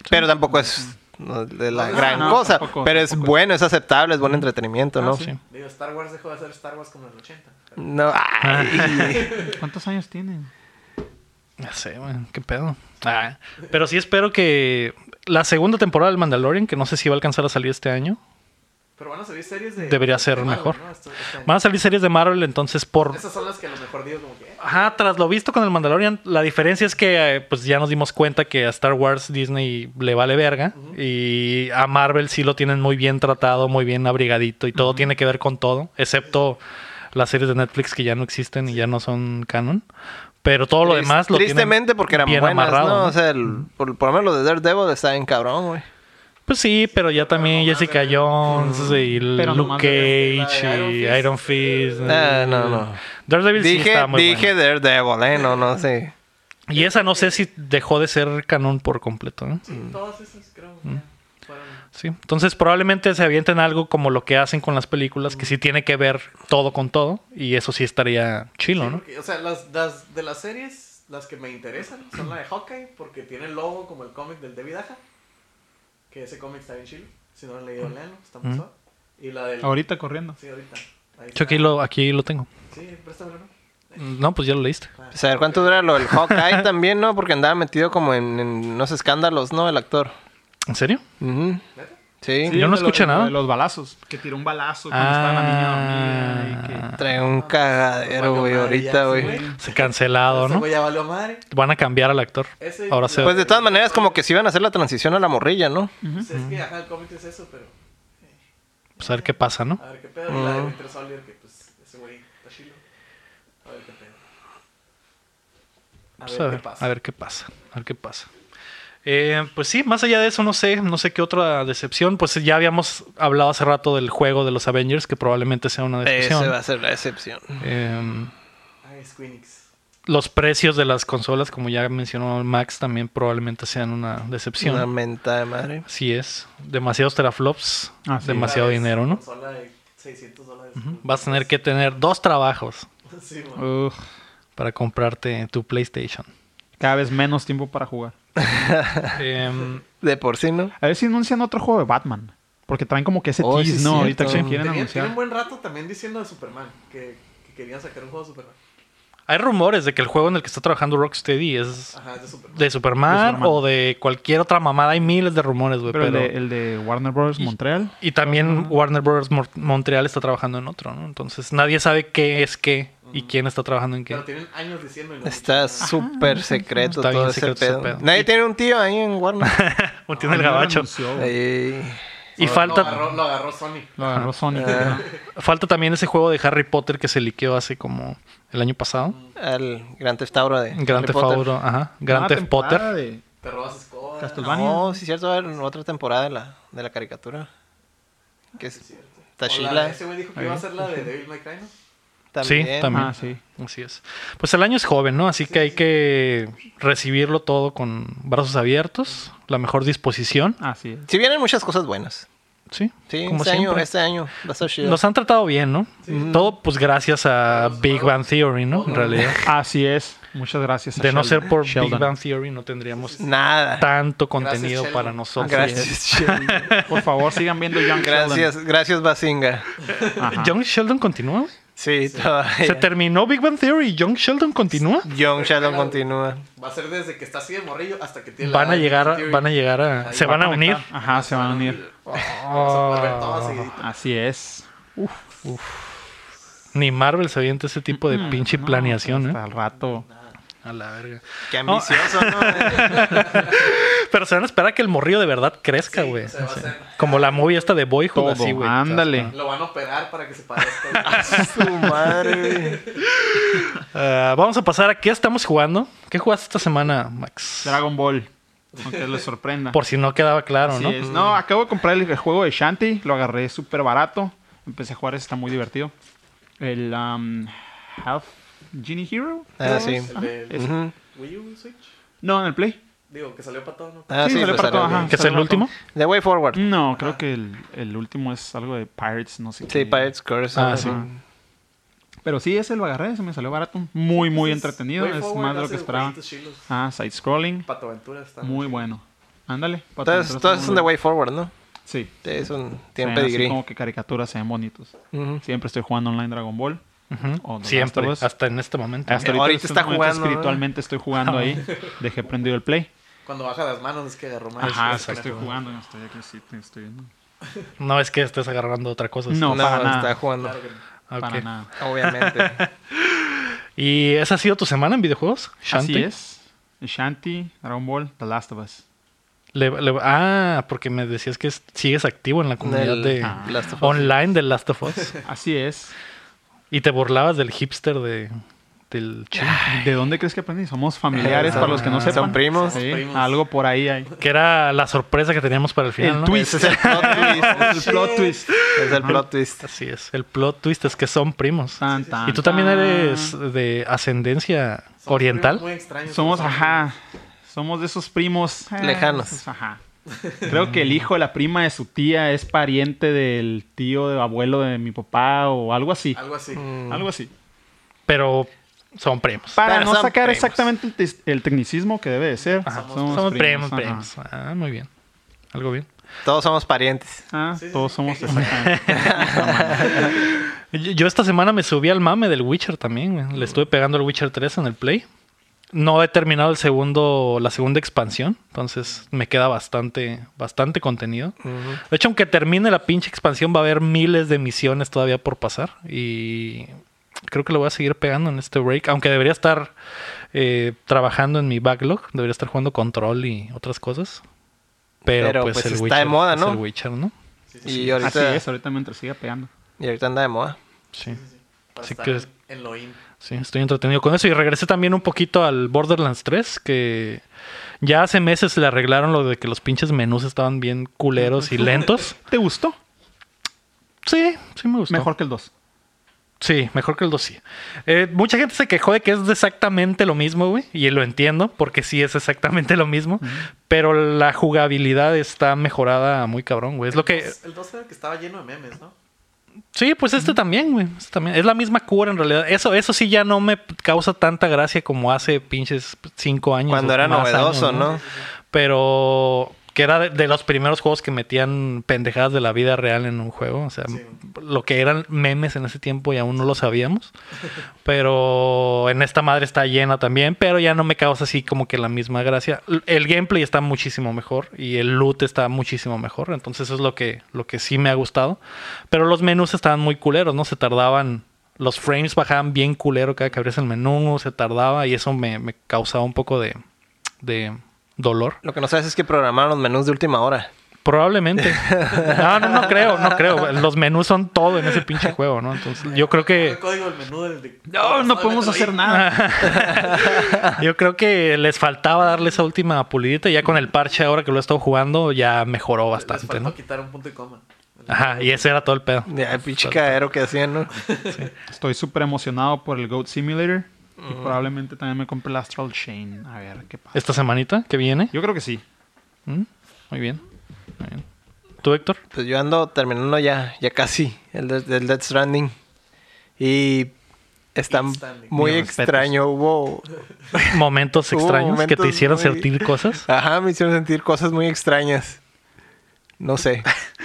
[SPEAKER 2] Pero tampoco es no, de la
[SPEAKER 4] No,
[SPEAKER 2] gran
[SPEAKER 3] no,
[SPEAKER 2] cosa.
[SPEAKER 3] tampoco,
[SPEAKER 2] pero es
[SPEAKER 3] tampoco.
[SPEAKER 2] bueno, es aceptable, es buen entretenimiento, ¿no?
[SPEAKER 1] sí.
[SPEAKER 4] Digo, Star Wars dejó de ser Star Wars como en el 80. pero-
[SPEAKER 2] No, ay.
[SPEAKER 3] ¿Cuántos años tienen?
[SPEAKER 1] Ya sé, güey, qué pedo. Ah, pero sí espero que la segunda temporada del Mandalorian, que no sé si va a alcanzar a salir este año,
[SPEAKER 4] Pero van a salir series de.
[SPEAKER 1] Debería
[SPEAKER 4] de
[SPEAKER 1] ser
[SPEAKER 4] Marvel,
[SPEAKER 1] mejor.
[SPEAKER 4] ¿no? Esto- este año.
[SPEAKER 1] van a salir series de Marvel, entonces por...
[SPEAKER 4] Esas son las que a lo mejor digo como que. eh,
[SPEAKER 1] Ajá, tras lo visto con el Mandalorian, la diferencia es que eh, pues ya nos dimos cuenta que a Star Wars Disney le vale verga y a Marvel sí lo tienen muy bien tratado, muy bien abrigadito y todo tiene que ver con todo, excepto las series de Netflix que ya no existen y ya no son canon, pero todo lo
[SPEAKER 2] Trist-
[SPEAKER 1] demás lo
[SPEAKER 2] Tristemente
[SPEAKER 1] tienen
[SPEAKER 2] porque eran
[SPEAKER 1] bien
[SPEAKER 2] buenas,
[SPEAKER 1] amarrado,
[SPEAKER 2] ¿no?
[SPEAKER 1] ¿no?
[SPEAKER 2] O sea, el- por, por lo menos lo de Daredevil está bien cabrón, güey.
[SPEAKER 1] Pues sí, pero ya también Jessica Jones y
[SPEAKER 3] Pero
[SPEAKER 1] Luke
[SPEAKER 3] nomás de-
[SPEAKER 1] Cage
[SPEAKER 4] de
[SPEAKER 1] y
[SPEAKER 4] Iron
[SPEAKER 1] Iron Fist.
[SPEAKER 2] Ah, no, no.
[SPEAKER 1] Daredevil sí
[SPEAKER 2] Dije,
[SPEAKER 1] está muy
[SPEAKER 2] dije
[SPEAKER 1] buena.
[SPEAKER 2] Daredevil, ¿eh? No, no sé.
[SPEAKER 1] Y esa no sé si dejó de ser canon por completo, ¿no?
[SPEAKER 4] sí, todas esas creo.
[SPEAKER 1] Mm.
[SPEAKER 4] que ya fueron.
[SPEAKER 1] Sí. Entonces probablemente se avienten algo como lo que hacen con las películas, que sí tiene que ver todo con todo. Y eso sí estaría chilo,
[SPEAKER 4] Sí,
[SPEAKER 1] ¿no?
[SPEAKER 4] porque, o sea, las, las de las series, las que me interesan son la de Hawkeye, porque tiene el logo como el cómic del David Aja. Que ese cómic está bien chido. Si no lo han
[SPEAKER 1] Mm.
[SPEAKER 4] leído, léanlo, está muy
[SPEAKER 1] Ujú.
[SPEAKER 4] suave. Y la del.
[SPEAKER 3] Ahorita corriendo.
[SPEAKER 4] Sí, ahorita. Ahí
[SPEAKER 1] Yo
[SPEAKER 4] está.
[SPEAKER 1] aquí lo, aquí lo tengo.
[SPEAKER 4] Sí, préstamelo. ¿no?
[SPEAKER 1] No, pues ya lo leíste.
[SPEAKER 2] Pues a ver cuánto dura lo del Hawkeye también, ¿no? Porque andaba metido como en, en unos escándalos, ¿no? El actor.
[SPEAKER 1] ¿En serio?
[SPEAKER 2] Ujú.
[SPEAKER 4] ¿Neta?
[SPEAKER 2] Sí.
[SPEAKER 1] Yo no
[SPEAKER 3] de lo-
[SPEAKER 1] escuché
[SPEAKER 3] de lo-
[SPEAKER 1] nada. Ah.
[SPEAKER 3] de los balazos. Que tiró un balazo cuando estaba la niña dormida. Y que...
[SPEAKER 2] Trae un cagadero,
[SPEAKER 4] Valió
[SPEAKER 2] güey,
[SPEAKER 4] madre
[SPEAKER 2] ahorita,
[SPEAKER 4] ya, sí,
[SPEAKER 2] güey.
[SPEAKER 1] Se cancelado,
[SPEAKER 4] Ese
[SPEAKER 1] ¿no?
[SPEAKER 4] güey ya valió madre.
[SPEAKER 1] Van a cambiar al actor.
[SPEAKER 4] Ese-
[SPEAKER 1] Ahora se.
[SPEAKER 4] Pero-
[SPEAKER 2] Pues de todas maneras, como que se iban a hacer la transición a la morrilla, ¿no?
[SPEAKER 4] Pues es que ajá, el cómic es eso, pero
[SPEAKER 1] pues, a ver qué pasa, ¿no?
[SPEAKER 4] a ver qué pedo. Y la de
[SPEAKER 2] Oh.
[SPEAKER 4] Winter Soldier, que pues ese güey está chilo. A ver qué pedo. A
[SPEAKER 1] Pues,
[SPEAKER 4] ver qué pasa.
[SPEAKER 1] a ver qué pasa. A ver qué pasa. Eh, pues sí, más allá de eso, no sé, no sé qué otra decepción. Pues ya habíamos hablado hace rato del juego de los Avengers, que probablemente sea una decepción.
[SPEAKER 2] Ese va a ser la excepción.
[SPEAKER 1] Em,
[SPEAKER 4] Ay, Squeenix.
[SPEAKER 1] los precios de las consolas, como ya mencionó Max, también probablemente sean una decepción.
[SPEAKER 2] Una menta de madre.
[SPEAKER 1] Así es. Demasiados teraflops,
[SPEAKER 3] Ah, sí.
[SPEAKER 1] demasiado
[SPEAKER 4] Una vez,
[SPEAKER 1] dinero, ¿no?
[SPEAKER 4] Consola de 600 dólares.
[SPEAKER 1] Vas a tener que tener dos trabajos
[SPEAKER 4] Sí, mo.
[SPEAKER 3] Ugh,
[SPEAKER 1] para comprarte tu PlayStation.
[SPEAKER 3] cada vez menos tiempo para jugar.
[SPEAKER 1] Em,
[SPEAKER 2] De por sí, ¿no?
[SPEAKER 3] A ver si anuncian otro juego de Batman. Porque traen como que ese
[SPEAKER 2] Oh, sí,
[SPEAKER 3] tease, ¿no? Ahorita
[SPEAKER 2] cierto.
[SPEAKER 3] que quieren
[SPEAKER 4] Tenían,
[SPEAKER 3] anunciar.
[SPEAKER 4] tiene un buen rato también diciendo de Superman. Que, que querían sacar un juego de Superman.
[SPEAKER 1] hay rumores de que el juego en el que está trabajando Rocksteady es
[SPEAKER 4] Ajá, es de Superman.
[SPEAKER 1] de Superman,
[SPEAKER 3] De Superman.
[SPEAKER 1] o de cualquier otra mamada. Hay miles de rumores, güey.
[SPEAKER 3] Pero
[SPEAKER 1] Pero
[SPEAKER 3] el Ah. de, el de Warner Bros. Montreal.
[SPEAKER 1] Y también Warner Bros. Mor- Montreal está trabajando en otro, ¿no? Entonces nadie sabe qué es qué y quién está trabajando en qué.
[SPEAKER 4] Pero tienen años diciendo. y no
[SPEAKER 2] Está
[SPEAKER 4] mucho.
[SPEAKER 2] súper secreto
[SPEAKER 1] Está bien
[SPEAKER 2] todo ese
[SPEAKER 1] secreto ese
[SPEAKER 2] pedo.
[SPEAKER 1] pedo.
[SPEAKER 2] Nadie tiene un tío ahí en Warner.
[SPEAKER 1] O tiene el gabacho.
[SPEAKER 2] Ahí.
[SPEAKER 1] Y
[SPEAKER 4] Lo-
[SPEAKER 1] falta...
[SPEAKER 4] Lo agarró, lo agarró Sony.
[SPEAKER 3] Lo agarró
[SPEAKER 2] Eh,
[SPEAKER 3] Sony.
[SPEAKER 1] Falta también ese juego de Harry Potter que se liqueó hace como el año pasado.
[SPEAKER 2] Al Gran Testauro de.
[SPEAKER 1] Grand
[SPEAKER 2] Harry
[SPEAKER 1] Theft
[SPEAKER 2] Mm, Potter. Ah,
[SPEAKER 1] Auto, ajá. Grand Theft Potter.
[SPEAKER 4] Te robas escoba.
[SPEAKER 3] Castle-
[SPEAKER 2] No, sí, cierto, va a haber otra temporada de la, de la caricatura. Que es
[SPEAKER 4] O la-
[SPEAKER 2] Tashila.
[SPEAKER 4] Ese güey dijo que iba a ser la de Devil May Cry, ¿no?
[SPEAKER 2] También.
[SPEAKER 1] Sí, también.
[SPEAKER 3] Ah, sí.
[SPEAKER 1] Así es. Pues el año es joven, ¿no? Así que hay que recibirlo todo con brazos abiertos, la mejor disposición.
[SPEAKER 3] Así Ah, es.
[SPEAKER 2] Sí, vienen muchas cosas buenas.
[SPEAKER 1] Sí,
[SPEAKER 2] Sí,
[SPEAKER 1] como
[SPEAKER 2] este año,
[SPEAKER 1] siempre.
[SPEAKER 2] este año va a estar chido. Mm.
[SPEAKER 1] Los han tratado bien, ¿no? Todo pues gracias a
[SPEAKER 4] Los
[SPEAKER 1] Big Bang Theory, ¿no? En realidad.
[SPEAKER 3] Así es. Muchas gracias. a
[SPEAKER 1] De no
[SPEAKER 3] Sheldon.
[SPEAKER 1] ser por Big
[SPEAKER 3] Sheldon.
[SPEAKER 1] Bang Theory no tendríamos
[SPEAKER 2] Nada.
[SPEAKER 1] tanto contenido
[SPEAKER 4] Sheldon.
[SPEAKER 1] para nosotros.
[SPEAKER 2] Gracias, Sheldon.
[SPEAKER 3] Por favor, sigan viendo Young
[SPEAKER 2] Gracias, gracias, Basinga.
[SPEAKER 3] Sheldon. Ajá.
[SPEAKER 1] Young Sheldon continúa. güey?
[SPEAKER 2] Sí,
[SPEAKER 1] Se
[SPEAKER 2] todavía.
[SPEAKER 1] terminó Big Bang Theory y Young Sheldon continúa.
[SPEAKER 2] Young Shadow continúa.
[SPEAKER 4] Va a ser desde que está así de morrillo hasta que tiene
[SPEAKER 1] Van
[SPEAKER 4] la
[SPEAKER 1] a
[SPEAKER 4] edad de
[SPEAKER 1] llegar,
[SPEAKER 4] Theory.
[SPEAKER 1] van a llegar a,
[SPEAKER 4] Ahí
[SPEAKER 1] se
[SPEAKER 4] va Oh.
[SPEAKER 1] van a
[SPEAKER 3] conectar.
[SPEAKER 1] unir.
[SPEAKER 3] Ajá, se van a unir.
[SPEAKER 4] Vamos a poder ver todo seguidito.
[SPEAKER 3] Así es.
[SPEAKER 1] Ni Marvel se avienta ese tipo
[SPEAKER 3] Mm.
[SPEAKER 1] de pinche planeación,
[SPEAKER 3] Hasta
[SPEAKER 1] ¿eh?
[SPEAKER 3] el rato.
[SPEAKER 1] A la verga.
[SPEAKER 2] Qué ambicioso, ¿no?
[SPEAKER 1] Pero se van a esperar a que el morrillo de verdad crezca,
[SPEAKER 4] Sí,
[SPEAKER 1] güey.
[SPEAKER 4] se va a
[SPEAKER 1] Sí.
[SPEAKER 4] hacer.
[SPEAKER 1] Como la movie esta de Boyhood,
[SPEAKER 3] Todo.
[SPEAKER 1] así, güey.
[SPEAKER 3] Ándale.
[SPEAKER 4] Lo van a operar para que se parezca.
[SPEAKER 2] Su madre.
[SPEAKER 1] Ah, vamos a pasar a qué estamos jugando. ¿Qué jugaste esta semana, Max?
[SPEAKER 3] Dragon Ball. Aunque les sorprenda.
[SPEAKER 1] Por si no quedaba claro,
[SPEAKER 3] Así
[SPEAKER 1] ¿no?
[SPEAKER 3] es. No, acabo de comprar el, el juego de Shanty. Lo agarré súper barato. Empecé a jugar, ese está muy divertido. El um, Half Genie Hero.
[SPEAKER 2] Ah,
[SPEAKER 3] creo
[SPEAKER 2] sí.
[SPEAKER 3] es.
[SPEAKER 4] el
[SPEAKER 3] Ajá,
[SPEAKER 4] de
[SPEAKER 3] ese.
[SPEAKER 2] Ujú.
[SPEAKER 4] Wii U Switch.
[SPEAKER 3] No, en el Play.
[SPEAKER 4] Digo, que salió para todo, ¿no?
[SPEAKER 2] Ah, sí,
[SPEAKER 3] salió
[SPEAKER 2] pues,
[SPEAKER 3] para todo,
[SPEAKER 2] salió.
[SPEAKER 3] ajá. Mm.
[SPEAKER 1] ¿Que es el
[SPEAKER 3] Salió
[SPEAKER 1] último?
[SPEAKER 2] The Way Forward.
[SPEAKER 3] No, creo que el, el último es algo de Pirates, no sé
[SPEAKER 2] Sí,
[SPEAKER 3] qué.
[SPEAKER 2] Pirates Curse.
[SPEAKER 1] Ah,
[SPEAKER 2] algo
[SPEAKER 1] sí.
[SPEAKER 2] así.
[SPEAKER 3] Pero sí, ese lo agarré, se me salió barato. Muy, muy
[SPEAKER 4] Entonces,
[SPEAKER 3] entretenido.
[SPEAKER 4] Way
[SPEAKER 3] Es
[SPEAKER 4] Forward
[SPEAKER 3] más de lo
[SPEAKER 4] hace
[SPEAKER 3] que esperaba.
[SPEAKER 4] jueguitos chilos.
[SPEAKER 3] Ah, side-scrolling.
[SPEAKER 4] Pato Aventura está
[SPEAKER 3] Muy bueno. Ándale.
[SPEAKER 2] Todas,
[SPEAKER 3] patentar
[SPEAKER 2] todas
[SPEAKER 3] esa
[SPEAKER 2] son de
[SPEAKER 3] madre.
[SPEAKER 2] Way Forward, ¿no?
[SPEAKER 3] Sí.
[SPEAKER 2] Sí, son,
[SPEAKER 3] Se ven
[SPEAKER 2] tienen
[SPEAKER 3] así
[SPEAKER 2] pedigrí.
[SPEAKER 3] como que caricaturas se ven bonitos.
[SPEAKER 2] Ujú. Eh,
[SPEAKER 3] Siempre estoy jugando online Dragon Ball.
[SPEAKER 1] Ujú.
[SPEAKER 3] O The Last
[SPEAKER 1] Siempre,
[SPEAKER 3] of Us.
[SPEAKER 1] hasta en este momento.
[SPEAKER 3] Hasta
[SPEAKER 2] Ahorita
[SPEAKER 3] ahorita,
[SPEAKER 2] está
[SPEAKER 3] está
[SPEAKER 2] jugando,
[SPEAKER 3] jugando. Espiritualmente estoy jugando ahí. Dejé prendido el play.
[SPEAKER 4] Cuando baja las manos es que agarró más.
[SPEAKER 3] Ajá,
[SPEAKER 4] Es
[SPEAKER 3] es que
[SPEAKER 4] una-
[SPEAKER 3] estoy jugando. No estoy aquí, sí, te estoy viendo.
[SPEAKER 1] No es que estés agarrando otra cosa.
[SPEAKER 3] No, para nada.
[SPEAKER 2] está jugando.
[SPEAKER 4] Claro que no.
[SPEAKER 2] Ah,
[SPEAKER 1] Ok.
[SPEAKER 3] Para nada.
[SPEAKER 2] Obviamente.
[SPEAKER 1] ¿Y esa ha sido tu semana en videojuegos? Shanti?
[SPEAKER 3] Así es. Shanti, Dragon Ball, The Last of Us.
[SPEAKER 1] Le- le- ah, porque me decías que es- sigues activo en la comunidad
[SPEAKER 2] Del-
[SPEAKER 1] de
[SPEAKER 3] Ah.
[SPEAKER 2] Last of Us.
[SPEAKER 1] online del Last of Us.
[SPEAKER 3] Así es.
[SPEAKER 1] y te burlabas del hipster de, del chino,
[SPEAKER 3] ¿De dónde crees que aprendí? Somos familiares,
[SPEAKER 2] Son-
[SPEAKER 3] para los que no
[SPEAKER 2] son
[SPEAKER 3] sepan.
[SPEAKER 2] primos.
[SPEAKER 3] Sí,
[SPEAKER 4] Somos primos.
[SPEAKER 3] algo por ahí hay.
[SPEAKER 1] que era la sorpresa que teníamos para el final.
[SPEAKER 3] El
[SPEAKER 1] ¿no?
[SPEAKER 3] twist.
[SPEAKER 2] Ese es el plot
[SPEAKER 3] El
[SPEAKER 2] twist.
[SPEAKER 3] plot twist.
[SPEAKER 2] es el plot twist.
[SPEAKER 1] Así es, el plot twist es que son primos.
[SPEAKER 3] Tan, tan,
[SPEAKER 1] y tú también
[SPEAKER 3] Ah, tan.
[SPEAKER 1] eres de ascendencia
[SPEAKER 4] Somos
[SPEAKER 1] oriental.
[SPEAKER 4] primos Muy extraños.
[SPEAKER 3] Somos,
[SPEAKER 4] Somos-
[SPEAKER 3] ajá. Somos de esos primos eh,
[SPEAKER 2] Lejanos.
[SPEAKER 3] esos, ajá. Creo que el hijo de la prima de su tía es pariente del tío de abuelo de mi papá o algo así.
[SPEAKER 4] Algo así.
[SPEAKER 2] Mm.
[SPEAKER 3] Algo así.
[SPEAKER 1] Pero son primos.
[SPEAKER 3] Para
[SPEAKER 2] Pero
[SPEAKER 3] no
[SPEAKER 2] son
[SPEAKER 3] sacar
[SPEAKER 2] primos.
[SPEAKER 3] exactamente el, tes- el tecnicismo que debe de ser.
[SPEAKER 1] Ajá,
[SPEAKER 3] Somos,
[SPEAKER 1] primos,
[SPEAKER 3] ajá.
[SPEAKER 1] primos. Ah, muy bien. Algo bien.
[SPEAKER 2] Todos somos parientes.
[SPEAKER 3] Ah,
[SPEAKER 4] Sí, sí,
[SPEAKER 3] todos
[SPEAKER 4] sí.
[SPEAKER 3] somos exactamente.
[SPEAKER 1] Yo yo esta semana me subí al mame del Witcher también. güey. Le estuve pegando al Witcher 3 en el Play. No he terminado el segundo, la segunda expansión, entonces me queda bastante, bastante contenido. De hecho, aunque termine la pinche expansión, va a haber miles de misiones todavía por pasar. Y creo que lo voy a seguir pegando en este break. Aunque debería estar eh, trabajando en mi backlog, debería estar jugando control y otras cosas. Pero,
[SPEAKER 2] Pero,
[SPEAKER 1] pues,
[SPEAKER 2] pues,
[SPEAKER 1] el
[SPEAKER 2] está
[SPEAKER 1] Witcher
[SPEAKER 2] de moda,
[SPEAKER 1] es
[SPEAKER 2] ¿no?
[SPEAKER 1] el Witcher, ¿no?
[SPEAKER 2] Y
[SPEAKER 3] Así
[SPEAKER 2] ahorita,
[SPEAKER 3] es, ahorita mientras siga pegando.
[SPEAKER 2] y ahorita anda de moda.
[SPEAKER 1] Sí.
[SPEAKER 4] Para
[SPEAKER 1] Así
[SPEAKER 4] estar
[SPEAKER 1] que es-
[SPEAKER 4] en lo in.
[SPEAKER 1] Sí, estoy entretenido con eso. Y regresé también un poquito al Borderlands 3, que ya hace meses le arreglaron lo de que los pinches menús estaban bien culeros y lentos.
[SPEAKER 3] ¿Te gustó?
[SPEAKER 1] Sí, sí me gustó.
[SPEAKER 3] Mejor que el 2.
[SPEAKER 1] Sí, mejor que el 2 sí. Eh, mucha gente se quejó de que es exactamente lo mismo, güey. Y lo entiendo, porque sí es exactamente lo mismo. Pero la jugabilidad está mejorada muy cabrón, güey. Es lo que...
[SPEAKER 4] El 12 que estaba lleno de memes, ¿no?
[SPEAKER 1] Sí, pues este también, güey. Este también. Es la misma cura en realidad. Eso, eso sí ya no me causa tanta gracia como hace pinches cinco años.
[SPEAKER 2] Cuando
[SPEAKER 1] o
[SPEAKER 2] era
[SPEAKER 1] más
[SPEAKER 2] novedoso,
[SPEAKER 1] años,
[SPEAKER 2] ¿no?
[SPEAKER 1] Pero que era de, de los primeros juegos que metían pendejadas de la vida real en un juego. O sea,
[SPEAKER 4] Sí.
[SPEAKER 1] lo que eran memes en ese tiempo y aún no lo sabíamos. Pero en esta madre está llena también, pero ya no me causa así como que la misma gracia. L- El gameplay está muchísimo mejor y el loot está muchísimo mejor, entonces eso es lo que, lo que sí me ha gustado. Pero los menús estaban muy culeros, ¿no? Se tardaban, los frames bajaban bien culero cada que abrías el menú, se tardaba y eso me, me causaba un poco de, de dolor.
[SPEAKER 2] Lo que no sabes es que programaron los menús de última hora.
[SPEAKER 1] Probablemente. No, no, no creo, no creo. Los menús son todo en ese pinche juego, ¿no? Entonces yo creo que...
[SPEAKER 4] El código del menú del. de-
[SPEAKER 3] No, no podemos hacer nada.
[SPEAKER 1] Yo creo que les faltaba darle esa última pulidita. y Ya con el parche ahora que lo he estado jugando, ya mejoró
[SPEAKER 4] Les
[SPEAKER 1] bastante,
[SPEAKER 4] faltó
[SPEAKER 1] ¿no?
[SPEAKER 4] quitar un punto y coma.
[SPEAKER 1] Ajá, y ese era todo el pedo.
[SPEAKER 2] Ya, el pinche cagadero que hacían, ¿no?
[SPEAKER 3] Estoy súper emocionado por el Goat Simulator. Y probablemente también me compre el Astral Chain. A ver qué pasa.
[SPEAKER 1] Esta semanita que viene.
[SPEAKER 3] Yo creo que sí.
[SPEAKER 1] ¿Mm? Muy bien. Muy bien. ¿Tú, Héctor?
[SPEAKER 2] Pues yo ando terminando ya, ya casi, el de- del Dead Stranding. Y está
[SPEAKER 4] Death Stranding.
[SPEAKER 2] muy
[SPEAKER 3] Mis respetos.
[SPEAKER 2] extraño. Hubo.
[SPEAKER 1] Momentos
[SPEAKER 2] Hubo
[SPEAKER 1] extraños que te
[SPEAKER 2] momentos
[SPEAKER 1] hicieron
[SPEAKER 2] muy-
[SPEAKER 1] sentir cosas.
[SPEAKER 2] Ajá, me hicieron sentir cosas muy extrañas. No sé.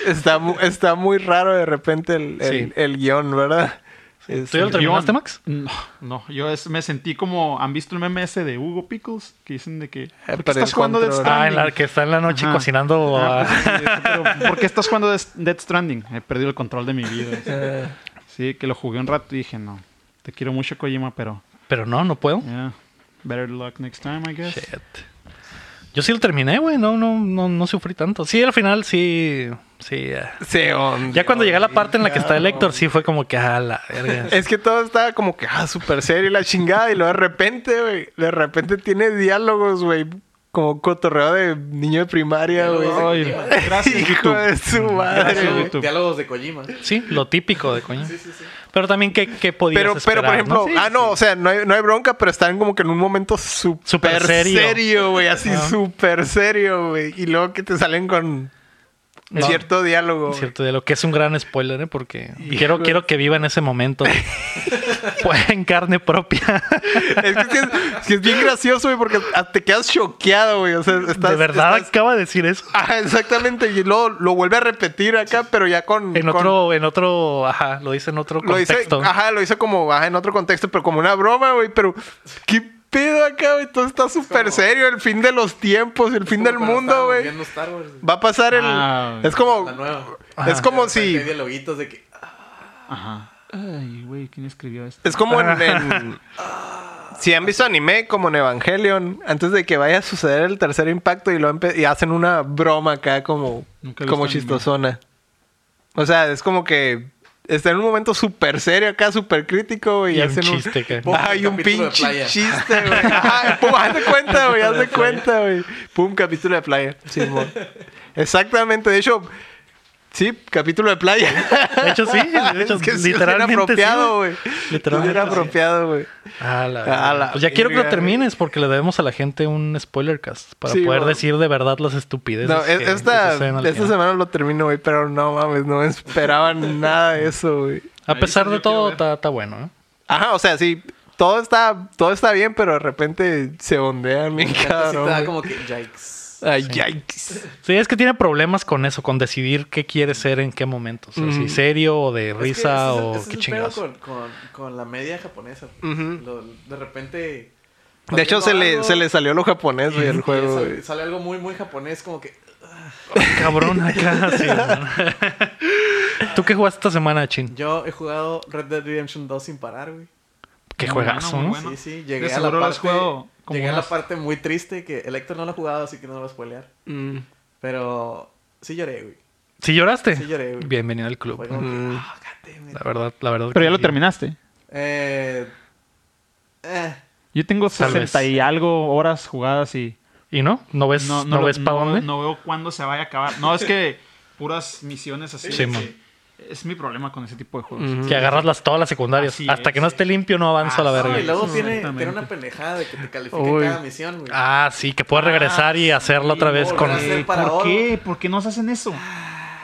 [SPEAKER 2] Está, mu- está muy raro de repente el, el,
[SPEAKER 1] Sí.
[SPEAKER 2] el guión, ¿verdad? Es-
[SPEAKER 1] ¿Tú ya lo terminaste, Max?
[SPEAKER 3] No, no, yo es- me sentí como. ¿Han visto el meme ese de Hugo Pickles? Que dicen de que. ¿Por qué
[SPEAKER 2] perdí
[SPEAKER 3] estás
[SPEAKER 2] el
[SPEAKER 3] jugando Death
[SPEAKER 2] control.
[SPEAKER 1] Ah, en
[SPEAKER 3] Stranding?
[SPEAKER 1] la que está en la noche
[SPEAKER 3] Ajá.
[SPEAKER 1] cocinando.
[SPEAKER 3] Ah,
[SPEAKER 1] ah,
[SPEAKER 3] pues, sí, pero ¿Por qué estás jugando Death- Death Stranding? He perdido el control de mi vida. Sí, que lo jugué un rato y dije, no. Te quiero mucho, Kojima, pero.
[SPEAKER 1] Pero no, no puedo.
[SPEAKER 3] yeah, better luck next time, I guess.
[SPEAKER 1] Shit. Yo sí lo terminé, güey. No, no, no, no sufrí tanto. Sí, al final sí. Sí. ah.
[SPEAKER 2] Se hundió.
[SPEAKER 1] Ya cuando llegué a la parte en la que está el Héctor, sí fue como que a la verga.
[SPEAKER 2] Es que todo estaba como que, ah, súper serio y la chingada. Y luego de repente, güey, de repente tiene diálogos, güey. Como cotorreo de niño de primaria, güey.
[SPEAKER 3] Ay, gracias,
[SPEAKER 2] Hijo de
[SPEAKER 3] YouTube.
[SPEAKER 2] su
[SPEAKER 3] Gracias,
[SPEAKER 2] madre, güey.
[SPEAKER 3] YouTube.
[SPEAKER 4] Diálogos de Kojima. Sí,
[SPEAKER 1] Sí, lo típico de coño.
[SPEAKER 4] sí, sí.
[SPEAKER 1] Pero también qué, qué podías
[SPEAKER 2] Pero, pero,
[SPEAKER 1] esperar,
[SPEAKER 2] por ejemplo,
[SPEAKER 1] ¿no? Sí.
[SPEAKER 2] ah, no, o sea, no hay, no hay bronca, pero están como que en un momento súper
[SPEAKER 1] Súper serio.
[SPEAKER 2] serio, güey, así
[SPEAKER 1] Ajá.
[SPEAKER 2] súper serio, güey. Y luego que te salen con
[SPEAKER 1] No.
[SPEAKER 2] Cierto diálogo. güey.
[SPEAKER 1] Cierto, de lo que es un gran spoiler, ¿eh? porque quiero, quiero que viva en ese momento. Pues, en carne propia.
[SPEAKER 2] Es que, es, que- es que es bien gracioso, güey, porque a- te quedas choqueado, güey. O sea, estás-
[SPEAKER 1] de verdad
[SPEAKER 2] estás-
[SPEAKER 1] acaba de decir eso.
[SPEAKER 2] Ajá, exactamente. Y luego lo vuelve a repetir acá, pero ya con.
[SPEAKER 1] En
[SPEAKER 2] con-
[SPEAKER 1] otro, en otro, ajá, lo dice en otro
[SPEAKER 2] Lo dice,
[SPEAKER 1] contexto.
[SPEAKER 2] ajá, lo hizo como ajá, en otro contexto, pero como una broma, güey. Pero, ¿qué pedo acá, güey? Todo está súper
[SPEAKER 4] como-
[SPEAKER 2] serio. El fin de los tiempos, el fin del mundo, güey.
[SPEAKER 4] Viendo Star Wars.
[SPEAKER 2] Va a pasar el.
[SPEAKER 3] Ah,
[SPEAKER 2] es como.
[SPEAKER 4] La nueva.
[SPEAKER 1] Ah,
[SPEAKER 2] Es como si.
[SPEAKER 4] Hay dialoguitos de que. ah,
[SPEAKER 3] Ajá. Ay, güey, ¿quién escribió esto?
[SPEAKER 2] Es como en, en- Si han visto anime como en Evangelion, antes de que vaya a suceder el tercer impacto y, lo empe- y hacen una broma acá como,
[SPEAKER 3] Nunca he
[SPEAKER 2] como
[SPEAKER 3] visto anime.
[SPEAKER 2] chistosona. O sea, es como que está en un momento súper serio acá, súper crítico, güey.
[SPEAKER 1] Y un
[SPEAKER 2] hacen
[SPEAKER 1] chiste que-
[SPEAKER 2] Ajá, y un
[SPEAKER 4] Capítulo de
[SPEAKER 2] pinche
[SPEAKER 4] playa.
[SPEAKER 2] chiste, güey. Ajá, pum, haz de cuenta, güey, haz de cuenta, güey. Pum, capítulo de playa. Simón. Exactamente, de hecho... Sí, capítulo de playa.
[SPEAKER 1] De hecho, sí. De hecho,
[SPEAKER 2] Es que sí,
[SPEAKER 1] literalmente.
[SPEAKER 2] era apropiado,
[SPEAKER 1] sí,
[SPEAKER 2] güey.
[SPEAKER 1] Literalmente.
[SPEAKER 2] Era
[SPEAKER 1] sí.
[SPEAKER 2] apropiado, güey.
[SPEAKER 1] Ah, la
[SPEAKER 2] A
[SPEAKER 1] verga.
[SPEAKER 2] la
[SPEAKER 1] pues ya quiero que lo
[SPEAKER 2] verga, güey.
[SPEAKER 1] termines porque le debemos a la gente un spoiler cast para
[SPEAKER 2] Sí,
[SPEAKER 1] poder
[SPEAKER 2] bueno.
[SPEAKER 1] decir de verdad las estupideces.
[SPEAKER 2] No, es-
[SPEAKER 1] que- que
[SPEAKER 2] esta,
[SPEAKER 1] suceden al
[SPEAKER 2] esta
[SPEAKER 1] final.
[SPEAKER 2] semana lo termino, güey, pero no mames, no esperaba nada de eso, güey.
[SPEAKER 1] A
[SPEAKER 3] Ahí
[SPEAKER 1] pesar
[SPEAKER 3] sí
[SPEAKER 1] de
[SPEAKER 3] yo quiero
[SPEAKER 1] todo,
[SPEAKER 3] ver.
[SPEAKER 1] está está bueno. ¿eh?
[SPEAKER 2] Ajá, o sea, sí, todo está, todo está bien, pero de repente se ondean bien
[SPEAKER 4] neta, sí te
[SPEAKER 2] cabrón.
[SPEAKER 4] da
[SPEAKER 2] güey.
[SPEAKER 4] como que. Yikes.
[SPEAKER 2] Ay, yikes.
[SPEAKER 1] Sí, es que tiene problemas con eso, con decidir qué quiere ser en qué momento. O sea,
[SPEAKER 2] Mm.
[SPEAKER 1] si serio o de
[SPEAKER 4] Es que
[SPEAKER 1] risa
[SPEAKER 4] ese es el-
[SPEAKER 1] o
[SPEAKER 4] ese es
[SPEAKER 1] qué
[SPEAKER 4] el pedo
[SPEAKER 1] chingados.
[SPEAKER 4] Con, con, con la media japonesa.
[SPEAKER 2] Ujú.
[SPEAKER 4] Lo- de repente.
[SPEAKER 2] De hecho, se le,
[SPEAKER 4] algo,
[SPEAKER 2] se le salió lo japonés, güey, el
[SPEAKER 4] y
[SPEAKER 2] juego,
[SPEAKER 4] sale-
[SPEAKER 2] güey.
[SPEAKER 4] Sale algo muy, muy japonés, como que.
[SPEAKER 1] Cabrón, acá, sí, güey. ¿Tú qué jugaste esta semana, Chin?
[SPEAKER 4] Yo he jugado Red Dead Redemption 2 sin parar, güey.
[SPEAKER 1] Qué
[SPEAKER 3] Muy bueno,
[SPEAKER 1] juegazo,
[SPEAKER 3] muy
[SPEAKER 1] ¿no?
[SPEAKER 3] bueno.
[SPEAKER 4] Sí, sí,
[SPEAKER 3] De
[SPEAKER 4] llegué a la
[SPEAKER 3] seguro lo has
[SPEAKER 4] parte,
[SPEAKER 3] jugado como
[SPEAKER 4] llegué a la
[SPEAKER 3] unas-
[SPEAKER 4] parte muy triste que el Héctor no lo ha jugado, así que no lo voy a spoilear.
[SPEAKER 2] Mm.
[SPEAKER 4] Pero sí lloré, güey.
[SPEAKER 1] ¿Sí lloraste?
[SPEAKER 4] Sí lloré, güey.
[SPEAKER 1] Bienvenido al club.
[SPEAKER 4] Fue como
[SPEAKER 2] Mm.
[SPEAKER 4] que, ah, God damn it.
[SPEAKER 1] La verdad, la verdad.
[SPEAKER 3] Pero
[SPEAKER 1] que
[SPEAKER 3] ya lo
[SPEAKER 1] sí.
[SPEAKER 3] terminaste.
[SPEAKER 4] Eh, eh,
[SPEAKER 3] Yo tengo
[SPEAKER 1] Tal vez.
[SPEAKER 3] 60 y algo horas jugadas y...
[SPEAKER 1] ¿Y no? ¿No ves, no,
[SPEAKER 3] lo-
[SPEAKER 1] ves para
[SPEAKER 3] no-
[SPEAKER 1] dónde?
[SPEAKER 3] No veo cuándo se vaya a acabar. No, es que puras misiones así.
[SPEAKER 1] Sí,
[SPEAKER 3] es,
[SPEAKER 1] mon.
[SPEAKER 3] es mi problema con ese tipo de juegos.
[SPEAKER 1] Que agarras las, todas las secundarias.
[SPEAKER 3] Así
[SPEAKER 1] Hasta
[SPEAKER 3] es,
[SPEAKER 1] que no
[SPEAKER 3] sí.
[SPEAKER 1] esté limpio, no avanza
[SPEAKER 3] Ah,
[SPEAKER 1] la
[SPEAKER 4] no,
[SPEAKER 1] verga.
[SPEAKER 4] y luego
[SPEAKER 3] Sí,
[SPEAKER 4] tiene, tiene
[SPEAKER 3] exactamente.
[SPEAKER 4] una pendejada de que te califica
[SPEAKER 2] Uy.
[SPEAKER 4] cada misión, güey.
[SPEAKER 1] Ah, sí, que puedes regresar y hacerlo otra vez
[SPEAKER 4] no,
[SPEAKER 1] con.
[SPEAKER 4] gracias.
[SPEAKER 3] Eh,
[SPEAKER 4] para
[SPEAKER 3] ¿Por
[SPEAKER 4] oro.
[SPEAKER 3] qué? ¿Por qué nos hacen eso?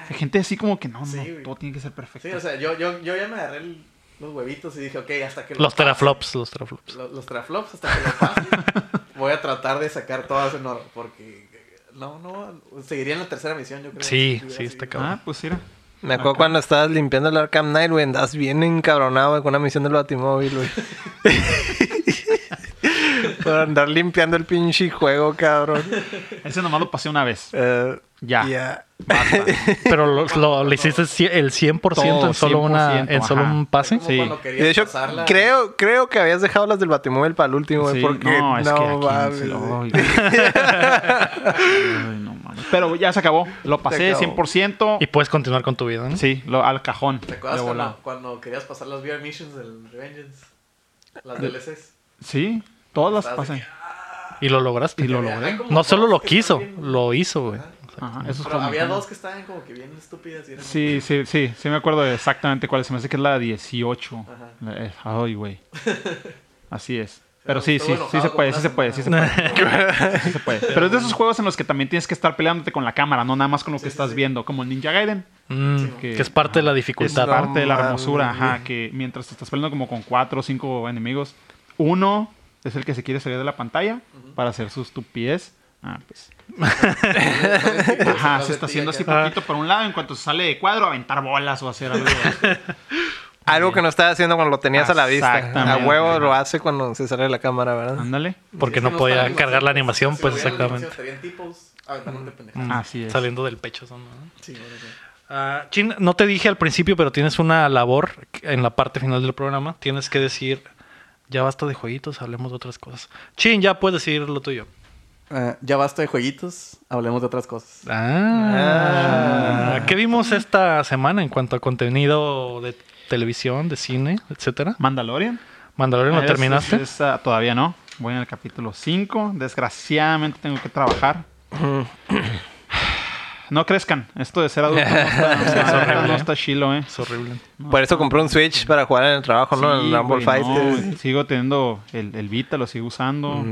[SPEAKER 3] Hay gente así como que no,
[SPEAKER 4] Sí,
[SPEAKER 3] no,
[SPEAKER 4] güey.
[SPEAKER 3] todo tiene que ser perfecto.
[SPEAKER 4] Sí, o sea, yo, yo, yo ya me agarré el- los huevitos y dije, ok, hasta que lo
[SPEAKER 1] Los
[SPEAKER 4] pase,
[SPEAKER 1] teraflops, los teraflops.
[SPEAKER 4] lo- los teraflops, hasta que lo pase, voy a tratar de sacar todas en oro, porque no, no, seguiría en la tercera misión, yo creo.
[SPEAKER 1] Sí,
[SPEAKER 4] Si hubiera
[SPEAKER 1] sí, está
[SPEAKER 4] seguido.
[SPEAKER 1] cabrón.
[SPEAKER 3] ah, pues mira.
[SPEAKER 2] Me acuerdo cuando estabas limpiando el Arkham Knight, güey, andas bien encabronado, güey, con una misión del Batimóvil, güey. Por andar limpiando el pinche juego, cabrón.
[SPEAKER 3] Ese nomás lo pasé una vez.
[SPEAKER 2] Eh,
[SPEAKER 3] Ya.
[SPEAKER 2] ya.
[SPEAKER 1] Pero lo, lo- le hiciste cie- el 100% en
[SPEAKER 3] Todo,
[SPEAKER 1] solo, una,
[SPEAKER 3] 100%,
[SPEAKER 1] en solo
[SPEAKER 3] ajá.
[SPEAKER 1] un
[SPEAKER 4] Fue
[SPEAKER 1] pase.
[SPEAKER 4] como
[SPEAKER 3] Sí.
[SPEAKER 4] cuando querías
[SPEAKER 2] Y de hecho,
[SPEAKER 4] pasarla.
[SPEAKER 2] creo, creo que habías dejado las del Batimóvil para el último, güey,
[SPEAKER 3] Sí,
[SPEAKER 2] porque no,
[SPEAKER 3] no, es que aquí no
[SPEAKER 2] mames,
[SPEAKER 3] se lo
[SPEAKER 2] güey.
[SPEAKER 3] doy. Ay, no mames. Pero ya se acabó. Lo pasé
[SPEAKER 2] acabó.
[SPEAKER 3] 100%.
[SPEAKER 1] Y puedes continuar con tu vida, ¿no?
[SPEAKER 3] Sí, lo, al cajón.
[SPEAKER 4] ¿Te acuerdas
[SPEAKER 3] de volada.
[SPEAKER 4] cuando, cuando querías pasar las VR missions del Revengeance? Las DLCs.
[SPEAKER 3] Sí, todas las
[SPEAKER 4] Estabas de
[SPEAKER 3] pasé.
[SPEAKER 1] Y lo lograste.
[SPEAKER 3] Y lo
[SPEAKER 4] Había-
[SPEAKER 3] logré.
[SPEAKER 4] hay como
[SPEAKER 1] No
[SPEAKER 4] dos
[SPEAKER 1] solo lo
[SPEAKER 4] que
[SPEAKER 1] quiso,
[SPEAKER 4] están bien-
[SPEAKER 1] lo hizo, güey.
[SPEAKER 4] Ajá.
[SPEAKER 3] Ajá, esos
[SPEAKER 4] Pero había
[SPEAKER 3] comicones.
[SPEAKER 4] dos que estaban como que bien estúpidas. Y eran
[SPEAKER 3] Sí, sí, sí, sí me acuerdo de exactamente cuál es. Se me hace que es la 18.
[SPEAKER 4] Ajá.
[SPEAKER 3] La- eh, Ay, güey. Así es.
[SPEAKER 4] Pero
[SPEAKER 3] Pero sí,
[SPEAKER 4] estuvo
[SPEAKER 3] sí, sí se
[SPEAKER 4] enojado
[SPEAKER 3] puede,
[SPEAKER 4] como
[SPEAKER 3] sí
[SPEAKER 4] una
[SPEAKER 3] se puede, sí se
[SPEAKER 1] semana.
[SPEAKER 3] puede. sí se puede. Pero es de esos juegos en los que también tienes que estar peleándote con la cámara, no nada más con lo que estás viendo, como el Ninja Gaiden.
[SPEAKER 1] Mm,
[SPEAKER 4] Sí,
[SPEAKER 1] que
[SPEAKER 3] que-
[SPEAKER 1] es parte de la
[SPEAKER 3] Es
[SPEAKER 1] dificultad.
[SPEAKER 2] no
[SPEAKER 3] parte de la
[SPEAKER 2] mames.
[SPEAKER 3] hermosura, ajá, que mientras te estás peleando como con cuatro o cinco enemigos, uno es el que se quiere salir de la pantalla para hacer su estupidez. Ah, pues. Ajá, se está haciendo así
[SPEAKER 1] acá.
[SPEAKER 3] poquito por un lado, en cuanto se sale de cuadro, aventar bolas o hacer algo.
[SPEAKER 2] Algo que no estaba haciendo cuando lo tenías a la vista. A
[SPEAKER 3] Exactamente. Ah,
[SPEAKER 2] huevo lo hace cuando se sale de la cámara, ¿verdad?
[SPEAKER 3] Ándale.
[SPEAKER 1] Porque no podía cargar la animación, pues exactamente.
[SPEAKER 4] Estarían tipos Ah, aventándote pendejadas.
[SPEAKER 1] Mm,
[SPEAKER 3] Así es.
[SPEAKER 1] Saliendo del pecho. son, ¿no?
[SPEAKER 4] Sí, bueno, sí.
[SPEAKER 1] Ah, Chin, no te dije al principio, pero tienes una labor en la parte final del programa. Tienes que decir, ya basta de jueguitos, hablemos de otras cosas. Chin, ya puedes decir lo tuyo.
[SPEAKER 4] Eh, ya basta de jueguitos, hablemos de otras cosas.
[SPEAKER 1] Ah, ¿Qué vimos esta semana en cuanto a contenido de televisión, de cine, etcétera?
[SPEAKER 3] Mandalorian.
[SPEAKER 1] Mandalorian, ¿lo
[SPEAKER 3] Es-
[SPEAKER 1] terminaste?
[SPEAKER 3] es- es, ah, todavía no. Voy en el capítulo 5. Desgraciadamente tengo que trabajar.
[SPEAKER 1] Mm.
[SPEAKER 3] No crezcan. Esto de ser adulto no está,
[SPEAKER 1] horrible,
[SPEAKER 3] no
[SPEAKER 1] ¿eh?
[SPEAKER 3] está chilo, ¿eh?
[SPEAKER 1] Es horrible.
[SPEAKER 2] Por eso compré un Switch para jugar en el trabajo, ¿no?
[SPEAKER 3] Sí,
[SPEAKER 2] en Rumble
[SPEAKER 3] güey,
[SPEAKER 2] Fight.
[SPEAKER 1] Mm.
[SPEAKER 3] no, sigo teniendo el, el Vita, lo sigo usando.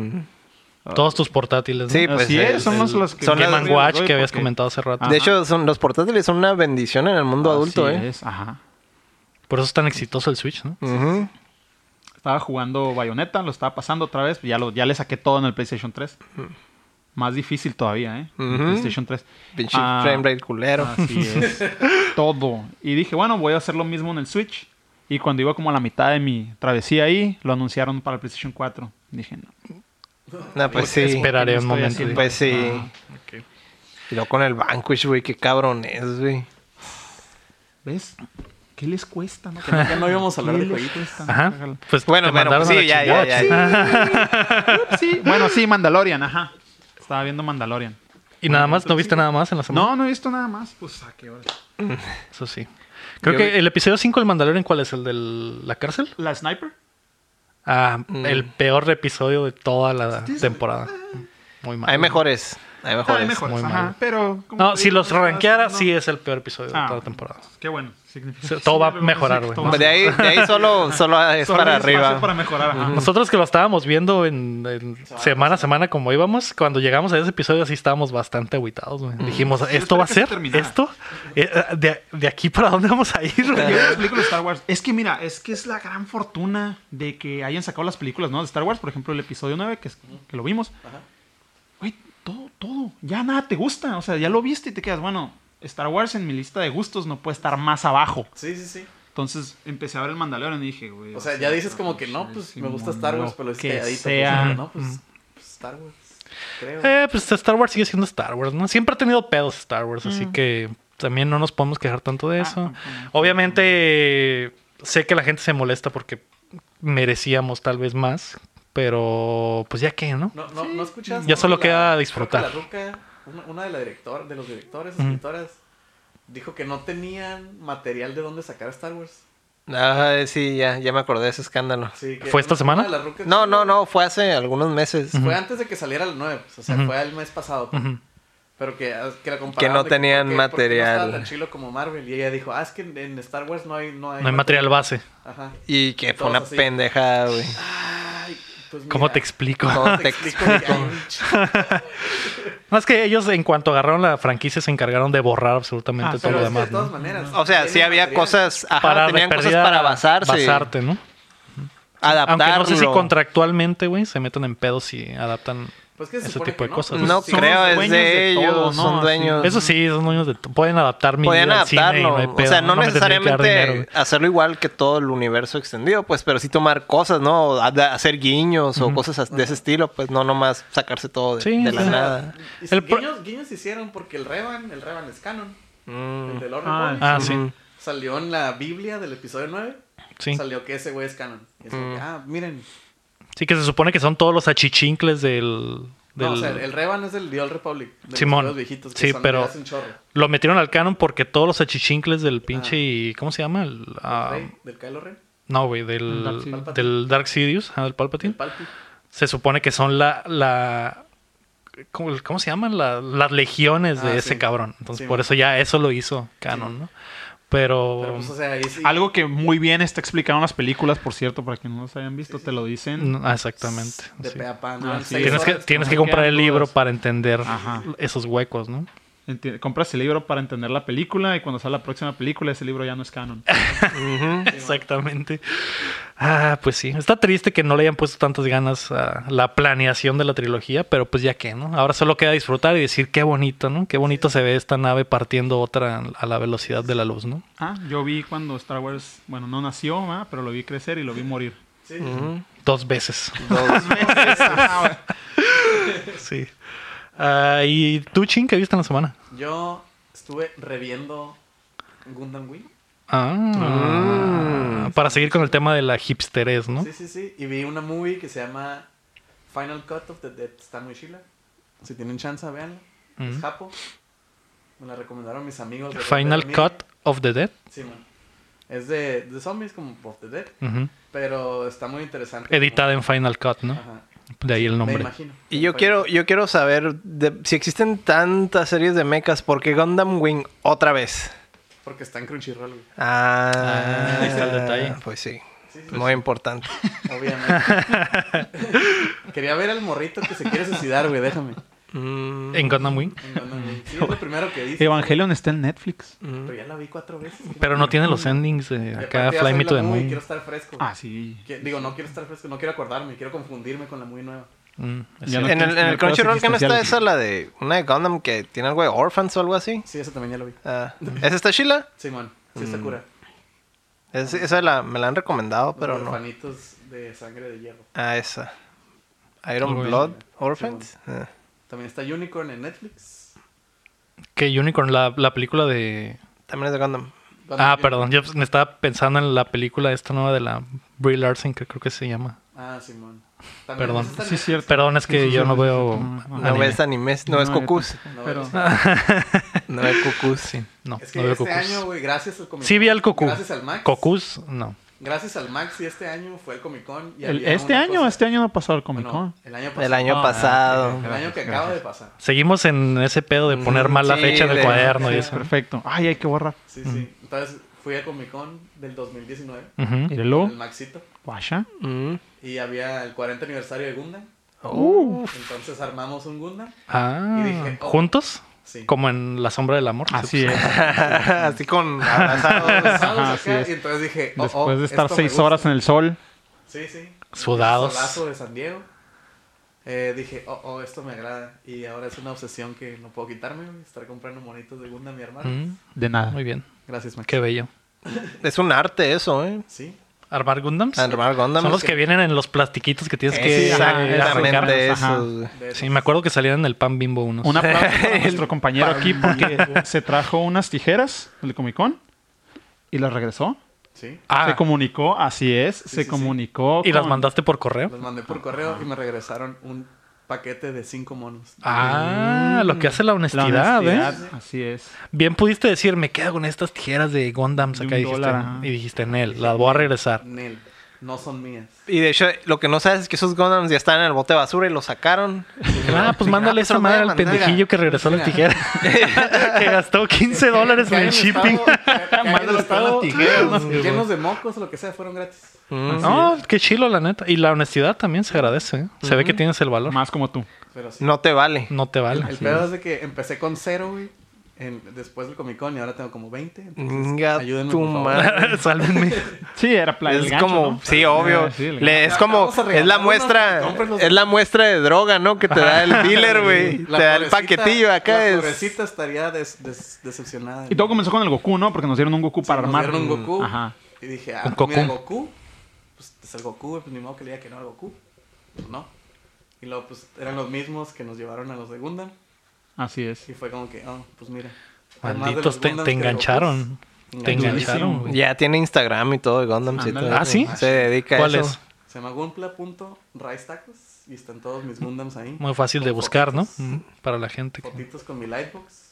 [SPEAKER 1] Ah. Todos tus portátiles. ¿no?
[SPEAKER 2] Sí, pues,
[SPEAKER 3] Así
[SPEAKER 2] el-
[SPEAKER 3] es, Ah, son los,
[SPEAKER 2] el-
[SPEAKER 3] los que...
[SPEAKER 2] son
[SPEAKER 1] Game
[SPEAKER 2] las-
[SPEAKER 1] and Watch que
[SPEAKER 3] porque-
[SPEAKER 1] habías comentado hace rato.
[SPEAKER 3] Ah,
[SPEAKER 2] De
[SPEAKER 3] Ajá.
[SPEAKER 2] hecho, son, los portátiles son una bendición en el mundo adulto,
[SPEAKER 3] Así
[SPEAKER 2] ¿eh?
[SPEAKER 3] es, ajá.
[SPEAKER 1] Por eso es tan exitoso el Switch, ¿no?
[SPEAKER 2] Ujú.
[SPEAKER 3] Estaba jugando Bayonetta, lo estaba pasando otra vez, ya, lo, ya le saqué todo en el PlayStation 3. Más difícil todavía, ¿eh?
[SPEAKER 2] Mm. Ujú.
[SPEAKER 3] PlayStation 3.
[SPEAKER 2] Pinche
[SPEAKER 3] Ah,
[SPEAKER 2] frame rate culero.
[SPEAKER 3] Así es. Todo. Y dije, bueno, voy a hacer lo mismo en el Switch. Y cuando iba como a la mitad de mi travesía ahí, lo anunciaron para el PlayStation 4. Dije, no.
[SPEAKER 2] No, pues sí.
[SPEAKER 1] Esperaré
[SPEAKER 3] ¿qué
[SPEAKER 1] un
[SPEAKER 3] estoy
[SPEAKER 1] momento.
[SPEAKER 3] haciendo?
[SPEAKER 2] Pues sí.
[SPEAKER 3] Ah,
[SPEAKER 2] Y luego con el Vanquish, güey, qué cabrón es, güey.
[SPEAKER 3] ¿Ves? ¿Qué les cuesta? No,
[SPEAKER 4] Ya no íbamos a hablar de jueguitos.
[SPEAKER 1] Ajá. Pues
[SPEAKER 2] Bueno,
[SPEAKER 1] te
[SPEAKER 2] bueno,
[SPEAKER 1] mandaron
[SPEAKER 2] pues
[SPEAKER 1] a la
[SPEAKER 2] sí, ya,
[SPEAKER 1] chingada.
[SPEAKER 2] ya, ya. ya.
[SPEAKER 3] Sí, bueno, sí, Mandalorian, ajá. Estaba viendo Mandalorian.
[SPEAKER 1] Y nada más, ¿no viste nada más en la semana?
[SPEAKER 3] No, no he visto nada más. Pues a qué hora.
[SPEAKER 1] Eso sí. Creo
[SPEAKER 2] Yo
[SPEAKER 1] que
[SPEAKER 2] vi-
[SPEAKER 1] el episodio 5 del Mandalorian, ¿cuál es? ¿El de la cárcel?
[SPEAKER 3] ¿La Sniper?
[SPEAKER 1] Ah,
[SPEAKER 2] Mm.
[SPEAKER 1] el peor episodio de toda la temporada. Muy mal.
[SPEAKER 2] Hay mejores. Hay
[SPEAKER 3] Ah,
[SPEAKER 2] mejores.
[SPEAKER 3] hay mejores,
[SPEAKER 1] muy
[SPEAKER 3] ajá.
[SPEAKER 1] mal.
[SPEAKER 3] Pero. como
[SPEAKER 1] No,
[SPEAKER 3] te
[SPEAKER 1] si
[SPEAKER 3] digo,
[SPEAKER 1] los
[SPEAKER 3] no,
[SPEAKER 1] rankeara,
[SPEAKER 3] no.
[SPEAKER 1] sí es el peor episodio de
[SPEAKER 3] Ah,
[SPEAKER 1] toda la temporada.
[SPEAKER 3] Qué bueno. Significa
[SPEAKER 1] Sí,
[SPEAKER 3] que
[SPEAKER 1] todo va a
[SPEAKER 3] algo
[SPEAKER 1] mejorar,
[SPEAKER 3] sí,
[SPEAKER 1] güey.
[SPEAKER 3] todo va
[SPEAKER 2] Pero Pues De
[SPEAKER 3] a-
[SPEAKER 2] ahí, de ahí solo, solo es
[SPEAKER 3] solo
[SPEAKER 2] para
[SPEAKER 3] hay espacio
[SPEAKER 2] arriba.
[SPEAKER 3] Para mejorar, ajá.
[SPEAKER 1] Nosotros que lo estábamos viendo en, en semana a semana como íbamos, cuando llegamos a ese episodio así estábamos bastante aguitados. güey. Dijimos, ¿esto
[SPEAKER 3] espero
[SPEAKER 1] va a
[SPEAKER 3] que se
[SPEAKER 1] ser?
[SPEAKER 3] terminara".
[SPEAKER 1] ¿Esto? Eh, eh, ¿De, de aquí para dónde vamos a ir? güey?
[SPEAKER 3] Yo las películas de Star Wars. Es que mira, es que es la gran fortuna de que hayan sacado las películas ¿no? de Star Wars. Por ejemplo, el episodio 9, que, es- que lo vimos.
[SPEAKER 4] Ajá.
[SPEAKER 3] Güey, todo, todo. Ya nada te gusta. O sea, ya lo viste y te quedas, bueno, Star Wars en mi lista de gustos no puede estar más abajo.
[SPEAKER 4] Sí, sí, sí.
[SPEAKER 3] Entonces empecé a ver el Mandalorian y dije, güey.
[SPEAKER 4] O sea, ya dices como que no, pues me gusta Star Wars, pero es
[SPEAKER 3] que
[SPEAKER 4] calladito.
[SPEAKER 3] sea.
[SPEAKER 4] pues, no, pues pues, Star Wars. Creo.
[SPEAKER 1] Mm. Eh, pues Star Wars sigue siendo Star Wars, ¿no? Siempre ha tenido pedos Star Wars, así que también no nos podemos quejar tanto de
[SPEAKER 3] Mm. Ah,
[SPEAKER 1] eso.
[SPEAKER 3] tampoco.
[SPEAKER 1] Obviamente, sé que la gente se molesta porque merecíamos tal vez más, pero pues ya que, ¿no?
[SPEAKER 4] No, no, no escuchas.
[SPEAKER 1] Ya
[SPEAKER 4] ¿no?
[SPEAKER 1] solo
[SPEAKER 4] La-
[SPEAKER 1] queda
[SPEAKER 4] creo que
[SPEAKER 1] disfrutar. Mm.
[SPEAKER 4] La ruca, una, una de, la director, de los directores, escritoras, dijo que no tenían material de dónde sacar Star Wars.
[SPEAKER 2] Ah, sí, ya, ya me acordé de ese escándalo.
[SPEAKER 4] Sí, que
[SPEAKER 1] ¿Fue esta
[SPEAKER 4] una
[SPEAKER 1] semana?
[SPEAKER 4] de las rucas-
[SPEAKER 2] No, no, no, fue hace algunos meses.
[SPEAKER 4] Fue antes de que saliera la 9, pues, o sea, fue el mes pasado. pues. Pero que, ah, que la comparaban.
[SPEAKER 2] Que no
[SPEAKER 4] de
[SPEAKER 2] tenían
[SPEAKER 4] por qué- por qué no estaba
[SPEAKER 2] material.
[SPEAKER 4] tan chilo como Marvel. Y ella dijo, ah, es que en, en Star Wars no hay. No hay,
[SPEAKER 1] No hay material base.
[SPEAKER 4] Ajá.
[SPEAKER 2] Y que fue
[SPEAKER 4] Todos
[SPEAKER 2] una
[SPEAKER 4] así.
[SPEAKER 2] pendejada, güey.
[SPEAKER 4] Ay, pues mira,
[SPEAKER 1] ¿Cómo te explico? Pues
[SPEAKER 2] No.
[SPEAKER 4] ¿cómo
[SPEAKER 2] te
[SPEAKER 4] te explico? que hay un ch-
[SPEAKER 1] No, es que ellos en cuanto agarraron la franquicia se encargaron de borrar
[SPEAKER 3] Ah,
[SPEAKER 1] absolutamente todo
[SPEAKER 4] Pero
[SPEAKER 1] lo
[SPEAKER 4] es que
[SPEAKER 1] demás,
[SPEAKER 4] de todas
[SPEAKER 1] ¿no?
[SPEAKER 4] maneras.
[SPEAKER 2] O sea, sí
[SPEAKER 4] tienen
[SPEAKER 2] había
[SPEAKER 4] material.
[SPEAKER 2] cosas, ajá, tenían cosas para basarse,
[SPEAKER 1] basarte, ¿no?
[SPEAKER 2] adaptarlo.
[SPEAKER 1] Aunque no sé si contractualmente, güey, se meten en pedos si adaptan.
[SPEAKER 4] Pues que se
[SPEAKER 1] ese
[SPEAKER 4] supone
[SPEAKER 1] tipo de
[SPEAKER 4] que no,
[SPEAKER 1] cosas.
[SPEAKER 4] pues,
[SPEAKER 2] No
[SPEAKER 4] sí,
[SPEAKER 2] creo, es
[SPEAKER 3] dueños
[SPEAKER 2] de,
[SPEAKER 3] de
[SPEAKER 2] ellos,
[SPEAKER 3] todo, ¿no?
[SPEAKER 2] son
[SPEAKER 3] Así.
[SPEAKER 2] dueños.
[SPEAKER 1] Eso sí, son dueños de... Pueden adaptar mi
[SPEAKER 2] Podían
[SPEAKER 1] vida al cine y no
[SPEAKER 2] adaptarlo.
[SPEAKER 1] hay
[SPEAKER 2] o
[SPEAKER 1] pedo,
[SPEAKER 2] sea,
[SPEAKER 1] ¿no?
[SPEAKER 2] no,
[SPEAKER 1] No me tendría que dar
[SPEAKER 2] necesariamente
[SPEAKER 1] dinero, güey.
[SPEAKER 2] hacerlo igual que todo el universo extendido, pues, pero sí tomar cosas, ¿no? O ad- Hacer guiños o cosas as- de ese estilo, pues, no nomás sacarse todo de,
[SPEAKER 1] Sí,
[SPEAKER 2] de la
[SPEAKER 1] sí.
[SPEAKER 2] nada.
[SPEAKER 4] Y
[SPEAKER 1] El pro-
[SPEAKER 4] guiños, guiños hicieron porque el Revan, el Revan es canon. El de Lord
[SPEAKER 3] Ah,
[SPEAKER 4] Republic,
[SPEAKER 1] Ah, sí.
[SPEAKER 4] Salió en la Biblia del episodio 9.
[SPEAKER 1] Sí. Mm.
[SPEAKER 4] Salió que ese güey es canon. Y es como que, ah, miren.
[SPEAKER 1] Sí, que se supone que son todos los achichincles del...
[SPEAKER 4] No,
[SPEAKER 1] del-
[SPEAKER 4] o sea, el Revan es del The Old Republic. De los
[SPEAKER 1] Simón.
[SPEAKER 4] juegos viejitos. que
[SPEAKER 1] Sí,
[SPEAKER 4] son-
[SPEAKER 1] pero-
[SPEAKER 4] hacen chorro.
[SPEAKER 1] Lo metieron al canon porque todos los achichincles del pinche... ¿Cómo se llama? El, ah,
[SPEAKER 4] Ah. Rey, del Kylo Ren.
[SPEAKER 1] no, güey,
[SPEAKER 3] El Dark
[SPEAKER 1] del,
[SPEAKER 3] Sidious.
[SPEAKER 1] del Dark Sidious, ah, del
[SPEAKER 4] Del
[SPEAKER 1] Palpatine.
[SPEAKER 4] Palpi.
[SPEAKER 1] Se supone que son la... la ¿Cómo, cómo se llaman? La- las legiones de
[SPEAKER 4] Ah,
[SPEAKER 1] ese
[SPEAKER 4] sí.
[SPEAKER 1] cabrón. Entonces,
[SPEAKER 4] Sí,
[SPEAKER 1] por
[SPEAKER 4] man.
[SPEAKER 1] eso ya eso lo hizo canon, ¿no? Pero...
[SPEAKER 4] Pero pues, o sea, ahí sí.
[SPEAKER 3] Algo que muy bien está explicado en las películas, por cierto, para quienes no los hayan visto, te lo dicen.
[SPEAKER 1] no, ah, exactamente.
[SPEAKER 4] De
[SPEAKER 1] sí.
[SPEAKER 4] pe a pa, ¿no?
[SPEAKER 3] Ah,
[SPEAKER 4] En
[SPEAKER 3] sí.
[SPEAKER 4] seis
[SPEAKER 1] Tienes que,
[SPEAKER 4] horas,
[SPEAKER 1] tienes
[SPEAKER 3] no
[SPEAKER 1] que
[SPEAKER 3] me
[SPEAKER 1] comprar
[SPEAKER 3] quedan
[SPEAKER 1] el libro
[SPEAKER 3] dudas.
[SPEAKER 1] para entender
[SPEAKER 3] Ajá.
[SPEAKER 1] esos huecos, ¿no?
[SPEAKER 3] Enti- Compras el libro para entender la película y cuando sale la próxima película ese libro ya no es canon.
[SPEAKER 1] Exactamente. Ah, pues sí. Está triste que no le hayan puesto tantas ganas a la planeación de la trilogía, pero pues ya que, ¿no? Ahora solo queda disfrutar y decir qué bonito, ¿no? Qué bonito se ve esta nave partiendo otra a la velocidad de la luz, ¿no?
[SPEAKER 3] Ah, yo vi cuando Star Wars, bueno, no nació, ¿verdad? pero lo vi crecer y lo vi morir.
[SPEAKER 4] Sí.
[SPEAKER 1] Dos veces.
[SPEAKER 2] Dos-
[SPEAKER 1] Sí. Ah, ¿Y tú, Chin, qué viste en la semana?
[SPEAKER 4] Yo estuve reviendo Gundam Wing.
[SPEAKER 1] Ah, Para seguir con el tema de la hipsterez, ¿no?
[SPEAKER 4] Mm. Sí, sí, sí. Y vi una movie que se llama Final Cut of the Dead. Está muy chila. Si tienen chance, véanla. Es japo. Me la recomendaron mis amigos. de
[SPEAKER 1] Final
[SPEAKER 4] Rotten
[SPEAKER 1] Cut of the Dead.
[SPEAKER 4] Tomatoes. Sí, man. Es de, de zombies como of the Dead.
[SPEAKER 1] Ujú.
[SPEAKER 4] Pero está muy interesante.
[SPEAKER 1] Editada en Final Cut, ¿no?
[SPEAKER 4] Ajá.
[SPEAKER 1] De ahí el
[SPEAKER 4] Me
[SPEAKER 1] nombre.
[SPEAKER 4] imagino.
[SPEAKER 2] Y yo quiero, yo quiero saber de- si existen tantas series de mechas, ¿por qué Gundam Wing otra vez?
[SPEAKER 4] Porque está en Crunchyroll, güey.
[SPEAKER 2] Ah,
[SPEAKER 1] Ah, ahí está el detalle.
[SPEAKER 2] Pues sí.
[SPEAKER 4] Sí, sí,
[SPEAKER 2] Muy importante.
[SPEAKER 4] Obviamente. Quería ver al morrito que se quiere suicidar, güey, déjame.
[SPEAKER 2] Mm,
[SPEAKER 1] En Gundam Wing.
[SPEAKER 4] No, no, güey. Sí, es lo primero que dice.
[SPEAKER 3] Evangelion está en Netflix.
[SPEAKER 4] Pero ya la vi cuatro veces. güey.
[SPEAKER 1] Pero no tiene los endings de
[SPEAKER 4] Y
[SPEAKER 1] Mm. acá
[SPEAKER 4] aparte ya
[SPEAKER 1] Fly
[SPEAKER 4] soy
[SPEAKER 1] Me to
[SPEAKER 4] la
[SPEAKER 1] the
[SPEAKER 4] muy,
[SPEAKER 1] Moon.
[SPEAKER 4] Quiero estar fresco.
[SPEAKER 3] Ah, sí.
[SPEAKER 4] Que- digo, no quiero estar fresco, no quiero acordarme, quiero confundirme con la muy nueva.
[SPEAKER 1] Mm, es
[SPEAKER 3] Ya
[SPEAKER 1] cierto.
[SPEAKER 3] no
[SPEAKER 2] en el, en
[SPEAKER 3] tienes-
[SPEAKER 2] el
[SPEAKER 3] recuerdos
[SPEAKER 2] Crunchyroll que no está
[SPEAKER 3] existenciales.
[SPEAKER 2] esa, la de una de Gundam que tiene algo de Orphans o algo así.
[SPEAKER 4] Sí, esa también ya la vi.
[SPEAKER 2] Ah, ¿Esa está chila?
[SPEAKER 4] Simón, sí
[SPEAKER 1] Mm.
[SPEAKER 4] está cura.
[SPEAKER 2] Es- esa la, me la han recomendado, pero
[SPEAKER 4] Los
[SPEAKER 2] no.
[SPEAKER 4] orfanitos de sangre de hierro.
[SPEAKER 2] Ah, esa. Iron
[SPEAKER 1] Algo
[SPEAKER 2] Blood Orphans. Ah.
[SPEAKER 4] También está Unicorn en Netflix.
[SPEAKER 1] Que Unicorn, la, la película de...
[SPEAKER 2] También es de Gundam.
[SPEAKER 1] Ah, perdón, yo me estaba pensando en la película esta nueva de la Brie Larson, que creo que se llama.
[SPEAKER 4] Ah, Simón.
[SPEAKER 1] Perdón.
[SPEAKER 4] esa está en
[SPEAKER 3] Sí,
[SPEAKER 4] Netflix.
[SPEAKER 3] cierto.
[SPEAKER 1] Perdón, es que
[SPEAKER 3] Sí, sí,
[SPEAKER 1] yo
[SPEAKER 3] sí,
[SPEAKER 1] no
[SPEAKER 3] sí,
[SPEAKER 1] veo...
[SPEAKER 3] sí, sí, no,
[SPEAKER 2] No,
[SPEAKER 1] anime.
[SPEAKER 2] ves animes, no, ves
[SPEAKER 3] yo
[SPEAKER 2] Cocus.
[SPEAKER 3] tampoco,
[SPEAKER 4] No,
[SPEAKER 3] Pero,
[SPEAKER 4] yo
[SPEAKER 2] No ves Cocus.
[SPEAKER 1] Sí, no,
[SPEAKER 4] Es que
[SPEAKER 1] no veo
[SPEAKER 4] este
[SPEAKER 1] Cocus.
[SPEAKER 4] año, güey, gracias al Comic Con.
[SPEAKER 1] Sí vi al Cocu.
[SPEAKER 4] Gracias al Max.
[SPEAKER 1] Cocus, no.
[SPEAKER 4] Gracias al Max y este año fue el Comic Con. y
[SPEAKER 3] el-
[SPEAKER 4] había
[SPEAKER 3] este
[SPEAKER 4] una
[SPEAKER 3] año,
[SPEAKER 4] cosa-
[SPEAKER 3] este año no ha pasado el Comic Con.
[SPEAKER 4] Bueno, el año pasado.
[SPEAKER 2] El año
[SPEAKER 3] Ah,
[SPEAKER 2] pasado.
[SPEAKER 4] El año que
[SPEAKER 3] Gracias,
[SPEAKER 4] acaba de pasar.
[SPEAKER 1] Seguimos en ese pedo de poner
[SPEAKER 2] Mm,
[SPEAKER 1] mal la
[SPEAKER 2] sí,
[SPEAKER 1] fecha en el
[SPEAKER 2] de-
[SPEAKER 1] cuaderno y
[SPEAKER 3] Sí,
[SPEAKER 1] eso.
[SPEAKER 3] Perfecto. Ay, hay que borrar.
[SPEAKER 4] Sí, sí.
[SPEAKER 3] Mm.
[SPEAKER 4] Entonces fui a Comic Con del 2019.
[SPEAKER 1] Ujú.
[SPEAKER 3] Míralo.
[SPEAKER 4] El Maxito.
[SPEAKER 3] Guasha.
[SPEAKER 2] Mm.
[SPEAKER 4] Y había el 40 aniversario de Gundam. Entonces armamos un Gundam.
[SPEAKER 1] Ah,
[SPEAKER 4] Y dije, oh.
[SPEAKER 1] ¿juntos?
[SPEAKER 4] Sí.
[SPEAKER 1] Como en La Sombra del Amor.
[SPEAKER 3] Así es.
[SPEAKER 2] Así con abrazados.
[SPEAKER 4] Abrazados
[SPEAKER 3] Ajá,
[SPEAKER 4] acá,
[SPEAKER 3] así es.
[SPEAKER 4] Y entonces dije, oh, oh,
[SPEAKER 3] Después de estar
[SPEAKER 4] esto me
[SPEAKER 3] seis
[SPEAKER 4] gusta.
[SPEAKER 3] horas en el sol.
[SPEAKER 4] Sí, sí.
[SPEAKER 1] Sudados.
[SPEAKER 4] El solazo de San Diego. Eh, dije, oh, oh, esto me agrada. Y ahora es una obsesión que no puedo quitarme. güey, Estar comprando monitos de Gundam y armar.
[SPEAKER 1] Mm,
[SPEAKER 3] De nada.
[SPEAKER 1] muy bien,
[SPEAKER 4] Gracias, Max.
[SPEAKER 1] qué bello.
[SPEAKER 2] Es un arte eso, ¿eh?
[SPEAKER 4] Sí.
[SPEAKER 1] ¿Armar Gundams?
[SPEAKER 2] Armar Gundam.
[SPEAKER 1] Son los
[SPEAKER 2] es-
[SPEAKER 1] que vienen en los plastiquitos que tienes que arrancar.
[SPEAKER 2] Exactamente
[SPEAKER 3] Ajá.
[SPEAKER 2] esos. güey.
[SPEAKER 4] de
[SPEAKER 1] Sí,
[SPEAKER 4] esos.
[SPEAKER 1] me acuerdo que salían en el pan bimbo unos.
[SPEAKER 3] Un aplauso para nuestro compañero aquí porque se trajo unas tijeras del Comic Con y las regresó.
[SPEAKER 4] Sí.
[SPEAKER 1] Ah,
[SPEAKER 3] Se comunicó, así es, se
[SPEAKER 4] sí, sí.
[SPEAKER 3] comunicó.
[SPEAKER 1] ¿y las
[SPEAKER 3] con-
[SPEAKER 1] mandaste por correo?
[SPEAKER 4] Los mandé por correo y me regresaron un paquete de cinco monos.
[SPEAKER 1] Ah, lo que hace la
[SPEAKER 3] Mm, La
[SPEAKER 1] honestidad, ¿eh?
[SPEAKER 3] honestidad, Así es.
[SPEAKER 1] Bien pudiste decir, me quedo con estas tijeras de Gundams
[SPEAKER 3] De
[SPEAKER 1] acá
[SPEAKER 3] un
[SPEAKER 1] dijiste,
[SPEAKER 3] dólar, ajá.
[SPEAKER 1] y dijiste en él, las voy a regresar.
[SPEAKER 4] Nel, no son mías.
[SPEAKER 2] Y de hecho, lo que no sabes es que esos Gundams ya estaban en el bote de basura y los sacaron.
[SPEAKER 1] Ah, pues mándale
[SPEAKER 2] Ah,
[SPEAKER 1] esa
[SPEAKER 2] pues,
[SPEAKER 1] madre
[SPEAKER 2] voy a
[SPEAKER 1] al
[SPEAKER 2] mandar.
[SPEAKER 1] pendejillo que regresó las tijeras. que gastó 15 dólares en el shipping.
[SPEAKER 4] Mándalo estado,
[SPEAKER 1] tijeras.
[SPEAKER 4] llenos de mocos, lo que sea, fueron gratis.
[SPEAKER 2] Mm.
[SPEAKER 1] No, qué chilo, la neta. Y la honestidad también se agradece. ¿eh? Se ve que tienes el valor.
[SPEAKER 3] Más como tú.
[SPEAKER 4] Pero sí.
[SPEAKER 2] No te vale.
[SPEAKER 1] No te vale.
[SPEAKER 4] el pedo es de que empecé con cero, güey. en- después del Comic Con y ahora tengo como 20.
[SPEAKER 1] Mm.
[SPEAKER 4] entonces,
[SPEAKER 2] Inga
[SPEAKER 4] ayúdenme,
[SPEAKER 2] tu
[SPEAKER 4] por favor.
[SPEAKER 2] madre.
[SPEAKER 1] Sálvenme.
[SPEAKER 3] Sí, era plan.
[SPEAKER 2] Es como, sí, obvio.
[SPEAKER 3] Ah, sí, el
[SPEAKER 2] Le- es como,
[SPEAKER 4] Vamos a regalar
[SPEAKER 2] es la
[SPEAKER 4] unos,
[SPEAKER 2] muestra,
[SPEAKER 4] cómprenlos.
[SPEAKER 2] es la muestra de droga, ¿no? Que te da el dealer, güey. Te
[SPEAKER 4] La
[SPEAKER 2] da el
[SPEAKER 4] pobrecita-
[SPEAKER 2] paquetillo acá.
[SPEAKER 4] La
[SPEAKER 2] Es...
[SPEAKER 4] pobrecita estaría des- des- decepcionada.
[SPEAKER 3] Y todo comenzó con el Goku, ¿no? Porque nos dieron un Goku para
[SPEAKER 4] Nos
[SPEAKER 3] armar.
[SPEAKER 4] dieron un Goku.
[SPEAKER 3] Ajá.
[SPEAKER 4] Y dije, ah,
[SPEAKER 1] Un Goku.
[SPEAKER 4] mira, Goku. Pues es el Goku, güey, pues ni modo que le diga que no al Goku. Pues no. Y luego, pues eran los mismos que nos llevaron a los de Gundam.
[SPEAKER 3] Así es.
[SPEAKER 4] Y fue como que, oh, pues mira. además de los
[SPEAKER 1] Malditos, te,
[SPEAKER 4] Gundams
[SPEAKER 1] te
[SPEAKER 4] que de
[SPEAKER 1] engancharon.
[SPEAKER 4] Gokus,
[SPEAKER 1] Te
[SPEAKER 3] Durísimo,
[SPEAKER 1] engancharon, güey.
[SPEAKER 2] Ya tiene Instagram y todo, y Gundams y
[SPEAKER 3] Ándale.
[SPEAKER 2] todo.
[SPEAKER 1] Ah, ¿sí?
[SPEAKER 2] Se dedica a
[SPEAKER 1] ¿Cuál
[SPEAKER 2] eso.
[SPEAKER 1] es?
[SPEAKER 4] Se llama Gunpla.rice tacos. Y están todos mis Gundams ahí.
[SPEAKER 1] Muy fácil de
[SPEAKER 4] Con
[SPEAKER 1] buscar, ¿no?
[SPEAKER 4] fotitos.
[SPEAKER 1] Mm, Para la gente. que-
[SPEAKER 2] Pues
[SPEAKER 4] Fotitos con mi lightbox.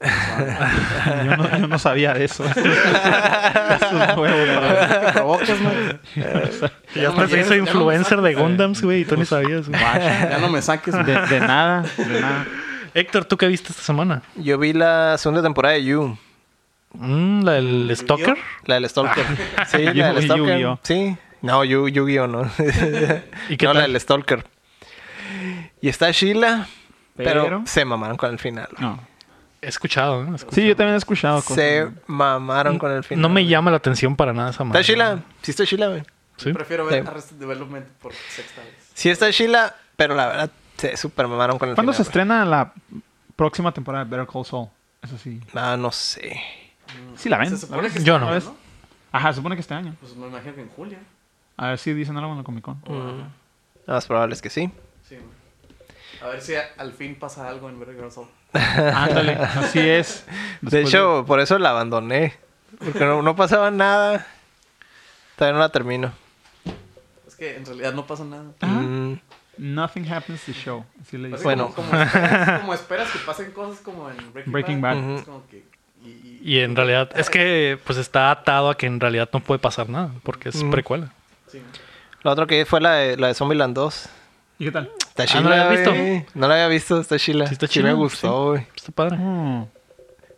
[SPEAKER 3] Yo no, yo no sabía de eso. eso es nuevo para mí.
[SPEAKER 4] Te provocas, man.
[SPEAKER 1] Ya hasta se hizo influencer de Gundams, güey, y tú ni sabías. güey.
[SPEAKER 4] Ya no me saques. man.
[SPEAKER 3] De, de nada, de nada.
[SPEAKER 1] Héctor, ¿tú qué viste esta semana?
[SPEAKER 2] Yo vi la segunda temporada de You,
[SPEAKER 1] Mm, ¿La del Stalker?
[SPEAKER 2] la del Stalker.
[SPEAKER 1] Ah.
[SPEAKER 2] Sí,
[SPEAKER 3] Yu-
[SPEAKER 2] la del Stalker.
[SPEAKER 3] Yu-Gi-Oh.
[SPEAKER 2] Sí. No, Yu- Yu-Gi-Oh, no.
[SPEAKER 1] ¿Y qué
[SPEAKER 2] No, la
[SPEAKER 1] tal?
[SPEAKER 2] del Stalker. Y está Sheila, pero,
[SPEAKER 3] Pero-
[SPEAKER 2] se mamaron con el final.
[SPEAKER 3] No.
[SPEAKER 1] He escuchado, ¿eh? He escuchado.
[SPEAKER 3] Sí, yo también he escuchado cosas.
[SPEAKER 2] Se mamaron con el final.
[SPEAKER 1] No me llama la atención para nada esa madre.
[SPEAKER 2] ¿Está Sheila? Sí está Sheila, güey.
[SPEAKER 1] Sí.
[SPEAKER 4] Prefiero ver
[SPEAKER 2] Sí.
[SPEAKER 4] Arrested Development por sexta vez.
[SPEAKER 2] Sí está Sheila, pero la verdad se super mamaron con el
[SPEAKER 3] ¿Cuándo se
[SPEAKER 2] final.
[SPEAKER 3] estrena la próxima temporada de Better Call Saul? Eso sí.
[SPEAKER 2] güey. Ah, No, no sé.
[SPEAKER 3] Sí, la ven.
[SPEAKER 4] Se
[SPEAKER 3] ¿La
[SPEAKER 4] supone
[SPEAKER 3] ven?
[SPEAKER 4] que
[SPEAKER 1] Yo
[SPEAKER 4] este
[SPEAKER 1] no. Pues,
[SPEAKER 4] año,
[SPEAKER 3] Ajá, se supone que este año.
[SPEAKER 4] Pues me imagino que en julio.
[SPEAKER 3] A ver si dicen algo en el Comic Con.
[SPEAKER 2] Mm. Lo más probable es que sí.
[SPEAKER 4] Sí, güey. A ver si a- al fin pasa algo en Better Call Saul.
[SPEAKER 3] Ándale, así es.
[SPEAKER 2] de hecho, por eso la abandoné. Porque no, no pasaba nada. Todavía no la termino.
[SPEAKER 4] Es que en realidad no pasa nada.
[SPEAKER 1] ¿Ah?
[SPEAKER 2] Mm,
[SPEAKER 3] Ah, Nothing happens to show. Así le dicen.
[SPEAKER 4] Así
[SPEAKER 2] Bueno.
[SPEAKER 4] Como, como esperas, como esperas que pasen cosas como en Breaking,
[SPEAKER 3] Breaking
[SPEAKER 4] Bad.
[SPEAKER 3] Bad.
[SPEAKER 4] Es como que... Y, y-
[SPEAKER 1] Y en realidad, es que pues está atado a que en realidad no puede pasar nada, porque
[SPEAKER 2] Mm.
[SPEAKER 1] es precuela.
[SPEAKER 4] sí, güey.
[SPEAKER 2] La otra que vi fue la de, la de Zombieland 2.
[SPEAKER 3] ¿Y qué tal?
[SPEAKER 2] Está
[SPEAKER 1] Ah, ¿no la habías
[SPEAKER 2] Sheila, güey. No la había visto. Está Sheila.
[SPEAKER 1] Sí está
[SPEAKER 2] me
[SPEAKER 1] chila,
[SPEAKER 2] gustó, güey.
[SPEAKER 1] Está padre.
[SPEAKER 3] Mm.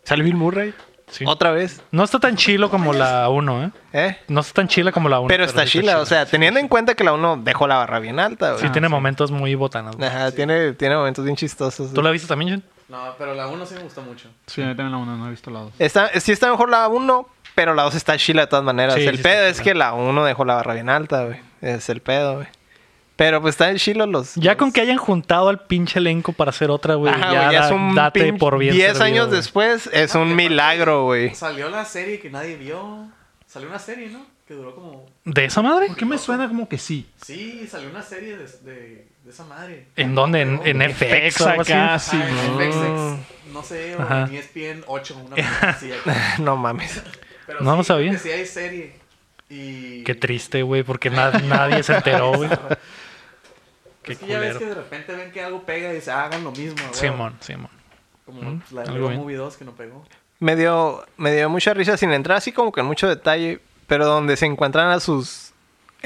[SPEAKER 2] ¿Sale Bill Murray?
[SPEAKER 1] Sí.
[SPEAKER 2] Otra vez,
[SPEAKER 1] No está tan chilo como la 1, ¿eh?
[SPEAKER 2] ¿eh?
[SPEAKER 1] No está tan chila como la 1.
[SPEAKER 2] Pero está chila, o sea, ah, teniendo en cuenta que la uno dejó la barra bien alta,
[SPEAKER 1] Sí,
[SPEAKER 2] güey.
[SPEAKER 1] tiene momentos muy botanas. güey.
[SPEAKER 2] Ajá, tiene, tiene momentos bien chistosos.
[SPEAKER 1] ¿Tú
[SPEAKER 2] güey.
[SPEAKER 1] la viste también, Jen?
[SPEAKER 4] No, pero la 1 sí me gustó mucho.
[SPEAKER 3] Sí, a mí también la uno, no he visto la dos.
[SPEAKER 2] Está, sí está mejor la 1, pero la 2 está chila de todas maneras.
[SPEAKER 1] Sí,
[SPEAKER 2] el
[SPEAKER 1] sí está
[SPEAKER 2] pedo es
[SPEAKER 1] chila.
[SPEAKER 2] que la 1 dejó la barra bien alta, güey. Es el pedo, güey. Pero pues está en chilo los...
[SPEAKER 1] Ya con que hayan juntado al pinche elenco para hacer otra, güey.
[SPEAKER 2] Ajá,
[SPEAKER 1] ya,
[SPEAKER 2] güey,
[SPEAKER 1] da-
[SPEAKER 2] es un
[SPEAKER 1] date
[SPEAKER 2] pin-
[SPEAKER 1] por bien.
[SPEAKER 2] 10
[SPEAKER 1] servido,
[SPEAKER 2] años
[SPEAKER 1] güey.
[SPEAKER 2] después es un milagro, güey.
[SPEAKER 4] Salió la serie que nadie vio. Salió una serie, ¿no? Que duró como.
[SPEAKER 1] ¿De esa madre?
[SPEAKER 3] ¿Por qué me suena como que sí?
[SPEAKER 4] Sí, salió una serie de, de, de esa madre.
[SPEAKER 1] ¿En dónde? ¿En, en FX o algo así?
[SPEAKER 3] acá,
[SPEAKER 4] Ah, en
[SPEAKER 3] sí,
[SPEAKER 4] FXX, no sé, o
[SPEAKER 1] Ajá.
[SPEAKER 4] en E ESPN 8, una cosa así.
[SPEAKER 2] no mames.
[SPEAKER 4] Pero
[SPEAKER 1] No,
[SPEAKER 4] sí,
[SPEAKER 1] no sabía.
[SPEAKER 4] creo que Sí, hay serie. Y.
[SPEAKER 1] Qué triste, güey, porque na- nadie se enteró, güey. Qué
[SPEAKER 4] Es que Pues ya ves
[SPEAKER 1] culero.
[SPEAKER 4] que de repente ven que algo pega y dice, "Ah, hagan lo mismo. güey".
[SPEAKER 1] Simón, Simón.
[SPEAKER 4] Como
[SPEAKER 1] Mm,
[SPEAKER 4] la de
[SPEAKER 1] algo bien.
[SPEAKER 4] Movie 2 que no pegó.
[SPEAKER 2] Me dio, me dio mucha risa sin entrar así como que en mucho detalle, pero donde se encuentran a sus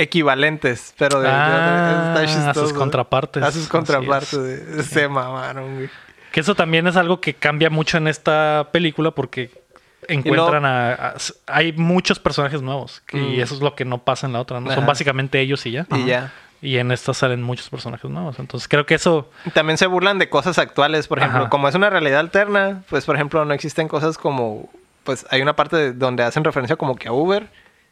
[SPEAKER 2] equivalentes, pero de, de
[SPEAKER 1] Ah,
[SPEAKER 2] otra-
[SPEAKER 1] a sus
[SPEAKER 2] güey.
[SPEAKER 1] contrapartes.
[SPEAKER 2] A sus
[SPEAKER 1] Así
[SPEAKER 2] contrapartes.
[SPEAKER 1] es.
[SPEAKER 2] güey. Se mamaron, güey.
[SPEAKER 1] Que eso también es algo que cambia mucho en esta película porque encuentran a, a- s- Hay muchos personajes nuevos que- y
[SPEAKER 2] Mm.
[SPEAKER 1] eso es lo que no pasa en la otra. ¿no? Son
[SPEAKER 2] Ajá.
[SPEAKER 1] básicamente ellos y ya.
[SPEAKER 2] Y ya.
[SPEAKER 1] Y en esta salen muchos personajes nuevos. Entonces creo que eso...
[SPEAKER 2] También se burlan de cosas actuales, por ejemplo,
[SPEAKER 1] Ajá.
[SPEAKER 2] como es una realidad alterna, pues por ejemplo no existen cosas como, pues hay una parte de- donde hacen referencia como que a Uber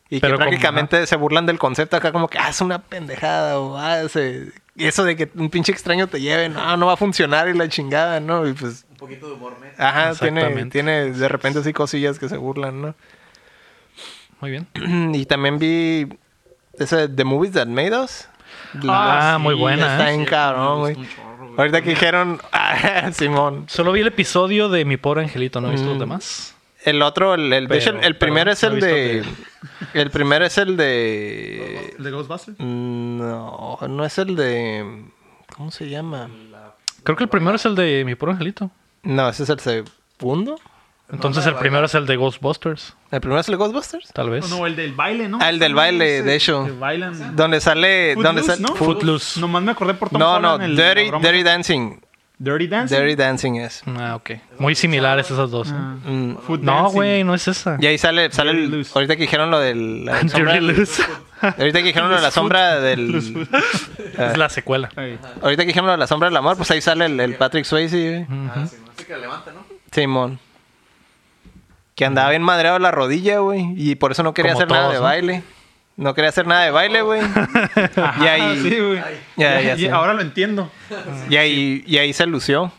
[SPEAKER 2] y
[SPEAKER 1] Pero
[SPEAKER 2] que
[SPEAKER 1] como,
[SPEAKER 2] prácticamente se burlan del concepto acá como que ah, es una pendejada o ah, ese- eso de que un pinche extraño te lleve, no, no va a funcionar y la chingada, ¿no? Y pues,
[SPEAKER 4] Un poquito de humor, ¿no?
[SPEAKER 2] ajá, tiene,
[SPEAKER 1] Exactamente.
[SPEAKER 2] tiene de repente así cosillas que se burlan, ¿no?
[SPEAKER 1] Muy bien.
[SPEAKER 2] y también vi ese The Movies That Made Us.
[SPEAKER 1] Ah, muy buena,
[SPEAKER 2] Está
[SPEAKER 1] ¿eh?
[SPEAKER 2] en cabrón, güey. Ahorita que dijeron, ah, Simón,
[SPEAKER 1] Solo vi el episodio de Mi Pobre Angelito, ¿no he visto
[SPEAKER 2] Mm.
[SPEAKER 1] los demás?
[SPEAKER 2] El otro, el, el, de hecho, el-
[SPEAKER 1] Pero,
[SPEAKER 2] el primero
[SPEAKER 1] perdón,
[SPEAKER 2] es el
[SPEAKER 1] no he
[SPEAKER 2] de.
[SPEAKER 1] visto
[SPEAKER 2] El primero es el de.
[SPEAKER 3] ¿El Eh, de Ghostbusters?
[SPEAKER 2] No, no es el de. ¿Cómo se llama?
[SPEAKER 1] Creo que el primero es el de Mi Pobre Angelito.
[SPEAKER 2] No, ese es el segundo.
[SPEAKER 1] Entonces
[SPEAKER 4] No,
[SPEAKER 1] el
[SPEAKER 4] no,
[SPEAKER 1] primero es el de Ghostbusters,
[SPEAKER 2] ¿El primero es el Ghostbusters?
[SPEAKER 1] tal vez.
[SPEAKER 3] No, el del baile, ¿no?
[SPEAKER 2] Pues Ah, el del baile, de hecho.
[SPEAKER 3] Que bailan.
[SPEAKER 2] Donde sale. donde
[SPEAKER 3] Footloose,
[SPEAKER 2] sale
[SPEAKER 3] ¿no?
[SPEAKER 2] Foot-
[SPEAKER 1] Footloose.
[SPEAKER 3] Nomás me acordé por Tom
[SPEAKER 2] No, no,
[SPEAKER 3] Holland, el- la
[SPEAKER 2] Dirty,
[SPEAKER 3] broma.
[SPEAKER 2] Dirty Dancing.
[SPEAKER 3] Dirty Dancing.
[SPEAKER 2] Dirty Dancing es.
[SPEAKER 1] Ah, ok. Muy similares esas dos. ¿eh?
[SPEAKER 3] Ah.
[SPEAKER 2] Mm.
[SPEAKER 3] Foot
[SPEAKER 1] No,
[SPEAKER 3] Dancing.
[SPEAKER 1] güey, no es esa.
[SPEAKER 2] Y ahí sale, sale el-
[SPEAKER 3] Dirty Loose.
[SPEAKER 2] ahorita que dijeron lo del. la sombra-
[SPEAKER 1] Dirty Loose.
[SPEAKER 2] ahorita que dijeron lo de la sombra
[SPEAKER 3] Los
[SPEAKER 2] del.
[SPEAKER 3] Foot.
[SPEAKER 1] es la secuela.
[SPEAKER 3] Ahí.
[SPEAKER 2] Ahorita que dijeron lo de la sombra del amor, pues ahí sale el, el Patrick Swayze, güey.
[SPEAKER 4] Ah, sí, no sé que la levanta, ¿no?
[SPEAKER 2] Simón. Que andaba bien madreado la rodilla, güey. Y por eso no quería
[SPEAKER 1] Como
[SPEAKER 2] hacer nada
[SPEAKER 1] todos,
[SPEAKER 2] de
[SPEAKER 1] ¿no?
[SPEAKER 2] baile. No quería hacer nada de baile, güey. y
[SPEAKER 3] Ah,
[SPEAKER 2] ahí.
[SPEAKER 3] sí, güey.
[SPEAKER 4] Ay.
[SPEAKER 2] Ya, ya
[SPEAKER 3] Y
[SPEAKER 2] sé.
[SPEAKER 3] ahora lo entiendo.
[SPEAKER 2] y, ahí y ahí se lució.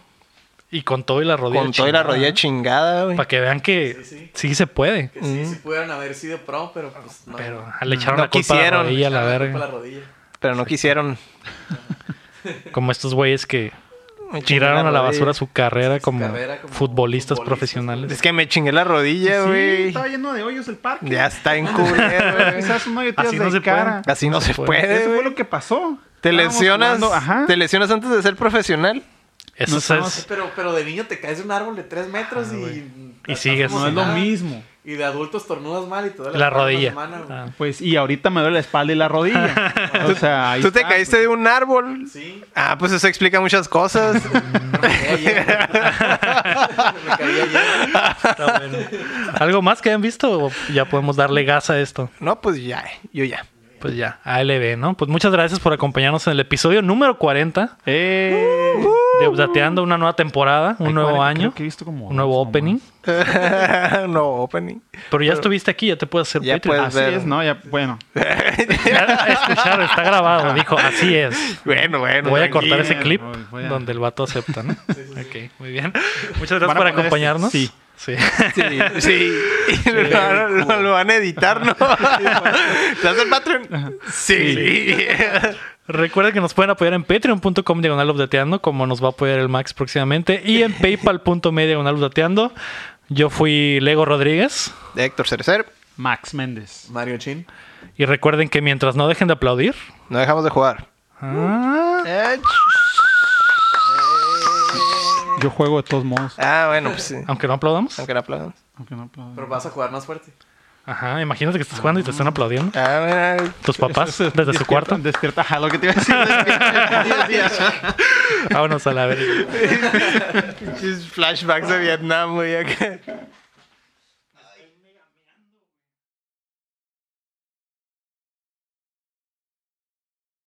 [SPEAKER 1] Y con todo y la rodilla.
[SPEAKER 2] con todo y la
[SPEAKER 1] chingada,
[SPEAKER 2] rodilla chingada, güey.
[SPEAKER 1] Para que vean que
[SPEAKER 4] Sí, sí.
[SPEAKER 1] sí se puede.
[SPEAKER 4] Que sí, sí pudieron haber sido pro, pero pues no.
[SPEAKER 1] Pero ah, le echaron
[SPEAKER 2] No
[SPEAKER 1] la culpa a
[SPEAKER 2] quisieron.
[SPEAKER 1] la rodilla, a la
[SPEAKER 4] Ah,
[SPEAKER 1] verga.
[SPEAKER 4] fue la rodilla.
[SPEAKER 2] Pero no quisieron.
[SPEAKER 1] Como estos güeyes que
[SPEAKER 2] Me chingué
[SPEAKER 1] tiraron a la
[SPEAKER 2] rodilla.
[SPEAKER 1] basura su carrera como
[SPEAKER 4] carrera como
[SPEAKER 1] futbolistas
[SPEAKER 4] futbolistas,
[SPEAKER 1] profesionales.
[SPEAKER 2] Es que me chingué la rodilla,
[SPEAKER 3] Sí,
[SPEAKER 2] güey.
[SPEAKER 3] estaba lleno de hoyos el parque.
[SPEAKER 2] ya está en culero, güey.
[SPEAKER 3] Quizás un hoyo te
[SPEAKER 1] Así
[SPEAKER 3] das
[SPEAKER 1] no
[SPEAKER 3] de
[SPEAKER 1] se
[SPEAKER 3] cara.
[SPEAKER 1] puede.
[SPEAKER 2] Así no, se
[SPEAKER 1] puede.
[SPEAKER 2] puede,
[SPEAKER 3] Eso fue
[SPEAKER 2] Eh, güey.
[SPEAKER 3] lo que pasó.
[SPEAKER 2] Te
[SPEAKER 3] Estábamos
[SPEAKER 2] lesionas.
[SPEAKER 3] jugando, Ajá.
[SPEAKER 2] Te lesionas antes de ser profesional.
[SPEAKER 1] Eso
[SPEAKER 3] No
[SPEAKER 1] es-
[SPEAKER 3] estamos-
[SPEAKER 4] Pero, pero de niño te caes de un árbol de 3 metros y.
[SPEAKER 1] Ah, Y sigues.
[SPEAKER 4] como
[SPEAKER 3] No
[SPEAKER 4] si
[SPEAKER 3] es lo
[SPEAKER 4] nada.
[SPEAKER 3] mismo.
[SPEAKER 4] Y de adultos tornudas mal y te duele
[SPEAKER 1] la
[SPEAKER 4] espalda una
[SPEAKER 1] rodilla.
[SPEAKER 4] semana, güey.
[SPEAKER 1] Ah,
[SPEAKER 3] Pues, y ahorita me duele la espalda y la rodilla. o sea, ahí
[SPEAKER 2] Tú te
[SPEAKER 3] está,
[SPEAKER 2] caíste de un árbol.
[SPEAKER 4] Sí.
[SPEAKER 2] Ah, pues eso explica muchas cosas.
[SPEAKER 4] Me caí ayer. Me caí ayer.
[SPEAKER 1] está bueno. ¿Algo más que hayan visto? ¿O ya podemos darle gas a esto.
[SPEAKER 2] no, pues ya, yo ya.
[SPEAKER 1] Pues ya, ALB, ¿no? Pues muchas gracias por acompañarnos en el episodio número 40
[SPEAKER 3] Eh,
[SPEAKER 2] Uh,
[SPEAKER 1] de Updateando, una nueva temporada, un
[SPEAKER 3] Ay,
[SPEAKER 1] nuevo
[SPEAKER 3] cuarenta,
[SPEAKER 1] año,
[SPEAKER 3] creo que he visto como
[SPEAKER 1] un nuevo
[SPEAKER 3] dos
[SPEAKER 1] opening.
[SPEAKER 3] nomás.
[SPEAKER 2] no, opening.
[SPEAKER 1] Pero ya estuviste aquí, ya te puedes hacer
[SPEAKER 2] Ya
[SPEAKER 1] Patreon. Ah,
[SPEAKER 2] puedes
[SPEAKER 3] Así
[SPEAKER 2] ver.
[SPEAKER 3] es, ¿no? Ya, bueno.
[SPEAKER 1] Ya escucharon, está grabado, dijo, así es.
[SPEAKER 2] Bueno, bueno.
[SPEAKER 1] Voy a
[SPEAKER 3] tranquilo,
[SPEAKER 1] cortar ese clip
[SPEAKER 3] voy- voy a-
[SPEAKER 1] donde el vato acepta, ¿no? Ok, muy bien. Muchas
[SPEAKER 3] ¿Van
[SPEAKER 1] gracias
[SPEAKER 3] a
[SPEAKER 1] por
[SPEAKER 3] poner
[SPEAKER 1] acompañarnos.
[SPEAKER 3] este? Sí.
[SPEAKER 1] Sí.
[SPEAKER 2] Sí, sí. Y lo, van- lo- lo van a editar, ¿no? ¿Te hace el Patreon? Sí.
[SPEAKER 1] Recuerda que nos pueden apoyar en patreon.com diagonal updateando, como nos va a apoyar el Max próximamente, y en paypal.me diagonal updateando. Yo fui Lego Rodríguez.
[SPEAKER 2] De Héctor Cerecer,
[SPEAKER 3] Max Méndez.
[SPEAKER 4] Mario Chin.
[SPEAKER 1] Y recuerden que mientras no dejen de aplaudir,
[SPEAKER 2] no dejamos de jugar.
[SPEAKER 1] Ah.
[SPEAKER 2] Eh, ch-
[SPEAKER 3] Yo juego de todos modos.
[SPEAKER 2] Ah, bueno, pues sí.
[SPEAKER 1] aunque no aplaudamos.
[SPEAKER 2] Aunque no aplaudan.
[SPEAKER 3] Aunque no aplaudan.
[SPEAKER 4] Pero vas a jugar más fuerte.
[SPEAKER 1] Ajá, imagínate que estás jugando y te están aplaudiendo.
[SPEAKER 2] Ah, mira.
[SPEAKER 1] Tus papás
[SPEAKER 3] Eso es-
[SPEAKER 1] desde su
[SPEAKER 3] despierta-
[SPEAKER 1] cuarto.
[SPEAKER 3] Despierta, ajá, lo que te iba a decir. despierta.
[SPEAKER 1] Vámonos a la verga.
[SPEAKER 2] Pinches flashbacks de Vietnam, güey. acá.